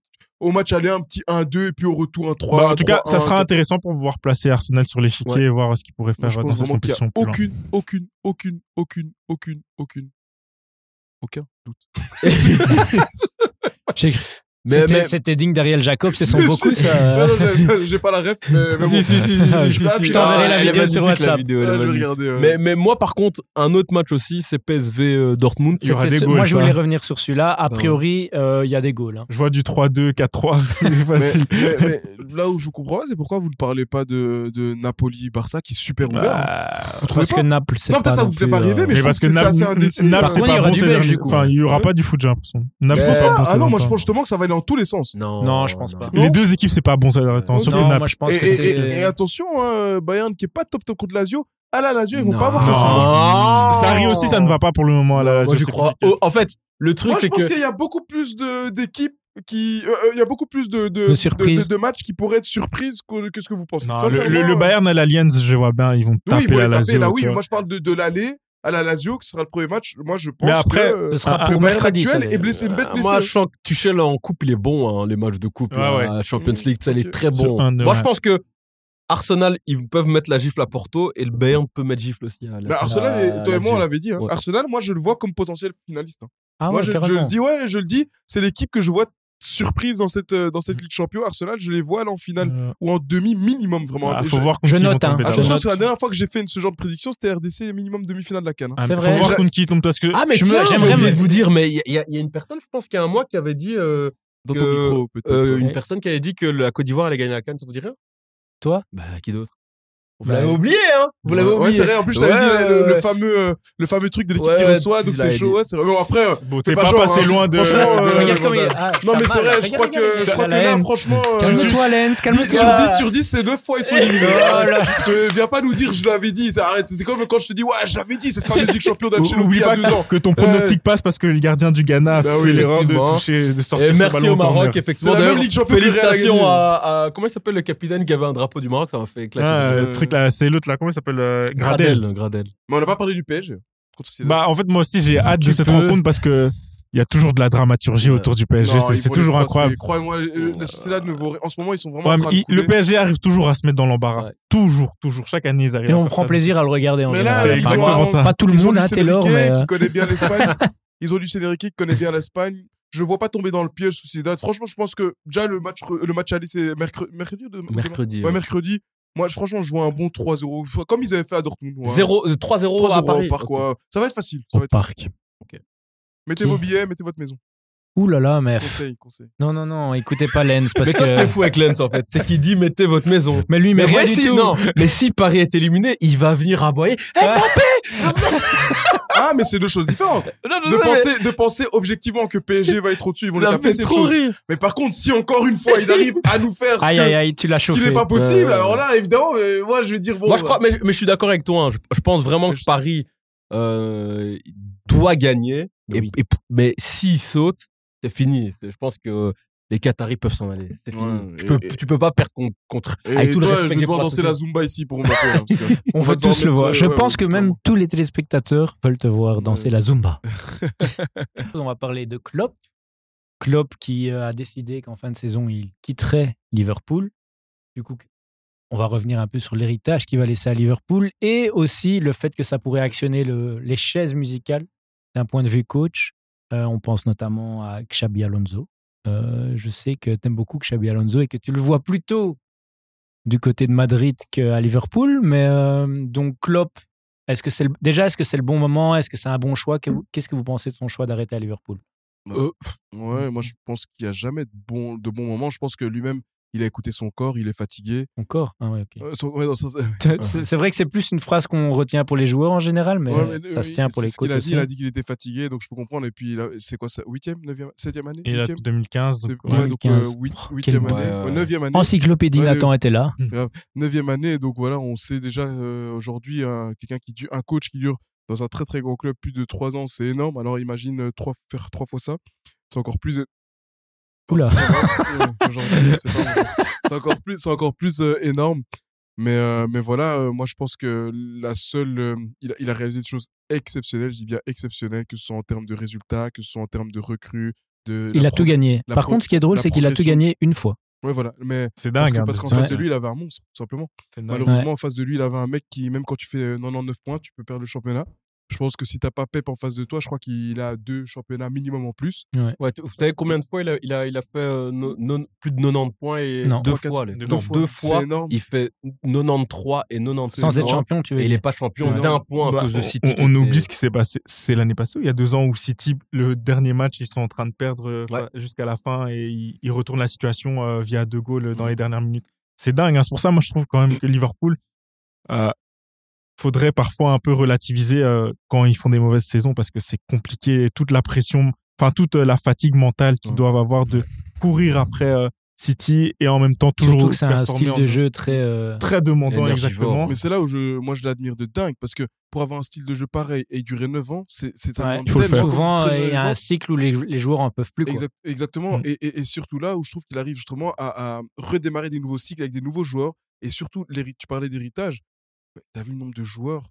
[SPEAKER 2] au match aller un petit 1-2 et puis au retour un 3.
[SPEAKER 5] Bah, en tout cas, ça sera intéressant pour pouvoir placer Arsenal sur l'échiquier
[SPEAKER 4] Ouais.
[SPEAKER 5] et voir ce qu'ils pourraient faire
[SPEAKER 2] Je
[SPEAKER 5] dans
[SPEAKER 2] pense
[SPEAKER 5] cette
[SPEAKER 2] vraiment qu'il n'y
[SPEAKER 5] compétition.
[SPEAKER 2] a
[SPEAKER 5] plus loin.
[SPEAKER 2] aucune, aucune, aucune, aucune, aucune, aucune. Aucun doute.
[SPEAKER 1] J'ai-
[SPEAKER 4] mais,
[SPEAKER 1] C'était-
[SPEAKER 4] mais-
[SPEAKER 1] C'était digne d'Ariel Jacob, c'est son beaucoup
[SPEAKER 2] Non,
[SPEAKER 1] ça.
[SPEAKER 2] non, j'ai- j'ai pas la ref, mais, mais bon.
[SPEAKER 4] [laughs] Si, si, si, si, si, si,
[SPEAKER 2] Ah,
[SPEAKER 4] si.
[SPEAKER 1] je t'enverrai
[SPEAKER 4] Ah,
[SPEAKER 1] la
[SPEAKER 4] elle est
[SPEAKER 1] vidéo sur
[SPEAKER 4] magnifique, la
[SPEAKER 1] WhatsApp.
[SPEAKER 4] vidéo,
[SPEAKER 2] Ah,
[SPEAKER 4] elle est
[SPEAKER 2] je vais
[SPEAKER 4] magnifique.
[SPEAKER 2] regarder. ouais.
[SPEAKER 4] Mais, mais moi, par contre, un autre match aussi, c'est PSV euh, Dortmund.
[SPEAKER 5] Il y aura
[SPEAKER 1] C'était
[SPEAKER 5] des
[SPEAKER 1] ce-
[SPEAKER 5] goals,
[SPEAKER 1] Moi, je
[SPEAKER 5] ça.
[SPEAKER 1] voulais revenir sur celui-là. A
[SPEAKER 4] Ouais.
[SPEAKER 1] priori, euh, il y a des goals. hein.
[SPEAKER 5] Je vois du 3-2, [laughs] 4-3. Il est
[SPEAKER 2] Mais-
[SPEAKER 5] facile.
[SPEAKER 2] mais- mais là où je comprends pas, c'est pourquoi vous ne parlez pas de, de Napoli-Barça qui est super ouvert.
[SPEAKER 1] Ah,
[SPEAKER 2] hein.
[SPEAKER 5] Bah,
[SPEAKER 2] Vous trouvez
[SPEAKER 1] Parce
[SPEAKER 2] pas
[SPEAKER 1] que Naples, c'est
[SPEAKER 2] Non, peut-être
[SPEAKER 1] pas
[SPEAKER 2] ça
[SPEAKER 1] non
[SPEAKER 2] vous fait
[SPEAKER 1] plus,
[SPEAKER 2] pas
[SPEAKER 1] euh,
[SPEAKER 2] rêver, mais
[SPEAKER 5] Mais
[SPEAKER 2] je
[SPEAKER 5] parce
[SPEAKER 2] pense
[SPEAKER 5] que
[SPEAKER 2] que c'est
[SPEAKER 5] Naples,
[SPEAKER 2] assez indécis.
[SPEAKER 5] Naples,
[SPEAKER 1] Par
[SPEAKER 5] c'est
[SPEAKER 1] contre, il y
[SPEAKER 5] pas
[SPEAKER 1] aura
[SPEAKER 5] bon
[SPEAKER 1] du
[SPEAKER 5] ces
[SPEAKER 1] belge,
[SPEAKER 5] derniers-
[SPEAKER 1] du coup.
[SPEAKER 5] Enfin, il y aura pas du foot, j'ai l'impression. Naples,
[SPEAKER 4] Ouais.
[SPEAKER 5] c'est pas bon
[SPEAKER 2] Ah
[SPEAKER 5] ces
[SPEAKER 2] non, moi
[SPEAKER 5] derniers
[SPEAKER 2] je
[SPEAKER 5] temps.
[SPEAKER 2] pense justement que ça va aller dans tous les sens.
[SPEAKER 4] Non,
[SPEAKER 1] Non, je pense pas.
[SPEAKER 4] non.
[SPEAKER 2] pense-
[SPEAKER 5] Les deux équipes, c'est pas bon ces derniers temps.
[SPEAKER 4] Euh,
[SPEAKER 5] Sauf
[SPEAKER 1] Non,
[SPEAKER 5] que
[SPEAKER 1] moi,
[SPEAKER 5] Naples.
[SPEAKER 1] je pense
[SPEAKER 2] et,
[SPEAKER 1] que
[SPEAKER 2] et-
[SPEAKER 1] c'est.
[SPEAKER 2] et- et attention, hein, Bayern qui est pas top top contre Lazio. Ah là, Lazio, ils vont
[SPEAKER 4] Non.
[SPEAKER 2] pas avoir ça.
[SPEAKER 5] Non.
[SPEAKER 1] Ah.
[SPEAKER 4] pense-
[SPEAKER 5] Sarri aussi, ça ne va pas pour le moment. à la-
[SPEAKER 4] Moi, je
[SPEAKER 5] c'est
[SPEAKER 4] crois.
[SPEAKER 5] compliqué.
[SPEAKER 4] oh, en fait, le truc,
[SPEAKER 2] Moi, je
[SPEAKER 4] c'est
[SPEAKER 2] pense
[SPEAKER 4] que.
[SPEAKER 2] qu'il y a beaucoup plus de- d'équipes qui. euh, euh, Il y a beaucoup plus de, de,
[SPEAKER 1] De surprises.
[SPEAKER 2] de- de matchs qui pourraient être surprises que, que ce que vous pensez.
[SPEAKER 5] Non, le-
[SPEAKER 2] Sincèrement,
[SPEAKER 5] le, le
[SPEAKER 2] euh,
[SPEAKER 5] Bayern à l'Allianz, je vois bien, ils vont
[SPEAKER 2] Oui,
[SPEAKER 5] taper
[SPEAKER 2] ils vont
[SPEAKER 5] la
[SPEAKER 2] les taper
[SPEAKER 5] Lazio.
[SPEAKER 2] là, oui.
[SPEAKER 5] tu vois.
[SPEAKER 2] Moi, je parle de, de l'aller à la Lazio, qui sera le premier match. Moi, je pense
[SPEAKER 5] Mais après,
[SPEAKER 2] que euh,
[SPEAKER 1] ce sera
[SPEAKER 2] le
[SPEAKER 1] pour
[SPEAKER 2] Bayern
[SPEAKER 1] mercredi. ça,
[SPEAKER 2] actuel est
[SPEAKER 1] d'ailleurs.
[SPEAKER 2] blessé bête
[SPEAKER 4] Ah,
[SPEAKER 2] blessé.
[SPEAKER 4] moi, je sens que Tuchel en coupe, il est bon, hein, les matchs de coupe.
[SPEAKER 5] Ouais,
[SPEAKER 4] là,
[SPEAKER 5] ouais.
[SPEAKER 4] à Champions
[SPEAKER 2] Mmh,
[SPEAKER 4] League, ça, il
[SPEAKER 2] ok.
[SPEAKER 4] est très
[SPEAKER 5] Sur
[SPEAKER 4] bon.
[SPEAKER 5] un de-
[SPEAKER 4] Moi, je
[SPEAKER 5] ouais.
[SPEAKER 4] pense que Arsenal, ils peuvent mettre la gifle à Porto et le Bayern peut mettre gifle aussi. à la-
[SPEAKER 2] Bah, Arsenal, et-
[SPEAKER 4] à
[SPEAKER 2] toi et moi, on
[SPEAKER 4] Lazio.
[SPEAKER 2] l'avait dit. hein.
[SPEAKER 4] Ouais.
[SPEAKER 2] Arsenal, moi, je le vois comme potentiel finaliste. hein.
[SPEAKER 1] Ah
[SPEAKER 2] moi,
[SPEAKER 1] ouais,
[SPEAKER 2] je, je
[SPEAKER 1] carrément.
[SPEAKER 2] le dis, ouais, je le dis. C'est l'équipe que je vois surprise dans cette, euh, dans cette Ligue Champion. Arsenal, je les vois aller en finale
[SPEAKER 5] Euh,
[SPEAKER 2] ou en demi minimum, vraiment.
[SPEAKER 5] bah,
[SPEAKER 2] Et
[SPEAKER 5] faut
[SPEAKER 2] je-
[SPEAKER 5] voir
[SPEAKER 1] je
[SPEAKER 5] contre qui ils
[SPEAKER 1] note,
[SPEAKER 5] vont
[SPEAKER 1] hein.
[SPEAKER 5] tomber
[SPEAKER 1] Ah,
[SPEAKER 2] Je
[SPEAKER 5] d'abord.
[SPEAKER 1] je
[SPEAKER 2] sens que c'est la dernière fois que j'ai fait une- ce genre de prédiction, c'était RDC minimum demi-finale de la Cannes. hein.
[SPEAKER 5] Ah,
[SPEAKER 1] C'est
[SPEAKER 5] faut
[SPEAKER 1] vrai.
[SPEAKER 5] voir
[SPEAKER 2] Je-
[SPEAKER 5] contre qui ils tombent parce que
[SPEAKER 4] Ah, mais
[SPEAKER 1] Je
[SPEAKER 4] tiens,
[SPEAKER 1] me-
[SPEAKER 4] j'aimerais
[SPEAKER 1] j'aimerais me-
[SPEAKER 4] vous dire, mais il y, a- il y a- il y a une personne, je pense qu'il y a un mois, qui avait dit, euh,
[SPEAKER 2] Dans ton
[SPEAKER 4] que-
[SPEAKER 2] micro, peut-être.
[SPEAKER 4] euh,
[SPEAKER 2] Ouais.
[SPEAKER 4] une personne qui avait dit que la Côte d'Ivoire allait gagner la Cannes, ça vous dit rien
[SPEAKER 1] Toi
[SPEAKER 4] Bah, qui d'autre Vous
[SPEAKER 1] Bah,
[SPEAKER 4] l'avez oublié, hein Vous l'avez
[SPEAKER 2] Ouais,
[SPEAKER 4] oublié.
[SPEAKER 2] c'est vrai. En plus, je t'avais
[SPEAKER 4] Ouais,
[SPEAKER 2] dit le,
[SPEAKER 4] ouais,
[SPEAKER 2] le
[SPEAKER 4] ouais.
[SPEAKER 2] fameux, euh, le fameux truc de l'équipe
[SPEAKER 4] Ouais,
[SPEAKER 2] qui
[SPEAKER 4] ouais,
[SPEAKER 2] reçoit,
[SPEAKER 4] tu
[SPEAKER 2] donc c'est
[SPEAKER 4] l'avais dit.
[SPEAKER 2] chaud. Ouais, c'est vrai. Bon, après, euh,
[SPEAKER 5] bon, t'es
[SPEAKER 2] c'est
[SPEAKER 5] pas,
[SPEAKER 2] pas genre,
[SPEAKER 5] passé
[SPEAKER 2] hein.
[SPEAKER 5] loin de.
[SPEAKER 2] Franchement,
[SPEAKER 5] de-
[SPEAKER 2] euh,
[SPEAKER 1] Regarde comme il est. Ah,
[SPEAKER 2] non, mais
[SPEAKER 1] t'as
[SPEAKER 2] c'est
[SPEAKER 1] mal,
[SPEAKER 2] vrai.
[SPEAKER 1] regarde,
[SPEAKER 2] Je crois
[SPEAKER 1] regarde, regarde,
[SPEAKER 2] que, je
[SPEAKER 1] regarde.
[SPEAKER 2] crois que
[SPEAKER 1] La
[SPEAKER 2] là,
[SPEAKER 1] haine.
[SPEAKER 2] franchement, euh,
[SPEAKER 1] Calme-toi, Lens,
[SPEAKER 2] dix- sur
[SPEAKER 1] calme-toi.
[SPEAKER 2] 10 sur 10, c'est 9 fois ils sont
[SPEAKER 5] [laughs]
[SPEAKER 2] éliminés.
[SPEAKER 5] Oh
[SPEAKER 2] Tu viens pas nous dire, je l'avais dit. ça, Arrête. C'est comme quand je te dis, ouais, je l'avais dit, cette fameuse Ligue Champion d'Ancelotti
[SPEAKER 5] Oublie
[SPEAKER 2] il y a
[SPEAKER 5] pas
[SPEAKER 2] deux
[SPEAKER 5] [laughs]
[SPEAKER 2] ans.
[SPEAKER 5] que ton pronostic passe parce que le gardien du Ghana a
[SPEAKER 2] Bah
[SPEAKER 5] fait
[SPEAKER 2] oui,
[SPEAKER 5] l'erreur de
[SPEAKER 4] effectivement.
[SPEAKER 5] toucher, de sortir
[SPEAKER 4] Et
[SPEAKER 5] ce
[SPEAKER 4] merci
[SPEAKER 5] ballon
[SPEAKER 4] au
[SPEAKER 5] au corner.
[SPEAKER 4] Maroc,
[SPEAKER 2] C'est
[SPEAKER 4] effectivement.
[SPEAKER 2] la même
[SPEAKER 4] D'ailleurs,
[SPEAKER 2] Ligue Champion que le Real a
[SPEAKER 4] félicitations
[SPEAKER 2] gagné.
[SPEAKER 4] à, à- Comment il s'appelle le capitaine qui avait un drapeau du Maroc Ça m'a fait éclater.
[SPEAKER 5] Ah,
[SPEAKER 2] Euh,
[SPEAKER 5] le truc là, c'est l'autre là, comment il s'appelle euh, Gradel.
[SPEAKER 4] Gradel.
[SPEAKER 2] Mais on n'a pas parlé du PSG. contre Sociedad.
[SPEAKER 5] Bah en fait moi aussi j'ai hâte
[SPEAKER 1] Tu
[SPEAKER 5] de cette
[SPEAKER 1] peux.
[SPEAKER 5] rencontre parce que il y a toujours de la dramaturgie
[SPEAKER 4] Ouais.
[SPEAKER 5] autour du
[SPEAKER 2] Non,
[SPEAKER 5] PSG, c'est-
[SPEAKER 2] ils
[SPEAKER 5] c'est
[SPEAKER 2] vont les
[SPEAKER 5] toujours
[SPEAKER 2] passer.
[SPEAKER 5] incroyable.
[SPEAKER 2] Crois-moi, euh, la Sociedad ne vaut rien. En ce moment, ils sont vraiment.
[SPEAKER 5] Ouais,
[SPEAKER 2] en
[SPEAKER 5] mais
[SPEAKER 2] train de
[SPEAKER 5] il- le
[SPEAKER 2] couler.
[SPEAKER 5] PSG arrive toujours à se mettre dans l'embarras.
[SPEAKER 4] Ouais.
[SPEAKER 5] Toujours, toujours. Chaque année, ils arrivent.
[SPEAKER 1] Et
[SPEAKER 5] à
[SPEAKER 1] on
[SPEAKER 5] faire
[SPEAKER 1] prend
[SPEAKER 5] ça.
[SPEAKER 1] plaisir à le regarder en
[SPEAKER 2] Mais là,
[SPEAKER 5] c'est
[SPEAKER 1] général.
[SPEAKER 2] ils
[SPEAKER 1] Enfin,
[SPEAKER 2] ont
[SPEAKER 5] exactement
[SPEAKER 2] un-
[SPEAKER 5] ça.
[SPEAKER 1] Pas tout le
[SPEAKER 2] Ils ont
[SPEAKER 1] monde
[SPEAKER 2] du
[SPEAKER 1] a
[SPEAKER 2] Cédric
[SPEAKER 1] Taylor, mais.
[SPEAKER 2] qui
[SPEAKER 1] euh,
[SPEAKER 2] connaît bien l'Espagne. Ils ont du Cédric qui connaît bien l'Espagne. Je vois pas tomber dans le piège Sociedad. Franchement, je pense que déjà le match re- le match aller c'est mercredi mercredi ou demain
[SPEAKER 4] Mercredi.
[SPEAKER 2] Ouais, mercredi. Moi, je- franchement, je vois un bon 3-0 Enfin, comme ils avaient fait à Dortmund. ouais.
[SPEAKER 4] 0 euh, 3-0 à
[SPEAKER 2] 3-0
[SPEAKER 4] Paris.
[SPEAKER 2] au parc, ouais. Ça va être facile. ça
[SPEAKER 1] Au
[SPEAKER 2] va être facile.
[SPEAKER 1] parc.
[SPEAKER 2] Mettez
[SPEAKER 1] Ok.
[SPEAKER 2] vos billets, mettez votre maison.
[SPEAKER 1] Ouh là là, mais.
[SPEAKER 2] Conseil, conseil.
[SPEAKER 1] Non, non, non, écoutez pas Lens parce
[SPEAKER 4] Mais toi, ce qui est
[SPEAKER 1] que.
[SPEAKER 4] fou avec Lens, en fait, c'est qu'il dit mettez votre maison.
[SPEAKER 1] Mais lui, mais
[SPEAKER 4] Mais
[SPEAKER 1] rien
[SPEAKER 4] ouais,
[SPEAKER 1] du
[SPEAKER 4] si,
[SPEAKER 1] tout.
[SPEAKER 4] non. Mais si Paris est éliminé, il va venir aboyer. Eh,
[SPEAKER 1] Ah.
[SPEAKER 2] Ah, mais c'est deux choses différentes.
[SPEAKER 4] non, [laughs] je
[SPEAKER 2] de,
[SPEAKER 4] sais, mais-
[SPEAKER 2] penser, de penser objectivement que PSG va être au-dessus, ils vont les
[SPEAKER 4] ça me
[SPEAKER 2] taper,
[SPEAKER 4] fait
[SPEAKER 2] c'est
[SPEAKER 4] trop
[SPEAKER 2] trop.
[SPEAKER 4] rire.
[SPEAKER 2] Mais par contre, si encore une fois ils arrivent à nous
[SPEAKER 1] [laughs]
[SPEAKER 2] faire ce
[SPEAKER 1] Aïe,
[SPEAKER 2] que-
[SPEAKER 1] aïe, aïe, tu l'as
[SPEAKER 2] ce qui
[SPEAKER 1] chauffé.
[SPEAKER 2] n'est pas possible,
[SPEAKER 4] Ouais, ouais,
[SPEAKER 2] alors là, évidemment, mais moi je vais dire bon.
[SPEAKER 4] Moi, je
[SPEAKER 2] bah,
[SPEAKER 4] crois, mais, mais je suis d'accord avec toi. hein. Je, je pense vraiment que Paris euh, doit gagner. Et-
[SPEAKER 1] Oui.
[SPEAKER 4] et p- mais s'il saute, c'est fini. C'est- Je pense que les Qataris peuvent s'en aller. C'est fini.
[SPEAKER 2] Ouais,
[SPEAKER 4] tu,
[SPEAKER 2] et-
[SPEAKER 4] peux,
[SPEAKER 2] et-
[SPEAKER 4] tu peux pas perdre contre. contre
[SPEAKER 2] Et
[SPEAKER 4] avec tout le
[SPEAKER 2] toi,
[SPEAKER 4] respect
[SPEAKER 2] je vais
[SPEAKER 4] que
[SPEAKER 2] devoir
[SPEAKER 4] pour
[SPEAKER 2] danser
[SPEAKER 4] tout
[SPEAKER 2] la
[SPEAKER 4] le
[SPEAKER 2] Zumba ici pour mon bateau, là,
[SPEAKER 1] [laughs]
[SPEAKER 2] parce que-
[SPEAKER 1] On
[SPEAKER 2] va
[SPEAKER 1] veut
[SPEAKER 2] devoir
[SPEAKER 1] tous le
[SPEAKER 2] mettre,
[SPEAKER 1] voir.
[SPEAKER 2] euh,
[SPEAKER 1] Je
[SPEAKER 2] ouais,
[SPEAKER 1] pense
[SPEAKER 2] ouais,
[SPEAKER 1] que même tous les téléspectateurs veulent te voir danser la Zumba. [laughs] On va parler de Klopp. Klopp qui euh, a décidé qu'en fin de saison, il quitterait Liverpool. Du coup, on va revenir un peu sur l'héritage qu'il va laisser à Liverpool et aussi le fait que ça pourrait actionner le- les chaises musicales d'un point de vue coach. Euh, on pense notamment à Xabi Alonso. Euh, je sais que tu aimes beaucoup Xabi Alonso et que tu le vois plutôt du côté de Madrid qu'à Liverpool. Mais euh, donc Klopp, est-ce que c'est le- déjà est-ce que c'est le bon moment Est-ce que c'est un bon choix Que- Qu'est-ce que vous pensez de son choix d'arrêter à Liverpool Euh, mm.
[SPEAKER 2] Ouais, moi je pense qu'il n'y a jamais de bon, de bon moment. Je pense que lui-même, il a écouté son corps, il est fatigué.
[SPEAKER 1] Encore Ah ouais, ok.
[SPEAKER 2] Euh, son- ouais, dans le sens- ouais,
[SPEAKER 1] C'est c'est vrai que c'est plus une phrase qu'on retient pour les joueurs en général, mais,
[SPEAKER 2] mais,
[SPEAKER 1] ça
[SPEAKER 2] euh,
[SPEAKER 1] se tient
[SPEAKER 2] il-
[SPEAKER 1] pour
[SPEAKER 2] c'est
[SPEAKER 1] les
[SPEAKER 2] ce qu'il
[SPEAKER 1] coachs
[SPEAKER 2] a dit,
[SPEAKER 1] aussi.
[SPEAKER 2] Il a dit qu'il était fatigué, donc je peux comprendre. Et puis, il a- c'est quoi ça 8e, 9e, 7e année
[SPEAKER 5] Et là,
[SPEAKER 2] 8e
[SPEAKER 5] 2015, donc,
[SPEAKER 2] Ouais, donc
[SPEAKER 1] 2015.
[SPEAKER 2] 8,
[SPEAKER 1] Oh, quel Oh,
[SPEAKER 2] e année,
[SPEAKER 1] bon-
[SPEAKER 4] Ouais,
[SPEAKER 2] ouais,
[SPEAKER 4] ouais.
[SPEAKER 2] 9e année.
[SPEAKER 1] Encyclopédie
[SPEAKER 2] Ouais,
[SPEAKER 1] Nathan était là.
[SPEAKER 2] neuvième année. Donc voilà, on sait déjà euh, aujourd'hui un- quelqu'un qui dure, un coach qui dure dans un très très grand club plus de trois ans, c'est énorme. Alors imagine euh, trois, faire trois fois ça, c'est encore plus. é-
[SPEAKER 1] Oula.
[SPEAKER 2] Euh, [laughs] aujourd'hui, c'est pas bon. C'est encore plus, c'est encore plus euh, énorme. Mais euh, mais voilà, euh, moi je pense que la seule, euh, il, a, il a réalisé des choses exceptionnelles. Je dis bien exceptionnelles, que ce soit en termes de résultats, que ce soit en termes de recrues. De
[SPEAKER 1] Il
[SPEAKER 2] la
[SPEAKER 1] a tout
[SPEAKER 2] pro-
[SPEAKER 1] gagné.
[SPEAKER 2] la
[SPEAKER 1] Par
[SPEAKER 2] pro-
[SPEAKER 1] contre, ce qui est drôle,
[SPEAKER 2] la
[SPEAKER 1] c'est qu'il a tout
[SPEAKER 2] progression.
[SPEAKER 1] gagné une fois.
[SPEAKER 2] Ouais voilà, mais
[SPEAKER 5] c'est
[SPEAKER 1] Ah,
[SPEAKER 2] parce
[SPEAKER 5] dingue.
[SPEAKER 2] que-
[SPEAKER 5] hein,
[SPEAKER 2] parce qu'en
[SPEAKER 5] c'est-
[SPEAKER 2] face
[SPEAKER 1] ouais.
[SPEAKER 2] de lui, il avait un monstre, tout simplement.
[SPEAKER 5] c'est dingue.
[SPEAKER 2] Malheureusement, en face de lui, il avait un mec qui, même quand tu fais euh, 99 points, tu peux perdre le championnat. Je pense que si t'as pas Pep en face de toi, je crois qu'il a deux championnats minimum en plus.
[SPEAKER 4] Ouais, tu- vous savez combien de fois il a, il a, il a fait euh, no- non- plus de 90 points et
[SPEAKER 1] Non.
[SPEAKER 4] deux,
[SPEAKER 2] Trois, quatre-
[SPEAKER 4] fois, les-
[SPEAKER 5] deux
[SPEAKER 4] non,
[SPEAKER 2] fois.
[SPEAKER 4] deux
[SPEAKER 2] C'est
[SPEAKER 4] fois,
[SPEAKER 2] énorme.
[SPEAKER 4] Il fait 93 et 96
[SPEAKER 1] Sans être
[SPEAKER 4] points,
[SPEAKER 1] champion, tu veux
[SPEAKER 4] Et il n'est
[SPEAKER 1] dire.
[SPEAKER 4] pas champion
[SPEAKER 2] C'est
[SPEAKER 4] d'un
[SPEAKER 2] énorme.
[SPEAKER 4] point à
[SPEAKER 5] Bah,
[SPEAKER 4] cause de
[SPEAKER 5] on-
[SPEAKER 4] City.
[SPEAKER 5] On, on
[SPEAKER 4] qui
[SPEAKER 5] oublie
[SPEAKER 4] était-
[SPEAKER 5] ce qui s'est passé. C'est l'année passée, ou il y a deux ans, où City, le dernier match, ils sont en train de perdre euh,
[SPEAKER 4] Ouais.
[SPEAKER 5] fa- jusqu'à la fin et ils, ils retournent la situation euh, via deux goals
[SPEAKER 4] Mm.
[SPEAKER 5] dans les dernières minutes. C'est dingue. hein. C'est pour ça, moi, je trouve quand même que Liverpool, euh, faudrait parfois un peu relativiser euh, quand ils font des mauvaises saisons parce que c'est compliqué. Et Toute la pression, enfin, toute euh, la fatigue mentale
[SPEAKER 4] Mm.
[SPEAKER 5] qu'ils
[SPEAKER 2] Ouais.
[SPEAKER 5] doivent avoir de courir après euh, City et en même temps toujours.
[SPEAKER 1] Surtout que c'est un
[SPEAKER 5] performer
[SPEAKER 1] style
[SPEAKER 5] en-
[SPEAKER 1] de jeu très. euh,
[SPEAKER 5] Très demandant,
[SPEAKER 4] Énergivore.
[SPEAKER 5] exactement.
[SPEAKER 2] Mais c'est là où je, moi je l'admire de dingue parce que pour avoir un style de jeu pareil et durer 9 ans, c'est c'est
[SPEAKER 1] ouais.
[SPEAKER 2] un
[SPEAKER 5] il faut le faire.
[SPEAKER 1] Souvent, euh, il y a un cycle où les, les joueurs en peuvent plus. quoi.
[SPEAKER 2] Exact- exactement.
[SPEAKER 5] Mm.
[SPEAKER 2] Et, et- et surtout là où je trouve qu'il arrive justement à, à redémarrer des nouveaux cycles avec des nouveaux joueurs. Et surtout, l'héri- tu parlais d'héritage. Ouais, T'as vu le nombre de joueurs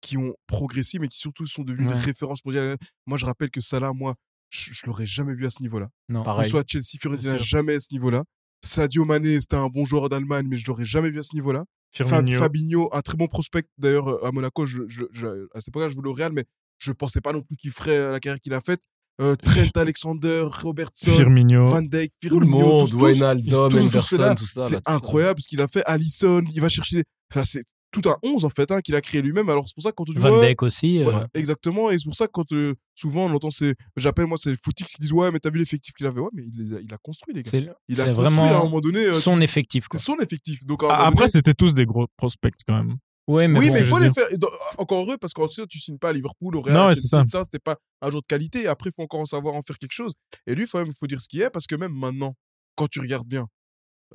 [SPEAKER 2] qui ont progressé, mais qui surtout sont devenus
[SPEAKER 1] Ouais.
[SPEAKER 2] des références mondiales. Moi, je rappelle que Salah, moi, je, je l'aurais jamais vu à ce niveau-là.
[SPEAKER 1] Non.
[SPEAKER 2] Que ce
[SPEAKER 4] Pareil.
[SPEAKER 2] soit Chelsea, Fiorentina,
[SPEAKER 4] Bien sûr.
[SPEAKER 2] jamais à ce niveau-là. Sadio Mané, c'était un bon joueur d'Allemagne, mais je l'aurais jamais vu à ce niveau-là. Fab-
[SPEAKER 5] Firmino.
[SPEAKER 2] Fabinho, un très bon prospect d'ailleurs euh, à Monaco. Je, je- je- à cette époque-là, je voulais au Real, mais je pensais pas non plus qu'il ferait euh, la carrière qu'il a faite. Euh, Trent Alexander, Robertson,
[SPEAKER 5] Firmino.
[SPEAKER 2] Van Dijk,
[SPEAKER 4] Tout
[SPEAKER 2] Firmino,
[SPEAKER 4] le monde,
[SPEAKER 2] tous- tous-
[SPEAKER 4] Wijnaldum,
[SPEAKER 2] tous- tous
[SPEAKER 4] Henderson,
[SPEAKER 2] ceux-là,
[SPEAKER 4] tout ça. là,
[SPEAKER 2] C'est
[SPEAKER 4] tout ça.
[SPEAKER 2] incroyable ce qu'il a fait. Allison, il va chercher. Enfin, c'est tout un 11 en fait hein, qu'il a créé lui-même. Alors c'est pour ça que quand on dit
[SPEAKER 1] Van
[SPEAKER 2] ouais,
[SPEAKER 1] Dijk aussi.
[SPEAKER 2] voilà,
[SPEAKER 1] euh,
[SPEAKER 2] exactement, et c'est pour ça que quand euh, souvent on entend ces, j'appelle moi c'est Footix qui disent ouais mais t'as vu l'effectif qu'il avait ouais mais il, les a, il a construit les gars.
[SPEAKER 1] c'est
[SPEAKER 2] Il
[SPEAKER 1] c'est
[SPEAKER 2] a construit à un
[SPEAKER 1] vraiment
[SPEAKER 2] moment donné. euh,
[SPEAKER 1] son effectif. quoi.
[SPEAKER 2] c'est son effectif. Donc à un
[SPEAKER 5] Ah,
[SPEAKER 2] moment
[SPEAKER 5] Après,
[SPEAKER 2] donné-
[SPEAKER 5] c'était tous des gros prospects quand même.
[SPEAKER 1] Ouais, mais
[SPEAKER 2] oui,
[SPEAKER 1] bon,
[SPEAKER 2] mais il
[SPEAKER 5] je
[SPEAKER 2] faut
[SPEAKER 5] veux
[SPEAKER 2] les
[SPEAKER 5] dire-
[SPEAKER 2] faire. Et dans- Encore heureux, parce qu'en tu tu signes pas à Liverpool, au Real,
[SPEAKER 5] Non, ouais,
[SPEAKER 2] Chelsea,
[SPEAKER 5] c'est ça.
[SPEAKER 2] tout c'était pas un jour de qualité. Après, il faut encore en savoir en faire quelque chose. Et lui, il faut, même- faut dire ce qu'il est, parce que même maintenant, quand tu regardes bien,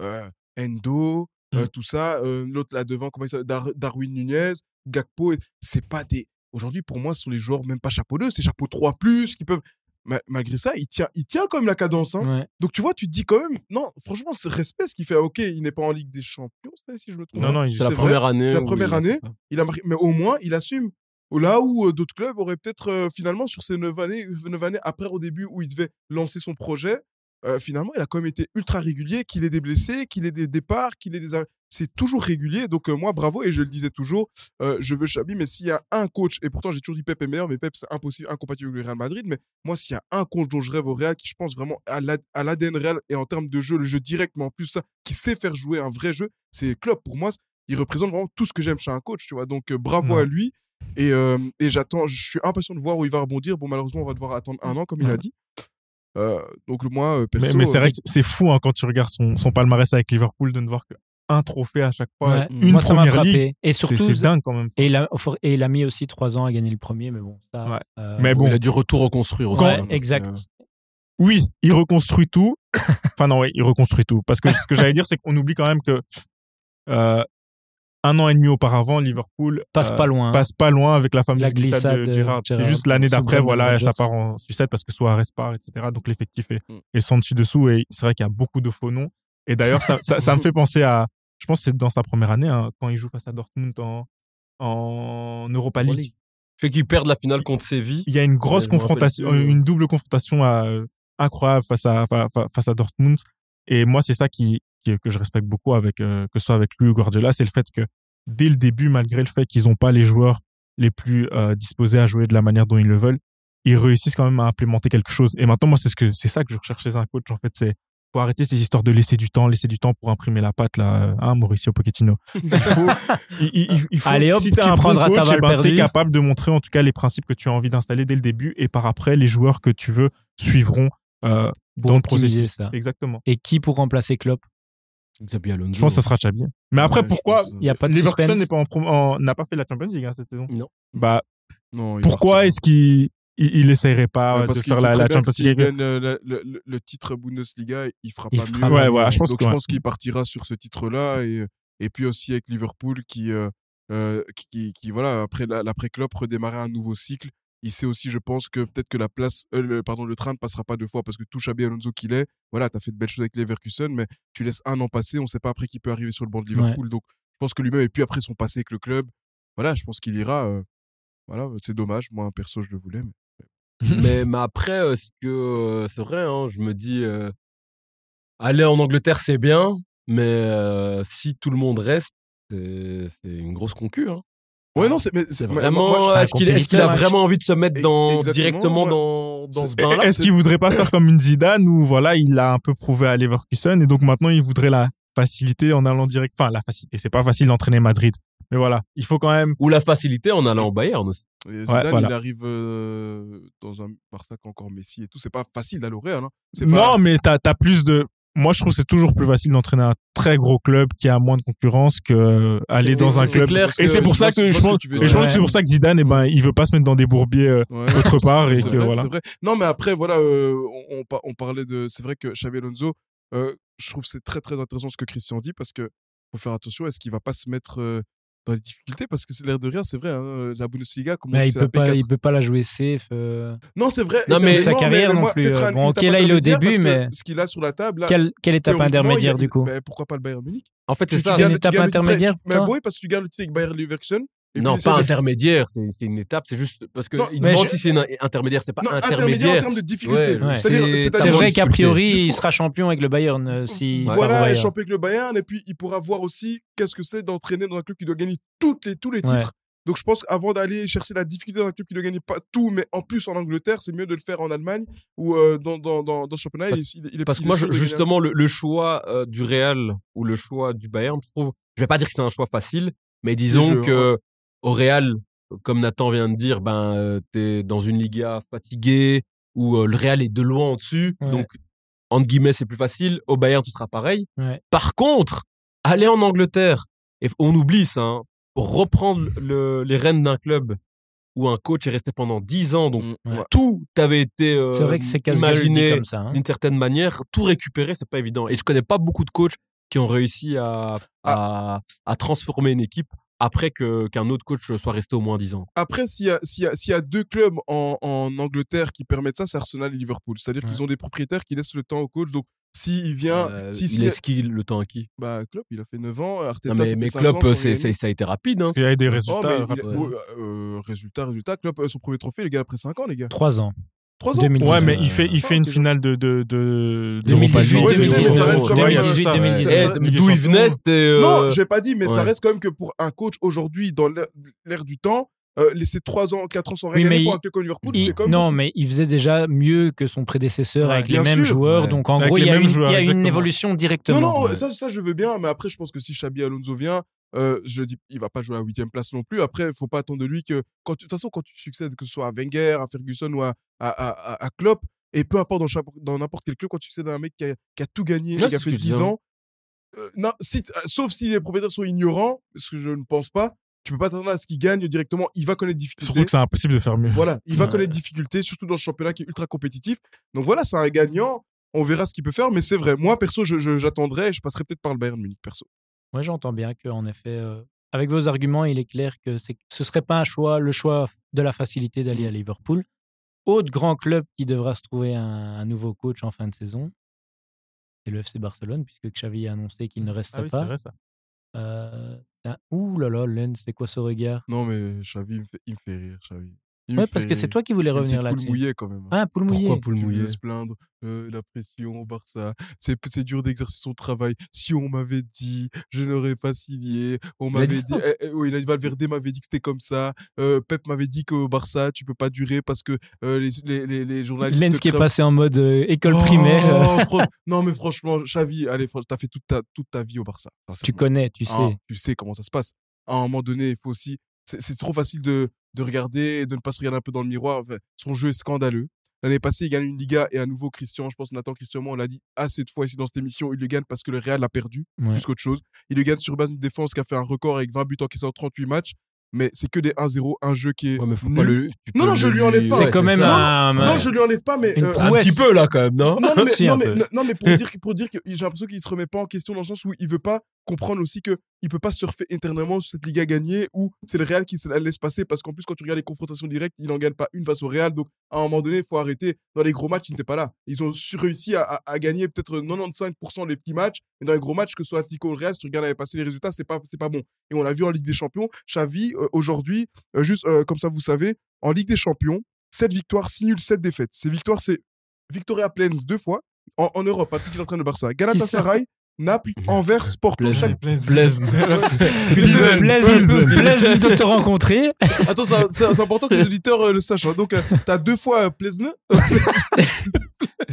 [SPEAKER 2] euh, Endo, euh,
[SPEAKER 5] Mm.
[SPEAKER 2] tout ça, euh, l'autre là devant, comment il s'appelle, Dar- Darwin Nunez, Gakpo, et- c'est pas des. Aujourd'hui, pour moi, ce sont les joueurs même pas chapeau 2, c'est chapeau 3 plus qui peuvent. Ma- malgré ça, il tient, il tient quand même la cadence.
[SPEAKER 5] Mm.
[SPEAKER 2] hein.
[SPEAKER 1] ouais.
[SPEAKER 2] Donc tu vois, tu te dis quand même, non, franchement, c'est respect ce qu'il fait. Ah, Ok, il n'est pas en Ligue des Champions, c'est- si je me trompe.
[SPEAKER 5] Non,
[SPEAKER 2] pas.
[SPEAKER 5] non, il-
[SPEAKER 4] C'est la
[SPEAKER 2] vrai,
[SPEAKER 4] première année.
[SPEAKER 2] c'est la
[SPEAKER 4] où
[SPEAKER 2] première
[SPEAKER 4] il a
[SPEAKER 2] année.
[SPEAKER 4] fait ça.
[SPEAKER 2] Il a marqué, mais au moins, il assume. Là où euh, d'autres clubs auraient peut-être, euh, finalement, sur ces neuf années, neuf années après, au début, où il devait lancer son projet, euh, finalement, il a quand même été ultra régulier, qu'il ait des blessés, qu'il ait des départs, qu'il ait des... arr- C'est toujours régulier. Donc, euh, moi, bravo, et je le disais toujours, euh, je veux Chabi, mais s'il y a un coach, et pourtant, j'ai toujours dit Pep est meilleur, mais Pep, c'est impossible, incompatible avec le Real Madrid, mais moi, s'il y a un coach dont je rêve au Real, qui, je pense, vraiment à l'A- à l'ADN Real, et en termes de jeu, le jeu direct, mais en plus, ça, qui sait faire jouer un vrai jeu, c'est Klopp. Pour moi, il représente vraiment tout ce que j'aime chez un coach, tu vois. Donc euh, bravo
[SPEAKER 5] Ouais.
[SPEAKER 2] à lui. Et, euh, et j'attends, je suis impatient de voir où il va rebondir. Bon, malheureusement, on va devoir attendre un an, comme il a
[SPEAKER 5] Ouais.
[SPEAKER 2] dit. Euh, donc moi, euh,
[SPEAKER 5] Mais,
[SPEAKER 2] perso,
[SPEAKER 5] mais c'est
[SPEAKER 2] euh,
[SPEAKER 5] vrai que c'est fou hein, quand tu regardes son, son palmarès avec Liverpool de ne voir qu'un trophée à chaque fois.
[SPEAKER 1] Ouais. mm.
[SPEAKER 5] Une
[SPEAKER 1] Moi, ça m'a
[SPEAKER 5] première
[SPEAKER 1] frappé.
[SPEAKER 5] ligue.
[SPEAKER 1] et
[SPEAKER 5] C'est-
[SPEAKER 1] surtout,
[SPEAKER 5] c'est dingue quand même.
[SPEAKER 1] et il, a, et il a mis aussi trois ans à gagner le premier, mais bon, ça.
[SPEAKER 5] Ouais.
[SPEAKER 1] euh,
[SPEAKER 5] Mais bon,
[SPEAKER 4] Il a dû retour reconstruire aussi.
[SPEAKER 1] ouais,
[SPEAKER 4] hein, parce
[SPEAKER 1] exact.
[SPEAKER 4] que-
[SPEAKER 5] oui, il reconstruit tout. [coughs] enfin non, ouais, il reconstruit tout. Parce que ce que j'allais dire, c'est qu'on oublie quand même que euh, un an et demi auparavant, Liverpool
[SPEAKER 1] Passe
[SPEAKER 5] euh,
[SPEAKER 1] pas loin.
[SPEAKER 5] passe pas loin avec la fameuse
[SPEAKER 1] Hein? La
[SPEAKER 5] glissade,
[SPEAKER 1] glissade de
[SPEAKER 5] de Gerrard. C'est
[SPEAKER 1] Gerrard.
[SPEAKER 5] juste l'année
[SPEAKER 1] Sous
[SPEAKER 5] d'après,
[SPEAKER 1] Brendan
[SPEAKER 5] voilà,
[SPEAKER 1] Rodgers.
[SPEAKER 5] ça part en sucette parce que Suarez part, etc. Donc l'effectif est,
[SPEAKER 2] Mm.
[SPEAKER 5] est sans dessus dessous et c'est vrai qu'il y a beaucoup de faux noms. Et d'ailleurs, ça, ça, ça me fait penser à, je pense que c'est dans sa première année, hein, quand il joue face à Dortmund en, en Europa League.
[SPEAKER 4] Fait qu'ils perdent la finale contre Séville.
[SPEAKER 5] Il y a une grosse
[SPEAKER 4] Ouais, je me rappelle
[SPEAKER 5] confrontation,
[SPEAKER 4] plus, mais-
[SPEAKER 5] une double confrontation euh, incroyable face à, fa- fa- face à Dortmund. Et moi, c'est ça qui, qui- que je respecte beaucoup avec, euh, que ce soit avec lui ou Guardiola, c'est le fait que dès le début, malgré le fait qu'ils n'ont pas les joueurs les plus euh, disposés à jouer de la manière dont ils le veulent, ils réussissent quand même à implémenter quelque chose. Et maintenant, moi, c'est ce que, c'est ça que je recherche chez un coach, en fait, c'est, faut arrêter ces histoires de laisser du temps, laisser du temps pour imprimer la patte, là, hein, Mauricio Pochettino. Il
[SPEAKER 1] [laughs]
[SPEAKER 5] faut, il- il- il faut-
[SPEAKER 1] Allez hop,
[SPEAKER 5] si t'as
[SPEAKER 1] tu
[SPEAKER 5] un bon
[SPEAKER 1] prendras ta
[SPEAKER 5] coach,
[SPEAKER 1] balle
[SPEAKER 5] eh ben, t'es
[SPEAKER 1] perdue.
[SPEAKER 5] capable de montrer en tout cas les principes que tu as envie d'installer dès le début et par après, les joueurs que tu veux suivront euh,
[SPEAKER 1] pour
[SPEAKER 5] dans le
[SPEAKER 1] optimiser
[SPEAKER 5] processus.
[SPEAKER 1] ça.
[SPEAKER 5] Exactement.
[SPEAKER 1] Et qui pour remplacer Klopp
[SPEAKER 4] Xabi Alonso.
[SPEAKER 5] Je pense que ça sera Xabi. Mais après,
[SPEAKER 2] ouais, je
[SPEAKER 5] pourquoi
[SPEAKER 2] pense, euh,
[SPEAKER 1] Il n'y a pas de
[SPEAKER 5] Leverkusen
[SPEAKER 1] suspense.
[SPEAKER 5] n'est pas en prom- en- n'a pas fait la Champions League hein, cette saison
[SPEAKER 4] Non.
[SPEAKER 5] Bah,
[SPEAKER 2] non, il
[SPEAKER 5] pourquoi
[SPEAKER 2] partira.
[SPEAKER 5] est-ce qu'il il, il essayerait pas
[SPEAKER 2] Ouais,
[SPEAKER 5] euh,
[SPEAKER 2] parce
[SPEAKER 5] de
[SPEAKER 2] qu'il
[SPEAKER 5] faire
[SPEAKER 2] sait
[SPEAKER 5] la,
[SPEAKER 2] très
[SPEAKER 5] la
[SPEAKER 2] bien que
[SPEAKER 5] Champions
[SPEAKER 2] s'il
[SPEAKER 5] League
[SPEAKER 2] gagne euh, la- le, le- le titre Bundesliga, il fera
[SPEAKER 1] Il
[SPEAKER 2] pas
[SPEAKER 1] fera
[SPEAKER 2] mieux.
[SPEAKER 1] pas Ouais, mieux.
[SPEAKER 5] voilà, je pense
[SPEAKER 2] Donc
[SPEAKER 5] que,
[SPEAKER 2] je
[SPEAKER 5] ouais.
[SPEAKER 2] pense qu'il partira sur ce titre-là et, et puis aussi avec Liverpool qui, euh, euh, qui, qui- qui, voilà après la- l'après Klopp redémarrer un nouveau cycle. Il sait aussi, je pense que peut-être que la place, euh, le, pardon, le train ne passera pas deux fois parce que tout Xabi Alonso qu'il est, voilà, t'as fait de belles choses avec Leverkusen, mais tu laisses un an passer, on sait pas après qui peut arriver sur le banc de Liverpool. Donc je pense que lui-même et puis après son passé avec le club, voilà, je pense qu'il ira. euh, voilà, c'est dommage. Moi, un perso, je le voulais. mais-
[SPEAKER 4] mais, mais après, euh, ce que euh, c'est vrai, hein, je me dis, euh, aller en Angleterre, c'est bien, mais euh, si tout le monde reste, c'est c'est une grosse concu. Hein.
[SPEAKER 2] Ouais, non, c'est mais
[SPEAKER 4] C'est
[SPEAKER 2] c'est- moi-
[SPEAKER 4] vraiment. euh,
[SPEAKER 2] moi, je-
[SPEAKER 1] c'est un
[SPEAKER 4] Est-ce qu'il est-ce qu'il a
[SPEAKER 1] compétiteur, hein.
[SPEAKER 4] vraiment envie de se mettre dans,
[SPEAKER 2] Exactement,
[SPEAKER 4] directement
[SPEAKER 2] ouais.
[SPEAKER 4] dans, dans ce
[SPEAKER 2] C'est-
[SPEAKER 4] bain-là
[SPEAKER 5] Est-ce qu'il voudrait pas faire comme une Zidane où voilà, il a un peu prouvé à Leverkusen et donc maintenant il voudrait la facilité en allant direct. Enfin, la facilité, c'est pas facile d'entraîner Madrid. Mais voilà, il faut quand même.
[SPEAKER 4] Ou la facilité en allant au Bayern aussi.
[SPEAKER 2] Et Zidane,
[SPEAKER 5] voilà.
[SPEAKER 2] il arrive euh, dans un Barça qui a encore Messi et tout. C'est pas facile d'aller au Real. hein. C'est
[SPEAKER 5] Non,
[SPEAKER 2] pas-
[SPEAKER 5] mais t'as as plus de. Moi, je trouve que c'est toujours plus facile d'entraîner un très gros club qui a moins de concurrence que euh, aller
[SPEAKER 2] Oui,
[SPEAKER 5] dans
[SPEAKER 2] oui,
[SPEAKER 5] un
[SPEAKER 2] c'est
[SPEAKER 5] club.
[SPEAKER 4] clair
[SPEAKER 5] Et
[SPEAKER 4] que-
[SPEAKER 5] c'est pour
[SPEAKER 2] je
[SPEAKER 5] ça
[SPEAKER 2] vois ce-
[SPEAKER 5] que
[SPEAKER 2] je
[SPEAKER 5] je
[SPEAKER 2] vois ce
[SPEAKER 5] pense.
[SPEAKER 2] que tu veux
[SPEAKER 5] et
[SPEAKER 2] dire.
[SPEAKER 5] je pense que
[SPEAKER 1] Ouais.
[SPEAKER 5] c'est pour ça que Zidane, eh ben, il veut pas se mettre dans des bourbiers. euh,
[SPEAKER 2] Ouais,
[SPEAKER 5] autre
[SPEAKER 2] c'est-
[SPEAKER 5] part et
[SPEAKER 2] c'est
[SPEAKER 5] que
[SPEAKER 2] vrai,
[SPEAKER 5] voilà.
[SPEAKER 2] c'est vrai. Non, mais après, voilà, euh, on, on par- on parlait de. C'est vrai que Xabi Alonso, euh, je trouve que c'est très très intéressant ce que Christian dit parce que faut faire attention. Est-ce qu'il va pas se mettre euh, dans les difficultés parce que c'est l'air de rien, c'est vrai. hein, la Bundesliga, comme on
[SPEAKER 1] Mais
[SPEAKER 2] dit,
[SPEAKER 1] il
[SPEAKER 2] c'est la
[SPEAKER 1] peut pas,
[SPEAKER 2] P4.
[SPEAKER 1] il peut pas la jouer safe. euh.
[SPEAKER 2] Non, c'est vrai.
[SPEAKER 4] Non, mais-
[SPEAKER 2] éternellement,
[SPEAKER 1] Sa carrière non
[SPEAKER 2] moi,
[SPEAKER 1] plus,
[SPEAKER 2] peut-être
[SPEAKER 1] euh,
[SPEAKER 2] un-
[SPEAKER 1] bon,
[SPEAKER 2] une
[SPEAKER 1] ok,
[SPEAKER 2] étape
[SPEAKER 1] là, il est au
[SPEAKER 2] intermédiaire,
[SPEAKER 1] début,
[SPEAKER 2] parce que
[SPEAKER 1] mais-
[SPEAKER 2] Ce qu'il a sur la table, là,
[SPEAKER 1] Quelle, quelle étape
[SPEAKER 2] théoriquement,
[SPEAKER 1] intermédiaire
[SPEAKER 2] il-
[SPEAKER 1] du coup
[SPEAKER 2] ben, Pourquoi pas le Bayern Munich
[SPEAKER 4] En fait, c'est
[SPEAKER 2] Tu- tu
[SPEAKER 4] ça.
[SPEAKER 1] gagnes-
[SPEAKER 2] gardes-
[SPEAKER 1] une étape
[SPEAKER 2] tu gardes le titre avec-
[SPEAKER 1] intermédiaire,
[SPEAKER 2] Mais
[SPEAKER 1] toi
[SPEAKER 2] oui, parce que tu gardes le titre avec Bayer Leverkusen. Et
[SPEAKER 4] non,
[SPEAKER 2] puis, ça,
[SPEAKER 4] pas
[SPEAKER 2] ça-
[SPEAKER 4] intermédiaire, c'est c'est une étape, c'est juste parce que
[SPEAKER 2] Non,
[SPEAKER 4] il
[SPEAKER 1] mais
[SPEAKER 4] demande
[SPEAKER 1] je-
[SPEAKER 4] si c'est un- intermédiaire, c'est pas
[SPEAKER 2] Non, intermédiaire en
[SPEAKER 4] intermédiaire.
[SPEAKER 2] termes de difficulté.
[SPEAKER 1] ouais.
[SPEAKER 2] C'est-à-dire-
[SPEAKER 4] C'est-
[SPEAKER 2] c'est-à-dire-
[SPEAKER 1] C'est
[SPEAKER 4] Attends,
[SPEAKER 1] vrai
[SPEAKER 4] juste
[SPEAKER 1] qu'a
[SPEAKER 4] pour-
[SPEAKER 1] priori,
[SPEAKER 2] juste
[SPEAKER 1] il
[SPEAKER 2] pour-
[SPEAKER 1] sera champion avec le Bayern euh, si.
[SPEAKER 2] Voilà,
[SPEAKER 1] Ouais.
[SPEAKER 2] et champion avec le Bayern, et puis il pourra voir aussi qu'est-ce que c'est d'entraîner dans un club qui doit gagner toutes les, tous les
[SPEAKER 1] Ouais.
[SPEAKER 2] titres. Donc je pense qu'avant d'aller chercher la difficulté dans un club qui ne gagne pas tout, mais en plus en Angleterre, c'est mieux de le faire en Allemagne ou euh, dans, dans, dans, dans ce championnat.
[SPEAKER 4] Parce-
[SPEAKER 2] il, il est,
[SPEAKER 4] Parce que
[SPEAKER 2] il est
[SPEAKER 4] moi,
[SPEAKER 2] sûr
[SPEAKER 4] je-
[SPEAKER 2] de gagner un
[SPEAKER 4] justement, le, le choix euh, du Real ou le choix du Bayern, je trouve, je vais pas dire que c'est un choix facile, mais disons
[SPEAKER 2] jeux,
[SPEAKER 4] que au Real, comme Nathan vient de dire, ben, euh, t'es dans une Liga fatiguée où euh, le Real est de loin en dessus,
[SPEAKER 1] Ouais.
[SPEAKER 4] donc entre guillemets, c'est plus facile. Au Bayern, tout sera pareil.
[SPEAKER 1] Ouais.
[SPEAKER 4] Par contre, aller en Angleterre, et f- on oublie ça, hein, reprendre le- les rênes d'un club où un coach est resté pendant 10 ans, donc
[SPEAKER 2] Mm,
[SPEAKER 1] ouais.
[SPEAKER 4] tout avait été euh,
[SPEAKER 1] C'est vrai que c'est quasiment
[SPEAKER 4] imaginé,
[SPEAKER 1] comme ça. hein.
[SPEAKER 4] d'une certaine manière, tout récupérer, c'est pas évident. Et je connais pas beaucoup de coachs qui ont réussi à,
[SPEAKER 2] Ah.
[SPEAKER 4] à, à transformer une équipe après que, qu'un autre coach soit resté au moins 10 ans.
[SPEAKER 2] Après, s'il y, a- s'il y, a- s'il y a deux clubs en, en Angleterre qui permettent ça, c'est Arsenal et Liverpool. C'est-à-dire
[SPEAKER 1] Ouais.
[SPEAKER 2] qu'ils ont des propriétaires qui laissent le temps au coach. Donc, s'il vient.
[SPEAKER 4] Euh,
[SPEAKER 2] si,
[SPEAKER 4] il
[SPEAKER 2] si-
[SPEAKER 4] est qui le temps à qui
[SPEAKER 2] bah, Klopp, il a fait 9 ans. Arteta,
[SPEAKER 4] non,
[SPEAKER 2] ça
[SPEAKER 4] mais,
[SPEAKER 2] fait
[SPEAKER 4] mais
[SPEAKER 2] cinq
[SPEAKER 4] Klopp,
[SPEAKER 2] ans, sans
[SPEAKER 4] c'est,
[SPEAKER 2] gagner.
[SPEAKER 4] c'est- ça a été rapide. hein.
[SPEAKER 5] Parce qu'il y a eu des
[SPEAKER 2] Oh,
[SPEAKER 5] résultats.
[SPEAKER 2] mais
[SPEAKER 5] rap-
[SPEAKER 2] il a-
[SPEAKER 4] ouais.
[SPEAKER 2] ouais, euh, résultat, résultat. Klopp, euh, son premier trophée, les gars, après 5 ans, les gars.
[SPEAKER 1] Trois ans.
[SPEAKER 2] 3 ans.
[SPEAKER 1] 2018,
[SPEAKER 5] ouais, mais
[SPEAKER 1] euh,
[SPEAKER 5] il fait, il fait une
[SPEAKER 2] c'est-
[SPEAKER 5] finale de, de, de, de
[SPEAKER 1] 2018,
[SPEAKER 5] Europa League.
[SPEAKER 2] Ouais, je sais, mais ça
[SPEAKER 1] 2019,
[SPEAKER 2] reste quand même,
[SPEAKER 1] 2018,
[SPEAKER 2] euh,
[SPEAKER 5] ça, Ah ouais.
[SPEAKER 1] 2019.
[SPEAKER 4] Eh,
[SPEAKER 2] c'est-
[SPEAKER 4] d'où il venait, c'était. euh,
[SPEAKER 2] Non, j'ai pas dit, mais ça
[SPEAKER 4] ouais.
[SPEAKER 2] reste quand même que pour un coach aujourd'hui, dans l'ère- l'ère du temps, euh, laisser 3 ans, 4 ans sans rien
[SPEAKER 1] Oui,
[SPEAKER 2] gagner
[SPEAKER 1] mais
[SPEAKER 2] pour un
[SPEAKER 1] il-
[SPEAKER 2] club comme Liverpool,
[SPEAKER 1] Il-
[SPEAKER 2] c'est comme.
[SPEAKER 1] non, mais il faisait déjà mieux que son prédécesseur
[SPEAKER 5] Ouais,
[SPEAKER 1] avec les
[SPEAKER 2] bien
[SPEAKER 1] mêmes
[SPEAKER 2] sûr.
[SPEAKER 1] joueurs.
[SPEAKER 4] Ouais.
[SPEAKER 1] Donc, en
[SPEAKER 5] Avec
[SPEAKER 1] gros,
[SPEAKER 5] les
[SPEAKER 1] il y a
[SPEAKER 5] mêmes
[SPEAKER 1] une,
[SPEAKER 5] joueurs,
[SPEAKER 1] il y a une
[SPEAKER 5] exactement.
[SPEAKER 1] évolution directement.
[SPEAKER 2] Non, non,
[SPEAKER 1] Ouais.
[SPEAKER 2] ça, ça, je veux bien, mais après, je pense que si Xabi Alonso vient, euh, je dis, il va pas jouer à 8 place non plus. Après, il faut pas attendre de lui que, quand tu- de toute façon, quand tu succèdes, que ce soit à Wenger, à Ferguson ou à, à, à, à- à Klopp, et peu importe dans chaque- dans n'importe quel club, quand tu succèdes à un mec qui a, qui a tout gagné,
[SPEAKER 4] Ouais,
[SPEAKER 2] et qui a
[SPEAKER 4] c'est ce
[SPEAKER 2] fait
[SPEAKER 4] que je
[SPEAKER 2] 10
[SPEAKER 4] hein. disais.
[SPEAKER 2] ans, euh, non, si t- euh, sauf si les propriétaires sont ignorants, ce que je ne pense pas, tu peux pas attendre à ce qu'il gagne directement. Il va connaître des difficultés.
[SPEAKER 5] Surtout que c'est impossible de faire mieux.
[SPEAKER 2] Voilà, il va
[SPEAKER 1] Ouais.
[SPEAKER 2] connaître des difficultés, surtout dans ce championnat qui est ultra compétitif. Donc voilà, c'est un gagnant. On verra ce qu'il peut faire, mais c'est vrai. Moi, perso, je- je- j'attendrai. Je, passerai peut-être par le Bayern Munich, perso.
[SPEAKER 1] Moi, j'entends bien que, en effet, euh, avec vos arguments, il est clair que c'est- ce serait pas un choix, le choix de la facilité
[SPEAKER 2] Mmh.
[SPEAKER 1] d'aller à Liverpool. Autre grand club qui devra se trouver un, un nouveau coach en fin de saison, c'est le FC Barcelone, puisque Xavi a annoncé
[SPEAKER 2] Mmh.
[SPEAKER 1] qu'il ne
[SPEAKER 2] Ah
[SPEAKER 1] resterait pas.
[SPEAKER 5] ça.
[SPEAKER 1] Euh, un- Ouh là là, Len, c'est quoi ce regard
[SPEAKER 2] Non, mais Xavi, il me fait, il me fait rire, Xavi. Il me
[SPEAKER 1] Ouais,
[SPEAKER 2] fait
[SPEAKER 1] parce que c'est
[SPEAKER 2] rire.
[SPEAKER 1] toi qui voulais
[SPEAKER 2] Une
[SPEAKER 1] revenir
[SPEAKER 2] petite
[SPEAKER 1] là-dessus.
[SPEAKER 2] Poule mouillée, quand même. hein.
[SPEAKER 1] Ah, poule mouillée.
[SPEAKER 4] Pourquoi poule
[SPEAKER 2] Tu
[SPEAKER 4] mouillée
[SPEAKER 2] voulais se plaindre, euh, la pression, au Barça, c'est c'est dur d'exercer son travail. Si on m'avait dit, je n'aurais pas signé. On
[SPEAKER 4] a dit
[SPEAKER 2] m'avait dit, eh, eh, oui, là, Valverde m'avait dit que c'était comme ça. Euh, Pep m'avait dit qu'au Barça, tu peux pas durer parce que euh, les, les, les, les journalistes.
[SPEAKER 1] Lens qui est
[SPEAKER 2] crament-
[SPEAKER 1] passé en mode euh, école
[SPEAKER 2] Oh,
[SPEAKER 1] primaire. euh,
[SPEAKER 2] fran- non, mais franchement, Xavi, allez, fran- t'as fait toute ta, toute ta vie au Barça.
[SPEAKER 1] [laughs] Tu
[SPEAKER 2] sincèrement.
[SPEAKER 1] connais, tu
[SPEAKER 2] Ah,
[SPEAKER 1] sais.
[SPEAKER 2] tu sais comment ça se passe. À un moment donné, il faut aussi. C'est c'est trop facile de, de regarder et de ne pas se regarder un peu dans le miroir. Enfin, son jeu est scandaleux. L'année passée, il gagne une Liga et à nouveau Christian. Je pense qu'on attend Christian, on l'a dit assez de fois ici dans cette émission. Il le gagne parce que le Real l'a perdu,
[SPEAKER 1] Ouais.
[SPEAKER 2] plus qu'autre chose. Il le gagne sur base d'une défense qui a fait un record avec 20 buts encaissés en 38 matchs. Mais c'est que des 1-0, un jeu qui est.
[SPEAKER 4] Ouais, mais faut
[SPEAKER 2] nul.
[SPEAKER 4] pas le- tu peux
[SPEAKER 2] non, je
[SPEAKER 4] le-
[SPEAKER 2] lui enlève pas.
[SPEAKER 1] C'est
[SPEAKER 4] ouais,
[SPEAKER 1] quand même
[SPEAKER 4] ça.
[SPEAKER 1] un.
[SPEAKER 2] Non, je lui enlève pas, mais.
[SPEAKER 1] Une
[SPEAKER 2] euh,
[SPEAKER 4] un petit
[SPEAKER 1] prouesse.
[SPEAKER 4] peu là quand même, non
[SPEAKER 2] non, non,
[SPEAKER 1] [laughs]
[SPEAKER 2] mais,
[SPEAKER 1] Si,
[SPEAKER 2] non,
[SPEAKER 1] un
[SPEAKER 2] mais,
[SPEAKER 1] peu.
[SPEAKER 2] non, non, mais pour dire que pour dire que j'ai l'impression qu'il se remet pas en question dans le sens où il veut pas comprendre aussi que il peut pas surfer éternellement sur cette Liga gagnée où c'est le Real qui se la laisse passer parce qu'en plus quand tu regardes les confrontations directes il n'en gagne pas une face au Real donc à un moment donné il faut arrêter dans les gros matchs ils n'étaient pas là ils ont su- réussi à, à- à gagner peut-être 95% des petits matchs mais dans les gros matchs que ce soit Atlético ou le Real si tu regardes avait passé les résultats c'est pas c'est pas bon et on l'a vu en Ligue des Champions Xavi euh, aujourd'hui euh, juste euh, comme ça vous savez en Ligue des Champions 7 victoires 6 nuls 7 défaites ces victoires c'est Victoria Plains deux fois en, en Europe, hein, depuis qu'il entraîne le Barça. Galatasaray,
[SPEAKER 1] [laughs]
[SPEAKER 2] Naples, Anvers, Porto.
[SPEAKER 4] Plaisir.
[SPEAKER 2] Chaque-
[SPEAKER 4] Blaise.
[SPEAKER 2] [laughs]
[SPEAKER 5] C'est
[SPEAKER 1] Blaise,
[SPEAKER 5] Blaise.
[SPEAKER 1] Blaise, Blaise de te rencontrer.
[SPEAKER 2] Attends, c'est- c'est c'est important que les auditeurs euh, le sachent. hein. Donc, euh, t'as deux fois euh, Plaisne,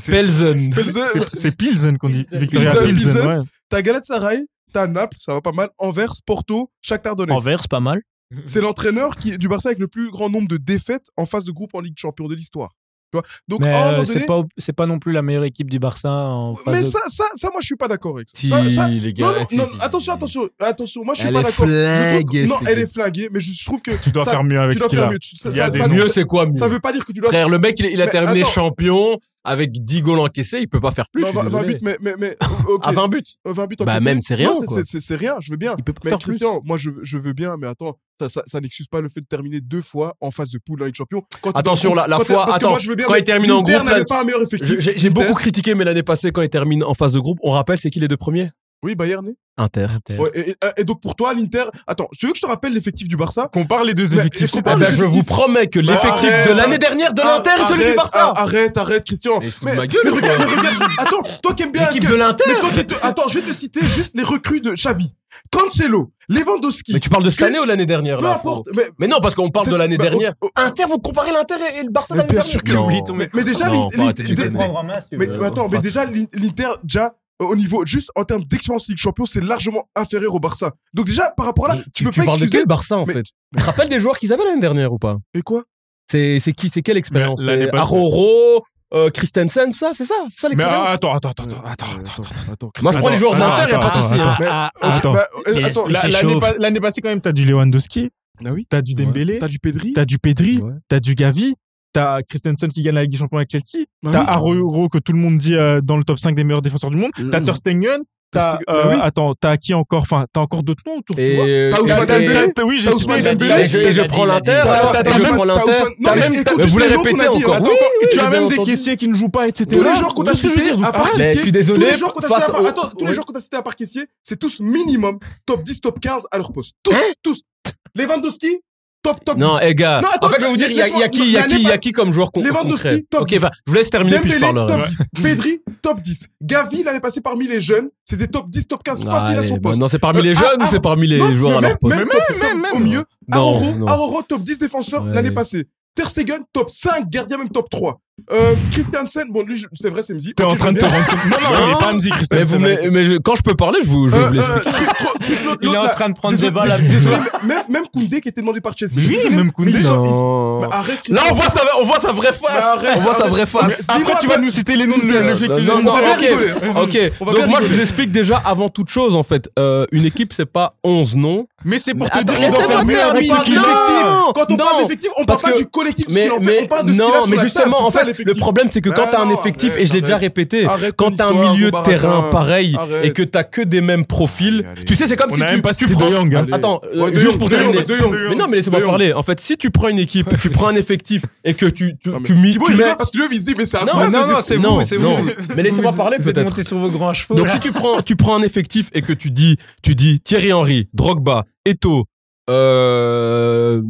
[SPEAKER 4] Pelzen.
[SPEAKER 1] [laughs]
[SPEAKER 2] Plaisne,
[SPEAKER 5] C'est-
[SPEAKER 2] [laughs]
[SPEAKER 5] C'est Pilsen qu'on dit.
[SPEAKER 3] Pilsen.
[SPEAKER 5] Victoria
[SPEAKER 2] Pilsen,
[SPEAKER 5] Pilsen,
[SPEAKER 2] Pilsen.
[SPEAKER 5] ouais.
[SPEAKER 2] t'as Galatasaray, t'as Naples, ça va pas mal, Anvers, Porto, Shakhtar Donetsk.
[SPEAKER 1] Anvers, pas mal.
[SPEAKER 2] C'est l'entraîneur qui du Barça avec le plus grand nombre de défaites en phase de groupe en Ligue Champion de l'histoire. Tu vois Donc,
[SPEAKER 1] Mais
[SPEAKER 2] à un
[SPEAKER 1] euh,
[SPEAKER 2] moment
[SPEAKER 1] c'est
[SPEAKER 2] donné,
[SPEAKER 1] pas, c'est pas non plus la meilleure équipe du Barça en phase
[SPEAKER 2] mais
[SPEAKER 1] de-
[SPEAKER 2] ça, ça, ça, moi, je suis pas d'accord avec ça.
[SPEAKER 4] Si,
[SPEAKER 2] Ça- ça-
[SPEAKER 4] les
[SPEAKER 2] Non,
[SPEAKER 4] gars.
[SPEAKER 2] non,
[SPEAKER 4] si,
[SPEAKER 2] non,
[SPEAKER 4] si,
[SPEAKER 2] attention,
[SPEAKER 4] si.
[SPEAKER 2] attention, attention, moi je suis
[SPEAKER 4] Elle
[SPEAKER 2] pas
[SPEAKER 4] est
[SPEAKER 2] d'accord. Je trouve que-
[SPEAKER 4] flinguée,
[SPEAKER 2] Non,
[SPEAKER 4] cette
[SPEAKER 2] elle est
[SPEAKER 4] équipe.
[SPEAKER 2] flinguée, mais je je trouve que
[SPEAKER 5] Tu dois
[SPEAKER 2] ça-
[SPEAKER 5] faire mieux
[SPEAKER 2] tu
[SPEAKER 5] avec ce
[SPEAKER 2] dois
[SPEAKER 5] qu'il
[SPEAKER 2] faire
[SPEAKER 5] a.
[SPEAKER 2] mieux. Tu- ça-
[SPEAKER 5] Il y a
[SPEAKER 2] ça-
[SPEAKER 5] des
[SPEAKER 2] ça-
[SPEAKER 4] Mieux, c'est quoi mieux
[SPEAKER 2] Ça veut pas dire que tu dois.
[SPEAKER 4] Frère, le mec, il, il a
[SPEAKER 2] Mais
[SPEAKER 4] terminé
[SPEAKER 2] attends.
[SPEAKER 4] champion avec 10 goals encaissés, il peut pas faire plus.
[SPEAKER 2] Non,
[SPEAKER 4] je
[SPEAKER 2] 20,
[SPEAKER 4] suis
[SPEAKER 2] 20
[SPEAKER 4] désolé.
[SPEAKER 2] buts, mais, mais,
[SPEAKER 4] [laughs]
[SPEAKER 2] mais ok,
[SPEAKER 4] À 20 buts.
[SPEAKER 2] 20 buts en
[SPEAKER 4] Bah,
[SPEAKER 2] classé.
[SPEAKER 4] même, c'est rien,
[SPEAKER 2] Non, c'est-
[SPEAKER 4] quoi.
[SPEAKER 2] C'est c'est rien, je veux bien.
[SPEAKER 4] Il peut pas
[SPEAKER 2] Mais
[SPEAKER 4] faire plus.
[SPEAKER 2] Christian, moi je, veux- je veux bien, mais attends, ça, ça, ça n'excuse pas le fait de terminer deux fois en phase de poule avec champion. Quand tu-
[SPEAKER 4] Attention, la- la
[SPEAKER 2] quand-
[SPEAKER 4] fois-
[SPEAKER 2] parce que
[SPEAKER 4] attends,
[SPEAKER 2] moi, je veux bien,
[SPEAKER 4] quand
[SPEAKER 2] mais
[SPEAKER 4] il termine en
[SPEAKER 2] l'Inter
[SPEAKER 4] groupe, là,
[SPEAKER 2] n'avait pas un meilleur effectif.
[SPEAKER 4] Je- J'ai j'ai
[SPEAKER 2] L'Inter-
[SPEAKER 4] beaucoup critiqué, mais l'année passée, quand il termine en phase de groupe, on rappelle c'est qui les deux premiers
[SPEAKER 2] Oui, Bayern. né
[SPEAKER 4] Inter.
[SPEAKER 2] Ouais, et, et- et donc pour toi, l'Inter. Attends, je veux que je te rappelle l'effectif du Barça.
[SPEAKER 5] Compare les deux
[SPEAKER 2] Mais-
[SPEAKER 5] effectifs.
[SPEAKER 2] mais
[SPEAKER 5] s'il te
[SPEAKER 2] compare
[SPEAKER 5] plaît.
[SPEAKER 2] les
[SPEAKER 4] eh ben, je vous promets que l'effectif
[SPEAKER 2] Bah, arrête,
[SPEAKER 4] de l'année
[SPEAKER 2] arrête.
[SPEAKER 4] dernière de l'Inter est celui du
[SPEAKER 2] Ah, Arrête,
[SPEAKER 4] Barça.
[SPEAKER 2] ah, Arrête, arrête, Christian.
[SPEAKER 4] Mais je fous de
[SPEAKER 2] mais,
[SPEAKER 4] ma gueule,
[SPEAKER 2] mais regarde,
[SPEAKER 4] quoi.
[SPEAKER 2] mais regarde. je- Attends, toi qui aimes bien.
[SPEAKER 4] L'équipe de l'Inter.
[SPEAKER 2] Mais toi qui te- Attends, je vais te citer juste les recrues de Xavi, Cancelo, Lewandowski.
[SPEAKER 4] Mais tu parles de cette
[SPEAKER 2] Que-
[SPEAKER 4] année ou de l'année dernière
[SPEAKER 2] peu
[SPEAKER 4] là
[SPEAKER 2] importe.
[SPEAKER 4] faut-
[SPEAKER 2] Mais,
[SPEAKER 4] Mais non, parce qu'on parle
[SPEAKER 2] C'est-
[SPEAKER 4] de l'année
[SPEAKER 2] bah,
[SPEAKER 4] dernière.
[SPEAKER 2] oh, oh.
[SPEAKER 4] Inter, vous comparez l'Inter et, et le Barça de
[SPEAKER 2] Mais
[SPEAKER 4] l'année
[SPEAKER 2] bien
[SPEAKER 4] dernière.
[SPEAKER 2] sûr que
[SPEAKER 4] Non.
[SPEAKER 2] tu oublies mais, mais déjà,
[SPEAKER 4] Non,
[SPEAKER 2] l'In-
[SPEAKER 4] faut arrêter de
[SPEAKER 2] l'In-
[SPEAKER 4] déconner.
[SPEAKER 2] dé-
[SPEAKER 1] Prendre en main, si tu
[SPEAKER 2] mais,
[SPEAKER 1] veux.
[SPEAKER 2] mais attends, mais
[SPEAKER 4] pas-
[SPEAKER 2] déjà, l'In- l'Inter, déjà, euh, au niveau, juste en termes d'expérience Ligue Champion, c'est largement inférieur au Barça. Donc déjà, par rapport à là,
[SPEAKER 4] Mais
[SPEAKER 2] tu, peux pas
[SPEAKER 4] parles de
[SPEAKER 2] excuser.
[SPEAKER 4] quel Barça en
[SPEAKER 2] Mais-
[SPEAKER 4] fait Tu te rappelles des joueurs qu'ils avaient l'année dernière ou pas
[SPEAKER 2] Mais quoi
[SPEAKER 4] C'est c'est qui C'est quelle expérience
[SPEAKER 5] Mais l'année
[SPEAKER 4] C'est
[SPEAKER 5] passée-
[SPEAKER 4] Aroro, euh, Christensen, ça, c'est ça, c'est ça
[SPEAKER 5] Mais ah,
[SPEAKER 4] l'expérience.
[SPEAKER 5] attends, attends, attends,
[SPEAKER 2] Euh,
[SPEAKER 5] attends, attends, attends.
[SPEAKER 2] attends.
[SPEAKER 4] Moi, je prends
[SPEAKER 5] attends,
[SPEAKER 4] les joueurs de
[SPEAKER 5] attends,
[SPEAKER 4] l'Inter, y a pas de
[SPEAKER 5] attends,
[SPEAKER 4] souci. hein.
[SPEAKER 1] Ah, ah,
[SPEAKER 5] ok.
[SPEAKER 1] ah.
[SPEAKER 2] Bah, euh,
[SPEAKER 1] Mais-
[SPEAKER 2] attends,
[SPEAKER 1] Il
[SPEAKER 5] La-
[SPEAKER 1] s'échauffe.
[SPEAKER 5] L'année pas- l'année passée, quand même, t'as du Lewandowski,
[SPEAKER 2] ah oui,
[SPEAKER 5] t'as du Dembélé,
[SPEAKER 2] t'as du Pedri.
[SPEAKER 5] t'as du Pedri,
[SPEAKER 4] Ouais.
[SPEAKER 5] t'as du Gavi, t'as Christensen qui gagne la Ligue des Champions avec Chelsea,
[SPEAKER 2] Bah
[SPEAKER 5] t'as
[SPEAKER 2] oui.
[SPEAKER 5] Aroro que tout le monde dit euh, dans le top 5 des meilleurs défenseurs du monde,
[SPEAKER 2] Mhm.
[SPEAKER 5] t'as Ter Stegen, t'as
[SPEAKER 2] Ter Stegen,
[SPEAKER 5] euh,
[SPEAKER 2] bah oui.
[SPEAKER 5] attends, t'as qui encore, enfin t'as encore d'autres noms autour, tu vois.
[SPEAKER 4] Et
[SPEAKER 2] T'as Ousmane
[SPEAKER 4] t'as-
[SPEAKER 2] Dembélé.
[SPEAKER 5] T'as- Oui, j'ai
[SPEAKER 2] t'as
[SPEAKER 5] Ousmane
[SPEAKER 2] Ousmane Dembélé.
[SPEAKER 5] Dembélé.
[SPEAKER 4] Et je, et je
[SPEAKER 1] Il a dit,
[SPEAKER 4] prends
[SPEAKER 1] il a
[SPEAKER 4] l'Inter.
[SPEAKER 1] dit.
[SPEAKER 4] Attends,
[SPEAKER 2] Attends,
[SPEAKER 4] attends, je
[SPEAKER 2] attends, t'as
[SPEAKER 4] prends l'Inter.
[SPEAKER 2] Ousmane- non,
[SPEAKER 4] T'as
[SPEAKER 2] mais
[SPEAKER 4] même-
[SPEAKER 2] écoute,
[SPEAKER 4] Je
[SPEAKER 2] juste
[SPEAKER 4] voulais
[SPEAKER 2] les noms qu'on
[SPEAKER 4] répéter
[SPEAKER 2] a dit,
[SPEAKER 4] encore.
[SPEAKER 2] attends,
[SPEAKER 4] Oui,
[SPEAKER 5] Et tu
[SPEAKER 4] oui,
[SPEAKER 5] as
[SPEAKER 4] bien
[SPEAKER 5] même des
[SPEAKER 4] entendu.
[SPEAKER 5] caissiers qui ne jouent pas, etc.
[SPEAKER 2] Tous les joueurs qu'on
[SPEAKER 5] Voilà
[SPEAKER 2] a
[SPEAKER 5] ce que je veux
[SPEAKER 2] cités,
[SPEAKER 5] dire, donc,
[SPEAKER 2] à part
[SPEAKER 5] arrête.
[SPEAKER 4] Mais je
[SPEAKER 2] Caissier,
[SPEAKER 4] suis désolé,
[SPEAKER 2] tous les joueurs qu'on a
[SPEAKER 4] face
[SPEAKER 2] cités à part-
[SPEAKER 4] au-
[SPEAKER 2] attends, tous les
[SPEAKER 4] oui.
[SPEAKER 2] joueurs qu'on a cités à part caissier, c'est tous minimum top 10, top 15 à leur poste. Tous, tous. Lewandowski, top, top 10.
[SPEAKER 4] Hein Non, eh gars.
[SPEAKER 2] Non, attends,
[SPEAKER 4] en fait, je vais vous dire, il y a, il y a qui, il y a qui, il y a qui comme joueur con-
[SPEAKER 2] Lewandowski,
[SPEAKER 4] concret
[SPEAKER 2] top
[SPEAKER 4] Ok,
[SPEAKER 2] 10.
[SPEAKER 4] bah, je vous laisse terminer puis je
[SPEAKER 2] Dembélé,
[SPEAKER 4] parlerai.
[SPEAKER 2] top 10. Pedri, top 10. Gavi, l'année passée parmi les jeunes, c'était top 10, top 15, facile à
[SPEAKER 4] Allez,
[SPEAKER 2] son poste.
[SPEAKER 4] maintenant, c'est parmi les
[SPEAKER 2] Euh,
[SPEAKER 4] jeunes
[SPEAKER 2] ah,
[SPEAKER 4] ou c'est parmi les
[SPEAKER 2] Non,
[SPEAKER 4] joueurs
[SPEAKER 2] mais
[SPEAKER 4] à leur
[SPEAKER 2] même-
[SPEAKER 4] poste
[SPEAKER 2] même, même, même, au mieux,
[SPEAKER 4] Non, non.
[SPEAKER 2] Aroro, Aroro, top 10 défenseur
[SPEAKER 4] Ouais.
[SPEAKER 2] l'année passée. Ter Stegen, top 5, gardien même top 3. Euh, Christiansen, bon, lui, je- c'est vrai, c'est Mzi.
[SPEAKER 5] T'es
[SPEAKER 2] Ok,
[SPEAKER 5] en
[SPEAKER 2] je
[SPEAKER 5] train
[SPEAKER 2] veux
[SPEAKER 5] de te
[SPEAKER 2] bien.
[SPEAKER 5] rendre compte. Non, non,
[SPEAKER 4] Non.
[SPEAKER 5] mais pas Mzi,
[SPEAKER 4] Mais, vous-
[SPEAKER 5] Christensen.
[SPEAKER 4] mais- mais je- quand je peux parler, je vous, je vais
[SPEAKER 2] Euh,
[SPEAKER 4] vous
[SPEAKER 2] euh,
[SPEAKER 4] l'explique.
[SPEAKER 2] truc- tro- truc- l'autre-
[SPEAKER 1] Il est
[SPEAKER 2] l'autre,
[SPEAKER 1] en
[SPEAKER 2] là,
[SPEAKER 1] train de prendre des
[SPEAKER 2] Désolé,
[SPEAKER 1] balles. à-
[SPEAKER 2] Désolé, mais même, même Koundé qui était demandé par Chelsea.
[SPEAKER 5] Mais oui,
[SPEAKER 2] Désolé,
[SPEAKER 5] même Koundé.
[SPEAKER 2] mais ils sont- ils sont-
[SPEAKER 4] Non.
[SPEAKER 2] Bah, Arrête,
[SPEAKER 4] Là, on voit sa, on voit sa vraie
[SPEAKER 2] Mais
[SPEAKER 4] face.
[SPEAKER 2] arrête,
[SPEAKER 4] on voit sa
[SPEAKER 2] arrête.
[SPEAKER 4] vraie face.
[SPEAKER 2] Mais dis-moi,
[SPEAKER 5] Après, tu vas nous citer les noms de
[SPEAKER 4] Euh,
[SPEAKER 5] l'effectif.
[SPEAKER 4] non, non,
[SPEAKER 2] on va bien
[SPEAKER 4] ok.
[SPEAKER 2] rigoler, vas-y.
[SPEAKER 4] Ok,
[SPEAKER 2] On va
[SPEAKER 4] donc
[SPEAKER 2] bien
[SPEAKER 4] moi je
[SPEAKER 2] rigoler.
[SPEAKER 4] vous explique déjà avant toute chose en fait, euh, une équipe c'est pas 11 noms.
[SPEAKER 5] Mais c'est pour
[SPEAKER 4] Mais
[SPEAKER 5] te
[SPEAKER 4] attends,
[SPEAKER 5] dire qu'ils doivent
[SPEAKER 4] laissez-moi
[SPEAKER 5] faire mieux
[SPEAKER 4] terminer.
[SPEAKER 5] avec
[SPEAKER 2] On parle
[SPEAKER 5] ce
[SPEAKER 4] Non.
[SPEAKER 5] qu'ils
[SPEAKER 2] d'effectif. Quand on
[SPEAKER 4] Non.
[SPEAKER 2] parle d'effectif, on
[SPEAKER 4] Parce
[SPEAKER 2] parle pas
[SPEAKER 4] que-
[SPEAKER 2] du collectif, de ce qu'il en fait, on parle de ce qu'il a
[SPEAKER 4] non,
[SPEAKER 2] sur
[SPEAKER 4] mais
[SPEAKER 2] la
[SPEAKER 4] justement,
[SPEAKER 2] table,
[SPEAKER 4] en
[SPEAKER 2] c'est ça
[SPEAKER 4] fait, le
[SPEAKER 2] l'effectif.
[SPEAKER 4] problème c'est que
[SPEAKER 2] Mais
[SPEAKER 4] quand t'as un
[SPEAKER 2] non,
[SPEAKER 4] effectif,
[SPEAKER 2] arrête,
[SPEAKER 4] et je l'ai déjà
[SPEAKER 2] arrête.
[SPEAKER 4] répété,
[SPEAKER 2] Arrête
[SPEAKER 4] quand
[SPEAKER 2] ton
[SPEAKER 4] t'as un
[SPEAKER 2] histoire,
[SPEAKER 4] milieu de
[SPEAKER 2] Baratin.
[SPEAKER 4] terrain pareil
[SPEAKER 2] Arrête.
[SPEAKER 4] et que t'as que des mêmes profils,
[SPEAKER 2] Allez, allez.
[SPEAKER 4] tu sais, c'est comme
[SPEAKER 5] On
[SPEAKER 4] si
[SPEAKER 5] a
[SPEAKER 4] tu,
[SPEAKER 5] même pas
[SPEAKER 4] tu
[SPEAKER 5] cité De
[SPEAKER 4] prends-
[SPEAKER 5] Jong. hein.
[SPEAKER 2] Allez.
[SPEAKER 4] Attends, euh,
[SPEAKER 2] Ouais, De
[SPEAKER 4] juste
[SPEAKER 2] Jong,
[SPEAKER 4] pour
[SPEAKER 2] De Jong,
[SPEAKER 4] terminer.
[SPEAKER 2] De Jong, De
[SPEAKER 4] mais non, mais laissez-moi
[SPEAKER 2] De Jong.
[SPEAKER 4] parler. En fait, si tu prends une équipe, tu prends un effectif et que tu tu,
[SPEAKER 2] Non, mais
[SPEAKER 4] tu mis,
[SPEAKER 2] Thibaut,
[SPEAKER 4] tu
[SPEAKER 2] il
[SPEAKER 4] mets-
[SPEAKER 2] rigole parce que lui, il se dit, mais c'est
[SPEAKER 4] Non,
[SPEAKER 2] incroyable.
[SPEAKER 4] non,
[SPEAKER 2] de dire
[SPEAKER 4] non,
[SPEAKER 2] ça.
[SPEAKER 4] c'est
[SPEAKER 1] Non,
[SPEAKER 4] vous,
[SPEAKER 1] mais c'est
[SPEAKER 4] non.
[SPEAKER 1] vous.
[SPEAKER 4] Mais
[SPEAKER 2] [laughs]
[SPEAKER 4] laissez-moi
[SPEAKER 1] Vous-
[SPEAKER 4] parler,
[SPEAKER 1] Vous êtes
[SPEAKER 4] peut-être.
[SPEAKER 1] montés sur vos grands chevaux.
[SPEAKER 4] Donc
[SPEAKER 1] là.
[SPEAKER 4] si tu prends, tu prends un effectif et que tu dis, tu dis Thierry Henry, Drogba, Eto, euh,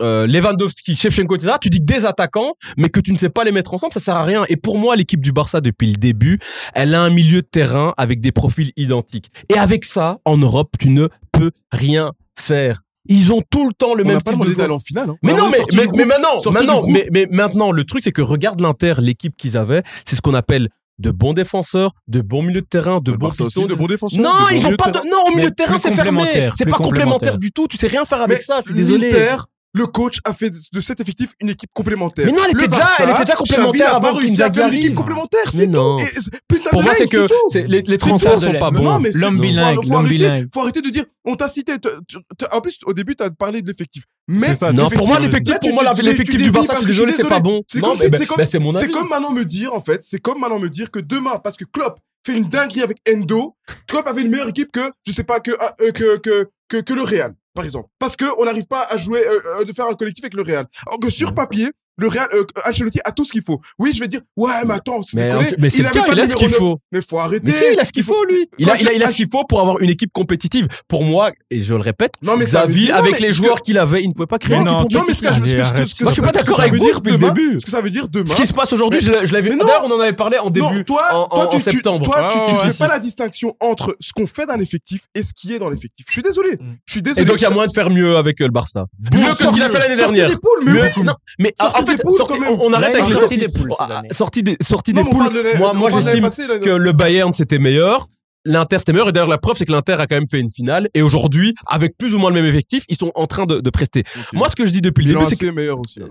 [SPEAKER 4] euh, Lewandowski, Shevchenko, etc. Tu dis que des attaquants, mais que tu ne sais pas les mettre ensemble, ça sert à rien. Et pour moi, l'équipe du Barça depuis le début, elle a un milieu de terrain avec des profils identiques. Et avec ça, en Europe, tu ne peux rien faire. Ils ont tout le temps le
[SPEAKER 2] On
[SPEAKER 4] même
[SPEAKER 2] n'a pas
[SPEAKER 4] type de
[SPEAKER 2] demandé
[SPEAKER 4] joueur.
[SPEAKER 2] d'aller en finale. hein.
[SPEAKER 4] Mais
[SPEAKER 2] On a
[SPEAKER 4] non,
[SPEAKER 2] demandé
[SPEAKER 4] mais,
[SPEAKER 2] de sortir
[SPEAKER 4] mais,
[SPEAKER 2] du
[SPEAKER 4] mais
[SPEAKER 2] groupe.
[SPEAKER 4] maintenant,
[SPEAKER 2] Sortir
[SPEAKER 4] maintenant,
[SPEAKER 2] du groupe.
[SPEAKER 4] mais, mais maintenant, le truc, c'est que regarde l'Inter, l'équipe qu'ils avaient, c'est ce qu'on appelle de bons défenseurs, de bons milieux de terrain, de
[SPEAKER 2] Le
[SPEAKER 4] bons
[SPEAKER 2] Barça aussi,
[SPEAKER 4] pistons.
[SPEAKER 2] de bons défenseurs.
[SPEAKER 4] Non,
[SPEAKER 2] de bons
[SPEAKER 4] ils ont
[SPEAKER 2] milieux
[SPEAKER 4] pas
[SPEAKER 2] terrain.
[SPEAKER 4] de. Non, au milieu
[SPEAKER 1] Mais
[SPEAKER 4] de terrain,
[SPEAKER 1] plus
[SPEAKER 4] c'est fermé.
[SPEAKER 1] complémentaire,
[SPEAKER 4] C'est
[SPEAKER 1] plus
[SPEAKER 4] pas complémentaire
[SPEAKER 1] complémentaire.
[SPEAKER 4] du tout. Tu sais rien faire avec
[SPEAKER 2] Mais
[SPEAKER 4] ça. Je suis désolé.
[SPEAKER 2] L'Inter, le coach a fait de cet effectif une équipe complémentaire.
[SPEAKER 4] Mais non, elle
[SPEAKER 2] Le
[SPEAKER 4] était déjà-
[SPEAKER 2] Barça,
[SPEAKER 4] elle était déjà complémentaire
[SPEAKER 2] Xavi n'a
[SPEAKER 4] avant
[SPEAKER 2] pas réussi à
[SPEAKER 4] qu'Inzaghi
[SPEAKER 2] faire une
[SPEAKER 4] arrive.
[SPEAKER 2] équipe complémentaire,
[SPEAKER 4] Mais
[SPEAKER 2] c'est
[SPEAKER 4] non.
[SPEAKER 2] tout. Et- et- putain
[SPEAKER 4] Pour
[SPEAKER 2] de
[SPEAKER 4] moi,
[SPEAKER 2] dingue,
[SPEAKER 4] c'est que
[SPEAKER 2] tout.
[SPEAKER 4] c'est- les, les
[SPEAKER 2] C'est
[SPEAKER 4] transferts
[SPEAKER 1] tout.
[SPEAKER 4] sont pas
[SPEAKER 1] Non,
[SPEAKER 4] bons.
[SPEAKER 2] Non, mais c'est-
[SPEAKER 1] L'homme
[SPEAKER 2] faut-
[SPEAKER 1] bilingue,
[SPEAKER 2] faut,
[SPEAKER 1] l'homme
[SPEAKER 2] arrêter,
[SPEAKER 1] bilingue.
[SPEAKER 2] faut arrêter de dire, on t'a cité. te- tu- tu- en plus, au début, t'as parlé de l'effectif. Mais
[SPEAKER 5] C'est ça,
[SPEAKER 4] Non,
[SPEAKER 5] l'effectif,
[SPEAKER 4] pour moi,
[SPEAKER 5] tu-
[SPEAKER 4] l'effectif,
[SPEAKER 2] là, tu-
[SPEAKER 4] pour moi,
[SPEAKER 2] tu- tu
[SPEAKER 4] l'effectif du
[SPEAKER 2] dévis
[SPEAKER 4] Barça,
[SPEAKER 2] parce
[SPEAKER 4] je suis
[SPEAKER 2] que je suis
[SPEAKER 4] désolé, c'est
[SPEAKER 2] désolé.
[SPEAKER 4] pas bon.
[SPEAKER 2] C'est
[SPEAKER 4] Non,
[SPEAKER 2] comme
[SPEAKER 4] mais-
[SPEAKER 2] si-
[SPEAKER 4] mais-
[SPEAKER 2] c'est comme-
[SPEAKER 4] mais c'est mon avis. hein.
[SPEAKER 2] C'est comme maintenant me dire, en fait, c'est comme maintenant me dire que demain, parce que Klopp fait une dinguerie avec Endo, Klopp avait une meilleure équipe que, je sais pas, que, euh, que, que, que, que le Real, par exemple. Parce que on n'arrive pas à jouer, euh, euh, de faire un collectif avec le Real. Alors que sur papier, le Real, euh, Ancelotti a tout ce qu'il faut. Oui, je vais dire, ouais, mais attends, c'est
[SPEAKER 4] Mais, en
[SPEAKER 2] déconné,
[SPEAKER 4] fait- mais c'est
[SPEAKER 2] il
[SPEAKER 4] le
[SPEAKER 2] avait
[SPEAKER 4] cas,
[SPEAKER 2] pas
[SPEAKER 4] il
[SPEAKER 2] le
[SPEAKER 4] a ce
[SPEAKER 2] numéro
[SPEAKER 4] qu'il
[SPEAKER 2] neuf.
[SPEAKER 4] faut.
[SPEAKER 2] Mais faut arrêter.
[SPEAKER 4] Mais si, il a ce qu'il faut, lui. Il a, il a, il a ce qu'il faut pour avoir une équipe compétitive. Pour moi, et je le répète,
[SPEAKER 2] Non, mais ça veut
[SPEAKER 4] Xavi,
[SPEAKER 2] dire- non,
[SPEAKER 4] avec
[SPEAKER 2] mais
[SPEAKER 4] les
[SPEAKER 2] ce
[SPEAKER 4] joueurs qu'il avait, il ne pouvait pas créer
[SPEAKER 2] Non,
[SPEAKER 4] une
[SPEAKER 5] non,
[SPEAKER 4] équipe
[SPEAKER 2] non, mais ce
[SPEAKER 4] compétitive.
[SPEAKER 2] que je ce que- ce que- ce
[SPEAKER 5] Allez, arrête,
[SPEAKER 2] que
[SPEAKER 4] Moi, je suis pas
[SPEAKER 2] ça-
[SPEAKER 4] d'accord
[SPEAKER 2] ça
[SPEAKER 4] avec
[SPEAKER 2] veut
[SPEAKER 4] vous
[SPEAKER 2] dire
[SPEAKER 4] depuis le
[SPEAKER 2] demain-
[SPEAKER 4] début.
[SPEAKER 2] Ce que ça veut dire demain,
[SPEAKER 4] Ce qui se passe aujourd'hui, je l'ai- je l'avais.
[SPEAKER 2] Mais non.
[SPEAKER 4] D'ailleurs, on en avait parlé en
[SPEAKER 2] Non,
[SPEAKER 4] début.
[SPEAKER 2] toi,
[SPEAKER 4] en-
[SPEAKER 2] toi,
[SPEAKER 4] en-
[SPEAKER 2] tu,
[SPEAKER 4] en
[SPEAKER 2] tu-
[SPEAKER 4] septembre.
[SPEAKER 2] toi, tu-
[SPEAKER 5] Ouais,
[SPEAKER 2] tu
[SPEAKER 5] ouais,
[SPEAKER 2] fais
[SPEAKER 5] si.
[SPEAKER 2] pas la distinction entre ce qu'on fait d'un effectif et ce qui est dans l'effectif. Je suis désolé. Je suis désolé.
[SPEAKER 4] Mm. Et donc, il y a moyen de faire mieux avec euh, le Barça. Mieux que ce qu'il a fait
[SPEAKER 2] Sortir
[SPEAKER 4] l'année dernière.
[SPEAKER 2] des poules, mais
[SPEAKER 4] Mieux-
[SPEAKER 2] oui.
[SPEAKER 4] non, mais
[SPEAKER 2] Sortie
[SPEAKER 4] en fait,
[SPEAKER 2] des poules,
[SPEAKER 4] sortie-
[SPEAKER 2] quand même.
[SPEAKER 4] on, on arrête
[SPEAKER 1] Ouais,
[SPEAKER 4] avec
[SPEAKER 1] il
[SPEAKER 4] les
[SPEAKER 1] est sorti
[SPEAKER 4] sorties.
[SPEAKER 1] des poules cette
[SPEAKER 4] Ah,
[SPEAKER 1] année.
[SPEAKER 4] sortie des, sortie
[SPEAKER 2] Non,
[SPEAKER 4] des
[SPEAKER 2] mais on
[SPEAKER 4] poules.
[SPEAKER 2] parle de la-
[SPEAKER 4] Moi,
[SPEAKER 2] on
[SPEAKER 4] moi
[SPEAKER 2] parle de
[SPEAKER 4] j'estime
[SPEAKER 2] l'année passée, là,
[SPEAKER 4] que le Bayern, c'était meilleur. L'Inter, c'était meilleur. Et d'ailleurs, la preuve, c'est que l'Inter a quand même fait une finale. Et aujourd'hui, avec plus ou moins le même effectif, ils sont en train de, de prester. Moi, ce que je dis depuis le
[SPEAKER 2] Milan
[SPEAKER 4] début, c'est
[SPEAKER 2] AC
[SPEAKER 4] que.
[SPEAKER 2] est meilleur aussi. hein.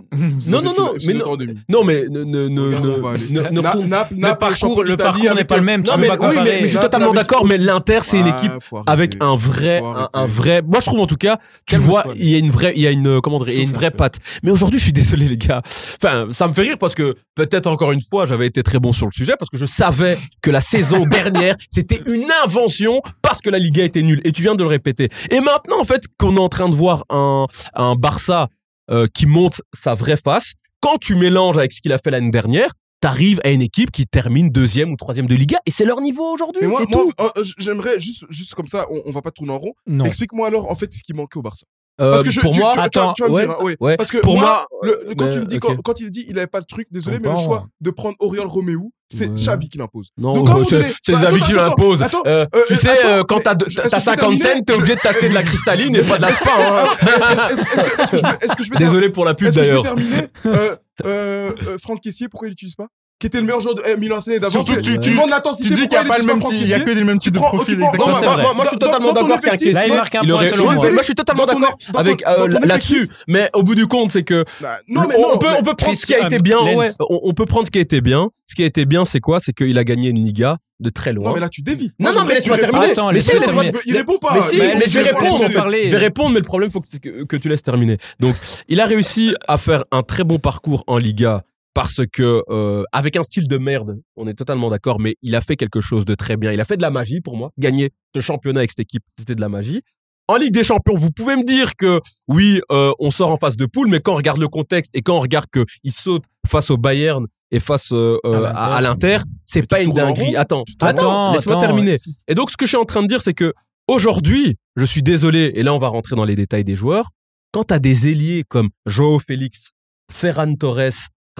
[SPEAKER 4] Non, non,
[SPEAKER 2] C'est-
[SPEAKER 4] non,
[SPEAKER 2] c'est
[SPEAKER 4] mais
[SPEAKER 2] le
[SPEAKER 4] non.
[SPEAKER 2] temps en demi.
[SPEAKER 4] Non, mais ne, ne, ne,
[SPEAKER 2] Regarde où on va
[SPEAKER 4] ne,
[SPEAKER 2] aller.
[SPEAKER 4] ne- ne
[SPEAKER 2] Na-
[SPEAKER 4] retourne-
[SPEAKER 2] Naples-
[SPEAKER 1] Le
[SPEAKER 2] Naples,
[SPEAKER 1] parcours,
[SPEAKER 2] champion
[SPEAKER 1] le
[SPEAKER 2] d'Italie
[SPEAKER 1] parcours n'est
[SPEAKER 2] avec
[SPEAKER 1] pas
[SPEAKER 2] un-
[SPEAKER 1] le même. Tu
[SPEAKER 4] Non,
[SPEAKER 1] peux
[SPEAKER 4] mais,
[SPEAKER 1] pas
[SPEAKER 4] oui, mais, mais
[SPEAKER 1] comparer.
[SPEAKER 4] je suis
[SPEAKER 2] Naples
[SPEAKER 4] totalement
[SPEAKER 2] avec
[SPEAKER 4] d'accord, mais
[SPEAKER 2] aussi.
[SPEAKER 4] l'Inter, c'est une
[SPEAKER 1] Ah,
[SPEAKER 2] Ouais,
[SPEAKER 4] équipe
[SPEAKER 2] faut arrêter.
[SPEAKER 4] avec un vrai,
[SPEAKER 2] Faut
[SPEAKER 4] un,
[SPEAKER 2] arrêter.
[SPEAKER 4] un vrai. Moi, je trouve en tout cas, tu
[SPEAKER 2] Calme-toi,
[SPEAKER 4] vois,
[SPEAKER 2] mec.
[SPEAKER 4] il y a une vraie, il y a une, comment dire, il y a une
[SPEAKER 2] Souffle un
[SPEAKER 4] vraie
[SPEAKER 2] peu.
[SPEAKER 4] patte. Mais aujourd'hui, je suis désolé, les gars. Enfin, ça me fait rire parce que peut-être encore une fois, j'avais été très bon sur le sujet parce que je savais que la
[SPEAKER 2] [laughs]
[SPEAKER 4] saison dernière, c'était une invention parce que la Liga était nulle. Et tu viens de le répéter. Et maintenant, en fait, qu'on est en train de voir un, un Barça euh, qui monte sa vraie face, quand tu mélanges avec ce qu'il a fait l'année dernière, t'arrives à une équipe qui termine deuxième ou troisième de Liga et c'est leur niveau aujourd'hui.
[SPEAKER 2] Mais moi,
[SPEAKER 4] C'est
[SPEAKER 2] moi,
[SPEAKER 4] tout.
[SPEAKER 2] euh, j- j'aimerais juste, juste comme ça, on, on va pas tourner en rond.
[SPEAKER 1] Non.
[SPEAKER 2] Explique-moi alors en fait ce qui manquait au Barça.
[SPEAKER 4] Euh,
[SPEAKER 2] Parce que je-
[SPEAKER 4] pour
[SPEAKER 2] tu-
[SPEAKER 4] moi,
[SPEAKER 2] tu, tu- tu
[SPEAKER 1] attends,
[SPEAKER 2] vas me
[SPEAKER 1] ouais,
[SPEAKER 2] dire, hein, oui.
[SPEAKER 4] ouais.
[SPEAKER 2] Parce que
[SPEAKER 4] Pour
[SPEAKER 2] moi,
[SPEAKER 4] moi,
[SPEAKER 2] le- le- quand
[SPEAKER 4] mais-
[SPEAKER 2] tu me dis quand,
[SPEAKER 4] ok.
[SPEAKER 2] quand il dit il avait pas le truc, désolé,
[SPEAKER 1] On
[SPEAKER 2] mais le
[SPEAKER 1] part,
[SPEAKER 2] choix
[SPEAKER 1] hein.
[SPEAKER 2] de prendre Oriol Roméo, c'est
[SPEAKER 4] Ouais.
[SPEAKER 2] Xavi qui l'impose.
[SPEAKER 4] non,
[SPEAKER 2] Donc, à un
[SPEAKER 4] [laughs]
[SPEAKER 2] moment
[SPEAKER 4] c'est
[SPEAKER 2] donné-
[SPEAKER 4] c'est les
[SPEAKER 2] Bah,
[SPEAKER 4] amis
[SPEAKER 2] attends,
[SPEAKER 4] qui
[SPEAKER 2] attends,
[SPEAKER 4] l'imposent.
[SPEAKER 2] attends,
[SPEAKER 4] Euh,
[SPEAKER 2] euh,
[SPEAKER 4] tu sais,
[SPEAKER 2] attends,
[SPEAKER 4] euh, quand
[SPEAKER 2] mais
[SPEAKER 4] t'as
[SPEAKER 2] je-
[SPEAKER 4] t'as-
[SPEAKER 2] est-ce
[SPEAKER 4] t'as
[SPEAKER 2] que je peux
[SPEAKER 4] 50
[SPEAKER 2] terminer
[SPEAKER 4] cents, t'es obligé de t'acheter
[SPEAKER 2] [laughs]
[SPEAKER 4] de la cristalline et pas de la spa. hein. [laughs]
[SPEAKER 2] Est-ce est-ce que, est-ce que je peux- est-ce que je peux terminer
[SPEAKER 4] Désolé pour la pub
[SPEAKER 2] Est-ce que je peux
[SPEAKER 4] d'ailleurs.
[SPEAKER 2] terminer euh, euh, euh, Franck Caissier, pourquoi il l'utilise pas Qui était le meilleur joueur de eh, Milan l'année d'avant.
[SPEAKER 5] Surtout, tu-
[SPEAKER 2] tu
[SPEAKER 5] tu-
[SPEAKER 2] demandes
[SPEAKER 5] Tu
[SPEAKER 2] l'intensité.
[SPEAKER 5] dis qu'il n'y
[SPEAKER 2] pourquoi
[SPEAKER 5] a pas le
[SPEAKER 2] utilise
[SPEAKER 5] même
[SPEAKER 2] Franck
[SPEAKER 5] type, il y a
[SPEAKER 2] Caissier
[SPEAKER 5] que les mêmes types de
[SPEAKER 2] Tu prends- tu
[SPEAKER 5] profils.
[SPEAKER 2] prends-
[SPEAKER 5] exactement.
[SPEAKER 1] Non,
[SPEAKER 4] moi,
[SPEAKER 1] c'est vrai.
[SPEAKER 4] moi, moi, je suis
[SPEAKER 2] Dans-
[SPEAKER 4] totalement
[SPEAKER 2] dans ton
[SPEAKER 4] d'accord qu'Arquette.
[SPEAKER 2] effectif,
[SPEAKER 1] Là, il
[SPEAKER 2] moi,
[SPEAKER 1] marque un
[SPEAKER 4] Il
[SPEAKER 1] point
[SPEAKER 4] aurait-
[SPEAKER 1] selon
[SPEAKER 4] ouais,
[SPEAKER 1] moi.
[SPEAKER 4] c'est- moi, je suis totalement
[SPEAKER 2] Dans ton-
[SPEAKER 4] d'accord
[SPEAKER 2] dans ton-
[SPEAKER 4] avec
[SPEAKER 2] dans
[SPEAKER 4] euh,
[SPEAKER 2] ton
[SPEAKER 4] là- là-dessus,
[SPEAKER 2] effectif.
[SPEAKER 4] mais au bout du compte, c'est que
[SPEAKER 2] Bah, Non, mais
[SPEAKER 4] on,
[SPEAKER 2] non.
[SPEAKER 4] peut,
[SPEAKER 2] mais-
[SPEAKER 4] on peut prendre
[SPEAKER 1] Chris,
[SPEAKER 4] ce qui a été
[SPEAKER 1] euh,
[SPEAKER 4] bien.
[SPEAKER 1] Lenz.
[SPEAKER 4] ouais. on, on peut prendre ce qui a été bien. Ce qui a été bien, c'est quoi C'est qu'il a gagné une Liga de très loin.
[SPEAKER 2] Non, mais là, tu dévis.
[SPEAKER 4] Non, non, mais laisse-moi terminer.
[SPEAKER 1] Attends,
[SPEAKER 4] mais
[SPEAKER 1] laisse-moi
[SPEAKER 4] si, laisse-moi-
[SPEAKER 1] terminer.
[SPEAKER 2] Il répond pas.
[SPEAKER 4] Mais si,
[SPEAKER 2] Il
[SPEAKER 1] Mais
[SPEAKER 2] répond
[SPEAKER 4] mais je vais
[SPEAKER 2] pas.
[SPEAKER 1] laisse-moi
[SPEAKER 4] répondre.
[SPEAKER 1] parler.
[SPEAKER 4] Je vais répondre, mais le problème, faut que, que- que tu laisses terminer. Donc, il a réussi à faire un très bon parcours en Liga parce que, euh, avec un style de merde, on est totalement d'accord, mais il a fait quelque chose de très bien. Il a fait de la magie pour moi. Gagner ce championnat avec cette équipe, c'était de la magie. En Ligue des Champions, vous pouvez me dire que oui, euh, on sort en face de poule, mais quand on regarde le contexte et quand on regarde qu'il saute face au Bayern et face euh, euh, à à l'Inter, c'est pas une
[SPEAKER 2] tournes en rond.
[SPEAKER 4] dinguerie. Attends,
[SPEAKER 1] tournes en
[SPEAKER 4] attends,
[SPEAKER 1] rond.
[SPEAKER 4] laisse-moi
[SPEAKER 1] Attends,
[SPEAKER 4] terminer. Et donc, ce que je suis en train de dire, c'est que aujourd'hui, je suis désolé, et là, on va rentrer dans les détails des joueurs. Quand t'as des ailiers comme Joao Félix, Ferran Torres,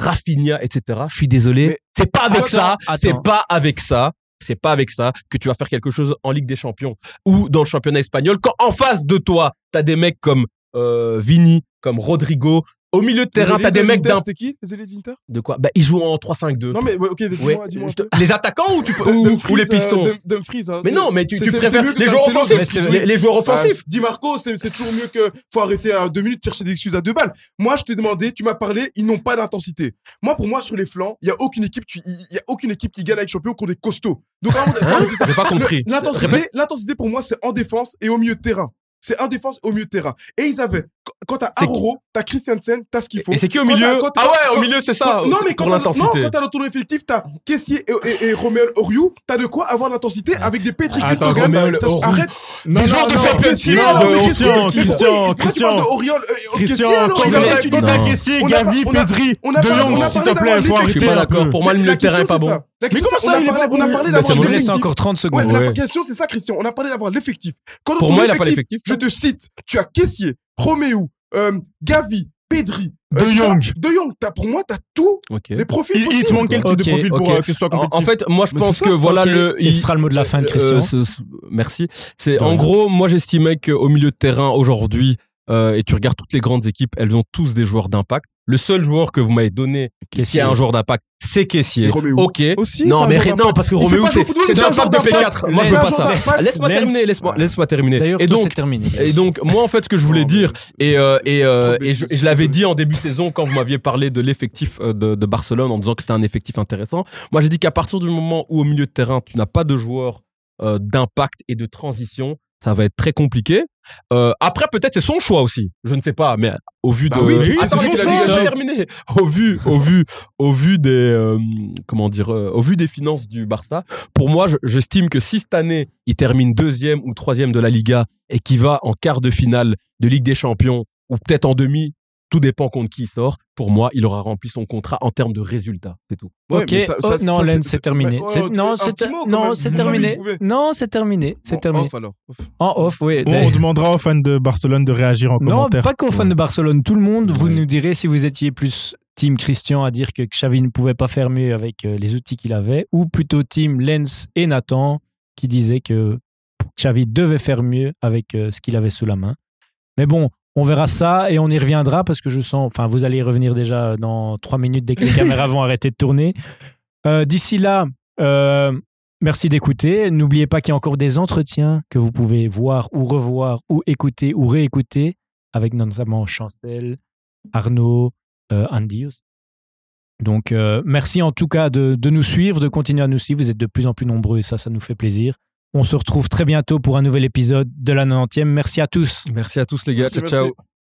[SPEAKER 4] Rafinha, etc., je suis désolé,
[SPEAKER 2] Mais-
[SPEAKER 4] c'est pas avec
[SPEAKER 2] Attends,
[SPEAKER 4] ça,
[SPEAKER 1] attends.
[SPEAKER 4] c'est pas avec ça, c'est pas avec ça que tu vas faire quelque chose en Ligue des Champions ou dans le championnat espagnol. Quand en face de toi, t'as des mecs comme euh, Vini, comme Rodrigo, au milieu de terrain,
[SPEAKER 2] Les
[SPEAKER 4] t'as des
[SPEAKER 2] élites
[SPEAKER 4] mecs
[SPEAKER 2] d'Inter,
[SPEAKER 4] d'un
[SPEAKER 2] C'était qui les élites d'Inter
[SPEAKER 4] de quoi Bah, ils jouent en 3-5-2.
[SPEAKER 2] Non, mais ouais, ok,
[SPEAKER 4] Ouais.
[SPEAKER 2] dis-moi. dis-moi un
[SPEAKER 4] Je
[SPEAKER 2] peu.
[SPEAKER 4] te- Les attaquants ou tu peux- ou-
[SPEAKER 2] Dumfries,
[SPEAKER 4] ou les
[SPEAKER 2] euh,
[SPEAKER 4] pistons
[SPEAKER 2] Dum- Dumfries, hein,
[SPEAKER 4] mais
[SPEAKER 2] c'est-
[SPEAKER 4] non, mais tu,
[SPEAKER 2] c'est-
[SPEAKER 4] tu
[SPEAKER 2] c'est-
[SPEAKER 4] préfères
[SPEAKER 2] c'est mieux que
[SPEAKER 4] les joueurs
[SPEAKER 2] Marcelo, mais
[SPEAKER 4] offensifs.
[SPEAKER 2] c'est-
[SPEAKER 4] Les, les joueurs offensifs.
[SPEAKER 2] Offensif. Di Marco, c'est c'est toujours mieux que faut arrêter à deux minutes, chercher des excuses à deux balles. Moi, je t'ai demandé, tu m'as parlé, ils n'ont pas d'intensité. Moi, pour moi, sur les flancs, il y a aucune équipe, qui- il y a aucune équipe qui gagne avec champion contre des costauds. Donc, à un moment
[SPEAKER 4] Hein
[SPEAKER 2] donné, faut arrêter ça.
[SPEAKER 4] J'ai pas compris.
[SPEAKER 2] Le- L'intensité, l'intensité pour moi, c'est en défense et au milieu de terrain. C'est en défense et au milieu de terrain. Et ils avaient, quand- quand t'as
[SPEAKER 4] C'est qui
[SPEAKER 2] Aroro, t'as Christiansen, t'as ce qu'il faut.
[SPEAKER 4] Et c'est qui au
[SPEAKER 2] Quand
[SPEAKER 4] milieu
[SPEAKER 2] t'as- quand t'as-
[SPEAKER 4] Ah ouais,
[SPEAKER 2] quand-
[SPEAKER 4] au milieu, c'est ça.
[SPEAKER 2] Quand- non, mais quand
[SPEAKER 4] pour
[SPEAKER 2] t'as, non,
[SPEAKER 4] l'intensité.
[SPEAKER 2] quand t'as dans ton effectif, t'as Kessier et, et, et Roméo Oriou, t'as de quoi avoir l'intensité avec des pétricules
[SPEAKER 5] Attends,
[SPEAKER 2] d'organes.
[SPEAKER 4] Roméo
[SPEAKER 2] Ça se-
[SPEAKER 4] Oriou.
[SPEAKER 2] Arrête.
[SPEAKER 5] Non,
[SPEAKER 4] Des
[SPEAKER 5] non,
[SPEAKER 4] gens de
[SPEAKER 5] non.
[SPEAKER 4] Champions League,
[SPEAKER 5] Non,
[SPEAKER 4] de-
[SPEAKER 5] mais
[SPEAKER 2] Kessié,
[SPEAKER 5] Christian,
[SPEAKER 2] qui- pourquoi
[SPEAKER 5] Christian,
[SPEAKER 2] il- pourquoi tu
[SPEAKER 5] Christian.
[SPEAKER 2] parles de Oriol, euh, Kessié,
[SPEAKER 5] Christian,
[SPEAKER 2] alors,
[SPEAKER 5] quand
[SPEAKER 2] il
[SPEAKER 5] il
[SPEAKER 2] a
[SPEAKER 4] on
[SPEAKER 5] a
[SPEAKER 4] est-
[SPEAKER 2] pas utilisé-
[SPEAKER 5] utilisé
[SPEAKER 4] Non.
[SPEAKER 5] Kessié,
[SPEAKER 2] On a
[SPEAKER 5] Gavi,
[SPEAKER 2] pas- on a-
[SPEAKER 5] Pedri,
[SPEAKER 2] on a
[SPEAKER 5] De
[SPEAKER 2] pas- on
[SPEAKER 5] Jong,
[SPEAKER 2] a
[SPEAKER 5] s'il
[SPEAKER 2] parlé
[SPEAKER 5] te plaît,
[SPEAKER 2] d'avoir l'effectif.
[SPEAKER 4] Je
[SPEAKER 5] faut
[SPEAKER 4] suis
[SPEAKER 5] arrêter
[SPEAKER 4] pas
[SPEAKER 5] un
[SPEAKER 4] d'accord.
[SPEAKER 5] peu.
[SPEAKER 4] Pour moi, le
[SPEAKER 2] C'est-
[SPEAKER 4] milieu
[SPEAKER 2] la
[SPEAKER 4] de terrain est
[SPEAKER 2] question,
[SPEAKER 4] pas
[SPEAKER 2] c'est
[SPEAKER 4] bon.
[SPEAKER 2] ça. La
[SPEAKER 5] Mais
[SPEAKER 2] question,
[SPEAKER 5] comment
[SPEAKER 2] c'est-
[SPEAKER 5] ça,
[SPEAKER 2] on a
[SPEAKER 5] il est
[SPEAKER 2] parlé-
[SPEAKER 5] pas
[SPEAKER 2] On a
[SPEAKER 5] bon
[SPEAKER 2] parlé
[SPEAKER 5] Bah,
[SPEAKER 2] d'avoir
[SPEAKER 1] Je vous laisse
[SPEAKER 2] l'effectif.
[SPEAKER 1] encore 30 secondes.
[SPEAKER 2] Ouais, la
[SPEAKER 4] Ouais.
[SPEAKER 2] question, c'est ça, Christian. On a parlé d'avoir l'effectif. Quand
[SPEAKER 4] Pour
[SPEAKER 2] on
[SPEAKER 4] moi, il
[SPEAKER 2] dit
[SPEAKER 4] a pas l'effectif.
[SPEAKER 2] Je te cite. Tu as Kessié, Roméo, euh, Gavi, Pedri,
[SPEAKER 5] De
[SPEAKER 2] euh,
[SPEAKER 5] Jong.
[SPEAKER 2] Sarr- De Jong. T'as- Pour moi, t'as tous
[SPEAKER 4] Ok.
[SPEAKER 2] les profils
[SPEAKER 5] Il, il te
[SPEAKER 2] possibles.
[SPEAKER 5] manque quel type
[SPEAKER 1] Ok,
[SPEAKER 5] de profil pour
[SPEAKER 4] ok.
[SPEAKER 5] euh, que ce soit
[SPEAKER 4] En,
[SPEAKER 5] compétitif
[SPEAKER 4] en fait, moi, je
[SPEAKER 2] Mais
[SPEAKER 4] pense
[SPEAKER 2] c'est
[SPEAKER 4] que
[SPEAKER 2] ça.
[SPEAKER 4] voilà le.
[SPEAKER 1] Et
[SPEAKER 4] il-
[SPEAKER 1] ce sera le mot de la fin de Christian.
[SPEAKER 4] euh, ce- ce- merci. C'est
[SPEAKER 1] De
[SPEAKER 4] en
[SPEAKER 1] rien.
[SPEAKER 4] gros, moi, j'estimais qu'au milieu de terrain aujourd'hui, euh, et tu regardes toutes les grandes équipes, elles ont tous des joueurs d'impact. Le seul joueur que vous m'avez donné qui
[SPEAKER 1] Kessié.
[SPEAKER 4] a un joueur d'impact, c'est Caissier.
[SPEAKER 2] Et Roméo.
[SPEAKER 4] Ok.
[SPEAKER 2] Aussi,
[SPEAKER 4] non,
[SPEAKER 2] ça,
[SPEAKER 4] mais
[SPEAKER 2] j'en
[SPEAKER 4] arrête,
[SPEAKER 2] ai
[SPEAKER 4] non, parce que
[SPEAKER 2] Mais c'est
[SPEAKER 4] Roméo,
[SPEAKER 2] pas
[SPEAKER 4] c'est
[SPEAKER 2] joueur de football,
[SPEAKER 4] c'est
[SPEAKER 2] c'est
[SPEAKER 4] un
[SPEAKER 2] un
[SPEAKER 4] impact de
[SPEAKER 2] joueur
[SPEAKER 4] P4.
[SPEAKER 2] d'impact.
[SPEAKER 4] Moi, je
[SPEAKER 2] C'est
[SPEAKER 4] veux
[SPEAKER 2] un
[SPEAKER 4] pas
[SPEAKER 2] joueur
[SPEAKER 4] ça.
[SPEAKER 2] d'impact.
[SPEAKER 4] Laisse-moi
[SPEAKER 1] Lenz.
[SPEAKER 4] terminer, laisse-moi
[SPEAKER 1] Ouais.
[SPEAKER 4] laisse terminer.
[SPEAKER 1] D'ailleurs,
[SPEAKER 4] Et
[SPEAKER 1] toi,
[SPEAKER 4] donc,
[SPEAKER 1] c'est terminé.
[SPEAKER 4] et donc, moi, en fait, ce que je voulais dire, et, euh, et, euh, et je, et je l'avais dit en début de saison quand vous m'aviez parlé de l'effectif euh, de, de Barcelone en disant que c'était un effectif intéressant. Moi, j'ai dit qu'à partir du moment où au milieu de terrain, tu n'as pas de joueurs euh, d'impact et de transition, ça va être très compliqué. Euh, après, peut-être c'est son choix aussi. Je ne sais pas, mais au vu
[SPEAKER 2] Bah
[SPEAKER 4] de.
[SPEAKER 2] oui, mais oui, c'est
[SPEAKER 4] Attends,
[SPEAKER 2] son
[SPEAKER 4] mais tu l'as
[SPEAKER 2] choix.
[SPEAKER 4] dit, j'ai terminé. Au vu, au vu, au vu des euh, comment dire, euh, au vu des finances du Barça, pour moi, je- j'estime que si cette année il termine deuxième ou troisième de la Liga et qu'il va en quart de finale de Ligue des Champions ou peut-être en demi, tout dépend contre qui il sort. Pour moi, il aura rempli son contrat en termes de résultats, c'est tout.
[SPEAKER 2] Ouais,
[SPEAKER 1] ok,
[SPEAKER 2] mais ça-
[SPEAKER 1] oh,
[SPEAKER 2] ça-
[SPEAKER 1] non,
[SPEAKER 2] ça,
[SPEAKER 1] Len,
[SPEAKER 2] c'est-
[SPEAKER 1] c'est terminé.
[SPEAKER 2] ouais,
[SPEAKER 1] C'est-
[SPEAKER 2] ouais,
[SPEAKER 1] non,
[SPEAKER 2] un
[SPEAKER 1] c'est
[SPEAKER 2] petit mot, quand
[SPEAKER 1] non,
[SPEAKER 2] même.
[SPEAKER 1] c'est
[SPEAKER 2] Vous
[SPEAKER 1] terminé.
[SPEAKER 2] pouvez.
[SPEAKER 1] Non, c'est terminé. C'est
[SPEAKER 2] Bon,
[SPEAKER 1] terminé.
[SPEAKER 2] off, alors. Off.
[SPEAKER 1] En off, oui.
[SPEAKER 5] Bon, on demandera aux fans de Barcelone de réagir en
[SPEAKER 1] Non,
[SPEAKER 5] commentaire.
[SPEAKER 1] pas qu'aux fans de Barcelone, tout le monde, vous nous direz si vous étiez plus team Christian à dire que Xavi ne pouvait pas faire mieux avec euh, les outils qu'il avait, ou plutôt team Lens et Nathan qui disaient que Xavi devait faire mieux avec euh, ce qu'il avait sous la main. Mais bon, on verra ça et on y reviendra parce que je sens, enfin vous allez y revenir déjà dans trois minutes dès que
[SPEAKER 5] [laughs]
[SPEAKER 1] les caméras vont arrêter de tourner. Euh, D'ici là, euh, Merci d'écouter. N'oubliez pas qu'il y a encore des entretiens que vous pouvez voir ou revoir ou écouter ou réécouter avec notamment Chancel, Arnaud, euh, Andy aussi. Donc, euh, merci en tout cas de, de nous suivre, de continuer à nous suivre. Vous êtes de plus en plus nombreux et ça, ça nous fait plaisir. On se retrouve très bientôt pour un nouvel épisode de la 90e. Merci à tous.
[SPEAKER 4] Merci à tous les gars.
[SPEAKER 2] Merci,
[SPEAKER 4] ciao. ciao.
[SPEAKER 2] merci.